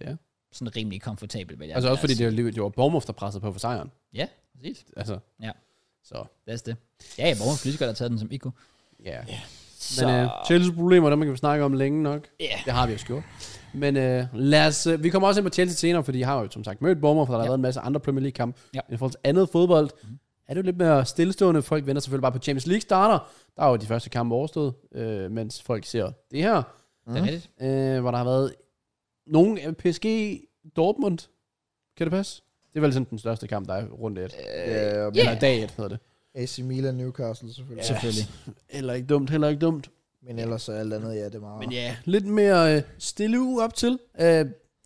C: Ja.
A: Sådan rimelig komfortabelt, vil jeg
C: Altså også fordi
A: mene,
C: det var, det var Bournemouth, der pressede på for sejren.
A: altså. Ja, præcis.
C: Altså.
A: Ja.
C: Så.
A: Det er det. Ja, ja, Bournemouth kunne lige så godt have taget den som Iko.
C: Ja. Yeah.
A: Så,
C: Men øh, Chelsea-problemer, dem kan vi snakke om længe nok.
A: ja.
C: Det har vi også gjort. Men øh, lad os, øh, vi kommer også ind på Chelsea senere, fordi de har jo som sagt mødt Bournemouth, og der har
A: Ja.
C: været en masse andre Premier League-kampe.
A: Ja. Mhm.
C: Men i forhold til andet fodbold, mm. er det jo lidt mere stillestående. Folk venter selvfølgelig bare på Champions League starter. Der er jo de første kampe overstået, øh, mens folk ser det her,
A: Det er
B: Mhm.
A: rigtigt.
C: øh, hvor der har været nogen øh, PSG Dortmund. Kan det passe? Det er vel sådan den største kamp, der er rundt et.
B: Øh,
A: Ja.
B: yeah.
C: Eller dag et hedder det.
B: AC Milan Newcastle selvfølgelig.
A: Ja. Selvfølgelig.
C: Heller ikke dumt, heller ikke dumt.
B: Men ellers så alt andet, ja, det er meget.
C: Men ja, lidt mere øh, stille uge op til. Øh,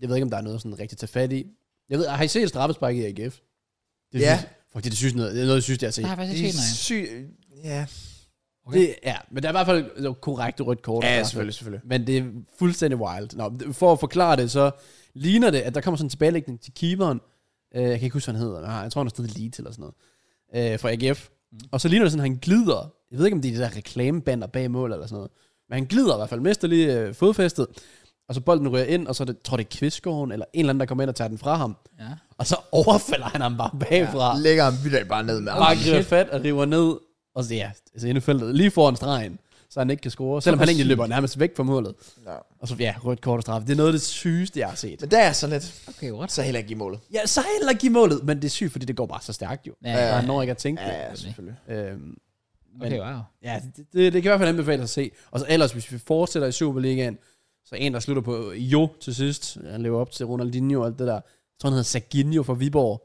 C: jeg ved ikke, om der er noget sådan rigtigt at tage fat i. Jeg ved, har I set straffespark i AGF? Det
B: Ja.
C: Synes, fuck, det, er det synes noget, det er noget, jeg synes, jeg har set.
A: Der har jeg faktisk
B: det
A: ikke
B: er
A: set noget.
B: syg... Ja,
C: Okay. Det, ja, men der er i hvert fald jo, korrekte rødt kort.
B: Ja,
C: og straffe.
B: selvfølgelig, selvfølgelig.
C: Men det er fuldstændig wild. Nå, for at forklare det, så ligner det, at der kommer sådan en tilbagelægning til keeperen. Øh, jeg kan ikke huske, hvad han hedder. Nej, Jeg tror, han er stadig lige til eller sådan noget. Øh, fra AGF. Mm. Og så ligner det sådan, at han glider. Jeg ved ikke, om det er de der reklamebander bag mål eller sådan noget. Men han glider i hvert fald mesterlig øh, fodfæstet. Og så bolden ryger ind, og så er det, tror det er Kvistgården, eller en eller anden, der kommer ind og tager den fra ham.
A: Ja.
C: Og så overfalder han ham bare bagfra. Ja,
B: lægger ham vildt bare ned med
C: bare
B: armen.
C: griber fat og river ned. Og så ja, altså inde i feltet, lige foran stregen, så han ikke kan score. Selvom han egentlig løber nærmest væk fra målet.
B: Ja.
C: Og så, ja, rødt kort og straffe. Det er noget af det sygeste, jeg har set.
B: Men der er så lidt,
A: Okay, what?
B: så heller ikke i målet.
C: Ja, så heller give målet, men det er sygt, fordi det går bare så stærkt jo.
A: Ja,
C: Ja,
A: ja, ja.
C: ja. Man når ikke at tænke
B: Ja,
C: ja.
B: ja, selvfølgelig.
C: det. Øhm,
A: Okay, wow.
C: ja, det, det, det, kan i hvert fald anbefales at se. Og så ellers, hvis vi fortsætter i Superligaen, Så en, der slutter på Jo til sidst. Han lever op til Ronaldinho og alt det der. Jeg tror, han hedder Saginho fra Viborg.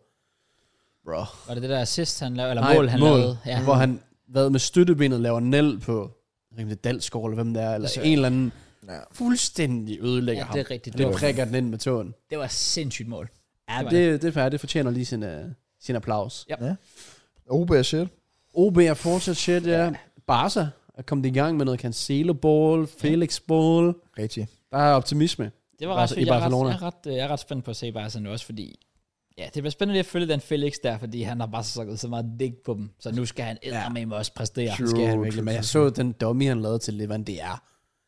C: Bro.
A: Var det det der assist, han lavede, eller mål, han lavede?
C: Ja. Hvor han hvad med støttebenet laver nel på, jeg ved ikke, om det er Dalsgaard, eller hvem det er, eller
A: Altså,
C: en eller anden
B: Ja.
C: fuldstændig ødelægger
A: Ja,
C: ham.
A: det er rigtigt.
C: Og det
A: Det var-
C: prikker den ind med tåen.
A: Det var et sindssygt mål.
C: Ja,
A: var
C: det, det, det, det fortjener lige sin, uh, sin applaus.
A: Ja.
B: OB er shit.
C: OB er fortsat shit, ja. Barca er kommet i gang med noget Cancelo Ball, Felix Ball.
B: Rigtig.
C: Der er optimisme.
A: Det var
C: Bar-
A: ret
C: i
A: fedt. Jeg er ret,
C: Barcelona.
A: jeg er ret, øh, jeg er ret spændt på at se Barca nu også, fordi... Ja, det bliver spændende at følge den Felix der, fordi han har bare så, så meget dæk på dem. Så nu skal han eddermame også præstere.
C: Det skal han virkelig. Men jeg så den dummy, han lavede til Levan. Det er,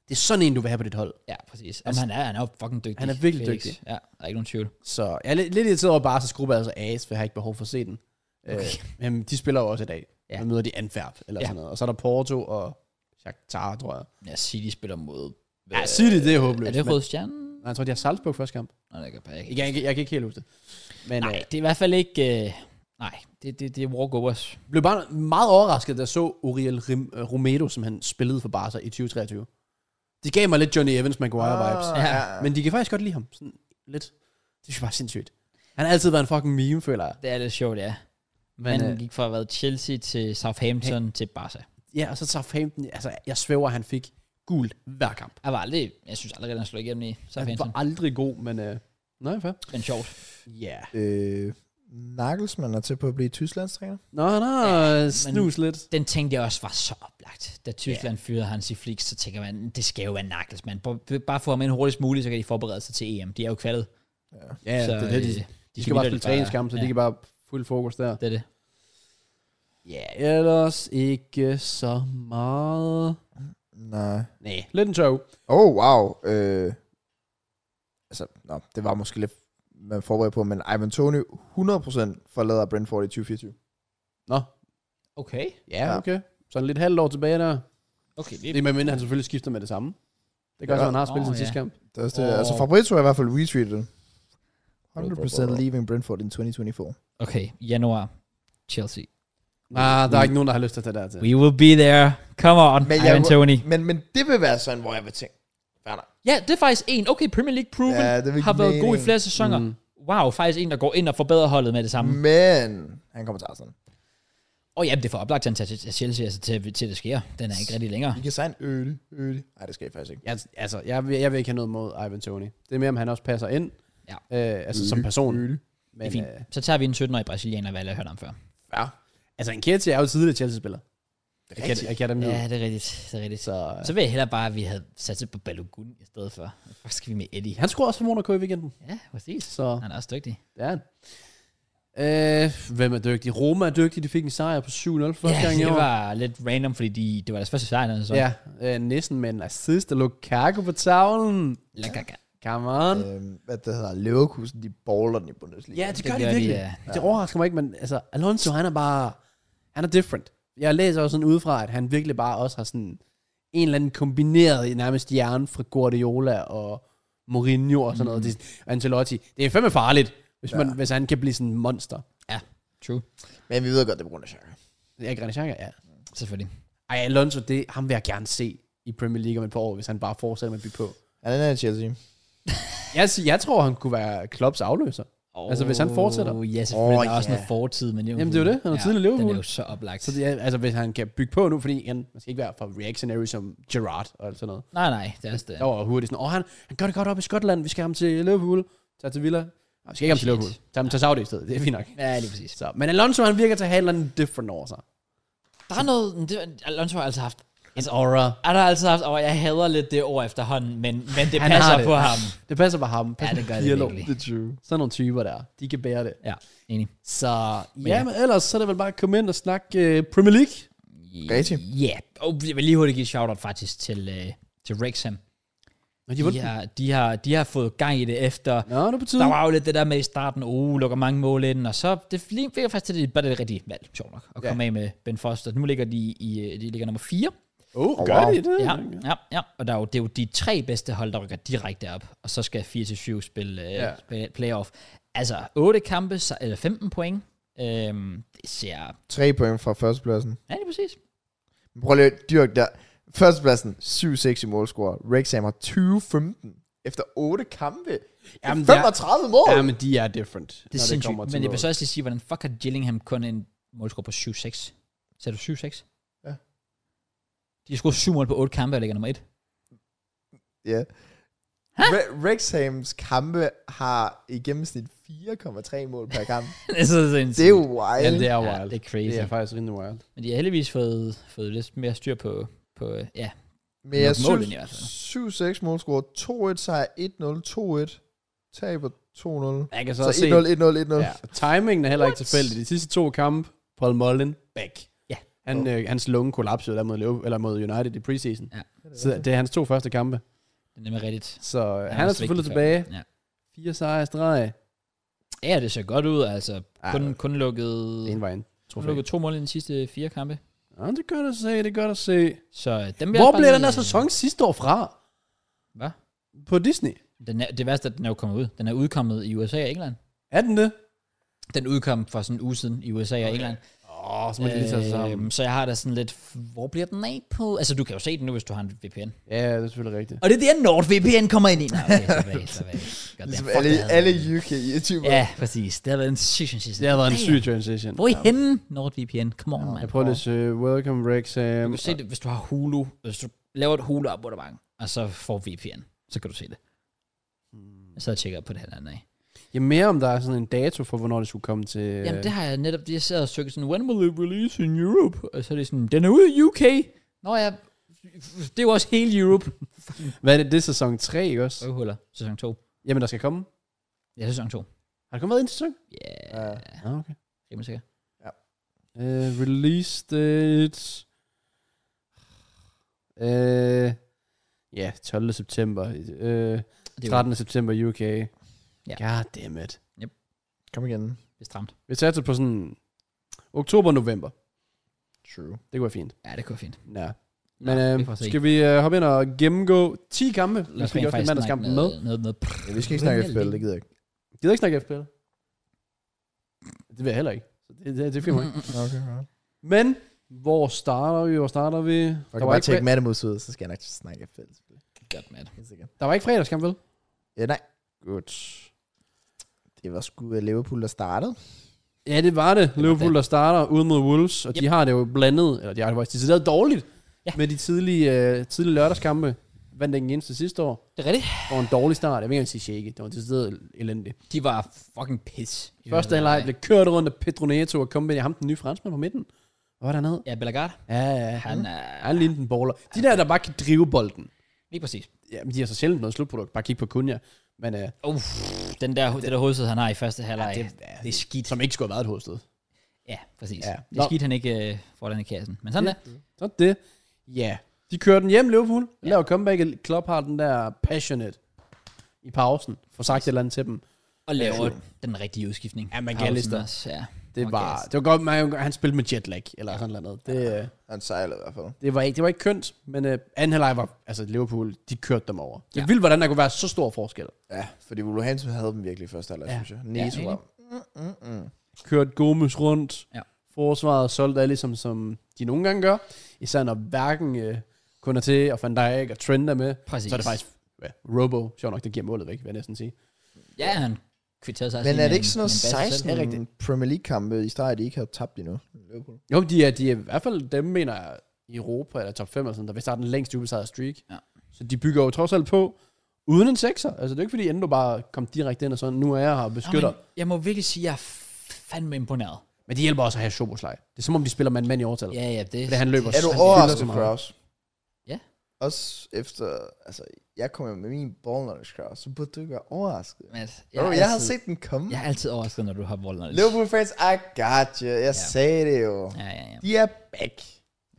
C: det er sådan en, du vil have på dit hold.
A: Ja, præcis. Jamen, han er, han er jo fucking dygtig.
C: Han er virkelig
A: Felix.
C: dygtig.
A: Ja, der er ikke nogen tvivl.
C: Så jeg er lidt, lidt irriteret over Barca's gruppe, altså AS, for jeg har ikke behov for at se den. Okay. Øh, men de spiller jo også i dag.
A: Ja.
C: Ja. Man møder de Antwerp, eller
A: Ja.
C: ja. sådan noget. Og så er der Porto og Shakhtar, tror jeg.
A: Ja, City spiller mod... Øh,
C: Ja, City, det er håbløst.
A: er det
C: men-
A: Røde Stjerne?
C: Nej, jeg tror, de har Salzburg første kamp.
A: Nej, det kan jeg ikke.
C: Jeg, jeg, jeg kan ikke helt huske det. Men
A: Nej,
C: øh,
A: det er i hvert fald ikke... Øh, nej, det, det, det er walkovers.
C: øh, blev bare meget overrasket, da jeg så Uriel Rim, uh, Romero, som han spillede for Barca i 2023. Det gav mig lidt Johnny Evans Maguire-vibes.
A: Ja.
B: ja.
C: Men de kan faktisk godt lide ham. Sådan lidt. Det synes jeg bare er sindssygt. Han har altid været en fucking meme, føler jeg.
A: Det er lidt sjovt, ja. Men,
C: Men,
A: han
C: øh,
A: gik fra at være Chelsea til Southampton hey. til Barca.
C: Ja, og så Southampton. Altså, jeg svæver, han fik gult hver kamp.
A: Jeg var aldrig... Jeg synes aldrig, at han slog igennem i
C: Han
A: Southampton.
C: var aldrig god, men... Øh, nej, fair.
A: Men sjovt.
C: Ja.
B: Øh, Nagelsmann er til på at blive Tysklands træner.
C: Nå, nå,
A: Ja,
C: snus lidt.
A: Den tænkte jeg også var så oplagt. Da Tyskland yeah. fyrede Hansi Flick, så tænker man, det skal jo være Nagelsmann. Bare- Bare få ham ind hurtigst muligt, så kan de forberede sig til EM. De er jo kvalget.
C: Ja,
A: så,
C: så, det er det,
A: øh,
C: de, de skal
A: kan
C: bare
A: vitterligt
C: spille træningskamp, så
A: ja,
C: de kan bare fuld fokus der.
A: Det er det.
C: Ja, ellers ikke så meget.
B: Nej.
C: Nej, lidt en tog.
B: Oh, wow. Øh, altså, nå, det var måske lidt man forberedt på, men Ivan Tony 100% forlader Brentford i 2024.
C: Nå,
A: Okay.
C: ja, okay. Sådan lidt halvt år tilbage der.
A: Okay,
C: Det er med mindre, han selvfølgelig skifter med det samme. Det gør
B: Ja.
C: så, han har spillet
A: Åh,
C: sin
A: ja.
C: sidste kamp.
B: Det er også det.
A: Åh.
B: Altså, Fabrizio er i hvert fald retweetet. 100% leaving Brentford in 2024.
A: okay. Januar. Chelsea.
C: Nej, Ah, der er ikke nogen, der har lyst til at tage der til.
A: We will be there. Come on,
B: Men jeg-
A: Ivan Tony.
B: Men, men det vil være sådan, hvor jeg vil tænke. Fair nok.
A: Ja, det er faktisk en. Okay, Premier League proven
B: Ja, det vil
A: ja,
B: give
A: har været god i
B: mening.
A: flere sæsoner. Mm. Wow, faktisk en, der går ind og forbedrer holdet med det samme. Mm.
B: Men han kommer til Arsenal.
A: Og ja, det er for oplagt, at han tager til Chelsea, altså til, til det sker. Den er ikke rigtig længere.
B: Vi kan signe Øde. Øde. Nej, det skal jeg faktisk ikke.
C: Jeg, altså, jeg, vil- jeg vil ikke have noget mod Ivan Tony. Det er mere, om han også passer ind.
A: Ja.
C: Øh, altså, som person.
B: Øde.
C: Men,
A: Det er fint.
C: Øh,
A: Så tager vi en 17-årig brasilianer, hvad jeg har hørt om før.
B: Ja,
C: altså, en Kjetil er jo tidligere Chelsea-spiller.
B: det er
C: Jeg,
B: rigtigt.
C: kan- jeg kan dem nu.
A: Ja, det er rigtigt. Det er rigtigt. Så, øh.
C: Så,
A: så vil jeg hellere bare, at vi havde sat sig på Balogun i stedet for. Hvor skal vi med Eddie?
C: han scorede også for Monaco i weekenden.
A: Ja, præcis.
C: Så,
A: Han er også dygtig.
C: ja. Øh, hvem er dygtig? Roma er dygtig. De fik en sejr på 7-0 første
A: Ja,
C: gang i
A: det
C: år.
A: var lidt random, fordi de, det var deres første sejr. Altså.
C: Ja, øh, næsten med en assist og Lukaku på tavlen.
A: Lakaga.
C: Come on.
B: Øhm, hvad det hedder, Leverkusen, de baller den i Bundesliga.
C: Ja, det gør
A: Øh, det
C: det,
A: gør de,
C: virkelig.
A: ja.
C: De, Det overrasker mig ikke, men altså, Alonso, han er bare, han er different. Jeg læser også sådan udefra, at han virkelig bare også har sådan en eller anden kombineret nærmest hjerne fra Guardiola og Mourinho og sådan
A: Mm.
C: noget. Det, er- Ancelotti. Det er fandme farligt, hvis, man, hvis han kan blive sådan en monster.
A: Ja, true.
B: Men vi ved godt, det er på grund af Chaka.
C: Ja, Granit ja.
A: Selvfølgelig.
C: Ej, Alonso, det, ham vil jeg gerne se i Premier League om et par år, hvis han bare fortsætter med at bygge på.
B: Ja, den er i Chelsea.
C: Jeg, siger- jeg tror, han kunne være Klopps afløser.
A: Oh,
C: Altså, hvis han fortsætter.
A: Ja, selvfølgelig.
B: Åh,
A: der er også
B: ja.
A: noget fortid, men Liverpool.
C: Jamen, det er jo det. Han er tidligere
A: Den
C: Liverpool.
A: er jo så oplagt.
C: Så det er, altså, hvis han kan bygge på nu, fordi igen, man skal ikke være for reactionary som Gerrard og alt sådan noget.
A: Nej, nej, det er også det.
C: Der var hurtigt sådan, åh, han, han gør det godt op i Skotland, vi skal have ham til Liverpool, tager til Villa. Nej, vi skal ikke have ham til
A: Shit.
C: Liverpool, tager ham til Saudi i stedet, det er fint nok.
A: Ja, lige præcis.
C: Så, men Alonso, han virker til at have et eller andet different over sig.
A: Der er noget... Det, Alonso har altså haft...
C: En aura.
A: Er der altså haft... Og jeg hader lidt det ord efterhånden, men, men det
C: Han
A: passer
C: har det.
A: på ham.
C: Det passer på ham. Passer
A: det
C: på
A: gør det
C: Pirlo.
A: virkelig.
B: Det er true.
C: Sådan nogle typer der, de kan bære det.
A: Ja, enig.
C: Så ja, men ellers så er det vel bare at komme ind og snakke uh, Premier League.
B: Rigtig.
A: Ja, og jeg vil lige hurtigt give et shout-out faktisk til, øh, til Wrexham.
C: Nå, de
A: De
C: vundet.
A: har, de, har, de har fået gang i det efter...
C: Nå, det er på tide.
A: Der var jo lidt det der med i starten, oh, lukker mange mål ind, og så det lige- fik jeg faktisk til det, bare det rigtige valg, sjovt nok, at
C: Ja.
A: komme af med Ben Foster. Nu ligger de i, øh, de ligger nummer 4.
C: Oh,
B: Wow.
C: det?
A: Ja, ja, ja. Og der er jo, det er jo de tre bedste hold, der rykker direkte op, og så skal 4-7 spille øh,
C: Ja.
A: ja. playoff. Altså, 8 kampe, så, eller 15 point. Øhm, det ser...
B: Tre point fra førstepladsen.
A: Ja, det er præcis.
B: Men Prøv lige at dyrke der. Førstepladsen, 7-6 i målscore. Rexham har 20-15 efter 8 kampe.
C: Jamen,
B: Jamen,
C: det er-
B: 35 mål!
C: Ja, men de er different. når
A: Det er sindssygt.
C: til
A: men jeg vil
C: noget.
A: så også lige sige, hvordan fuck har Gillingham kun en målscore på 7-6? Sagde du 7-6?
B: Ja.
A: De har scoret 7 mål på 8 kampe og ligger nummer 1.
B: Ja. Re- Rexhams kampe har i gennemsnit 4,3 mål per kamp.
A: det er så sindssygt.
B: det er jo wild.
C: Ja, det er
A: ja,
C: wild.
A: det er crazy.
C: Det er faktisk rimelig wild.
A: Men de har heldigvis fået, fået lidt mere styr på, på øh, ja.
B: Men jeg
A: Nok målen i
C: altså.
A: hvert
B: synes, 7-6 målscore, 2-1 sejr, 1-0, 2-1, taber 2-1.
C: Jeg kan
B: Så 1-0, 1-0, 1-0.
C: Ja, timingen E er heller ikke tilfældig. De sidste to kampe, Paul Mullen, back.
A: Ja.
C: Han, øh, hans lunge kollapsede der mod, Liverpool- eller mod United i preseason.
A: Ja.
C: Så det er hans to første kampe.
A: Det er nemlig rigtigt.
C: Så øh,
A: Ja,
C: han er
A: også
C: selvfølgelig
A: vigtigt
C: tilbage.
A: for dem. Ja.
C: Fire sejre i streg.
A: ja, det ser godt ud. Altså,
C: Ej,
A: kun,
C: det
A: kun lukket,
C: er En vej ind.
A: kun
C: Trofæ.
A: lukket to mål i de sidste fire kampe.
C: Ja, det gør der se, det gør der se.
A: Så øh, dem vil jeg
C: Hvor
A: bare
C: blev
A: lige-
C: den her sæson sidste år fra?
A: Hvad?
C: På Disney.
A: Den er, det værste er, at den er jo kommet ud. Den er udkommet i USA og England.
C: Er den det?
A: Den udkom for sådan en uge siden i USA og England.
C: Åh, oh, så må de lige tage sig sammen.
A: Øhm, så jeg har da sådan lidt, hvor bliver den af på? Altså, du kan jo se den nu, hvis du har en VPN.
C: Ja, det er selvfølgelig rigtigt.
A: Og det er der, NordVPN kommer ind i. Nå, okay, så væk, så væk. Goddamn,
B: Ligesom
A: fuck,
B: alle,
C: altså.
A: det havde
B: alle
A: været-
B: UK-YouTubere.
A: Ja, præcis. Det har været en syg sidste.
C: Det har været en syg transition.
A: Hvor er I henne, NordVPN? Come on, man.
C: Jeg prøver lige at søge, welcome Rexham.
A: Du kan se det, hvis du har Hulu. Hvis du laver et Hulu-abonnement, og så får VPN, så kan du se det. Jeg sad og tjekkede op på det her den anden dag.
C: Ja, mere om der er sådan en dato for, hvornår det skulle komme til... øh,
A: Jamen, det har jeg netop, jeg sad og søgte sådan, when will it release in Europe? Og så er det sådan, den er ude i UK. Nå ja, det er jo også hele Europe.
C: Hvad er det? Det er sæson 3, ikke også?
A: Røvhuller, sæson 2.
C: Jamen, der skal komme.
A: Ja, sæson 2.
C: Har der kommet været en sæson?
A: Ja, yeah,
B: Ja.
C: Ja, okay.
A: rimelig sikkert.
C: Uh, release date... Uh, ja, 12. september. Uh,
A: Det er
C: 13. september UK.
A: Ja.
C: God damn it.
B: Kom igen.
A: jo lidt stramt.
C: Vi satte på sådan... Oktober-november.
B: True.
C: Det kunne være fint.
A: Ja, det kunne være fint.
C: Ja. Men
A: vi
C: øh,
A: får se.
C: skal vi øh, hoppe ind og gennemgå 10 kampe?
A: Lad
C: Vi
A: os
C: fik
A: rent
C: også
A: faktisk snakke
C: mandagskampen
A: noget, noget,
C: med.
A: noget, noget pr-
B: Ja, vi skal ikke snakke
A: Premier
B: FPL, det
A: League.
B: gider jeg ikke.
C: Gider ikke snakke FPL? Det vil jeg heller ikke. Så det, det, det
A: Mm,
C: filmer ikke.
B: Okay, ja.
A: Mm-hmm.
C: Men, hvor starter vi? Hvor starter vi?
B: Jeg
C: Der
B: kan
C: var,
B: bare
C: ikke,
B: tjekke
C: fre-
B: Mattemus ud, så skal jeg nok snakke FPL.
A: mm. Godt, mand.
B: Helt sikkert.
C: der var ikke fredagskamp, vel?
B: Ja, nej.
C: Godt.
B: Det var sgu øh, Liverpool, der startede.
C: Ja, det var det.
A: var
C: Liverpool,
A: det.
C: der starter ude mod Wolves, og de
A: Yep.
C: har det jo blandet, eller de har det faktisk decideret dårligt
A: Ja.
C: med de tidlige, øh, tidlige lørdagskampe. Vandt den eneste sidste år.
A: Det er rigtigt.
C: Det var en dårlig start. Jeg vil ikke engang sige shaky. Det var decideret elendigt.
A: De var fucking piss. i
C: Første
A: den her
C: halvleg
A: leg.
C: blev kørt rundt af Pedroneto og Company. Ham den nye franskmand på midten. Hvad var der nede?
A: Ja, Bellegarde.
C: Ja, ja,
A: Han
C: han,
A: er...
C: han lignede en baller. De der, der bare kan drive bolden.
A: Lige præcis.
C: Ja, men de har så sjældent noget slutprodukt. Bare kig på Kunja. Men øh,
A: Uff, den der, det der hovedstød, han har i første halvleg,
C: Ja,
A: ja,
C: det
A: det,
C: er-
A: det, er skidt.
C: som ikke skulle have været et hovedsted.
A: Ja, præcis.
C: Ja.
A: Ja. Det er
C: Nå.
A: skidt, han ikke øh, får den i kassen. Men sådan
C: Det-
A: det.
C: Så det. Ja. De kører den hjem, Liverpool. Ja. Laver comeback. Klopp har den der passionate i pausen. Får sagt et eller andet til dem.
A: Og laver den rigtige udskiftning.
C: Ja,
A: Pausen
C: McAllister.
A: også, Ja.
C: Det
A: Og
C: var,
A: gas.
C: det var godt, man, han spillede med jetlag, eller sådan noget. Det, øh,
B: Han sejlede i hvert fald.
C: det, var ikke, det var ikke kønt, men øh, anden halvleg var, altså Liverpool, de kørte dem over. Det er
A: Ja.
C: vildt, hvordan der kunne være så stor forskel.
B: Ja, fordi Wolverhampton havde dem virkelig i første halvleg,
C: Ja.
B: synes jeg. Neso
A: Ja.
B: var... Mm, mm, mm.
C: kørt Gomes rundt.
A: Ja.
C: Forsvaret solgte alle, ligesom, som de nogle gange gør. Især når hverken øh, kunder til og Van Dijk og Trent er med.
A: Præcis.
C: Så er det faktisk ja, Robo. Sjovt nok, der giver målet væk, vil jeg næsten sige.
A: Ja, han kvitterede sig også
B: Men
A: lige
B: er
A: med
B: det ikke
A: en-
B: sådan noget
A: med en Altså, basse selv?
B: 16 Premier League-kampe i streg, de ikke har tabt endnu? Liverpool.
C: Jo, de er, de er i hvert fald dem, mener jeg, i Europa eller top 5 eller sådan, der vil starte den længste ubesejrede streak.
A: Ja.
C: Så de bygger jo trods alt på uden en sekser. Altså det er jo ikke fordi, enden du bare kom direkte ind og sådan, nu er jeg her og
A: Nå,
C: beskytter. men...
A: men jeg må virkelig sige, at jeg er fandme imponeret.
C: men de hjælper også at have Sjoboslej. Det er som om, de spiller mand-mand i overtal.
A: Ja, ja, det
C: Fordi han løber
B: Er du
C: Han fylder så
B: overrasket,
C: meget.
B: Kraus?
A: Ja.
B: Også efter... Altså, jeg kom jo med min ball knowledge, Kraus, så burde du ikke være overrasket.
A: Men
B: Jeg, oh,
A: er
B: jeg har
A: altid-
B: set den komme.
A: Jeg er altid overrasket, når du har Walnut.
B: Liverpool fans, I got you. Jeg
A: Ja.
B: sagde det jo.
A: Ja, ja, ja.
B: De er back.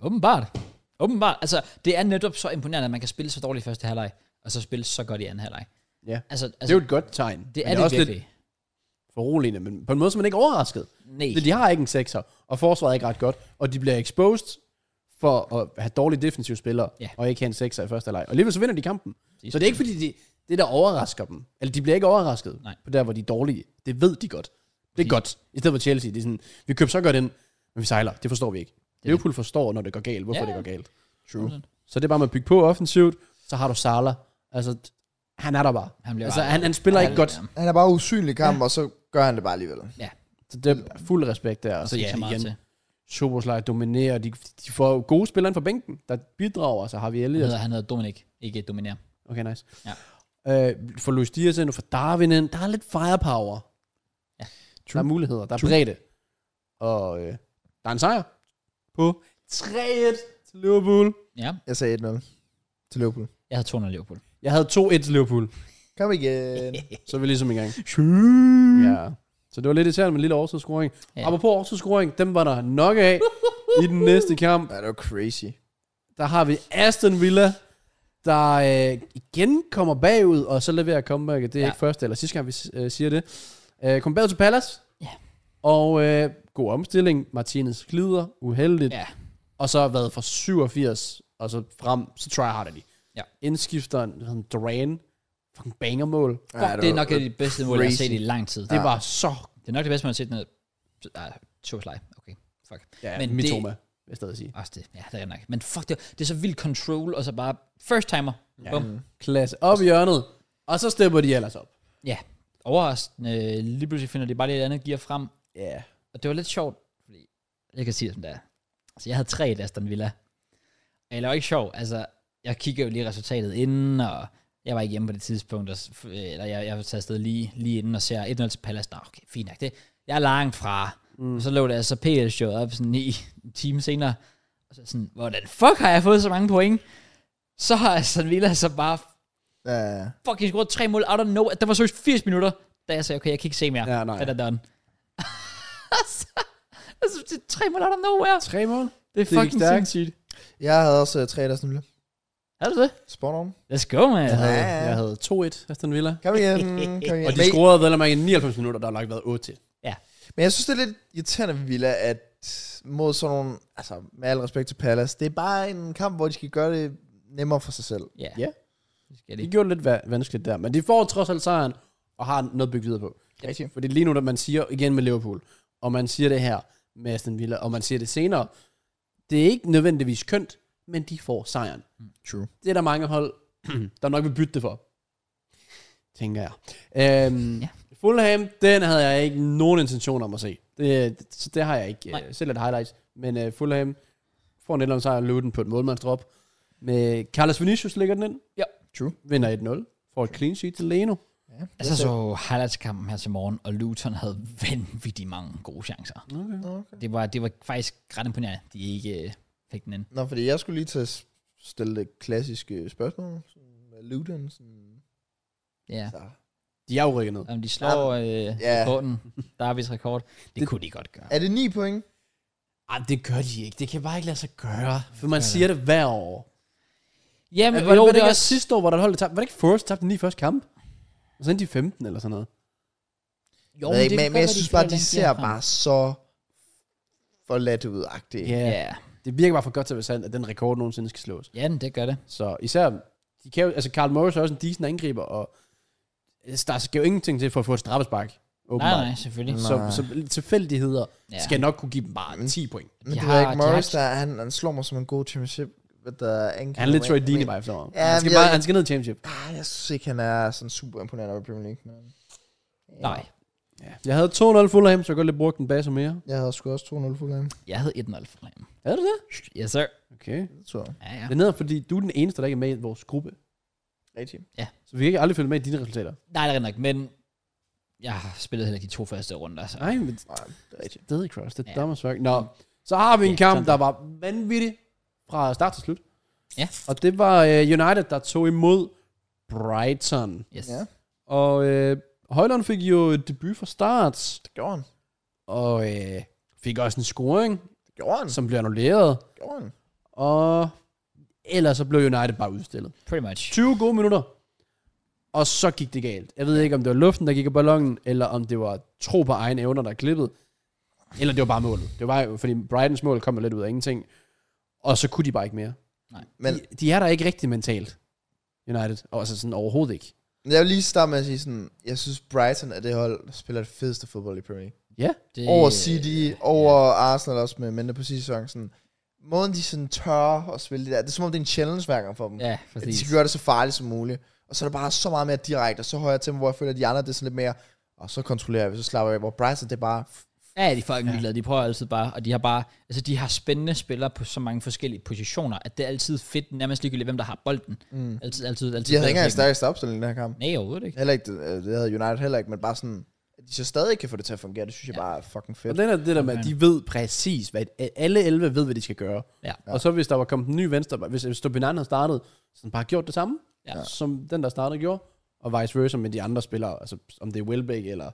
A: Åbenbart. Åbenbart. Altså, det er netop så imponerende, at man kan spille så dårligt i første halvleg, og så spille så godt i anden halvleg.
C: Ja.
A: Altså,
C: Det
A: altså
C: er jo et godt tegn. men
A: det er det
C: også lidt
A: virkelig.
C: foruroligende, men på en måde, som man ikke er overrasket.
A: Nej.
C: Så de har ikke en sekser, og forsvaret er ikke ret godt, og de bliver exposed for at have dårlige defensive spillere,
A: Ja.
C: og ikke have en sekser i første leg. Og alligevel så vinder de kampen.
A: Præcis.
C: Så det er ikke fordi, de, det der overrasker dem, eller de bliver ikke overrasket
A: Nej.
C: på der, hvor de er dårlige. Det ved de godt. Det er
A: Præcis.
C: godt. I stedet for Chelsea, det er sådan, vi køber så godt ind, men vi sejler. Det forstår vi ikke.
A: det.
C: Liverpool forstår, når det går galt, hvorfor
A: Ja.
C: det går galt.
B: True.
C: Så det er bare med at bygge på offensivt, så har du Salah. Altså, han er der bare.
A: Han bliver
C: altså,
A: bare-
C: han, han spiller ikke godt.
B: Han er bare usynlig i kampen, ja. og så gør han det bare alligevel.
C: Så det er fuld respekt der. Og
A: Så
C: så
A: ja,
C: ja,
A: meget til.
C: igen, Soboslej dominerer. De, de får jo gode spillere ind fra bænken, der bidrager. Så har vi
A: Han
C: Elias.
A: hedder, han hedder Dominik, ikke Dominær.
C: Okay, nice.
A: Ja.
C: Øh, for Luis Diaz ind, og for Darwin ind. Der er lidt firepower.
A: Ja.
C: Der er muligheder. Der er bredde. Og øh, der er en sejr på 3-1 til Liverpool.
A: Ja,
B: Jeg sagde 1-0 til Liverpool.
A: jeg havde 200 Liverpool.
C: Jeg havde 2-1 til Liverpool.
B: Kom igen.
C: Så er vi ligesom i gang. Ja. Så det var lidt irriterende med en lille overskudsscoring.
A: Ja.
C: Ja. Apropos overskudsscoring, dem var der nok af i den næste kamp.
B: ja, det var crazy.
C: Der har vi Aston Villa, der øh, igen kommer bagud, og så leverer comebacket. Det er
A: Ja.
C: ja. ikke første eller sidste gang, vi øh, siger det. Øh, kom bagud til Palace.
A: Ja.
C: Og øh, god omstilling. Martinez glider uheldigt.
A: Ja.
C: Og så har været fra 87 og så frem, så try harder de.
A: Ja.
C: Indskifteren, hvad hedder han, Duran, fucking bangermål.
B: Ja,
A: Fuck, det er nok et af de bedste mål, jeg har
B: crazy.
A: set i lang tid.
C: Det var så...
A: Det er nok det bedste, man har set ned. Ah, to slide. Okay, fuck.
C: Ja,
A: Men
C: Men
A: det-
C: mitoma, det... vil jeg stadig sige.
A: Også det, ja, det er nok. Men fuck, det, det er så vildt control, og så bare first timer. Ja. Bum.
B: Mm.
C: Klasse. Op i hjørnet. Og så stepper de ellers op.
A: Ja, overraskende. øh, Lige pludselig finder de bare lidt andet gear frem.
C: Ja. Yeah.
A: Og det var lidt sjovt, fordi jeg kan sige det, som det er. Altså, jeg havde tre i Aston Villa. Eller ikke sjov, altså, jeg kigger jo lige resultatet inden, og jeg var ikke hjemme på det tidspunkt, og, s- f- eller jeg, jeg var taget afsted lige, lige inden og ser 1-0 til Palace. Nå, okay, fint nok. Det, jeg er langt fra. Mm. Så lå det altså PL showet op sådan i en time senere. Og så sådan, hvordan fuck har jeg fået så mange point? Så har Aston Villa så bare
B: Ja, ja.
A: fucking scoret tre mål out of nowhere. Der var seriøst 80 minutter, da jeg sagde, okay, jeg kan ikke se mere.
C: Ja, nej.
A: Den er done. altså, det er tre mål out of nowhere.
C: Tre mål.
A: Det er
C: gik
A: fucking
C: stærkt.
A: sindssygt.
B: Jeg havde også uh, 3 der sådan lidt.
A: Er det det?
B: Spot on.
A: Let's go, man.
C: Jeg havde,
B: Ja, ja.
C: jeg havde 2-1 Aston Villa.
B: Kom igen. Kom igen.
C: Og de
B: Men-
C: scorede vel og mærke i 99 minutter, der har nok været 8 til.
B: Men jeg synes, det er lidt irriterende ved Villa, at mod sådan nogle, altså med al respekt til Palace, det er bare en kamp, hvor de skal gøre det nemmere for sig selv.
A: Ja.
C: Ja.
A: Det skal
C: Det
A: det.
C: gjorde det lidt va- vanskeligt der, men de får trods alt sejren, og har noget bygget videre på.
B: Rigtig.
C: Fordi lige nu, når man siger igen med Liverpool, og man siger det her med Aston Villa, og man siger det senere, det er ikke nødvendigvis kønt, men de får sejren.
B: True.
C: Det er der mange hold, der nok vil bytte det for. Tænker jeg. Øhm,
A: Ja.
C: ja. Fulham, den havde jeg ikke nogen intention om at se. Det, det, så det har jeg ikke.
A: Nej.
C: Nej. Selv lidt highlights. Men uh, Fulham får en eller sejr og den på et målmandsdrop. Med Carlos Vinicius lægger den ind.
A: Ja.
B: True.
C: Vinder 1-0. Får et clean sheet til Leno.
B: Ja.
A: Altså, så highlights-kampen her til morgen, og Luton havde vanvittigt mange gode chancer.
C: Okay.
B: Okay.
A: Det var, det var faktisk ret imponerende, de ikke øh, fik den ind.
B: Nå, fordi jeg skulle lige til at s- stille det klassiske spørgsmål. altså, Sådan, med Luton, sådan,
A: Ja.
B: så.
C: De er jo rykket ned.
A: Om de slår øh,
B: ja.
A: rekorden, Darby's rekord, det, det
C: Det-
A: kunne de godt gøre.
B: Er det 9 point?
C: Ej, det gør de ikke. Det kan bare ikke lade sig gøre. For man siger det hver år.
A: Jamen,
C: Men, var,
A: jo,
C: jo, var det
A: det
C: ikke
A: er
C: også
A: også...
C: sidste år, hvor der holdt tabt? Var det ikke Forrest tabt den lige første kamp? Og så endte de 15 eller sådan noget.
A: Jo,
B: men,
A: det kan
B: men,
A: godt
B: men jeg
A: være,
B: synes
A: kører
B: bare, de
A: langt
B: ser
A: derfra.
B: bare så forladt ud-agtige.
C: Ja. Yeah.
A: Ja,
C: Det virker bare for godt til at være sandt, at den rekord nogensinde skal slås.
A: ja men det gør det.
C: Så især, de kan jo, altså Carl Morris er også en decent angriber, og altså, der skal jo ingenting til for at få et straffespark.
A: Nej,
C: åbenbart.
A: nej, selvfølgelig.
B: Mm. nej.
C: Så, så tilfældigheder
A: Ja.
C: ja. Mm. skal nok kunne give dem bare 10 point.
B: Men
A: De
B: det
A: har-
B: ved jeg ikke,
A: de har-
B: Morris, der, han, han slår mig som en god championship. hvad Der angriber.
C: Han er lidt Troy Deeney
B: Men-
C: bare efteråret.
B: Ja,
C: Ja, han, skal
B: men jeg-
C: bare, han skal ned i championship.
B: Ah, Jeg synes ikke, han er sådan super imponerende over i Premier League. Men
A: Nej,
C: Ja. Jeg havde 2-0 Fulham, så jeg kunne godt lige brugt den base mere.
B: jeg havde sgu også 2-0 fuldt af ham.
A: jeg havde 1-0 for Lam.
C: Er det det?
A: Yes, sir.
C: Okay.
B: Det tror jeg.
A: Ja, ja.
C: Det er ned, fordi du er den eneste, der ikke er med i vores gruppe.
B: Rigtig.
C: Så vi kan ikke aldrig følge med i dine resultater.
A: Nej, det er rigtig nok, men jeg har spillet heller ikke de to første runder. Så.
C: Nej, men
B: Nej, det er rigtigt.
C: stadig cross. Det er
A: Ja.
C: ja. dumme sværk. Nå, så har vi en
A: Ja,
C: ja, kamp,
A: sådan
C: der var vanvittig fra start til slut.
A: Ja.
C: Og det var øh, United, der tog imod Brighton.
A: Yes.
B: Ja,
C: Og øh, Højlund fik jo et debut fra start.
B: det gjorde han.
C: Og øh, fik også en scoring,
B: Det gjorde han.
C: som blev annulleret.
B: Det gjorde han.
C: Og ellers så blev United bare udstillet.
A: Pretty much.
C: 20 gode minutter. Og så gik det galt. Jeg ved ikke, om det var luften, der gik af ballonen, eller om det var tro på egne evner, der klippede. Eller det var bare målet. Det var jo, fordi Brightons mål kom jo lidt ud af ingenting. Og så kunne de bare ikke mere.
B: Men
C: de, de er der ikke rigtig mentalt, United. Og altså sådan overhovedet ikke.
B: jeg vil lige starte med at sige sådan, jeg synes Brighton er det hold, der spiller det fedeste fodbold i Premier League.
C: Ja,
A: Det,
B: Over City, over Arsenal også med mindre på sidste sæson. Sådan. måden de sådan tør at spille det der, det er som om det er en challenge hver gang for dem.
A: Ja,
B: At de
A: præcis.
B: skal gøre det så farligt som muligt. Og så er det bare så meget mere direkte, og så højere tempo, hvor jeg føler, at de andre, det er sådan lidt mere, og så kontrollerer vi, så slapper jeg af, hvor Bryson, det er bare,
A: Ja, de er fucking ligeglade. De prøver altid bare, og de har bare, altså de har spændende spillere på så mange forskellige positioner, at det er altid fedt, nærmest ligegyldigt, hvem der har bolden. Mm. Altid, altid, altid.
B: de havde ikke engang
A: bedre
B: den stærkeste opstilling i den her kamp.
A: ting. Nej, overhovedet ikke.
B: Heller ikke, det, øh, det havde United heller ikke, men bare sådan, at de så stadig kan få det til at fungere, det synes jeg bare er fucking
C: Og
B: fedt.
C: den er det der med, at de ved præcis, hvad alle 11 ved, hvad de skal gøre.
A: Ja.
C: Og så hvis der var kommet en ny venstre, hvis, hvis Stupinan havde startet, så den bare gjort det samme,
A: Ja.
C: som den, der startede, gjorde, og vice versa med de andre spillere, altså om det er Welbeck eller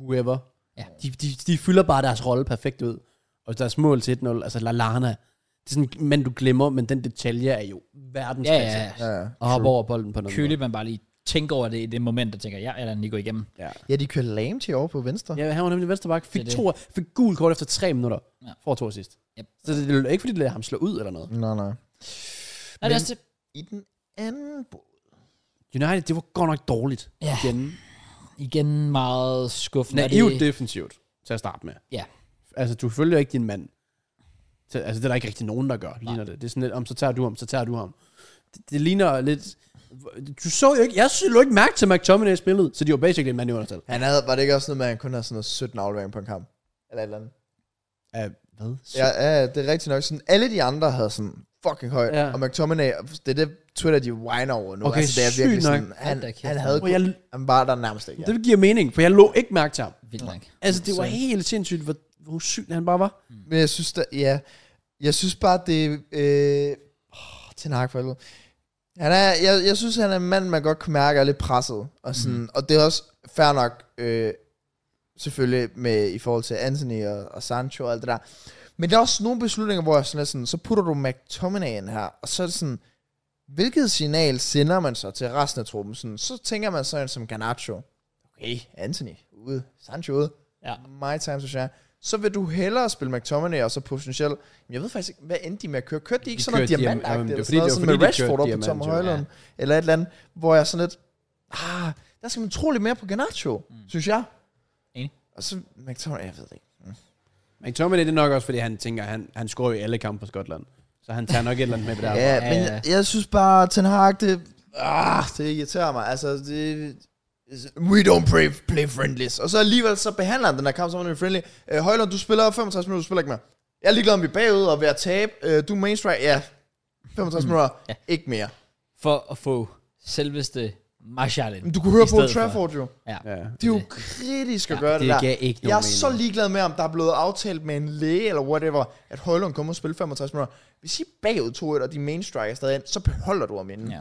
C: whoever,
A: Ja.
C: de, de, de fylder bare deres rolle perfekt ud, og deres mål til 1-0, altså Lallana, det er sådan, men du glemmer, men den detalje er jo
A: Ja,
C: verdensklasse,
A: ja, ja.
B: Ja, ja.
C: og hoppe over bolden på noget.
A: Køligt, man bare lige tænker over det i det moment, der tænker, ja, eller lige gå igennem.
C: Ja.
B: ja, de kører lame til over på venstre.
C: ja, han var nemlig venstreback, fik,
A: Det er
C: to, fik gul kort efter tre minutter,
A: Ja.
C: ja. for to assist.
A: Yep.
C: Så det, det er ikke, fordi det lader ham slå ud eller noget.
B: Nej, nej.
A: Nej, det er også det.
B: I den anden bo-
C: United, det var godt nok dårligt
A: Ja.
C: igen.
A: Igen meget skuffende. og
C: Naivt defensivt, til at starte med.
A: Ja.
C: Altså, du følger ikke din mand. Så, altså, det er der ikke rigtig nogen, der gør, ligner det. Det er sådan lidt, om så tager du ham, så tager du ham. Det, det ligner lidt... Du så jo ikke... Jeg så jo ikke mærke til McTominay spillede, så de var basically en mand i undertal.
B: Han havde, var det ikke også noget med, at han kun havde sådan noget 17 afleveringer på en kamp? Eller et eller andet.
C: Uh, hvad?
B: Ja, ja, det er rigtigt nok. Sådan, alle de andre havde sådan fucking højt.
C: Ja.
B: Ja. Og McTominay, det er det Twitter, de whiner over nu.
C: Okay,
B: altså, det er
C: sygt
B: virkelig
C: nok.
B: sådan, han,
A: Hold da kæft,
B: han, havde,
C: Hvor jeg-
B: han var der nærmest ikke. Ja.
C: Det giver mening, for jeg lå ikke mærke til ham.
A: Vildt nok.
C: Altså, det var
A: Så-
C: helt sindssygt, hvor, hvor syg han bare var.
B: Men jeg synes, der, ja, jeg synes bare, det er... Øh, oh, til Hag for helvede. han er, jeg, jeg synes, han er en mand, man godt kan mærke er lidt presset. Og, sådan, mm. og det er også fair nok, øh, selvfølgelig med, i forhold til Anthony og, og Sancho og alt det der. Men der er også nogle beslutninger, hvor jeg sådan er sådan, så putter du McTominay ind her, og så er det sådan, hvilket signal sender man så til resten af truppen? Sådan, så tænker man sådan som Garnacho. Okay, Anthony ude, Sancho ude.
A: Ja.
B: My time to shine. Så vil du hellere spille McTominay og så potentielt... Men jeg ved faktisk ikke, hvad endte de med at køre? Kørte de ikke
C: De
B: sådan noget
C: kørte diam-
B: diamantagtigt?
C: jamen, det
B: eller
C: var fordi-
B: sådan noget,
C: det var
B: sådan med
C: fordi, de
B: Rashford
C: kørte
B: op på Tom
C: diamant, jo.
B: Højlund? Eller et eller andet, hvor jeg sådan lidt... Ah, der skal man tro lidt mere på Garnacho, mm. synes jeg.
A: Enig.
B: Og så McTominay, jeg ved det ikke.
C: McTominay, det er nok også, fordi han tænker, han, han scorer jo i alle kampe på Skotland. Så han tager nok et eller andet med på det her.
B: Ja,
A: Ja,
B: men
A: ja.
B: jeg, jeg synes bare, Ten Hag, det, ah, det irriterer mig. Altså, det, we don't play, play friendlies. Og så alligevel, så behandler han den her kamp som en friendly. Øh, Højlund, du spiller 65 minutter, du spiller ikke mere. Jeg er ligeglad, om vi er bagud og ved at tabe. Øh, du er main strike, ja. 65 minutter,
A: Ja.
B: ikke mere.
A: For at få selveste Marshallin.
B: Men du kunne høre
A: i
B: på Old
A: stedet for.
B: Trafford jo.
A: Ja.
C: Ja.
B: Det er jo kritisk at
A: Ja,
B: gøre det,
C: det
B: der.
C: gav ikke nogen
B: jeg er
C: mening.
B: så ligeglad med, om der er blevet aftalt med en læge eller whatever, at Højlund kommer og spille 65 minutter. Hvis I er bagud 2-1, og de main strike er stadig ind, så beholder du ham inden.
A: ja.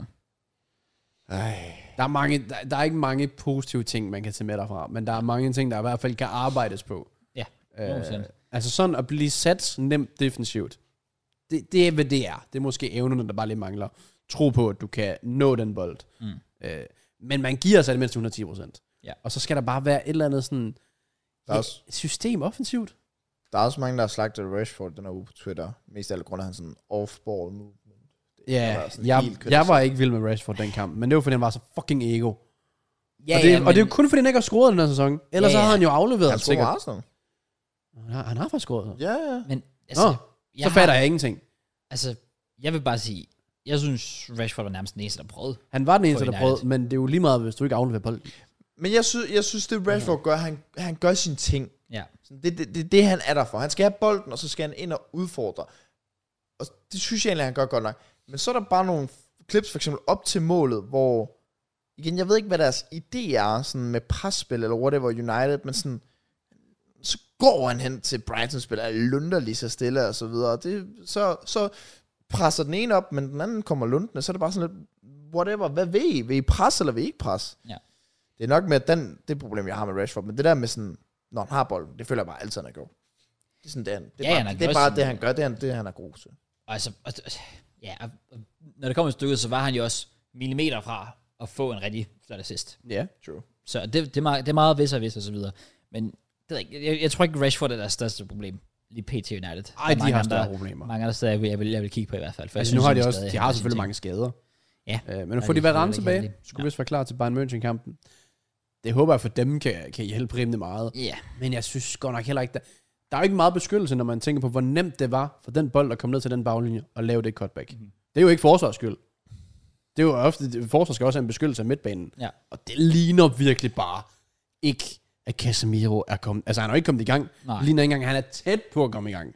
C: Der er, mange, der, der er ikke mange positive ting, man kan tage med derfra, men der er mange ting, der i hvert fald kan arbejdes på.
A: Ja.
C: Øh,
A: 100%.
C: altså sådan at blive sat nemt defensivt, det, det er, hvad det er. Det er måske evnerne, der bare lige mangler. Tro på, at du kan nå den bold. Mm. Øh, men man giver sig det mindst 110 procent.
A: Ja.
C: Og så skal der bare være et eller andet sådan
B: Der er også
C: system offensivt.
B: Der er også mange, der har slagtet Rashford den her uge på Twitter. Mest af alle grunde, han sådan off-ball movement.
C: Ja,
B: var sådan
C: jeg,
B: helt kørt
C: jeg var ikke vild med Rashford den kamp, men det var, fordi han var så fucking ego.
A: Ja,
C: og, det,
A: ja,
C: og det er jo
A: men-
C: kun, fordi han ikke har scoret den her sæson. Ellers
A: Ja,
C: så
A: ja.
C: har han jo afleveret.
B: Han scorede
C: sikkert.
B: Arsenal.
C: Han har, han har faktisk scoret. Nå,
B: Ja, ja.
A: Men altså,
C: så
A: har-
C: fatter jeg ingenting.
A: Altså, jeg vil bare sige, jeg synes, Rashford var nærmest den eneste, der prøvede.
C: Han var den eneste,
A: For
C: der
A: United.
C: prøvede, men det er jo lige meget, hvis du ikke afleverer bolden.
B: Men jeg synes, jeg synes det Rashford gør, han, han gør sine ting.
A: Ja.
B: Sådan, Det er det, det, er det, han er der for. Han skal have bolden, og så skal han ind og udfordre. Og det synes jeg egentlig, han gør godt nok. Men så er der bare nogle clips, for eksempel op til målet, hvor... Igen, jeg ved ikke, hvad deres idé er, sådan med presspil eller whatever United, men sådan... Så går han hen til Brighton-spiller, og lunder lige så stille og så videre. Og det, så, så presser den ene op, men den anden kommer lundende, så er det bare sådan lidt, whatever, hvad ved I? Vil I presse, eller vil I ikke presse?
A: Ja.
B: Det er nok med, at den, det problem, jeg har med Rashford, men det der med sådan, når han har bolden, det føler jeg bare altid, han er god. Det er, sådan, det, er, han- det
A: Ja,
B: er, ja,
A: han er
B: bare, det, er
A: god
B: bare
A: sådan-
B: det, han gør, det er, han- det er, han er god til.
A: Og altså, og- og- ja, og- og når det kom et stykke, så var han jo også millimeter fra at få en rigtig flot assist.
C: Ja.
B: True.
A: Så det, det, er, meget, det er meget vis og vis og så videre. Men det ved jeg, ikke, jeg, jeg tror ikke, Rashford er deres største problem. Lige PT United. Der er
C: Ej, de
A: mange
C: har
A: andre-
C: større problemer.
A: Mange andre steder, jeg vil, jeg vil, jeg vil kigge på i hvert fald. For jeg
C: Altså, nu
A: synes,
C: har
A: han
C: de også,
A: stadig
C: de
A: gør
C: har
A: sine
C: selvfølgelig
A: ting.
C: mange skader.
A: Ja.
C: Øh, men
A: Ja,
C: at
A: det er
C: få de været
A: selvfølgelig
C: ramt tilbage,
A: ikke heldigt.
C: skulle vist være klar til Bayern München-kampen. Det håber jeg for dem kan, kan hjælpe rimelig meget.
A: Ja,
C: Men jeg synes godt nok heller ikke, der, der er jo ikke meget beskyttelse, når man tænker på, hvor nemt det var for den bold at komme ned til den baglinje og lave det cutback.
A: Mhm.
C: Mm. Det er jo ikke forsvars skyld. Det er jo ofte, forsvar skal også have en beskyttelse af midtbanen.
A: Ja.
C: Og det ligner virkelig bare ikke, at Casemiro er kommet. Altså, han er jo ikke kommet i gang.
A: Nej.
C: Det Ligner ikke engang, at han er tæt på at komme i gang.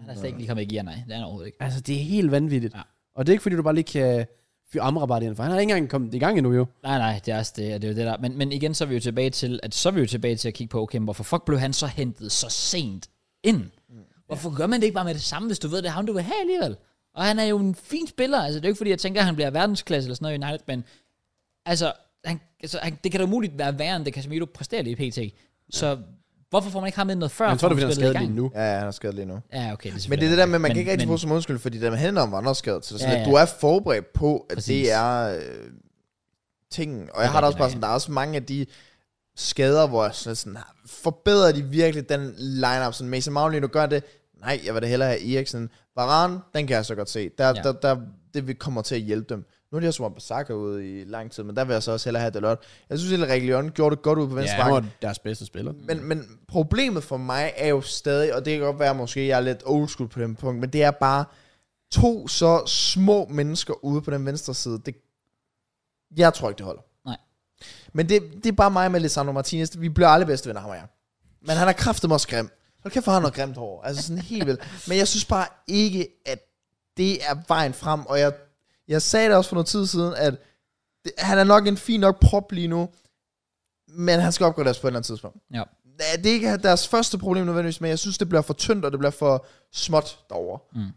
A: Han er slet ikke lige kommet i gear, nej. Det er han overhovedet ikke.
C: Altså, det er helt vanvittigt.
A: Ja.
C: Og det er ikke, fordi du bare lige kan fyre Amrabat ind, for han har ikke engang kommet i gang endnu, jo.
A: Nej, nej, det er også det, og det er jo det der. Men, men igen, så er vi jo tilbage til, at så er vi jo tilbage til at kigge på, okay, men hvorfor fuck blev han så hentet så sent ind? Hvorfor gør man det ikke bare med det samme, hvis du ved, det er ham, du vil have alligevel? Og han er jo en fin spiller, altså det er jo ikke fordi, jeg tænker, at han bliver verdensklasse eller sådan noget i United, men altså, han, altså han, det kan da umuligt være værre, end det Casemiro præsterer lige i PT. Så hvorfor får man ikke ham ind noget før?
C: Jeg tror, det er,
A: får
C: fordi han
A: spillet i
C: er skadet lige
A: gang?
C: nu.
B: Ja, ja, han er skadet lige nu.
A: Ja, okay. Det er
B: Men det er det der med, at man
A: men-
B: kan ikke rigtig
A: men-
B: bruge som undskyld, fordi det handler om vandreskadet. Så det er
A: Ja,
B: sådan,
A: ja.
B: ja, du er forberedt på, at
A: Præcis.
B: det er øh, tingen. Og jeg
A: er
B: har da
A: rigtigt,
B: også bare
A: ja.
B: sådan, der er også mange af de skader, hvor jeg sådan, sådan forbedrer de virkelig den lineup sådan Mason Mount lige nu gør det. Nej, jeg vil da hellere have Eriksen. Varane, den kan jeg så godt se. Der,
A: Ja.
B: ja. der, der, det vil- kommer til at hjælpe dem. Nu er de også Juan Bissaka ude i lang tid, men der vil jeg så også hellere have Dalot. Jeg synes, at Reglion gjorde det godt ud på venstre
C: Ja,
B: bakke.
C: han var deres bedste spiller.
B: Men, men problemet for mig er jo stadig, og det kan godt være, måske jeg er lidt old school på den punkt, men det er bare to så små mennesker ude på den venstre side. Det, jeg tror ikke, det holder.
A: Nej.
B: Men det, det er bare mig med Lisandro Martinez. Vi bliver aldrig bedste venner, ham og jeg. Men han har kraftet mig grim. Hold kæft, for han har noget grimt hår. Altså sådan helt vildt. Men jeg synes bare ikke, at det er vejen frem. Og jeg, jeg sagde det også for noget tid siden, at det, han er nok en fin nok prop lige nu, men han skal opgraderes på et eller andet tidspunkt.
A: Ja.
B: Ja, det er ikke deres første problem nødvendigvis, men jeg synes, det bliver for tyndt, og det bliver for småt derovre.
A: Mm.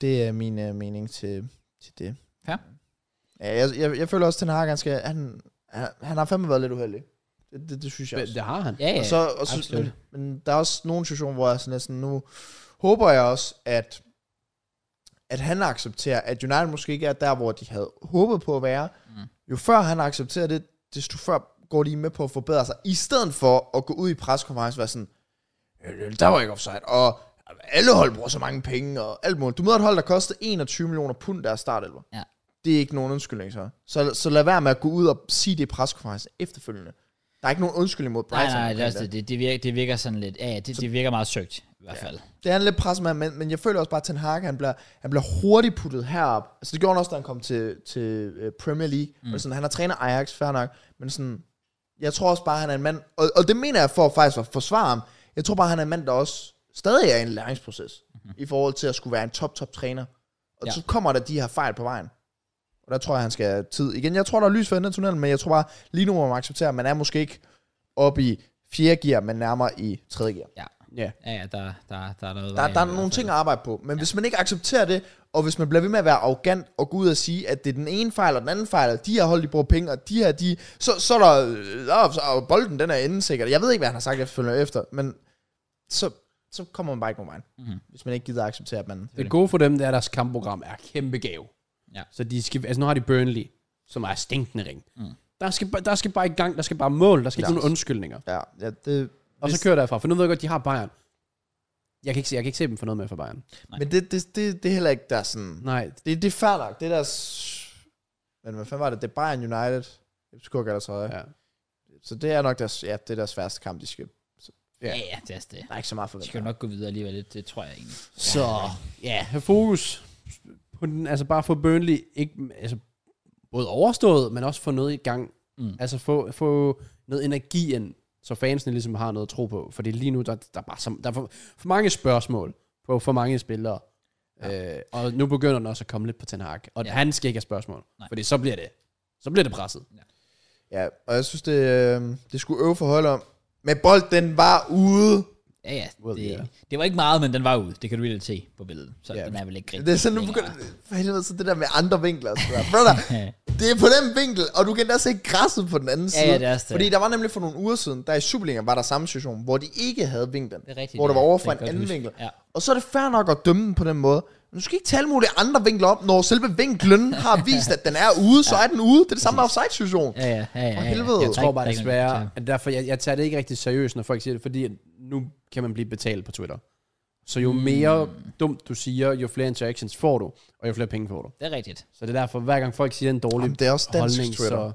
B: Det er min uh, mening til, til det.
A: Ja.
B: ja jeg, jeg, jeg føler også, at Ten Hag, han, skal, han, han, han har fandme været lidt uheldig. Det, det, det synes jeg også.
C: Det har han.
A: Ja, ja.
B: Og så, og så,
A: absolut.
B: men, men der er også nogle situationer, hvor jeg sådan, er sådan nu håber jeg også, at, at han accepterer, at United måske ikke er der, hvor de havde håbet på at være. Mm. Jo før han accepterer det, desto før går de med på at forbedre sig, i stedet for at gå ud i preskonference og være sådan, "Øh, der var ikke offside, og alle hold bruger så mange penge, og alt muligt. Du møder et hold, der koster 21 millioner pund deres startelver.
A: Ja.
B: Det er ikke nogen undskyldning, så. så. Så lad være med at gå ud og sige det i preskonference efterfølgende. Der er ikke nogen undskyldning mod
A: Nej,
B: Brighton.
A: nej, det, er
B: omkring
A: også det, det, det, virker, det virker sådan lidt, ja, ja, det, det virker meget søgt, i hvert fald.
B: Det er en lidt pres med, men, men jeg føler også bare, at Ten Hag, han bliver, han bliver hurtigt puttet herop. Altså det gjorde han også, da han kom til, til øh, Premier League. Mm. Og sådan, han har trænet Ajax, fair nok. Men sådan, jeg tror også bare, han er en mand, og, og det mener jeg for faktisk at forsvare ham. Jeg tror bare, han er en mand, der også stadig er i en læringsproces. Mm-hmm. I forhold til at skulle være en top, top træner. Og
A: Ja.
B: ja. så kommer der de her fejl på vejen. Og der tror jeg, han skal have tid. Igen, jeg tror, der er lys for enden af tunnelen, men jeg tror bare, lige nu må man acceptere, at man er måske ikke oppe i fjerde gear, men nærmere i tredje gear.
A: Ja.
C: Ja.
A: Ja, ja, der, der, der er noget vej
B: Der, der er
A: i hvert
B: nogle
C: altså.
A: fald.
B: ting at arbejde på, men ja. hvis man ikke accepterer det, og hvis man bliver ved med at være arrogant og gå ud og sige, at det er den ene fejl og den anden fejl, og de her hold, de bruger penge, og de her, de... Så, så er der... øh, Der er, så er bolden, den er inde sikkert. Jeg ved ikke, hvad han har sagt efterfølgende efter, men så, så kommer man bare ikke nogen vej, mm-hmm. hvis man ikke gider at acceptere, at man...
C: Mhm. Det gode for dem, det er, at deres kampprogram er kæmpe gave.
A: Ja.
C: Så de skal, altså nu har de Burnley, som er stinkende ring. Mm. Der, skal, ba- der skal bare i gang, der skal bare mål, der skal ikke
B: Ja.
C: nogen undskyldninger.
B: Ja, ja det,
C: Og så kører derfra, for nu ved jeg godt, de har Bayern. Jeg kan ikke se, jeg kan ikke se dem for noget med for Bayern.
B: men det, det, det, det er heller ikke der sådan...
C: Nej,
B: Det, det er fair nok, det er deres... Men hvad fanden var det? Det er Bayern United. FCK Galatasaray. Ja.
C: ja.
B: Så det er nok deres, ja, det er deres værste kamp, de skal...
A: Ja, ja, det er også det.
B: Der er ikke så meget
A: De
B: forventet.
A: skal jo nok gå videre alligevel, det, det tror jeg egentlig.
C: Så ja, have fokus på den, altså bare få Burnley, ikke, altså både overstået, men også få noget i gang.
A: Mm.
C: Mm. Altså få, få noget energi ind, så fansene ligesom har noget at tro på. Fordi lige nu, der, der er bare så, der er for, for mange spørgsmål på for mange spillere. Ja. Øh, og nu begynder den også at komme lidt på Ten Hag. Og
A: Ja.
C: ja. han skal ikke have spørgsmål.
A: Nej.
C: Nej. Fordi så bliver det, så bliver det presset.
B: Ja, og jeg synes, det, øh, det skulle øve for hold om. Men bolden var ude.
A: Ja, ja.
C: Well,
A: Det,
C: yeah.
A: det var ikke meget, men den var ude. Det kan du really se på billedet. Så
B: Ja.
A: den er vel ikke rigtig.
B: Det er sådan, nu
A: længere.
B: begynder, for helvede, så det der med andre vinkler. og Sådan der. Brother, det er på den vinkel, og du kan da se græsset på den anden
A: Ja,
B: side.
A: ja, det er også det.
B: Fordi der var nemlig for nogle uger siden, der i Superligaen var der samme situation, hvor de ikke havde vinklen.
A: Det er rigtigt,
B: hvor det
A: ja.
B: var over
A: Det
B: fra
A: kan jeg
B: en
A: godt
B: anden
A: huske.
B: vinkel.
A: Ja.
B: Og så er det fair nok at dømme den på den måde. Men du skal ikke tage alle mulige andre vinkler op, når selve vinklen har vist, at den er ude, så er den ude. Det er det samme med offside-situation.
A: Ja, ja, ja. ja,
B: For
A: ja.
B: helvede.
A: Ja,
B: Jeg
C: Jeg tror bare
A: der er ikke
C: desværre,
A: noget-
C: at derfor, jeg, jeg tager det ikke rigtig seriøst, når folk siger det, fordi at nu kan man blive betalt på Twitter. Så
A: Hmm.
C: jo mere dumt du siger, jo flere interactions får du, og jo flere penge får du.
A: Det er rigtigt.
C: Så det er derfor, hver gang folk siger en dårlig
B: Jamen, det er også dansk
C: holdning,
B: Twitter.
C: så...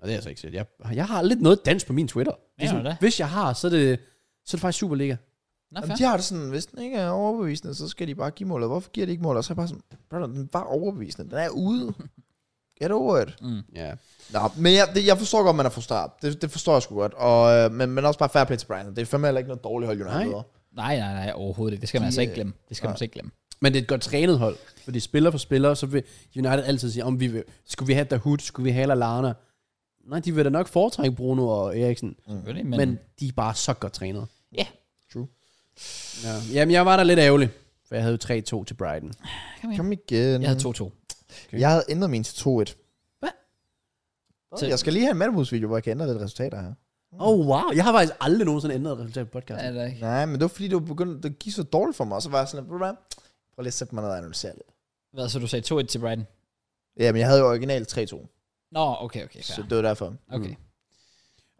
C: Og det er altså ikke set. Jeg, jeg har lidt noget dansk på min Twitter.
A: Mener du det?
C: hvis jeg har, så er det så er det faktisk Superliga.
A: Nå,
B: Jamen,
A: fair.
B: de har det sådan, hvis den ikke er overbevisende, så skal de bare give målet. Hvorfor giver de ikke målet? Og så er jeg bare sådan, brother, den var overbevisende. Den er ude. Get over it.
C: Ja.
B: Nå, men jeg, det, jeg forstår godt, man er frustreret. Det, det forstår jeg sgu godt. Og, øh, men, men også bare fair play til Brian. Det er fandme heller ikke noget dårligt hold, United
C: Nej.
A: Nej,
B: Nej.
A: nej, nej, overhovedet ikke. Det skal man
B: De, Mm.
A: altså ikke
B: øh,
A: glemme. Det skal man
B: nej.
A: altså ikke glemme.
C: Men det er et godt trænet hold, fordi spiller for spiller, så vil United altid sige, om vi vil, skulle vi have Dahoud, skulle vi have Lallana? Nej, de vil da nok foretrække Bruno og Eriksen,
A: Selvfølgelig,
C: men,
A: men...
C: men de er bare så godt trænet.
A: Ja,
C: Ja. Jamen, jeg var der lidt ærgerlig, for jeg havde jo 3-2 til Brighton.
B: Kom igen.
A: jeg havde 2-2.
B: Okay. Jeg havde ændret min til 2-1.
A: Hvad?
B: Så jeg skal lige have en Madbus-video, hvor jeg kan ændre lidt resultater her.
C: Åh, oh, wow. Jeg har faktisk aldrig nogensinde ændret et resultat på podcasten.
A: Er det ikke?
B: Nej, men det var fordi, det var begyndt at give så dårligt for mig. Og så var jeg sådan, lidt, "Ved du hvad? prøv lige at sætte mig ned og analysere lidt.
A: Hvad, så du sagde 2-1 til Brighton?
B: Ja, men jeg havde jo originalt 3-2.
A: Nå, okay, okay, fair.
B: Så det var derfor.
A: Okay.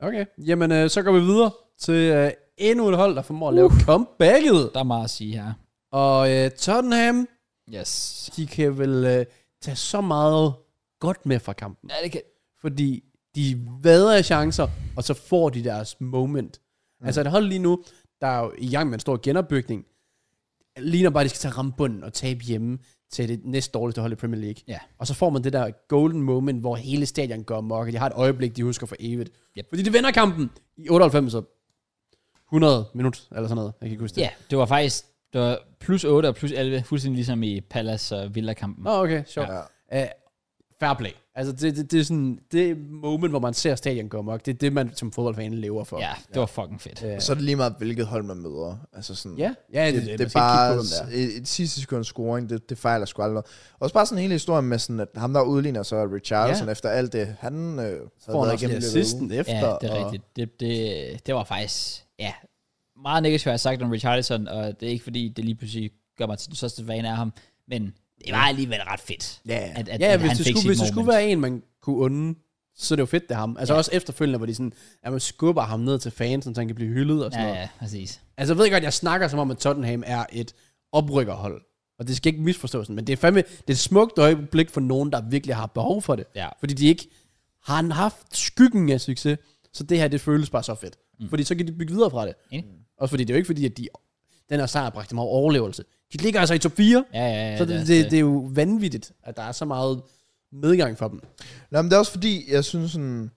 C: Okay, jamen øh, så går vi videre til øh, endnu et hold, der formår at lave comebacket.
A: Der er meget at sige her.
C: Og øh, Tottenham,
A: Yes.
C: de kan vel øh, tage så meget godt med fra kampen.
A: Ja, det kan...
C: Fordi de vader af chancer, og så får de deres moment. Mm. Altså et hold lige nu, der er jo i gang med en stor genopbygning, ligner bare, at de skal tage ramme bunden og tabe hjemme til det næst dårligste hold i Premier League.
A: Ja.
C: Og så får man det der golden moment, hvor hele stadion går mok, og de har et øjeblik, de husker for evigt.
A: Yep.
C: Fordi de vinder kampen i 98 og 100 minut, eller sådan noget. Jeg kan ikke huske det.
A: Ja, det var faktisk det var plus 8 og plus 11, fuldstændig ligesom i Palace og Villa-kampen.
C: Nå, okay, sjovt.
B: Ja.
C: Ja. Uh, fair play. Altså, det, det, det er sådan, det moment, hvor man ser stadion gå mok, det er det, man som fodboldfan lever for.
A: Ja, det var fucking fedt.
C: Ja.
B: Så er det lige meget, hvilket hold man møder. Altså sådan,
C: Ja, ja
B: det, det, det er bare et, et sidste sekund scoring, det, det fejler sgu aldrig noget. Også bare sådan hele historien med sådan, at ham der udligner så Richardson
C: Ja.
B: ja. efter alt det, han øh, havde
C: Får
B: været
C: nok lige
B: igennem løbet af ugen.
C: assisten efter.
A: Ja, det er rigtigt. Det, det, det var faktisk, ja, meget negativt har jeg sagt om Richarlison, og det er ikke fordi, det lige pludselig gør mig til den største fan af ham, men det var alligevel ret fedt,
B: Ja.
A: at, at,
C: Og, ja,
A: at
C: hvis, det
A: fik
C: skulle,
A: sit
C: hvis det skulle
A: moment.
C: være en, man kunne unde, så er det jo fedt, det er ham. Altså
A: Ja.
C: ja. også efterfølgende, hvor de sådan, at man skubber ham ned til fansen, så han kan blive hyldet og sådan ja,
A: Ja,
C: noget.
A: ja, præcis.
C: Altså jeg ved godt, jeg snakker som om, at Tottenham er et oprykkerhold. Og det skal ikke misforstås, sådan, men det er fandme det er et smukt øjeblik for nogen, der virkelig har behov for det.
A: Ja.
C: Fordi de ikke har han haft skyggen af succes, så det her, det føles bare så fedt. Mm. Fordi så kan de bygge videre fra det.
A: Enig.
C: Også fordi det er jo ikke fordi, at de, den her sejr bragte dem over overlevelse. De ligger altså i top 4.
A: Ja, ja, ja.
C: Så det, det, det er jo vanvittigt, at der er så meget medgang for dem.
B: Nå, men det er også fordi, jeg synes sådan,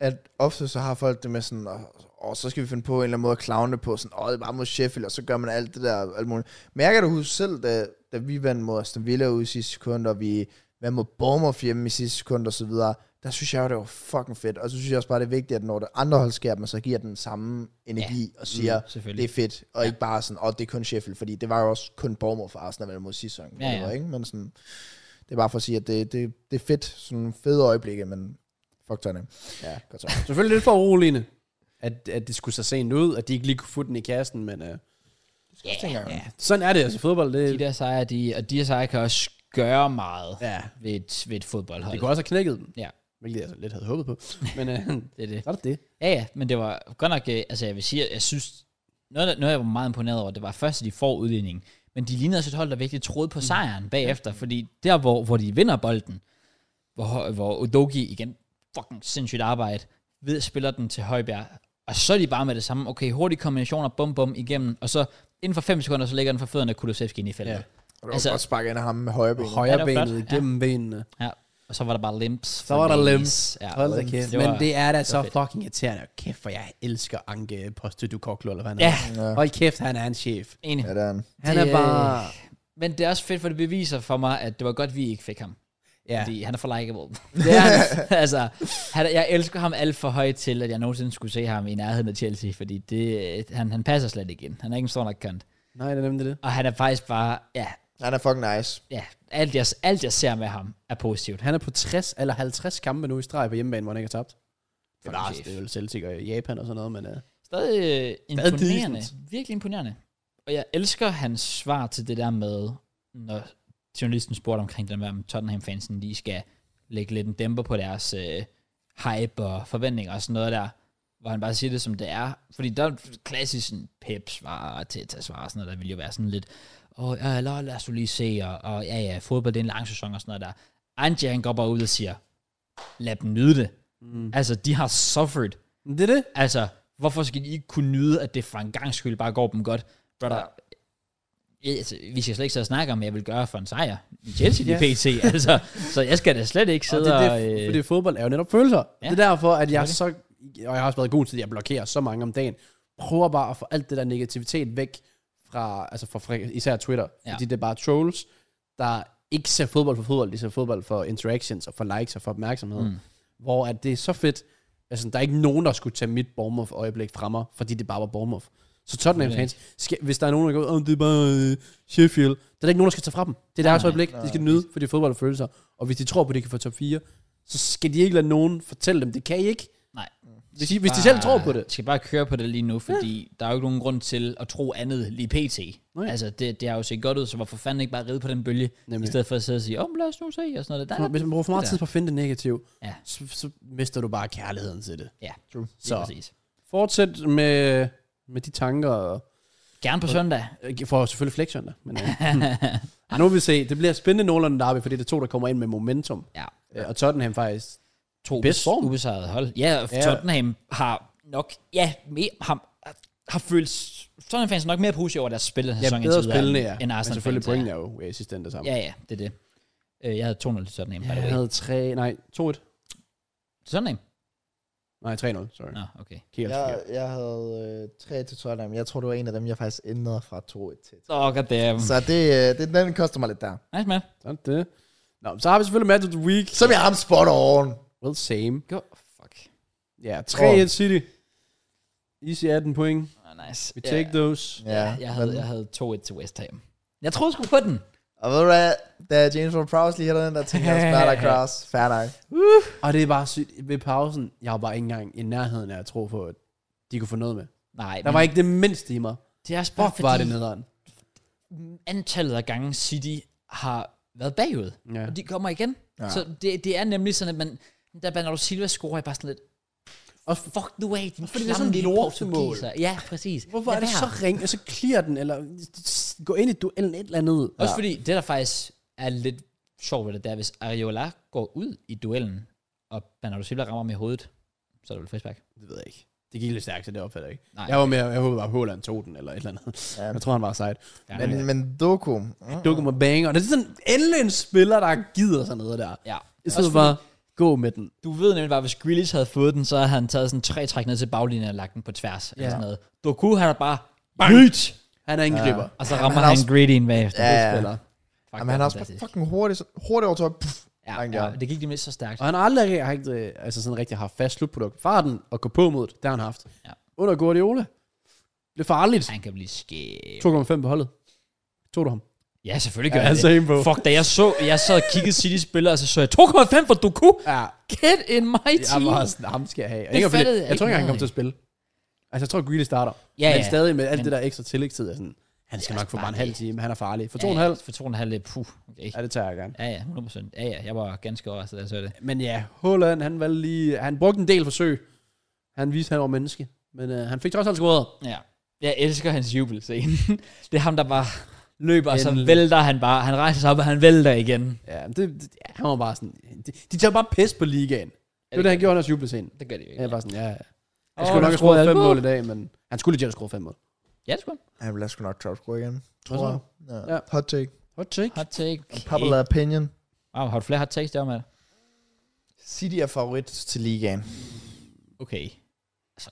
B: at ofte så har folk det med sådan, og, og så skal vi finde på en eller anden måde at clowne det på, sådan, åh, det er bare mod Sheffield, og så gør man alt det der, alt muligt. Men jeg kan da huske selv, da, da vi vandt mod Aston Villa ude i sidste sekund, og vi vandt mod Bournemouth hjemme i sidste sekund, og så videre, der synes jeg jo, det var fucking fedt. Og så synes jeg også bare, det er vigtigt, at når det andre hold sker, at man så giver den samme energi, ja, og siger,
A: selvfølgelig.
B: det er fedt, og ja. ikke bare sådan, åh, det er kun Sheffield, fordi det var jo også kun Bournemouth for Arsenal eller mod sidste sæson.
A: Ja, ja.
B: whatever, Ikke? Men sådan, det er bare for at sige, at det, det, det er fedt, sådan fede øjeblikke, men fuck Tottenham. Ja, godt så.
C: Selvfølgelig lidt for uroligende, at, at det skulle så sent ud, at de ikke lige kunne få den i kassen, men uh,
A: ja, ja.
C: sådan er det altså i fodbold.
A: De
C: Det,
A: der sejre, de, og de her sejre kan også gøre meget
C: ja,
A: ved et, ved et fodboldhold.
C: det kunne også have knækket dem,
A: Ja,
C: hvilket jeg altså lidt havde håbet på. Men uh,
A: det er det.
C: så er det det.
A: Ja, ja, men det var godt nok, øh, altså jeg vil sige, at jeg synes, noget, der- noget jeg var meget imponeret over, det var først, at de får udligningen, men de lignede også et hold, der virkelig troede
C: Mm.
A: på sejren bagefter, fordi der, hvor, hvor de vinder bolden, hvor, hvor Udogi igen, fucking sindssygt arbejde, ved spiller den til Højbjerg, og så er de bare med det samme, okay, hurtige kombinationer, bum bum igennem, og så inden for 5 sekunder, så ligger den for fødderne af Kulusevski ind i feltet.
C: Ja.
B: Og det var
A: Altså-
B: altså, godt sparket ind af ham med højre ben.
C: Højre
A: det var
C: benet
A: flot.
C: gennem benene.
A: Ja. ja. Og så var der bare limps.
C: Så var der
A: days.
C: limbs.
A: Ja.
C: Hold da kæft.
A: Det
C: Men
A: var-
C: det er da så
A: fedt.
C: fucking irriterende. Og Kæft, for jeg elsker Anke Poste du Koklo, eller hvad han
A: Ja,
C: er. Hold kæft, han er en chef.
A: enig.
B: Ja, det er han.
C: Han
A: Det-
C: er bare...
A: Men det er også fedt, for det beviser for mig, at det var godt, vi ikke fik ham.
C: Ja,
A: Ja. Fordi han er for likeable. Det er han. altså, han, er- jeg elsker ham alt for højt til, at jeg nogensinde skulle se ham i nærheden af Chelsea, fordi det, han, han passer slet ikke ind. Han er ikke en stor nok kant.
C: nej, det er nemlig det.
A: Og han er faktisk bare, ja,
B: Han er fucking nice.
A: ja alt, jeg, alt jeg ser med ham er positivt.
C: Han er på 60 eller 50 kampe nu i streg på hjemmebane, hvor han ikke har tabt. Det
A: Fucking
C: er,
A: chef.
C: det er jo Celtic og Japan og sådan noget, men... Uh,
A: Stadig øh, imponerende.
C: decent.
A: Virkelig imponerende. Og jeg elsker hans svar til det der med, når journalisten spurgte omkring den der, om Tottenham-fansen lige skal lægge lidt en dæmper på deres øh, hype og forventninger og sådan noget der, hvor han bare siger det, som det er. Fordi der er klassisk sådan pep-svar og teta-svar og sådan noget, der vil jo være sådan lidt, åh, ja, lad, lad os nu lige se, og, og ja, ja, fodbold det er en lang sæson og sådan noget der. Angie, han går bare ud og siger, lad dem nyde det. Mm. Altså, de har suffered
C: men det er det.
A: Altså, Hvorfor skal de ikke kunne nyde, at det for en gang skyld bare går dem godt? Brother, ja. altså, vi skal slet ikke så snakke om, hvad jeg vil gøre for en sejr. i Chelsea
C: Ja.
A: yeah. PT, altså. Så jeg skal da slet ikke
C: Og
A: sidde
C: det,
A: og...
C: det,
A: øh,
C: fordi fodbold er jo netop følelser.
A: Ja.
C: Ja. Det er derfor, at jeg så, og jeg har også været god til, at jeg blokerer så mange om dagen, prøver bare at få alt det der negativitet væk fra, altså fra fra- især Twitter.
A: Ja.
C: Ja. Fordi det er bare trolls, der ikke ser fodbold for fodbold, de ser fodbold for interactions og for likes og for opmærksomhed. Mm. Hvor at det er så fedt, altså der er ikke nogen, der skulle tage mit Bournemouth øjeblik fra mig, fordi det bare var Bournemouth. Så Tottenham
A: Selvfølgelig
C: fans, skal, hvis der er nogen, der går, oh, det er bare øh, Sheffield, der er der ikke nogen, der skal tage fra dem. Det er deres
A: nej.
C: øjeblik, de skal nyde, fordi fodbold er følelser. Og hvis de tror på, at de kan få top 4, så skal de ikke lade nogen fortælle dem, det kan I ikke.
A: Nej.
C: Hvis de, hvis de selv tror på det.
A: skal bare køre på det lige nu, fordi ja. der er jo ikke nogen grund til at tro andet lige pt.
C: Nej.
A: Altså, det, det har jo set godt ud, så hvorfor fanden ikke bare ride på den bølge, Nemlig.
C: Nemlig.
A: i stedet for at sidde og sige, åh, oh, lad os nu se, og sådan noget. Der, der,
C: Hvis man bruger for meget
A: det
C: tid på at finde det negative,
A: Ja.
C: så, så mister du bare kærligheden til det.
A: ja,
B: True.
A: så.
C: Så.
A: præcis.
C: Fortsæt med, med de tanker. og-
A: Gerne på søndag.
C: Jeg får selvfølgelig flexion der. Men, øh, Ej, nu vil vi se. Det bliver spændende Norland Derby, fordi det er to, der kommer ind med momentum.
A: Ja.
C: Øh, Og Tottenham faktisk.
A: To
C: Bedst form.
A: ubesejrede hold. Ja, og
C: Ja.
A: Tottenham har nok, ja, me, har, har følt, Tottenham fans er nok mere positive over deres spil den her
C: Ja,
A: sæson,
C: bedre
A: indtil videre,
C: spillende, ja.
A: end
C: Men
A: Arsenal
C: selvfølgelig
A: fans
C: pointene er jo ja, i sidste ende det samme.
A: Ja, ja, det er det. Øh, Jeg havde 2-0 til Tottenham, by
C: Jeg
A: the way.
C: havde 3, nej, 2-1.
A: Til Tottenham?
C: Nej, 3-0, sorry.
A: Nå, okay.
C: Helt
B: Jeg,
C: forkert.
B: jeg havde øh, tre til Tottenham. Jeg tror, det var en af dem, jeg faktisk ændrede fra 2-1 til.
A: Så oh, goddamn.
B: Så det, øh, det, den koster mig lidt der.
A: Nice, man.
C: Sådan det. Nå, så har vi selvfølgelig Match of the Week.
B: Som jeg har ham spot on.
C: Well, same.
A: Go. Fuck.
C: Ja, 3-1 City. Easy 18 point.
A: Oh, nice.
C: We
A: Ja.
C: take those.
B: Ja,
A: Jeg havde,
B: men-
A: jeg havde 2-1 til West Ham. Jeg troede sgu på den.
B: Og ved du hvad, da James Ward Prowse lige hætter den der ting, jeg også bare der cross. Fair nok.
C: Og det er bare sygt. Ved pausen, jeg var bare ikke engang i nærheden af at tro på, at de kunne få noget med.
A: Nej,
C: Der var ikke det mindste i mig.
A: det er også bare
C: Fuck,
A: fordi,
C: var det nederen.
A: antallet af gange City har været bagud.
C: Ja.
A: Og de kommer igen. Ja. Så det, det er nemlig sådan, at man, der Bernardo Silva scorer jeg bare sådan lidt,
C: Og
A: fuck du af, din
C: Fordi det
A: klamme
C: er sådan
A: lille
C: lortemål.
A: portugiser. Ja, præcis.
C: hvorfor
A: Lad
C: er det
A: være.
C: så ring? Og så clear den, eller gå ind i duellen et eller andet.
A: Også fordi det, der faktisk er lidt sjovt ved det, det er, hvis Ariola går ud i duellen, og Bernardo Silva rammer med hovedet, så er det vel frisbak.
C: Det ved jeg ikke. Det gik lidt stærkt, så det opfatter jeg ikke.
A: Nej.
C: Nej. Jeg var med, jeg håbede bare, at Håland tog den, eller et eller andet.
B: Ja.
C: Ja. Jeg tror, han var sejt.
A: Ja.
B: Men, men Doku, mm,
C: Dukker med banger. Det er sådan endelig en spiller, der gider sådan noget der.
A: Ja.
C: I
A: Også fordi,
C: stedet for bare, gå med den.
A: du ved nemlig bare, hvis Grealish havde fået den, så havde han taget sådan tre træk ned til baglinjen og lagt den på tværs. Ja. Eller
C: Ja.
A: sådan noget. Doku har bare hyt,
C: Han er angriber. Ja.
A: og så
B: Ja,
A: rammer
B: men
A: han,
B: han
A: han Greedy en bagefter.
B: Ja,
A: Det er
B: ja.
A: spiller. Fuck,
B: Jamen,
A: det
B: han
A: er
B: er også bare
A: fantastisk.
B: fucking hurtigt, så- hurtigt overtøj. Puff. langt
A: Ja, ja,
B: der.
A: det gik nemlig så stærkt.
C: Og han har aldrig har ikke, øh, altså sådan rigtig haft fast slutprodukt. Farten og gå på mod, det har han haft.
A: Ja.
C: Under Guardiola. Det er farligt.
A: Han kan blive skæv.
C: 2,5 på holdet. Tog du ham?
A: Ja, selvfølgelig gør
C: Ja,
A: ja, jeg
C: same, bro.
A: det. Fuck, da jeg så, jeg sad og kiggede City-spillere, og så så jeg 2,5 for Doku.
C: Ja,
A: Get in my
C: jeg
A: team.
C: var sådan, ham skal jeg have. Og ikke, fordi,
A: fattede jeg
C: jeg, jeg tror
A: ikke
C: ikke, han
A: noget
C: kommer til at spille. Altså, jeg tror, Greeley starter.
A: Ja,
C: men
A: ja.
C: stadig med alt
A: Men-
C: det der ekstra tillægstid, er sådan, han skal
A: Ja,
C: nok få bare en
A: bare
C: halv
A: det.
C: time, han er farlig. For
A: Ja,
C: to og en halv,
A: For to og en halv, det- puh. Okay.
C: ja, det tager jeg gerne.
A: Ja, ja, 100%. Ja, ja, jeg var ganske overrasket, da jeg så det.
C: Men ja, Holland, han valgte lige, han brugte en del forsøg. Han viste, han var menneske. Men øh, han fik trods alt scoret.
A: Ja. Jeg elsker hans jubelscene. det er ham, der bare løber, og så
C: Endelig.
A: vælter han bare. Han rejser sig op, og han vælter igen.
C: Ja, det, det, ja, han var bare sådan, de, de tager bare pis på ligaen. Det var det, han gjorde, når jubelscenen.
A: Det gør det jo
C: Jeg
A: ikke.
C: var bare sådan, ja, ja. Han
A: Åh,
C: skulle
A: du
C: nok
A: scorede
C: have skruet fem
A: alle
C: mål
A: mål.
C: i dag, men han skulle lige have skruet fem mål.
A: Ja, det skulle han.
B: Han bliver sgu nok top score igen.
C: Tror du?
B: Ja.
C: Ja.
B: Hot take.
C: Hot take.
A: Hot take.
B: Popular opinion.
A: Wow, har du flere hot takes der, Matt?
B: City er favorit til ligaen.
A: Okay. Altså,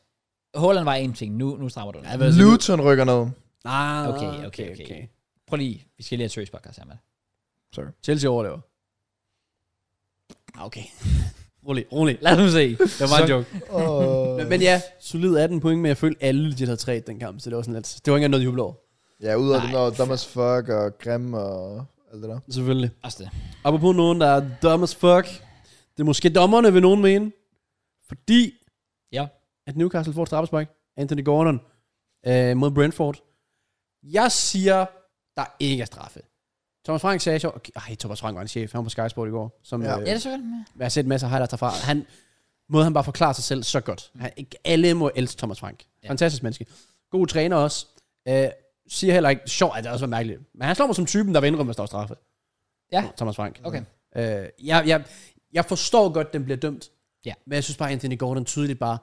A: Holland var en ting. Nu, nu strammer du den.
C: Ja, hvad siger du?
B: Luton rykker ned.
C: Ah,
A: Okay, okay, okay. Prøv lige. Vi skal lige have et seriøst podcast her, Matt.
B: Sorry.
C: Chelsea overlever. Ah, Okay. rolig, rolig.
A: Lad os nu se.
C: Det var en joke.
B: Oh.
C: Men, men ja, solid 18 point, men jeg følte alle legit havde 3 den kamp, så det var sådan lidt, det var ikke engang noget at juble over.
B: ja, udover det,
A: Nej,
B: når
A: fair.
B: Thomas Fuck og Grim og alt det der.
C: Selvfølgelig.
A: Også det.
C: Apropos nogen, der er dumb as fuck. Det er måske dommerne, vil nogen mene. Fordi,
A: Ja.
C: at Newcastle får et straffespark. Anthony Gordon øh, mod Brentford. Jeg siger, der ikke er straffe. Thomas Frank sagde så... Okay, ej, Thomas Frank var en chef. Han var på Sky Sport i går. Som,
B: Ja.
C: ja. øh,
A: Ja, det er så godt.
C: jeg har set masser af highlights derfra. Han, måde han bare forklarer sig selv så godt. Han, ikke- alle må elske Thomas Frank.
A: Ja.
C: Fantastisk menneske. God træner også. Øh, siger heller ikke, sjovt, at det også var mærkeligt. Men han slår mig som typen, der vil indrømme, at der er straffe.
A: Ja.
C: Thomas Frank.
A: Okay.
C: Øh, jeg, jeg, jeg forstår godt, den bliver dømt.
A: Ja.
C: Men jeg synes bare, Anthony Gordon tydeligt bare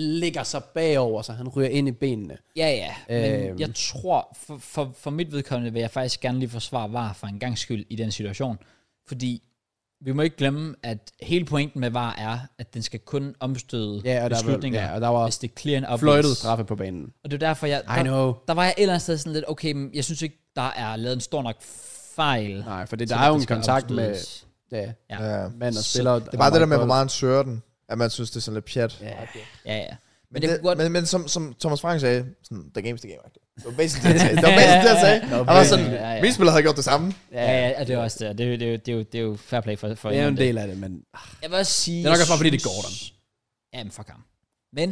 C: ligger sig bagover, så han ryger ind i benene.
A: Ja, ja. Men
C: Øhm.
A: øhm. jeg tror, for, for, for mit vedkommende vil jeg faktisk gerne lige forsvare VAR for en gang skyld i den situation. Fordi vi må ikke glemme, at hele pointen med VAR er, at den skal kun omstøde
C: Ja, og der var-
A: beslutninger,
C: ja, og der var
A: hvis det er clear and obvious.
C: Fløjtet straffe på banen.
A: Og det er derfor, jeg...
C: I know.
A: Der var jeg et eller andet sted sådan lidt, okay, men jeg synes ikke, der er lavet en stor nok fejl.
C: Nej, for det,
A: til,
C: der
A: at
C: er jo
A: det
C: en
A: skal
C: kontakt med
A: omstødes.
C: ja,
A: Ja.
B: Ja.
C: mand og
A: Så-
C: spiller.
B: Det er bare det der med, hvor meget han søger den. At man synes, det er sådan lidt pjat.
C: Ja.
A: Ja, ja. Men,
B: Men,
A: det,
B: det,
A: kunne godt...
B: men, men som, som Thomas Frank sagde, sådan, the game's the game. agtigt. Det var basically det, han sagde. Det var basically det, han sagde. Han var sådan,
A: Ja, ja.
B: min spiller havde gjort det samme.
A: Ja, ja, ja, det er også det. Det, er jo- det, er jo- det, er jo- det er jo fair play for, for
C: Det er jo
A: England,
C: en del af det, men
A: Jeg vil også sige...
C: Det er nok også bare, fordi det
A: jeg
C: er Gordon.
A: synes- Jamen, fuck ham. Men,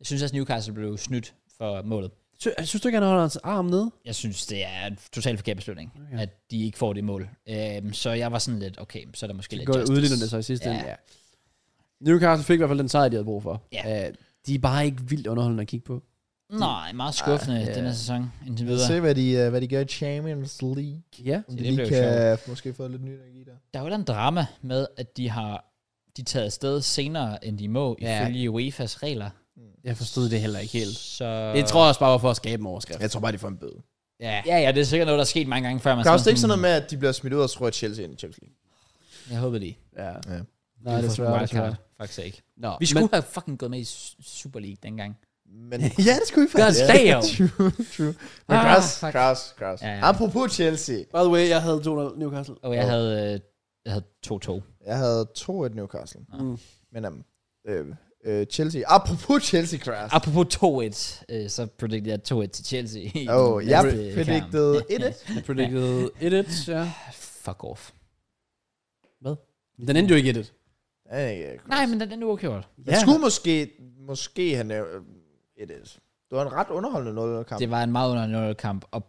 A: jeg synes også, Newcastle blev snydt for målet.
C: Sy- synes du ikke, han holder hans arm nede?
A: Jeg synes, det er en totalt forkert beslutning, okay. at de ikke får det mål. Øhm, så jeg var sådan lidt, okay, så er der måske lidt
C: Godt
A: justice.
C: udligner det så i sidste
A: Ja.
C: ende, ja. Newcastle fik i hvert fald den sejr, de havde brug for.
A: Ja.
C: Øh, de er bare ikke vildt underholdende at kigge på.
A: Nej, meget skuffende ah, yeah. den her sæson, indtil videre.
B: Se, hvad de, øh, hvad de gør i Champions League.
C: Ja.
B: Om
A: Se,
B: de
A: det
B: lige
A: blev
B: kan måske få lidt ny energi der.
A: Der er jo et eller andet drama med, at de har de er taget afsted senere, end de må,
C: Ja.
A: ja. ifølge UEFA's regler.
C: Jeg forstod det heller ikke helt.
A: Så...
C: Det tror jeg også bare var for at skabe en overskrift.
B: Jeg tror bare, de får en bøde.
C: Ja.
A: Ja, ja, det er sikkert noget, der er sket mange gange før. Man
B: Der er også ikke sådan noget med, at de bliver smidt ud og tror, at Chelsea ind i Champions League.
A: Jeg håber det.
C: ja.
B: Ja.
C: Nej, det er svært.
A: svært. Faktisk ikke.
C: Nå,
A: Vi skulle men, have fucking gået med i S- Super League dengang.
B: Men, ja, det skulle vi
A: God damn!
B: True, true. Men
A: Ah,
B: græs,
A: fuck.
B: græs, græs.
A: Ja, ja.
B: Apropos Chelsea.
C: By the way, jeg havde 2-0 Newcastle.
A: Og jeg havde, øh, jeg havde 2-2.
B: Jeg havde 2-1 Newcastle.
C: Mm.
B: Men um, øh, øh, Chelsea. Apropos Chelsea, Kras.
A: Apropos 2-1, øh, så predicted jeg 2-1 til Chelsea. i
B: Oh,
A: den
B: jeg
A: næste kamp.
B: predicted 1-1.
C: Jeg predicted 1-1, ja.
A: Fuck off.
C: Den endte jo ikke 1-1.
B: Ja, ikke, Kras.
A: Nej, men den er uafgjort.
B: Jeg skulle måske, måske have nævnt øh, 1-1. Det var en ret underholdende 0 kamp.
A: Det var en meget under 0 kamp, og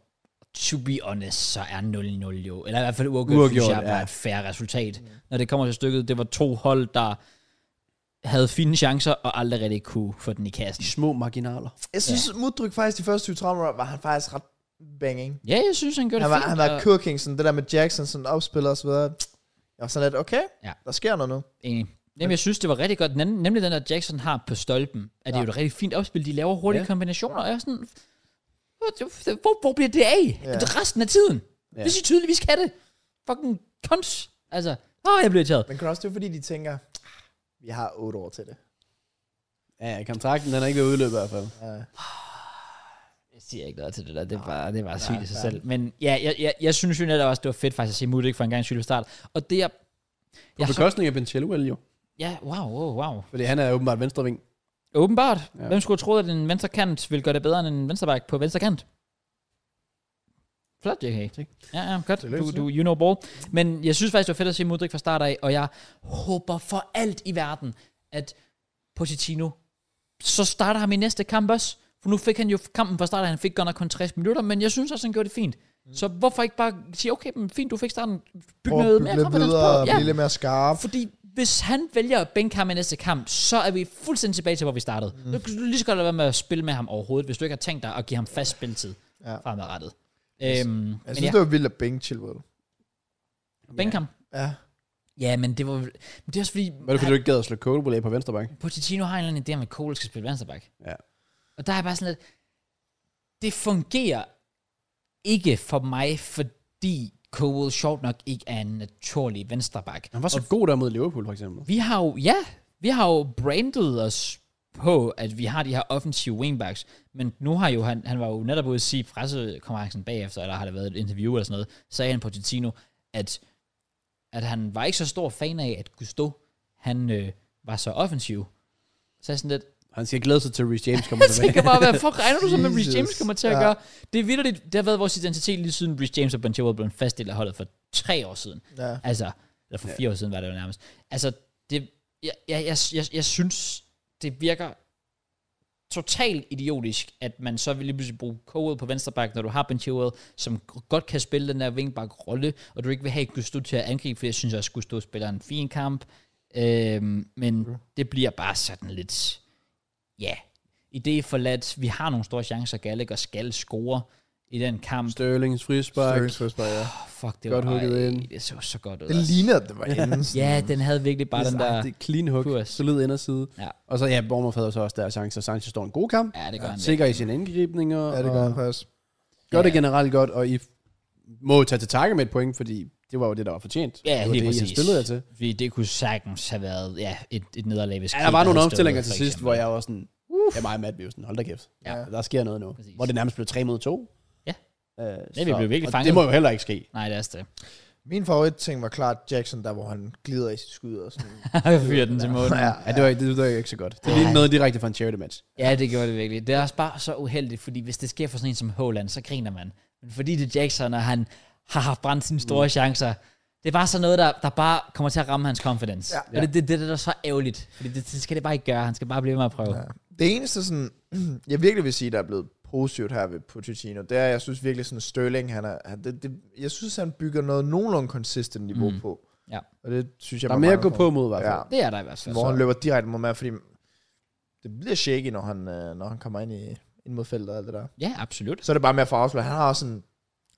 A: to be honest, så er 0-0 jo. Eller i hvert fald uafgjort,
C: Uafgjort,
A: uafgjort synes jeg
C: ja.
A: var et færre resultat. Når det kommer til stykket, det var to hold, der havde fine chancer, og aldrig rigtig kunne få den i kassen.
C: De små marginaler.
B: Jeg synes, ja. Mudryk faktisk de første 20-30 minutter var han faktisk ret banging.
A: Ja, jeg synes, han gjorde
B: Han
A: det
B: var,
A: fint.
B: han var
A: og-
B: cooking, sådan det der med Jackson, sådan opspiller og så videre. Jeg var sådan lidt, okay,
A: Ja.
B: ja. der sker noget nu.
A: Enig. Jamen, jeg synes, det var rigtig godt. Nem, nemlig den, der Jackson har på stolpen. Er det
C: Ja.
A: jo et rigtig fint opspil. De laver hurtige
C: Ja.
A: ja. kombinationer. Og jeg er sådan, hvor, hvor, hvor bliver det af?
B: Ja.
A: Ja. Resten af tiden.
C: Ja.
A: Ja. Hvis I tydeligvis kan det. Fucking kons. Altså, åh, jeg bliver irriteret.
B: Men Cross, det er jo fordi, de tænker, "Ah, vi har 8 år til det.
C: Ja, kontrakten den er ikke ved at udløbe i hvert fald.
B: Uh,
A: Jeg siger ikke noget til det der. Det var, det var sygt i sig selv. Men ja, jeg, jeg, jeg synes jo netop også, det var fedt faktisk at se Mudik for en gang i start. Og det er...
C: På
A: Jeg har,
C: bekostning af Ben Chilwell jo.
A: ja, wow, wow, wow.
C: Fordi han er åbenbart venstreving.
A: Åbenbart.
C: Ja.
A: Ja. Hvem skulle tro, at en venstre kant ville gøre det bedre end en venstreback på venstre kant? Flot, JK.
C: Tak.
A: Ja, ja, godt.
B: Tillykke,
A: Du, du,
B: tillykke.
A: you know ball. Men jeg synes faktisk, det var fedt at se Mudrik fra start af, og jeg håber for alt i verden, at Pochettino, så starter ham i næste kamp også. For nu fik han jo kampen fra start, og han fik godt nok kun 60 minutter, men jeg synes også, han gjorde det fint. Så hvorfor ikke bare sige, okay, men fint, du fik starten, byg noget mere
B: lidt
A: kompetence
B: videre,
A: på.
B: og blive lidt mere skarp.
A: Fordi hvis han vælger at bænke ham i næste kamp, så er vi fuldstændig tilbage til, hvor vi startede. Mm. Du kan du lige så godt lade være med at spille med ham overhovedet, hvis du ikke har tænkt dig at give ham fast spilletid
B: Ja.
A: ja. fremadrettet. Øhm,
B: Jeg
A: men
B: synes,
A: ja,
B: det var vildt at bænke Chilwell.
A: bænke ham.
B: Ja.
A: Ja, men det var men det er også fordi,
C: Var det, fordi du ikke gad at slå Coldwell af på venstreback?
A: Pochettino har en eller anden idé om, at Cole skal spille venstreback.
C: Ja.
A: Og der er jeg bare sådan lidt, det fungerer ikke for mig, fordi Cole sjovt nok ikke er en naturlig venstreback.
C: Han var så god der mod Liverpool, for eksempel.
A: Vi har jo, ja, vi har jo brandet os på, at vi har de her offensive wingbacks, men nu har jo han, han var jo netop ude at sige i pressekonferencen bagefter, eller har der været et interview eller sådan noget, sagde han på Tino, at, at han var ikke så stor fan af, at Gusto, han øh, var så offensiv. Så er jeg sådan lidt,
C: Han skal glæde sig til, at Reece James kommer tilbage.
A: tænker bare, hvad fuck regner du så med, Reece James
B: Jesus.
A: kommer til at
B: Ja.
A: ja. gøre? Det er vildt, det har været vores identitet lige siden Reece James og Ben Chilwell blev en fast del af holdet for tre år siden.
B: ja.
A: Altså, eller for fire år siden var det jo nærmest. Altså, det, jeg, jeg, jeg, jeg, jeg synes, det virker totalt idiotisk, at man så vil lige pludselig bruge Cowell på venstreback, når du har Ben Chilwell, som godt kan spille den der wingback-rolle, og du ikke vil have Gusto til at angribe, for jeg synes også, Gusto spiller en fin kamp. Øhm, men mm. det bliver bare sådan lidt, ja, idé forladt. Vi har nogle store chancer, Gallagher skal score. i den kamp.
C: Sterlings frispark.
B: Sterlings frispark, ja.
A: Oh, fuck, det
C: Godt
A: var
C: hugget
A: ej,
C: ind.
A: Det så så godt ud.
B: Det
A: altså.
B: ligner, at det var inden.
A: Ja, den havde virkelig bare den der...
C: Det er clean hook,
A: kurs.
C: kurs. solid inderside.
A: Ja.
C: Og så, ja, Bournemouth havde så også der chance, og Sanchez står en god kamp.
A: Ja, det gør han lidt.
C: Sikker i sine indgribninger.
B: Ja, det gør han faktisk.
C: Gør det
A: Ja.
C: generelt godt, og I må tage til takke med et point, fordi det var jo det, der var fortjent.
A: Ja,
C: det var
A: lige
C: det, I havde
A: præcis.
C: spillet jer til.
A: Fordi det kunne sagtens have været ja, et, et nederlag, hvis
C: Ja,
A: Kate
C: der var nogle
A: havde
C: omstillinger
A: stået,
C: til
A: for
C: sidst,
A: eksempel.
C: hvor jeg var sådan, Uff. ja, mig og Matt, vi var sådan, hold da kæft.
B: Ja.
C: Ja. Der sker noget nu.
A: Præcis.
C: Præcis. Hvor det nærmest blev 3 mod 2.
A: Ja.
C: Øh,
A: vi blev virkelig
C: og
A: fanget.
C: Det må jo heller ikke ske.
A: Nej, det er også det.
B: Min favorit ting var klart Jackson, der hvor han glider i sit skud og sådan.
A: Fyr den til månen.
C: Ja, ja det, var, det, det var jo ikke så godt. Det lignede noget direkte fra en charity match.
A: Ja, det gjorde det virkelig. Det er også bare så uheldigt, fordi hvis det sker for sådan en som Holland, så griner man. Men fordi det er Jackson, og han har haft brændt sine store mm. chancer, det er bare sådan noget, der, der bare kommer til at ramme hans confidence. Ja.
B: Ja.
A: Og det, det, det, det er da så ærgerligt, fordi det, det skal det bare ikke gøre. Han skal bare blive ved med at prøve. Ja.
B: Det eneste, sådan, jeg virkelig vil sige, der er blevet positivt her ved Pochettino, det er, jeg synes virkelig sådan, Sterling, han er, han, det, det, jeg synes, han bygger noget nogenlunde konsistent niveau mm. på.
A: Ja.
B: Og det synes jeg,
C: Der er
B: man
C: mere at gå
B: mangler
C: på mod, i hvert
B: Ja,
C: fald.
A: Det er der i hvert fald.
B: Altså- hvor han
A: Så,
B: løber direkte mod mig, fordi det bliver shaky, når han, øh, når han kommer ind, i, ind mod feltet og alt det der.
A: ja, absolut.
B: Så er det bare med at få afsløret. Han har også sådan,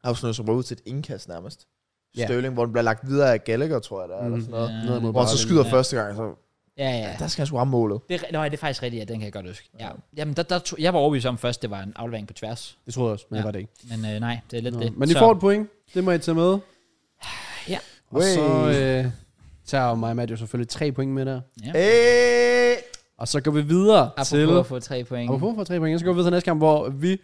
B: har også noget som ud til et indkast nærmest.
C: Ja.
B: Yeah. Sterling, hvor den bliver lagt videre af Gallagher, tror jeg, der
A: Mm.
B: er, eller
C: Mhm.
B: sådan noget.
A: Ja.
C: Ned mod
B: Hvor han så skyder
A: Ja.
B: første gang, så
A: Ja, ja.
B: der skal han sgu ramme målet.
A: Det, er- nej, det er faktisk rigtigt, ja, den kan jeg godt huske. Ja. Jamen, der, der tog, jeg var overbevist om først, det var en aflevering på tværs.
C: Det troede jeg også, men
A: Ja.
C: ja. det var det ikke.
A: Men øh, nej, det er lidt
C: Nå.
A: det.
C: Men I får et point. Det må I tage med.
A: Ja.
C: Og så
B: Wey.
C: øh, tager jo mig og Matt jo selvfølgelig tre point med der.
A: Ja.
B: Hey!
C: Og så går vi videre
A: Apropos
C: til...
A: at få tre point.
C: Apropos for tre point. Så går vi videre til næste kamp, hvor vi...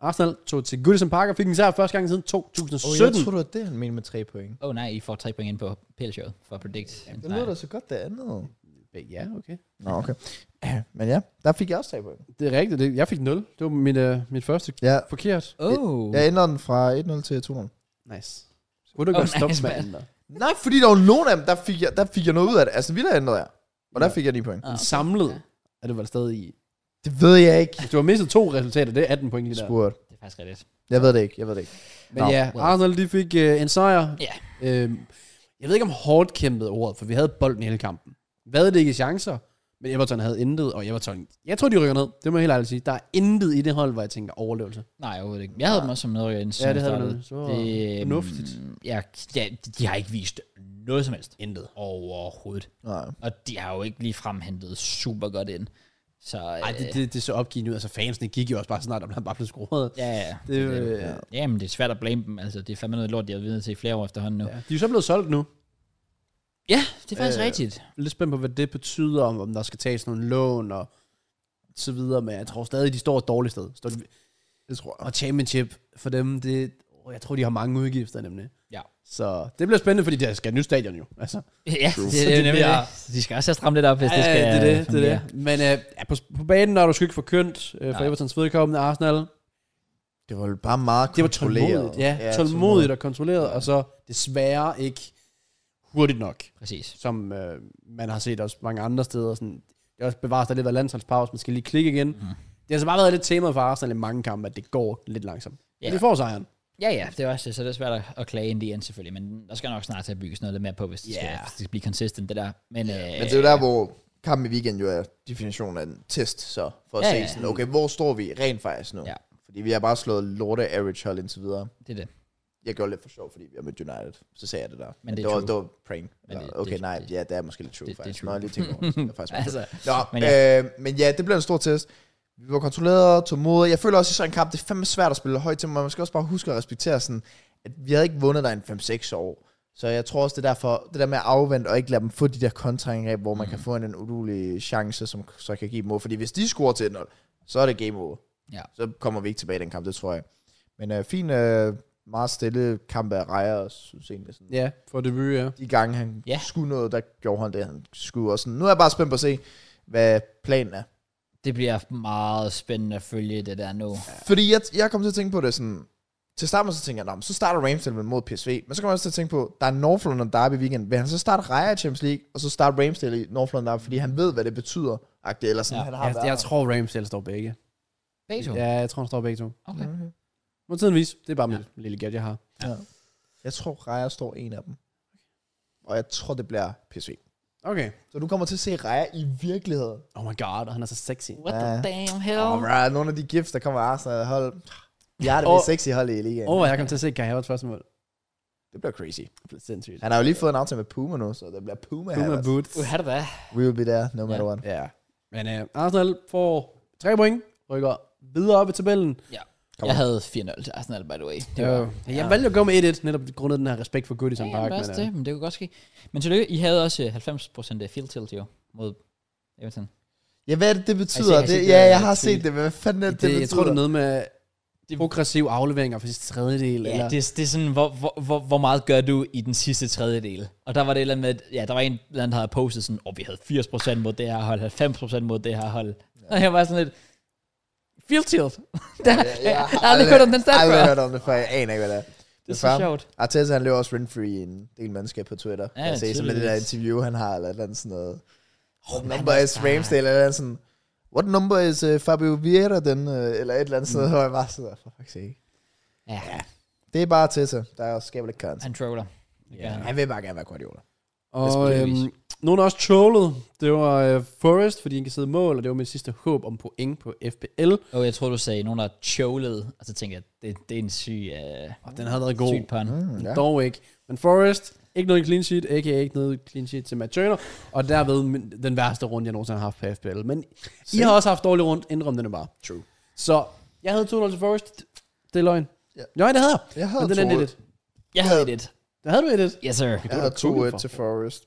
C: Arsenal tog til Goodison Park og fik en sejr første gang siden
B: Oh,
C: 2017.
B: jeg tror, det var det, han mente med tre point.
A: Åh oh, nej, I får tre point ind på PL-showet for at predict.
B: Det lyder da så godt, det andet.
C: Ja, okay.
B: Nå, okay. Men ja, der fik jeg også tre point.
C: Det er rigtigt. Det, jeg fik 0. Det var mit, øh, mit første
B: Ja,
C: forkert.
A: Oh.
B: jeg ændrede den fra 1-0 til 2-0.
C: Nice. Kunne du
A: Oh,
C: godt
A: nice,
C: stoppe med
A: mand.
C: den der?
B: Nej, fordi der var nogen af dem, der fik jeg, der fik jeg noget ud af det. Altså, vi der ændrede jeg. Og der fik jeg 9 point.
A: Ah,
C: Den
A: okay.
C: samlede
A: Ja.
C: er du vel stadig i.
B: Det ved jeg ikke.
C: Hvis du har mistet to resultater, det er 18 point lige der.
B: Spurgt.
A: Det er faktisk rigtigt.
B: Jeg ved det ikke, jeg ved det ikke.
C: Men
B: Nå,
C: ja,
A: well.
C: Arsenal de fik øh, en sejr.
A: Ja.
C: Øhm, jeg ved ikke om hårdt kæmpede ordet, for vi havde bolden hele kampen. Hvad det ikke chancer? Men Everton havde intet, og Everton, jeg tror, de rykker ned. Det må jeg helt ærligt sige. Der er intet i det hold, hvor jeg tænker overlevelse.
A: Nej, overhovedet ikke. Jeg havde dem også som noget, jeg
C: Ja, det havde du nemlig. Så var fornuftigt.
A: øhm, Ja, ja, de- de har ikke vist noget som helst
C: Intet.
A: overhovedet.
B: Nej.
A: Og de har jo ikke ligefrem hentet super godt ind. Så øh,
C: Ej, det, det, det, så opgivende ud. Altså, fansene gik jo også bare snart, og bare blev scoret.
A: ja, ja.
C: Det,
A: er
C: øh,
A: det. Jamen, det er svært at blame dem. Altså, det er fandme noget lort, de har været vidne til i flere år efterhånden nu. Ja,
C: Ja. De er jo så blevet solgt nu.
A: det er faktisk øh,
B: Øh,
A: rigtigt.
C: lidt spændt på, hvad det betyder, om, om der skal tages nogle lån og så videre, men jeg tror stadig, de står et dårligt sted. Står de,
B: Det tror jeg.
C: og championship for dem, det, åh, jeg tror, de har mange udgifter nemlig.
A: Ja.
C: Så det bliver spændende, fordi der skal et nyt stadion jo. Altså,
A: Ja, det,
C: Så
A: det, er
C: det
A: nemlig
C: bliver-
A: det. De skal også have stramme lidt op, hvis det
C: ja,
A: skal
C: det, er det, det,
A: fungere.
C: er det. Men øh, ja, på, på banen er du sgu ikke forkyndt øh, for
A: Nej.
C: Evertons vedkommende Arsenal.
B: Det var jo bare meget
C: Det var
B: kontrolleret.
C: tålmodigt, ja, ja tålmodigt og kontrolleret, og så desværre ikke hurtigt nok.
A: Præcis.
C: som øh, man har set også mange andre steder. Sådan, det er også bevaret, der lidt været landsholdspause, man skal lige klikke igen. Mm. Det har så bare været lidt temaet for Arsenal i mange kampe, at det går lidt langsomt.
A: Ja.
C: Yeah. Men de får sejren.
A: Ja, ja, det er også det, så det er svært at, at klage ind i end selvfølgelig, men der skal nok snart til at bygges noget lidt mere på, hvis det, yeah. skal,
C: Ja.
A: hvis det skal blive consistent, det der. Men, yeah. øh,
B: Men det er jo der, hvor kampen i weekenden jo er definitionen af en test, så for at
A: Ja,
B: ja, se
A: ja.
B: sådan, okay, hvor står vi rent faktisk nu?
A: Ja.
B: Fordi vi har bare slået lorte average hold indtil videre.
A: det er det.
B: Jeg gjorde lidt for sjov, fordi vi har mødt United. Så sagde jeg det der.
A: Men det er
B: var,
A: true.
B: det var prank. Eller,
A: det-
B: okay,
A: det-
B: nej,
A: det-
B: ja, det er måske lidt true
A: det- det er
B: faktisk.
A: true.
B: Nå, jeg lige tænker over. det. Det er faktisk meget
A: Altså,
B: Nå,
A: men
B: men
A: ja.
B: ja. Øh, men ja, det bliver en stor test. Vi var kontrolleret, tålmodige. Jeg føler også i sådan en kamp, det er fandme svært at spille højt til, men man skal også bare huske at respektere sådan, at vi havde ikke vundet der en 5-6 år. Så jeg tror også, det er derfor, det der med at afvente og ikke lade dem få de der kontraangreb, hvor man kan få en, en udulig chance, som så kan give dem mål. Fordi hvis de scorer til 1-0, så er det game over.
A: Ja.
B: Så kommer vi ikke tilbage i den kamp, det tror jeg. Men øh, fin, øh, meget stille kamp af Rejer, og synes egentlig sådan.
C: Ja, for debut, ja.
B: De gange, han
A: Ja.
B: ja. skulle noget, der gjorde han det, han skulle. Og sådan. Nu er jeg bare spændt på at se, hvad planen er.
A: Det bliver meget spændende at følge det der nu.
B: Fordi jeg, jeg kom til at tænke på det sådan... Til starten så tænker jeg, "Nå, men så starter Ramsdale vel mod PSV. Men så kommer jeg også til at tænke på, der er North London Derby i weekenden. Vil han så starte Raja i Champions League, og så starte Ramsdale i North London Derby, fordi han ved, hvad det betyder? Agtigt, eller sådan,
A: Ja.
B: ja, han har
C: Jeg,
B: været
C: jeg tror, Ramsdale står begge.
A: Beto?
C: Ja, Mhm. jeg tror, han står begge to.
A: Okay.
B: Okay.
C: Må tiden vise. Det er bare mit lille gæt, jeg har.
B: Ja. Jeg tror, Raja står en af dem. Og jeg tror, det bliver PSV.
C: Okay.
B: Så du kommer til at se Raja i virkeligheden.
C: Oh my god, og han er så sexy.
A: What the
B: Ja.
A: damn hell?
B: Oh, right. Nogle af de gifts, der kommer af Arsenal hold. De har det mest sexy hold i ligaen.
C: Åh, oh, jeg kom til at se Kai Havertz første mål.
B: Det bliver crazy.
C: Det blev sindssygt.
B: Han altså- har jo lige fået en aftale med Puma nu, så der bliver Puma,
C: Puma
B: Puma
C: Boots.
A: Uh, har det da.
B: We will be there, no matter
A: Ja.
B: what.
C: Ja. Men uh, Arsenal får tre point, rykker videre op i tabellen.
B: Kom
A: Jeg
B: on.
A: havde 4-0 til Arsenal, by the way.
C: Det var, ja. Jeg valgte at gå med 1-1, netop grundet den her respekt for Goodison
A: ja,
C: Park.
A: jamen,
C: Men,
A: også
C: øh,
A: det, men det kunne godt ske. Men tillykke, I havde også øh, 90% af field tilt jo, mod Everton.
B: Ja, hvad er det, det
A: Har
B: betyder?
A: I set- har I
B: det,
A: set
B: ja,
A: det,
B: jeg har
A: øh, tweet?
B: set det, men hvad fanden er det, det
C: det, jeg tror, det er
B: betyder?
C: noget med progressiv afleveringer for sidste tredjedel.
A: Ja,
C: eller?
A: det, er- det er sådan, hvor, hvor, hvor, hvor meget gør du i den sidste tredjedel? Og der var det et eller andet med, at- ja, der var en eller anden, der havde postet sådan, åh, oh, vi havde 80% mod det her hold, 90% mod det her hold. Ja. Og jeg var sådan lidt, field tilt. der, ja, ja, jeg har aldrig hørt om den stat
B: Jeg har aldrig
A: før.
B: hørt om det før, jeg aner ikke, hvad det er.
A: Det er
B: Men
A: så
B: før-
A: sjovt.
B: Arteta, han løber også Renfrey i en del mennesker på Twitter.
A: Ja,
B: Ja, jeg ser med det der
A: tydeligvis.
B: interview, han har, eller et eller andet sådan noget. What
A: men altså
B: number
A: han er
B: is
A: bare-
B: Ramsdale, eller et eller andet sådan, what number is uh, Fabio Vieira, den, uh, eller et eller andet
A: Mm.
B: sted, hvor jeg bare sidder, for fuck's sake.
A: Ja,
B: Det er bare Arteta, der også skaber lidt content.
A: han troller.
C: Ja.
A: Ja.
B: Han vil bare gerne være Guardiola.
A: Mm,
C: Og
A: Naturligvis.
C: øhm, nogen er også trollet. Det var øh, Forrest, fordi han kan sidde mål, og det var mit sidste håb om point på FPL.
A: Og jeg tror, du sagde, nogen der cholet, og så tænkte jeg, det, det er en syg, øh,
C: Og den havde været god.
A: syg pun.
B: Mm, ja.
C: Ja. Dog ikke. Men Forrest, ikke noget clean sheet, a.k.a. ikke noget clean sheet til Matt Turner. Og derved min- den værste runde, jeg nogensinde har haft på FPL. Men I har også haft dårlig rundt, indrøm den bare.
B: True.
C: Så jeg havde 2-0 til Forrest. Det er løgn.
B: Ja.
C: Ja. Løgn, det havde jeg.
B: Jeg havde
C: Men den endte 1-1.
A: Jeg havde det.
C: Der havde du 1-1.
A: Yes, sir.
B: Jeg havde 2-1 til Forrest.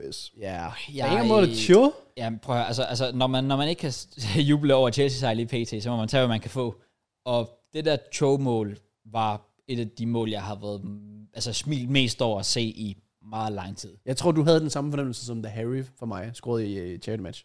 B: Piss.
C: Ja.
A: Jeg-
C: Jeg er ikke målet Cho.
A: Ja, prøv at høre, altså, altså når, man, når man ikke kan s- juble over Chelsea sejr lige pt, så må man tage, hvad man kan få. Og det der chow-mål var et af de mål, jeg har været mm, altså, smilt mest over at se i meget lang tid.
C: Jeg tror, du havde den samme fornemmelse som The Harry for mig, scorede i øh, charity match.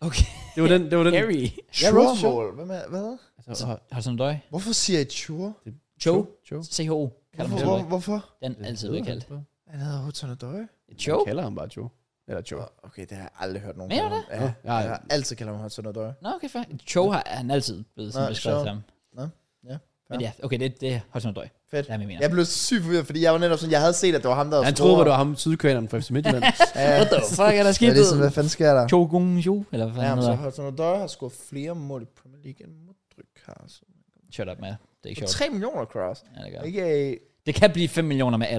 A: Okay.
C: Det var den, det var den.
A: Harry.
B: Jeg
C: Sure,
B: wrote
C: sure.
B: mål. Hvad med, hvad?
C: Altså, og-
A: Har du sådan en døj?
B: Hvorfor siger jeg Chure?
A: Chow?
C: Cho.
A: CHO. Kalder man
B: Hvorfor?
A: det
B: Hvor,
A: ikke.
B: hvorfor?
A: Den er altid blevet kaldt.
B: Han hedder Hudson og Døje.
A: Cho?
C: Cho? kalder ham bare Cho. Eller Cho.
B: Okay, det har jeg aldrig hørt nogen
A: Mener
B: kalde ham. Ja,
C: Ja,
B: jeg
C: ja.
B: har altid kaldt ham Hudson og Døje.
A: Nå, okay, fair. Cho har han altid blevet sådan
B: Nå,
A: beskrevet
B: Cho.
A: sammen.
B: Nå, ja,
A: Men ja, okay, det, det har sådan en døj.
B: Fedt.
A: Det er, hvad jeg mener.
B: Jeg blev sygt forvirret, fordi jeg var netop sådan, jeg havde set, at det var ham, der
C: Han troede, at du var ham sydkøneren fra FC Midtjylland.
B: Ja,
A: What the fuck er der
B: det
A: sket?
B: er ligesom, hvad fanden sker der?
A: Cho Gung Jo, eller hvad
B: Ja,
A: han
B: men så
A: hedder.
B: Hudson og Døje har scoret flere mål i Premier League end Modric har. altså.
A: Shut up, med. Det er ikke
B: For
A: sjovt.
B: 3 millioner cross.
A: Ja, det, gør. det.
B: Ikke
A: det kan blive 5 millioner med add-ons.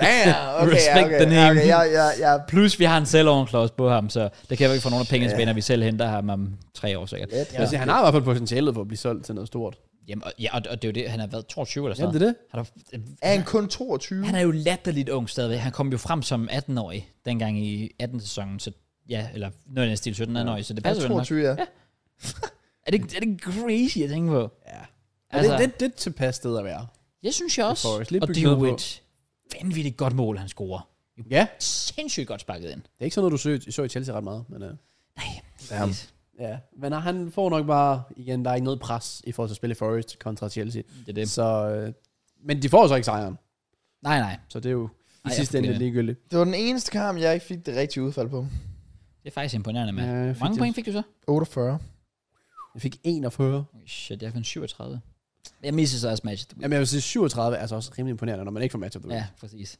B: Damn, okay, ja,
A: Respect
B: okay.
A: the name.
B: Okay, jeg, jeg, jeg,
A: Plus, vi har en sell-on-clause på ham, så det kan jo ikke få nogen af pengene tilbage, når vi selv henter ham om tre år sikkert.
B: Let.
C: ja. altså, han har i hvert fald potentialet for at blive solgt til noget stort.
A: Jamen, og, ja, og, og det er jo det, han har været 22 eller
C: Ja,
A: sådan
C: det
A: noget.
C: er det.
A: Han,
B: Er
A: er,
B: han kun 22?
A: han er jo latterligt ung stadigvæk. Han kom jo frem som 18-årig dengang i 18-sæsonen, så ja, eller noget i den stil 17 ja. år, så det
B: Han er
A: passer jo nok.
B: 22, ja.
A: Er det, ikke- er det ikke crazy at tænke på?
C: Ja. Altså,
A: Altså,
C: det, det, det er tilpas sted at være.
A: jeg synes jeg også.
C: Forrest, lidt
A: og det er
C: bygget
A: jo
C: på.
A: et vanvittigt godt mål, han scorer.
C: Ja.
A: Sindssygt godt sparket ind.
C: Det er ikke sådan noget, du så, så i Chelsea ret meget. Men, uh,
B: Damn.
C: ja. Men uh, han får nok bare, igen, der er ikke noget pres i forhold til at spille i Forest kontra Chelsea.
A: Det er det.
C: Så, uh, men de får så ikke sejren.
A: Nej, nej.
C: Så det er jo i
A: Ej,
C: sidste
A: jeg-
C: ende lidt ligegyldigt.
B: Det var den eneste kamp, jeg ikke fik det rigtige udfald på.
A: Det er faktisk imponerende, mand.
C: Ja,
A: Ja,
C: jeg
A: Hvor
C: fik
A: mange
C: det.
A: point fik du så?
B: 48.
C: Jeg fik 41.
A: Oh, shit, jeg har kun 37. Jeg missede så også match.
C: Jamen, jeg vil sige, 37 er altså også rimelig imponerende, når man ikke får match of the week.
A: Ja,
C: Ja.
A: præcis.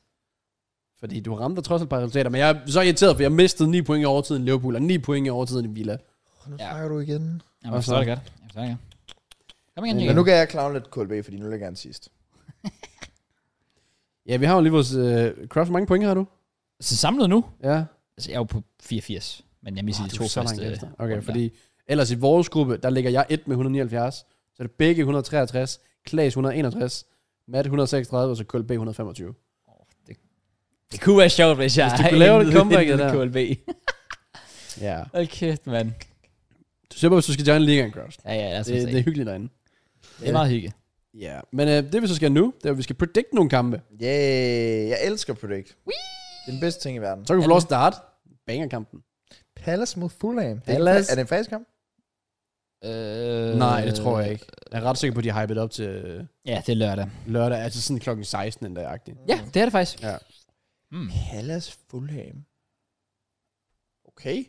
C: Fordi du ramte trods alt bare resultater. Men jeg er så irriteret, for jeg mistede 9 point i overtiden i Liverpool, og 9 point i overtiden i Villa.
B: Nu
A: Ja.
B: snakker du igen.
A: Jamen,
C: Og
A: jeg forstår
C: så-
A: det godt. Jeg forstår det godt. Kom igen,
C: Men
B: Men
A: Jacob.
B: nu kan jeg clown lidt KLB, fordi nu ligger han sidst.
C: Ja, vi har jo lige vores... Øh, Cross, hvor mange point har du?
A: Så samlet nu.
C: Ja.
A: Altså, jeg er jo på 84, men jeg missede de
C: Åh, Ah, du
A: to
C: er så
A: første.
C: langt efter. Okay,
A: runder.
C: fordi ellers i vores gruppe, der ligger jeg 1 med 179. Så er det begge 163, Klaas 161, Matt 136, og så KLB 125.
A: Det kunne være sjovt, hvis jeg...
C: Hvis du kunne lave det
A: hentede-
C: comeback,
A: hentede
C: det der.
A: KLB.
C: Ja.
A: Hold kæft, mand.
C: Du ser bare, hvis du skal join ligaen, Cross.
A: Ja, ja, lad os
C: Det, det er hyggeligt derinde.
A: det er meget hygge.
C: Ja, men øh, det vi så skal nu, det er, at vi skal predict nogle kampe.
B: Yeah, jeg elsker Predict. Det er den bedste ting i verden.
C: Så kan vi få lov at starte bangerkampen.
B: Palace mod Fulham. Det er,
C: Palace.
B: Palace. er det en fast kamp?
A: Øh,
C: Nej, det tror jeg ikke. Jeg er ret sikker på, at de har hypet op til øh,
A: Ja, det er lørdag.
C: lørdag, altså sådan klokken 16 endda agtigt.
A: Ja, det er det faktisk.
C: Ja.
A: Mm.
B: Palace Fulham. Okay.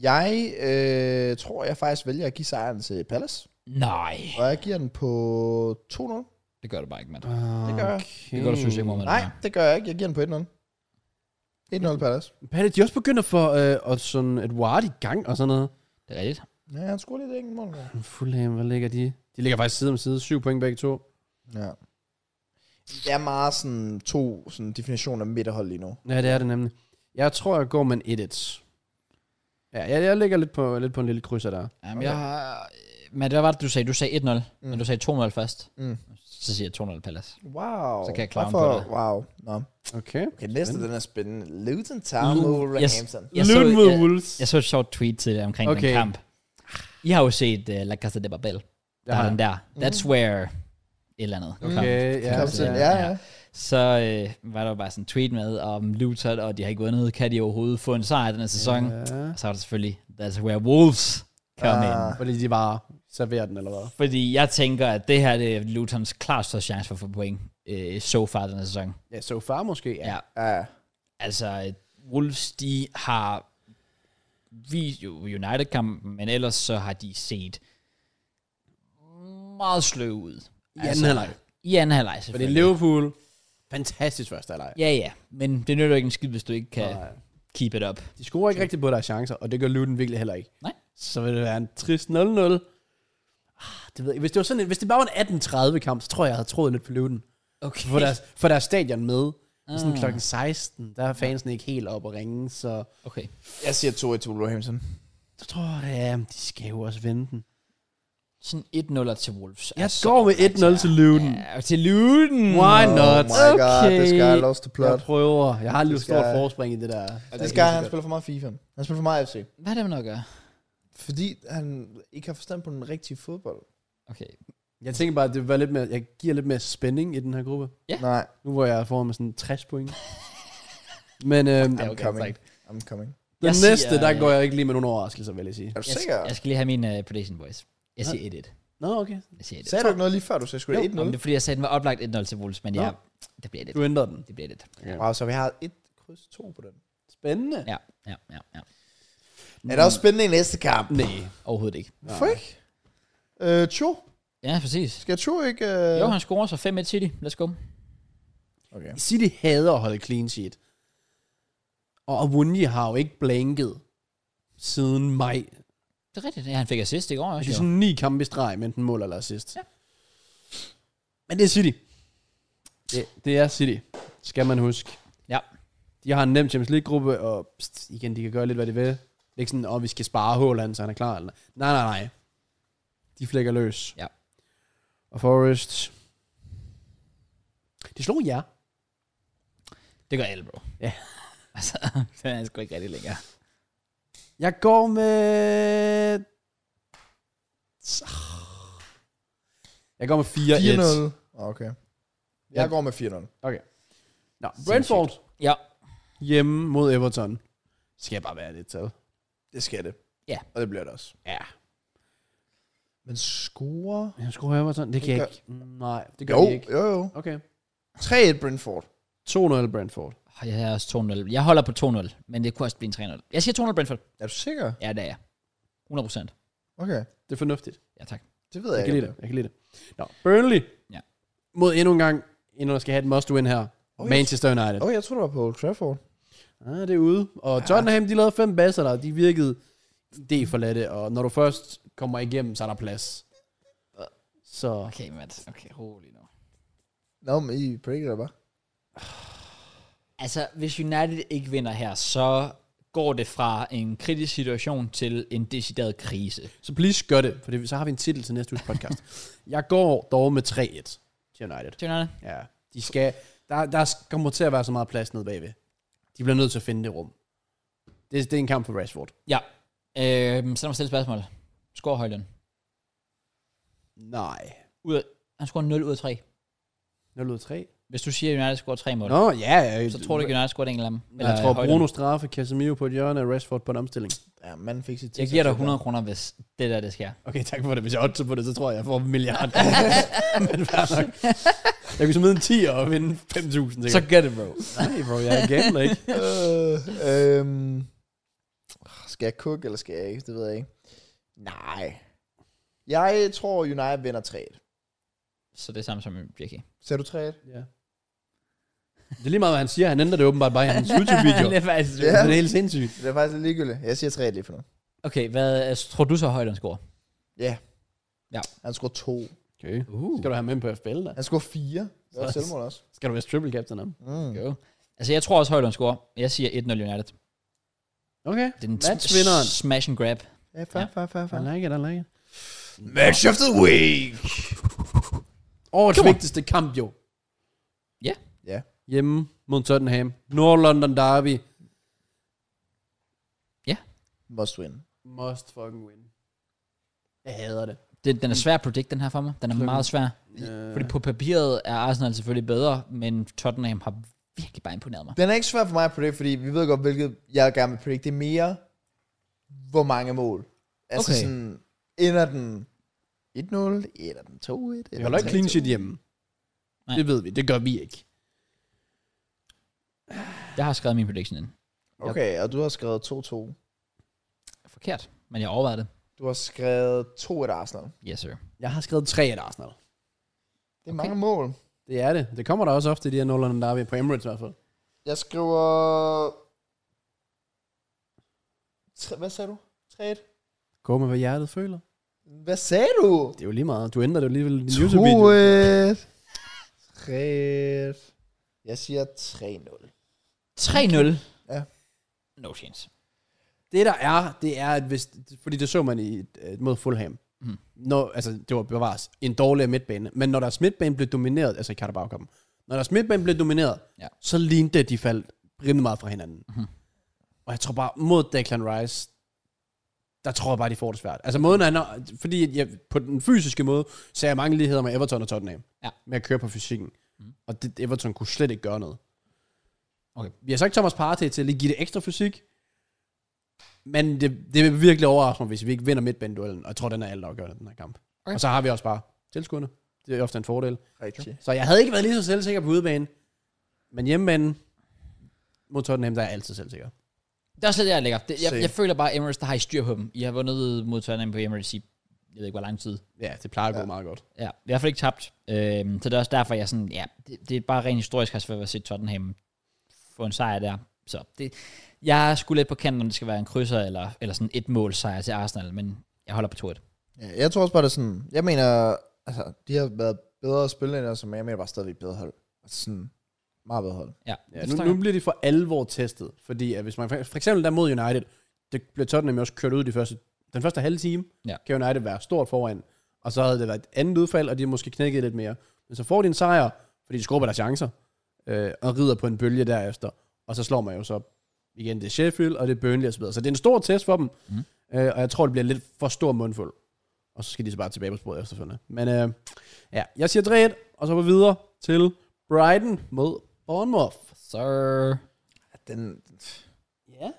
B: Jeg øh, tror, jeg faktisk vælger at give sejren til Palace.
A: Nej,
B: Og jeg giver den på 2-0.
A: det gør du bare ikke, mand.
C: Det
B: gør jeg.
A: Det gør du synes ikke, Mormand.
B: Nej, det gør jeg ikke. Jeg giver den på 1-0. 1-0 Palace.
C: Palle, de er også begyndt at få øh, Odson Edward i gang og sådan noget.
A: Det er rigtigt.
B: Ja, han skulle lidt enkelt mål.
C: Fulham, hvad ligger de? De ligger faktisk side om side. Syv point begge to.
B: Ja. Det er meget sådan to sådan definitioner af midterhold lige nu.
C: Ja, det er det nemlig. Jeg tror, jeg går med en 1 Ja, jeg, jeg ligger lidt på, lidt på en lille krydser der.
A: Jamen, okay. jeg har... Men hvad var det, du sagde? Du sagde 1-0, mm. men du sagde 2-0 først.
B: Mm.
A: Så siger jeg 2-0 Palace.
B: Wow.
A: Så kan jeg clown på dig.
B: Wow. Nå.
C: Okay.
B: Okay, næste den er spændende. Luton Town mod
A: Yes.
B: Wolverhampton.
A: Jeg så,
C: Luton mod
A: jeg,
C: Wolves.
A: jeg så et sjovt tweet til det omkring okay.
C: Okay.
A: den kamp. I har jo set uh, La Casa de Babel. Der
C: har
A: har
C: jeg.
A: den der. That's where... Et eller andet. kom.
C: Okay, ja.
B: Kom
A: så-
B: til.
C: ja.
B: Ja,
A: ja.
B: ja.
A: Så øh, var der jo bare sådan en tweet med om Luton, og de har ikke vundet. Kan de overhovedet få en sejr den her sæson? Yeah.
C: Ja.
A: Så er der selvfølgelig That's where Wolves come uh. in.
B: Ah.
C: Fordi de bare serverer den, eller hvad?
A: Fordi jeg tænker, at det her det er Lutons klart største chance for at få point øh, so far den her sæson.
C: Ja, så far måske. Ja.
A: Ja.
B: Ja.
A: Altså, øh, Wolves, de har vist jo United-kampen, men ellers så har de set meget sløve ud. Altså,
C: I anden halvleg.
A: I anden halvleg,
C: Fordi
A: selvfølgelig.
C: Liverpool, fantastisk første halvleg.
A: Ja, ja. Men det nytter jo ikke en skid, hvis du ikke kan
C: Nej.
A: keep it up.
C: De scorer ikke rigtig på deres chancer, og det gør Luton virkelig heller ikke.
A: Nej.
C: Så vil det være en trist 0-0. Ah, det ved jeg. ikke. Hvis det, var sådan en, hvis det bare var en 18-30 kamp, så tror jeg, jeg havde troet lidt på Luton.
A: Okay.
C: For deres, for deres stadion med. Ah. Sådan
A: Ah.
C: klokken 16, der er fansen ikke helt op og ringe, så
A: okay.
B: Jeg siger 2-1 til Wolverhampton.
C: jeg tror, ja, de skal jo også vinde den.
A: Sådan 1-0 til Wolves. altså.
C: Jeg går med 1-0 til Luton.
A: Ja, til Luton.
C: Why not?
B: Oh my okay. god,
A: Okay.
B: det skal I lost the
C: Jeg
B: plot.
C: prøver. Jeg har lige et
B: Det
C: stort
B: skal-
C: forspring i det der.
B: Det skal han spiller for meget FIFA. Han spiller for meget FC.
A: Hvad er det, man nok gør?
B: Fordi han ikke har forstand på den rigtige fodbold.
A: Okay.
C: Jeg tænker bare, at det var lidt mere, jeg giver lidt mere spænding i den her gruppe.
A: Ja.
B: Nej,
C: Nu hvor jeg er foran med sådan 60 point. Men øhm,
A: Ja,
B: I'm
A: okay,
B: coming.
A: tak.
B: I'm coming.
C: den
A: Jeg siger,
C: næste, der
A: øh,
C: går jeg ikke lige med nogen overraskelser, vil jeg sige.
B: Er du
A: Jeg,
B: sikker?
A: jeg skal lige have min uh, prediction, boys. Jeg siger 1-1.
C: Nå, okay.
A: Jeg siger 1-1.
B: Sagde du ikke noget lige før, du sagde sgu
C: Jo.
B: da
A: Nå, men det er
B: 1-0?
A: fordi, jeg sagde, den var oplagt 1-0 til Wolves, men
C: Nå.
A: ja, det bliver lidt.
C: Du ændrer den.
A: Mm, Det bliver lidt.
B: Wow, så vi har et kryds to på den.
C: Spændende.
A: Ja, ja, ja, ja.
B: Er der også spændende i næste kamp?
C: Nej.
A: Overhovedet ikke.
B: Hvorfor ikke? Øh, Cho?
A: Ja, præcis.
B: Skal Cho ikke... Øh...
A: Jo, han scorer så 5-1 City. Let's go.
B: Okay.
C: City hader at holde clean sheet. Og Awunji har jo ikke blanket siden maj.
A: Det er rigtigt. Ja, han fik assist i går
C: Og
A: også.
C: det er
A: Jo.
C: sådan ni kampe i streg, med enten mål eller assist.
A: Ja.
C: Ja. Men det er City. Det, det er City, skal man huske.
A: Ja.
C: De har en nem Champions League-gruppe, og pst, igen, de kan gøre lidt, hvad de vil. Det er ikke sådan, oh, vi skal spare Håland, så han er klar. Eller. Nej, nej, nej. De flækker løs.
A: Ja.
C: Og Forrest. De slog jer.
A: Det gør alle, bro.
C: Ja.
A: Altså, det er sgu ikke rigtig længere.
C: Jeg går med... Jeg går med 4-1.
B: 4-0. Ah, Okay. Jeg går med 4-0.
C: Okay. Nå, Brentford
A: Ja.
C: hjemme mod Everton. Skal jeg bare være det tal.
B: Det skal det.
A: Ja.
B: Og det bliver det også.
C: Ja.
B: Men score...
C: Jeg skulle Everton. Det kan
B: Det
C: jeg
B: gør-
C: ikke. Mm, Nej, det gør
B: Jo,
C: de ikke.
B: jo, jo.
C: Okay.
B: 3-1 Brentford.
C: 2-0 Brentford.
A: Og Jeg har også 2-0. Jeg holder på 2-0, men det kunne også blive en 3-0. Jeg siger 2-0 Brentford.
B: Er du sikker?
A: Ja, det er jeg. 100 procent.
B: Okay.
C: Det er fornuftigt.
A: Ja, tak.
B: Det ved jeg,
C: Jeg kan lide
B: ikke.
C: det. Jeg kan lide det. Nå, Burnley.
A: Ja.
C: Mod endnu en gang, endnu skal have et must-win her.
B: Oh,
C: Manchester United.
B: Åh, oh, jeg tror det var på Old Trafford.
C: Ja, det er ude. Og Tottenham, de lavede fem basser der. De virkede det forladte. Og når du først kommer igennem, så er der plads. Så
A: Okay, Matt. Okay, rolig nu.
B: Nå, men I breaker det bare.
A: Altså, hvis United ikke vinder her, så går det fra en kritisk situation til en decideret krise.
C: Så please gør det, for det, så har vi en titel til næste uges podcast. jeg går dog med 3-1 til United.
A: Til United?
C: Ja, de skal, der, der kommer til at være så meget plads nede bagved. De bliver nødt til at finde det rum. Det, det er en kamp for Rashford.
A: Ja. Øhm, så lad mig stille et spørgsmål. Skår Højlund?
C: Nej.
A: Ud af, han scorer 0 ud af 3.
C: 0 ud af 3.
A: Hvis du siger, at United scorer 3 mål, no.
C: Nå, ja.
A: så tror du ikke, at United scorer et enkelt af dem?
C: Eller jeg tror, Bruno straffe, Casemiro på et hjørne, og Rashford på en omstilling.
B: Ja, manden fik sit
A: Jeg giver dig 100 kroner, hvis det der, det sker.
C: Okay, tak for det. Hvis jeg otter på det, så tror jeg, jeg får en milliard. Men fair nok. Jeg kunne smide en 10 og vinde 5.000, sikkert.
A: gør det, bro.
C: Nej, bro, jeg er gambler, ikke?
B: øh, øhm, skal jeg cook, eller skal jeg ikke? Det ved jeg ikke. Nej. Jeg tror, United vinder 3-1.
A: Så det er samme som Jackie.
B: Ser du 3-1?
C: Ja. Det er lige meget, hvad han siger. Han ændrer det åbenbart bare i hans YouTube-video.
A: det er faktisk
B: Ja.
C: Det er helt sindssygt.
B: Det er faktisk lidt ligegyldigt. Jeg siger 3-1 lige for noget.
C: Mm.
A: Okay, hvad altså, tror du så, Højlund scorer?
B: Ja.
A: Ja.
B: Han scorede to.
C: Okay. Uh. Skal du have ham med på FBL, da?
B: Han scorede fire. Det var
C: Så-
B: selvmål også.
C: Skal du være triple captain ham?
B: Mm.
A: Jo. Altså, jeg tror også, Højlund scorer. Jeg siger 1-0 United.
C: Okay.
A: Det er en
C: Matchvinderen.
A: s- smash and grab.
B: Ja, fair, fair, fair, fair.
C: I like it, I like it.
B: Match of the week!
C: Årets
A: Come on.
C: vigtigste kamp, jo.
A: Ja.
B: Ja.
C: Hjemme mod Tottenham. Nord-London derby.
B: Must win.
C: Must fucking win. Jeg hader det.
A: Det, den er svær at predict, den her for mig. Den er
C: Klokken-
A: meget svær.
C: Øh,
A: Fordi på papiret er Arsenal selvfølgelig bedre, men Tottenham har virkelig bare imponeret mig.
B: Den er ikke svær for mig at predict, fordi vi ved godt, hvilket jeg gerne vil predict. Det er mere, hvor mange mål. Altså
A: Okay.
B: okay. sådan, ender den 1-0, ender den 2-1.
C: Vi
B: ender den
C: holder ikke clean
B: 3-2?
C: shit hjemme.
A: Nej.
C: Det ved vi. Det gør vi ikke.
A: Jeg har skrevet min prediction ind.
B: Okay, og du har skrevet 2-2.
A: Forkert, men jeg overvejede det.
B: Du har skrevet 2-1 Arsenal.
A: Yes, sir.
C: Jeg har skrevet tre af Arsenal.
B: Det er
A: Okay.
B: okay. mange mål.
C: Det er det. Det kommer der også ofte i de her Nordlondon derby. På Emirates i hvert fald.
B: Jeg skriver... Tre- Hvad sagde du? 3-1?
C: Gå med, hvad hjertet føler.
B: Hvad sagde du?
C: Det er jo lige meget. Du ændrer det jo alligevel i din YouTube-video.
B: 2-1. 3-1. Jeg siger 3-0.
A: 3-0.
B: Ja.
A: No chance.
C: Det der er, det er, at hvis, fordi det så man i, øh, mod Fulham.
A: Mhm.
C: Mm. Når, altså, det var bevares en dårligere midtbane. Men når deres midtbane blev domineret, altså i carabao Cup'en, når deres midtbane blev domineret,
A: Ja.
C: ja. så lignede det, at de faldt rimelig meget fra hinanden.
A: Mhm.
C: Mm. Og jeg tror bare, mod Declan Rice, der tror jeg bare, de får det svært. Altså måden, han har, fordi jeg, på den fysiske måde, ser jeg mange ligheder med Everton og Tottenham.
A: Ja.
C: Med at køre på fysikken.
A: Mhm.
C: Mm. Og det, Everton kunne slet ikke gøre noget.
A: Okay.
C: Vi har sagt Thomas Partey til at lige give det ekstra fysik, men det, det vil virkelig overraske mig, hvis vi ikke vinder midtbaneduellen. Og jeg tror, den er alt afgørende, den her kamp.
A: Okay.
C: Okay. Og så har vi også bare tilskuerne. Det er ofte en fordel.
B: Rigtig.
C: Så jeg havde ikke været lige så selvsikker på udebane. Men hjemmebanen mod Tottenham, der er jeg altid selvsikker.
A: Det er også lidt, jeg lægger. Det, jeg,
B: Se.
A: jeg, føler bare, at Emirates, der har I styr på dem. I har vundet mod Tottenham på Emirates i, jeg ved ikke, hvor lang tid.
C: Ja, det plejer at gå ja. meget godt.
A: Ja, i hvert fald ikke tabt. Øhm, så det er også derfor, jeg sådan, ja, det, det er bare rent historisk, har jeg svært ved at se Tottenham få en sejr der. Så det, jeg skulle lidt på kanten, om det skal være en krydser eller, eller sådan et mål sejr til Arsenal, men jeg holder på 2-1.
B: Ja, jeg tror også bare, det er sådan... Jeg mener, altså, de har været bedre spillere, som jeg mener bare stadigvæk bedre hold. Altså sådan, meget bedre hold.
A: Ja,
C: Ja,
A: det
C: nu,
A: forstår
C: nu
A: jeg.
C: bliver de for alvor testet. Fordi at hvis man for, for eksempel der mod United, det blev Tottenham jo også kørt ud de første, den første halve time.
A: Ja.
C: Kan United være stort foran. Og så havde det været et andet udfald, og de havde måske knækket lidt mere. Men så får de en sejr, fordi de skrubber deres chancer. Øh, og rider på en bølge derefter. Og så slår man jo så igen, det er Sheffield, og det er Burnley osv. Så, så det er en stor test for dem.
A: Mhm.
C: Øh, og jeg tror, det bliver lidt for stor mundfuld. Og så skal de så bare tilbage på sporet efterfølgende. Men øh, ja, jeg siger 3-1, og så går vi videre til Brighton mod Bournemouth.
A: Sir.
B: Den,
C: Ja.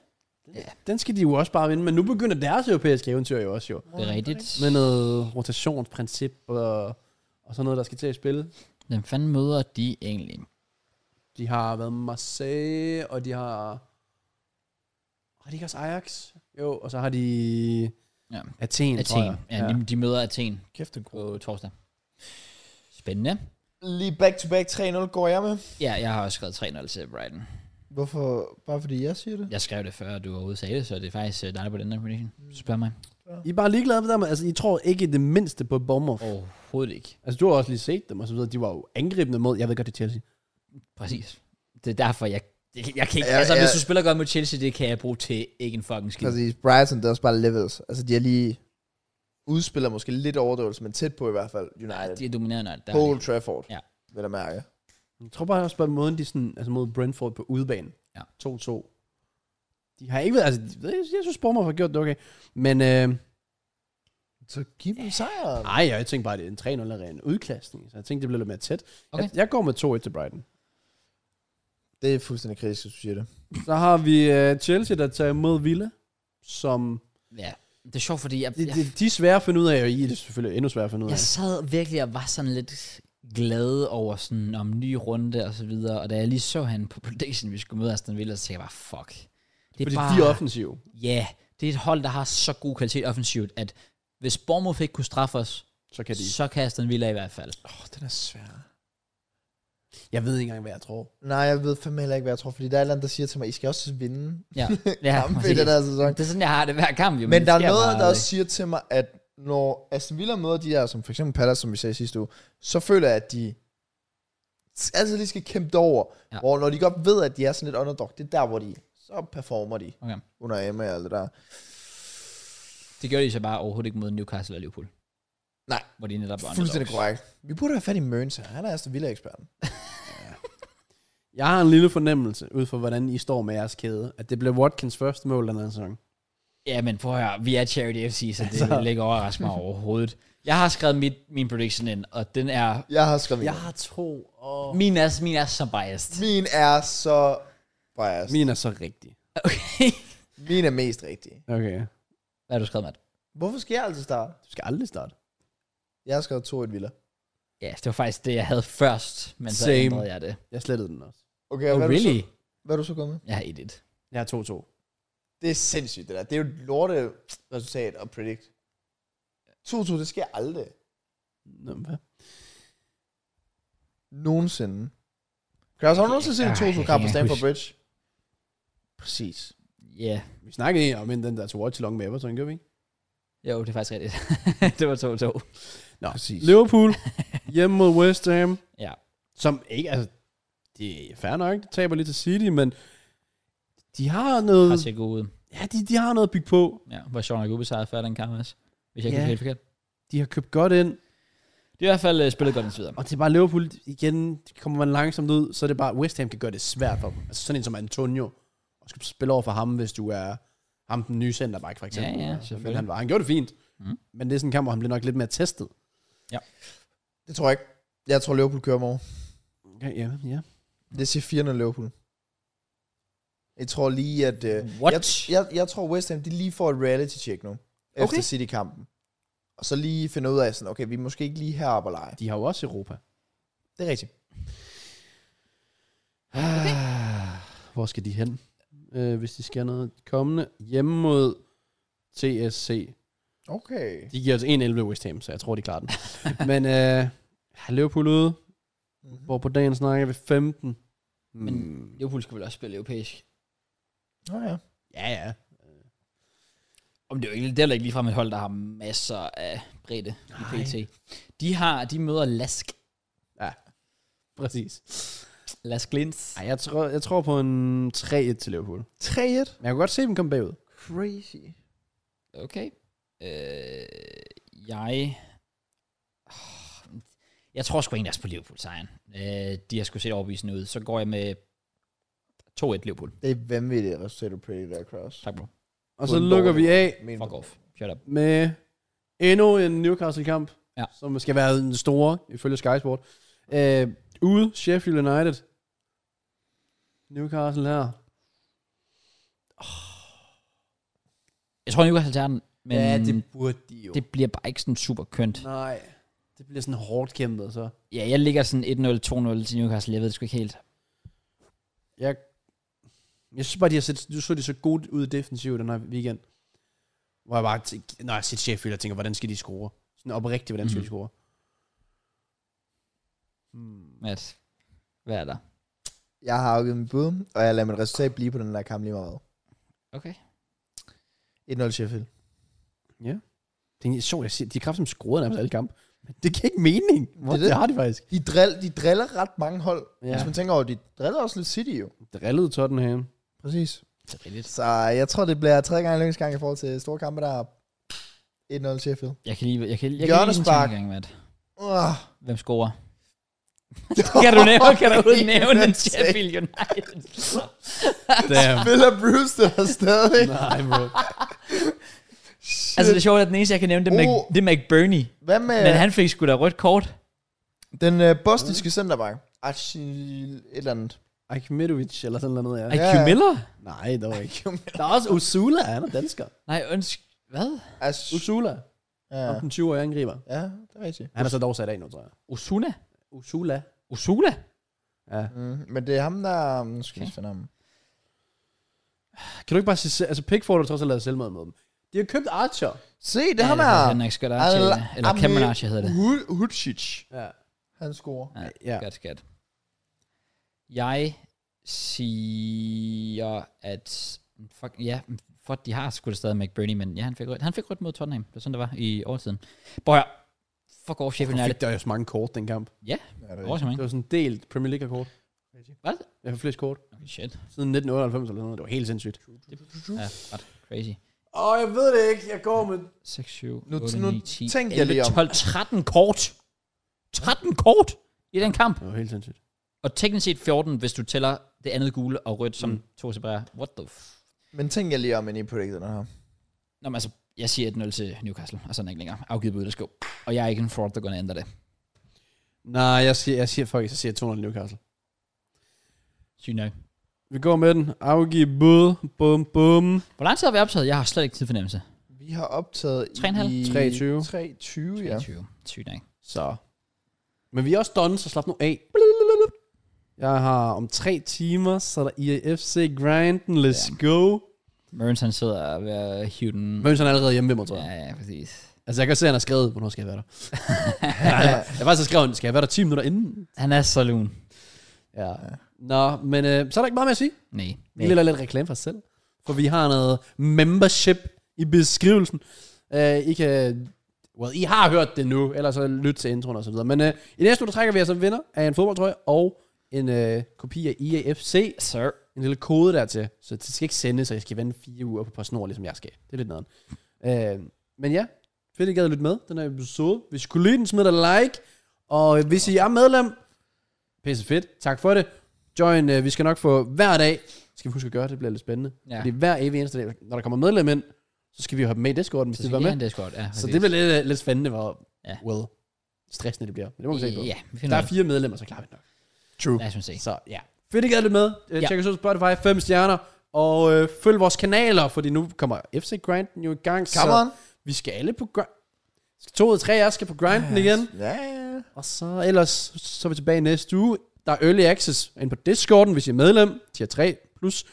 C: Den, den skal de jo også bare vinde, men nu begynder deres europæiske eventyr jo også jo.
A: Det er rigtigt.
C: Med
A: Men,
C: noget rotationsprincip og, og sådan noget, der skal til at spille.
A: Hvem fanden møder de egentlig?
C: De har været Marseille, og de har... Har de ikke også Ajax? Jo, og så har de
A: Ja.
C: Athen, tror
A: Athen.
C: jeg.
A: Ja, ja. De møder Athen
B: kæft, det
A: på torsdag. Spændende.
B: Lige back-to-back 3-0 går jeg med.
A: Ja, jeg har også skrevet 3-0 til Brighton.
B: Hvorfor? Bare fordi jeg siger det?
A: Jeg skrev det før, du overhovedet sagde det, så det er faktisk øh, dig, der er på den der prediction. Spørg mig.
C: I er bare ligeglade med dem. Altså, I tror ikke det mindste på Bournemouth. Oh.
A: Overhovedet ikke.
C: Altså, du har også lige set dem og så videre. De var jo angribende mod, jeg ved godt, det er Chelsea.
A: Præcis. Det er derfor, jeg, jeg, jeg kan ikke... Ja,
B: Ja,
A: altså,
B: ja.
A: hvis du spiller godt mod Chelsea, det kan jeg bruge til ikke en fucking skid.
B: Præcis. Brighton, det er også bare levels. Altså, de er lige... Udspiller måske lidt overdøvelse, men tæt på i hvert fald
A: Nej,
B: United.
A: de er dominerende. og Der
B: på
A: er
B: Old Trafford.
A: Ja.
B: Vil jeg mærke.
C: Jeg tror bare også på måden, de sådan, altså mod Brentford på udebane.
A: Ja.
C: 2-2. De har ikke været, altså, de- jeg, jeg synes, Bournemouth har gjort det okay. Men, øh,
B: Så giv dem sejren.
C: ej, jeg tænkte bare, det er en 3 0 en udklassning. Så jeg tænkte, det blev lidt mere tæt.
A: Okay.
C: Jeg, jeg, går med 2-1 til Brighton.
B: Det er fuldstændig kritisk, at du siger det.
C: Så har vi øh, Chelsea, der tager imod Villa, som,
A: Ja, det er sjovt, fordi jeg,
C: de,
A: jeg,
C: de, de er svære at finde ud af, og I er det selvfølgelig endnu sværere at finde ud af.
A: jeg sad virkelig og var sådan lidt glad over sådan om ny runde og så videre. Og da jeg lige så han på prediction, vi skulle møde Aston Villa, så tænkte jeg bare, fuck. Det er
C: Fordi
A: bare,
C: de er offensive.
A: Ja, det er et hold, der har så god kvalitet offensivt, at hvis Bournemouth ikke kunne straffe os,
C: Så kan de.
A: så kan Aston Villa i hvert fald.
B: Åh, oh, den er svær.
C: Jeg ved ikke engang, hvad jeg tror.
B: Nej, jeg ved fandme heller ikke, hvad jeg tror, fordi der er et eller andet, der siger til mig, I skal også vinde
A: Ja, ja
B: ja, kampe i
A: præcis.
B: den her sæson.
A: det er sådan, jeg har det hver kamp. Jo,
B: Men
A: det
B: der er
A: sker
B: noget,
A: bare
B: der
A: aldrig.
B: også siger til mig, at når Aston Villa møder de her, som for eksempel Palace, som vi sagde sidste uge, så føler jeg, at de altid lige skal kæmpe det over.
A: Ja.
B: Ja. Hvor når de godt ved, at de er sådan lidt underdog, det er der, hvor de, så performer de
A: Okay.
B: under Emma og alt det der.
A: Det gjorde de så bare overhovedet ikke mod Newcastle og Liverpool.
B: Nej.
A: Hvor de netop var
B: Fuldstændig
A: underdogs.
B: korrekt. Vi burde have fat i Mørens her. Han er Aston Villa-eksperten.
C: Jeg har en lille fornemmelse, ud fra hvordan I står med jeres kæde, at det blev Watkins første mål den her sæson.
A: Ja, men prøv at høre, vi er Charity FC, så det altså. vil ikke overraske mig overhovedet. Jeg har skrevet mit, min prediction ind, og den er...
B: Jeg har skrevet
C: Jeg
B: min.
C: har to, og...
A: Min er, min er så biased.
B: Min er så biased. Min,
C: Min er så rigtig.
A: Okay.
B: min er mest rigtig.
C: Okay.
A: Hvad har du skrevet, Matt?
B: Hvorfor skal jeg altid starte?
C: Du skal aldrig starte.
B: Jeg har skrevet 2-1 Villa.
A: Ja, det var faktisk det, jeg havde først, men så
C: Same.
A: ændrede jeg det.
C: Jeg slettede den også.
B: Okay, og hvad, er du
A: Oh, really?
B: så, hvad er du så gået med?
A: Jeg har 1-1.
C: Jeg har 2-2.
B: Det er sindssygt, det der. Det er jo et lorte resultat at predict. 2-2, det sker aldrig.
C: Nå, men hvad?
B: Nogensinde. Kraus, har du nogensinde set en
A: Ej,
B: 2-2 kamp på
A: jeg
B: Stamford
A: husker-
B: Bridge? Præcis.
A: Ja,
C: Vi snakkede egentlig om inden den der to watch long med Everton, gør vi ikke?
A: jo, det er faktisk rigtigt. det var 2-2.
C: Nå,
B: Præcis.
C: Liverpool hjemme mod West Ham.
A: Ja.
C: Som ikke, altså, det er fair nok, det taber lidt til City, men de har noget,
A: Har set god ud.
C: ja, de, de har noget at bygge på.
A: Ja, hvor sjovt nok ubesejret før den kamp også. Hvis jeg ikke
C: Ja.
A: yeah. helt forkert.
C: De har købt godt ind,
A: De er i hvert fald øh, spillet godt indtil videre.
C: og det er bare Liverpool igen, kommer man langsomt ud, så er det bare, West Ham kan gøre det svært for dem. Altså sådan en som Antonio, og skal spille over for ham, hvis du er ham den nye centerback for eksempel.
A: Ja, ja,
C: Altså, men
A: selvfølgelig.
C: han, var, han gjorde det fint,
A: Mm.
C: mm. men det er sådan en kamp, hvor han bliver nok lidt mere testet.
B: Det tror jeg ikke. Jeg tror, Liverpool kører morgen.
C: Okay, ja, ja.
B: Det siger 4-0 Liverpool. Jeg tror lige, at... Øh,
A: What?
B: Jeg, jeg, jeg tror, West Ham de lige får et reality check nu. Okay.
C: Okay.
B: Efter City-kampen. Og så lige finde ud af sådan, okay, vi er måske ikke lige heroppe og lege.
C: De har jo også Europa.
B: Det er rigtigt.
C: Ah, Okay. Hvor skal de hen, øh, hvis de skal noget kommende? Hjemme mod TSC.
B: Okay.
C: De giver altså 1-11 West Ham, så jeg tror, de klarer den. Men øh, Liverpool ude, hvor på dagen snakker vi Hmm. 15.
A: Men Liverpool skal vel også spille europæisk.
B: Nå ja.
C: ja, ja.
A: Om det er jo ikke, det er heller ikke ligefrem et hold, der har masser af bredde i
C: Nej.
A: PT. De har, de møder Lask,
C: Præcis.
A: Lask Lins.
C: Ej, jeg, tror, jeg tror på en 3-1 til Liverpool.
B: 3-1.
C: Men jeg kunne godt se dem komme bagud.
B: Crazy.
A: Okay. Øh, jeg... Åh, Jeg tror sgu ikke, der er på Liverpool-sejren. Øh, de har sgu set overbevisende ud. Så går jeg med 2-1 Liverpool.
B: Det er et vanvittigt resultat, du pretty der, Cross.
A: Tak, bro.
C: Og
B: På
C: så
B: en
C: lukker vi
B: dårlig
C: af
B: Men
A: Fuck off. Shut up.
C: med endnu en Newcastle-kamp,
A: Ja.
C: som skal være den store, ifølge Sky Sport. Øh, ude, Sheffield United. Newcastle her.
A: Jeg tror, Newcastle tager den, men ja, det...
C: burde de jo.
A: det bliver bare ikke sådan super kønt.
C: Nej, det bliver sådan hårdt kæmpet, så.
A: Ja, jeg ligger sådan 1-0, 2-0 til Newcastle. Jeg ved det sgu ikke helt.
C: Jeg, jeg synes bare, de har set, du så de så godt ud defensivt den her weekend. Hvor jeg bare, tæ- når jeg ser Sheffield, jeg tænker, hvordan skal de score? Sådan oprigtigt, hvordan skal
A: Mhm.
C: de score? Hmm.
A: Mads, hvad er der?
B: Jeg har afgivet mit bud, og jeg lader mit resultat blive på den der kamp lige meget.
A: Okay.
B: 1-0 Sheffield.
C: Det er sjovt, jeg siger, de er kraftigt scorede nærmest alle kampe. Men det giver ikke mening. Hvor, det,
B: det.
C: det, har de faktisk.
B: De, drill, de driller ret mange hold.
C: Ja.
B: Ja. Hvis man tænker over, de driller også lidt City jo.
C: Drillede Tottenham.
B: Præcis.
A: Det er rigtigt.
B: Så jeg tror, det bliver tredje gang i lykkes gang i forhold til store kampe, der er 1-0 Sheffield.
A: Jeg kan lige... Jeg kan, jeg kan lige en
B: Hjørnespark.
A: tankegang, Matt.
B: Uh.
A: Hvem scorer? kan du nævne, kan du overhovedet nævne en Sheffield United?
C: Damn.
B: Bill og Brewster er stadig.
C: Nej, bro.
A: altså det er sjovt, at den eneste, jeg kan nævne, det er, Mac,
B: Oh.
A: det er McBurney.
B: Hvad med
A: Men han fik sgu da rødt kort.
B: den øh, bosniske centerback? Archil et eller andet.
C: Akmedovic eller sådan noget, ja.
A: IQ
B: ja.
A: Miller?
C: Nej, der var ikke. Der er også Usula, han er dansker.
A: Nej, ønsk... Hvad?
B: Ash,
C: Usula.
B: ja.
C: Ja. den 20-årige angriber.
B: ja, det er rigtigt.
C: Han er så dog sat af nu, tror jeg.
A: Osuna?
C: Usula.
A: Osula?
C: Ja.
B: Mm, men det er ham, der... Nu skal vi
A: Okay.
B: finde ham.
C: Kan du ikke bare sige, altså Pickford har trods alt lavet selvmøde med dem. De har købt Archer.
B: Se, det er ham
A: Ja,
B: her.
A: han er ikke skørt Archie.
B: Al-
A: Eller Cameron
B: Amir-
A: Archie hedder det.
B: Hu- Hucic.
C: Ja.
B: Han scorer.
A: Ja,
C: Ja.
A: Godt, godt. Jeg siger, at... Fuck, ja, men fuck, ja, men for de har sgu da stadig McBurney, men ja, han fik rødt. Han fik rødt mod Tottenham. Det var sådan, det var i overtiden. Prøv at høre. Fuck over Sheffield
C: Der
A: United.
C: fik der jo så mange kort den kamp.
A: Ja,
B: Ja, det er
A: overraskende,
C: Det
A: ikke?
C: var sådan en delt Premier League-kort.
A: Var det?
C: Jeg har flest kort.
A: Okay, shit.
C: Siden 1998 eller noget. Det var helt sindssygt.
A: Ja, ret crazy.
C: Åh, oh, jeg ved det ikke. Jeg går med...
A: 6, 7,
B: Nu-
A: 8,
B: nu
A: 9, 10,
B: tænkte
A: 11,
B: jeg lige om-
A: 12, 13 kort. 13 kort i den kamp.
C: Det var helt sindssygt.
A: Og teknisk set 14, hvis du tæller det andet gule og rødt som mm. to separer. What the f...
B: Men tænk jeg lige om, en I predicted den her.
A: Nå, men altså, jeg siger 1-0 til Newcastle, og sådan er det ikke længere. Afgivet på Udeskov. Og jeg er ikke en fraud, der går ned og ændrer det.
C: Nej, jeg siger, jeg siger faktisk, jeg siger 200 Newcastle.
A: Sygt nok.
C: Vi går med den. Afgive bud. Bum, bum.
A: Hvor lang tid har vi optaget? Jeg har slet ikke tidsfornemmelse.
B: Vi har optaget
A: Tre en halv?
B: i...
C: 23.
B: 23, ja.
A: 23. Sygt nok.
C: Så. Men vi er også done, så slap nu af. Jeg har om tre timer, så er der IAFC Grinden. Let's ja. go.
A: Mørens han sidder ved at hive den.
C: Møns han er allerede hjemme ved mig, tror jeg. Ja.
A: Ja, ja, præcis.
C: Altså, jeg kan se, at han har skrevet, hvornår skal jeg være der. jeg var så skrevet, skal jeg være der 10 minutter inden?
A: Han er så lun.
C: Ja. Nå, men øh, så er der ikke meget mere at sige.
A: Nej.
C: Vi vil
A: Nej.
C: lave lidt reklame for os selv. For vi har noget membership i beskrivelsen. Uh, I kan... Well, I har hørt det nu, ellers så lyt til introen og så videre. Men uh, i næste uge, der trækker vi altså en vinder af en fodboldtrøje og en uh, kopi af IAFC.
A: Sir.
C: En lille kode dertil. Så det skal ikke sendes, så jeg skal vente fire uger på PostNord, ligesom jeg skal. Det er lidt noget. Uh, men ja, fedt, I gad at lytte med den her episode. Hvis I kunne lide den, smid et like. Og hvis I er medlem, pisse fedt. Tak for det. Join, øh, vi skal nok få hver dag, skal vi huske at gøre, det bliver lidt spændende.
A: Ja.
C: Ja. Fordi hver evig eneste dag, når der kommer medlem ind, så skal vi jo have dem med i Discorden, hvis
A: Så
C: de vil
A: skal
C: være
A: vi have en
C: med.
A: Discord. Ja,
C: Så det bliver lidt, øh, lidt spændende, hvor
A: Ja.
C: ja. well, stressende det bliver. Men det må vi se på.
A: bliver Ja, vi
C: Der
A: finder
C: er
A: ud
C: fire medlemmer, så klarer vi det nok.
A: af det. Lad os se.
C: Så ja. Fedt, I gad lidt med. Øh,
A: Ja.
C: Tjek os ud på Spotify, 5 stjerner. Og øh, følg vores kanaler, fordi nu kommer FC Grinden jo i gang.
B: Come on.
C: Så vi skal alle på grind. To ud af tre af os skal på grinden igen.
B: Ja, ja, ja.
C: Og så ellers, så er vi tilbage næste uge. Der er Early Access ind på Discorden, hvis I er medlem. Tier 3 plus.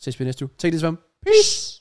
C: Ses vi næste uge. Tak det, Svam. Peace.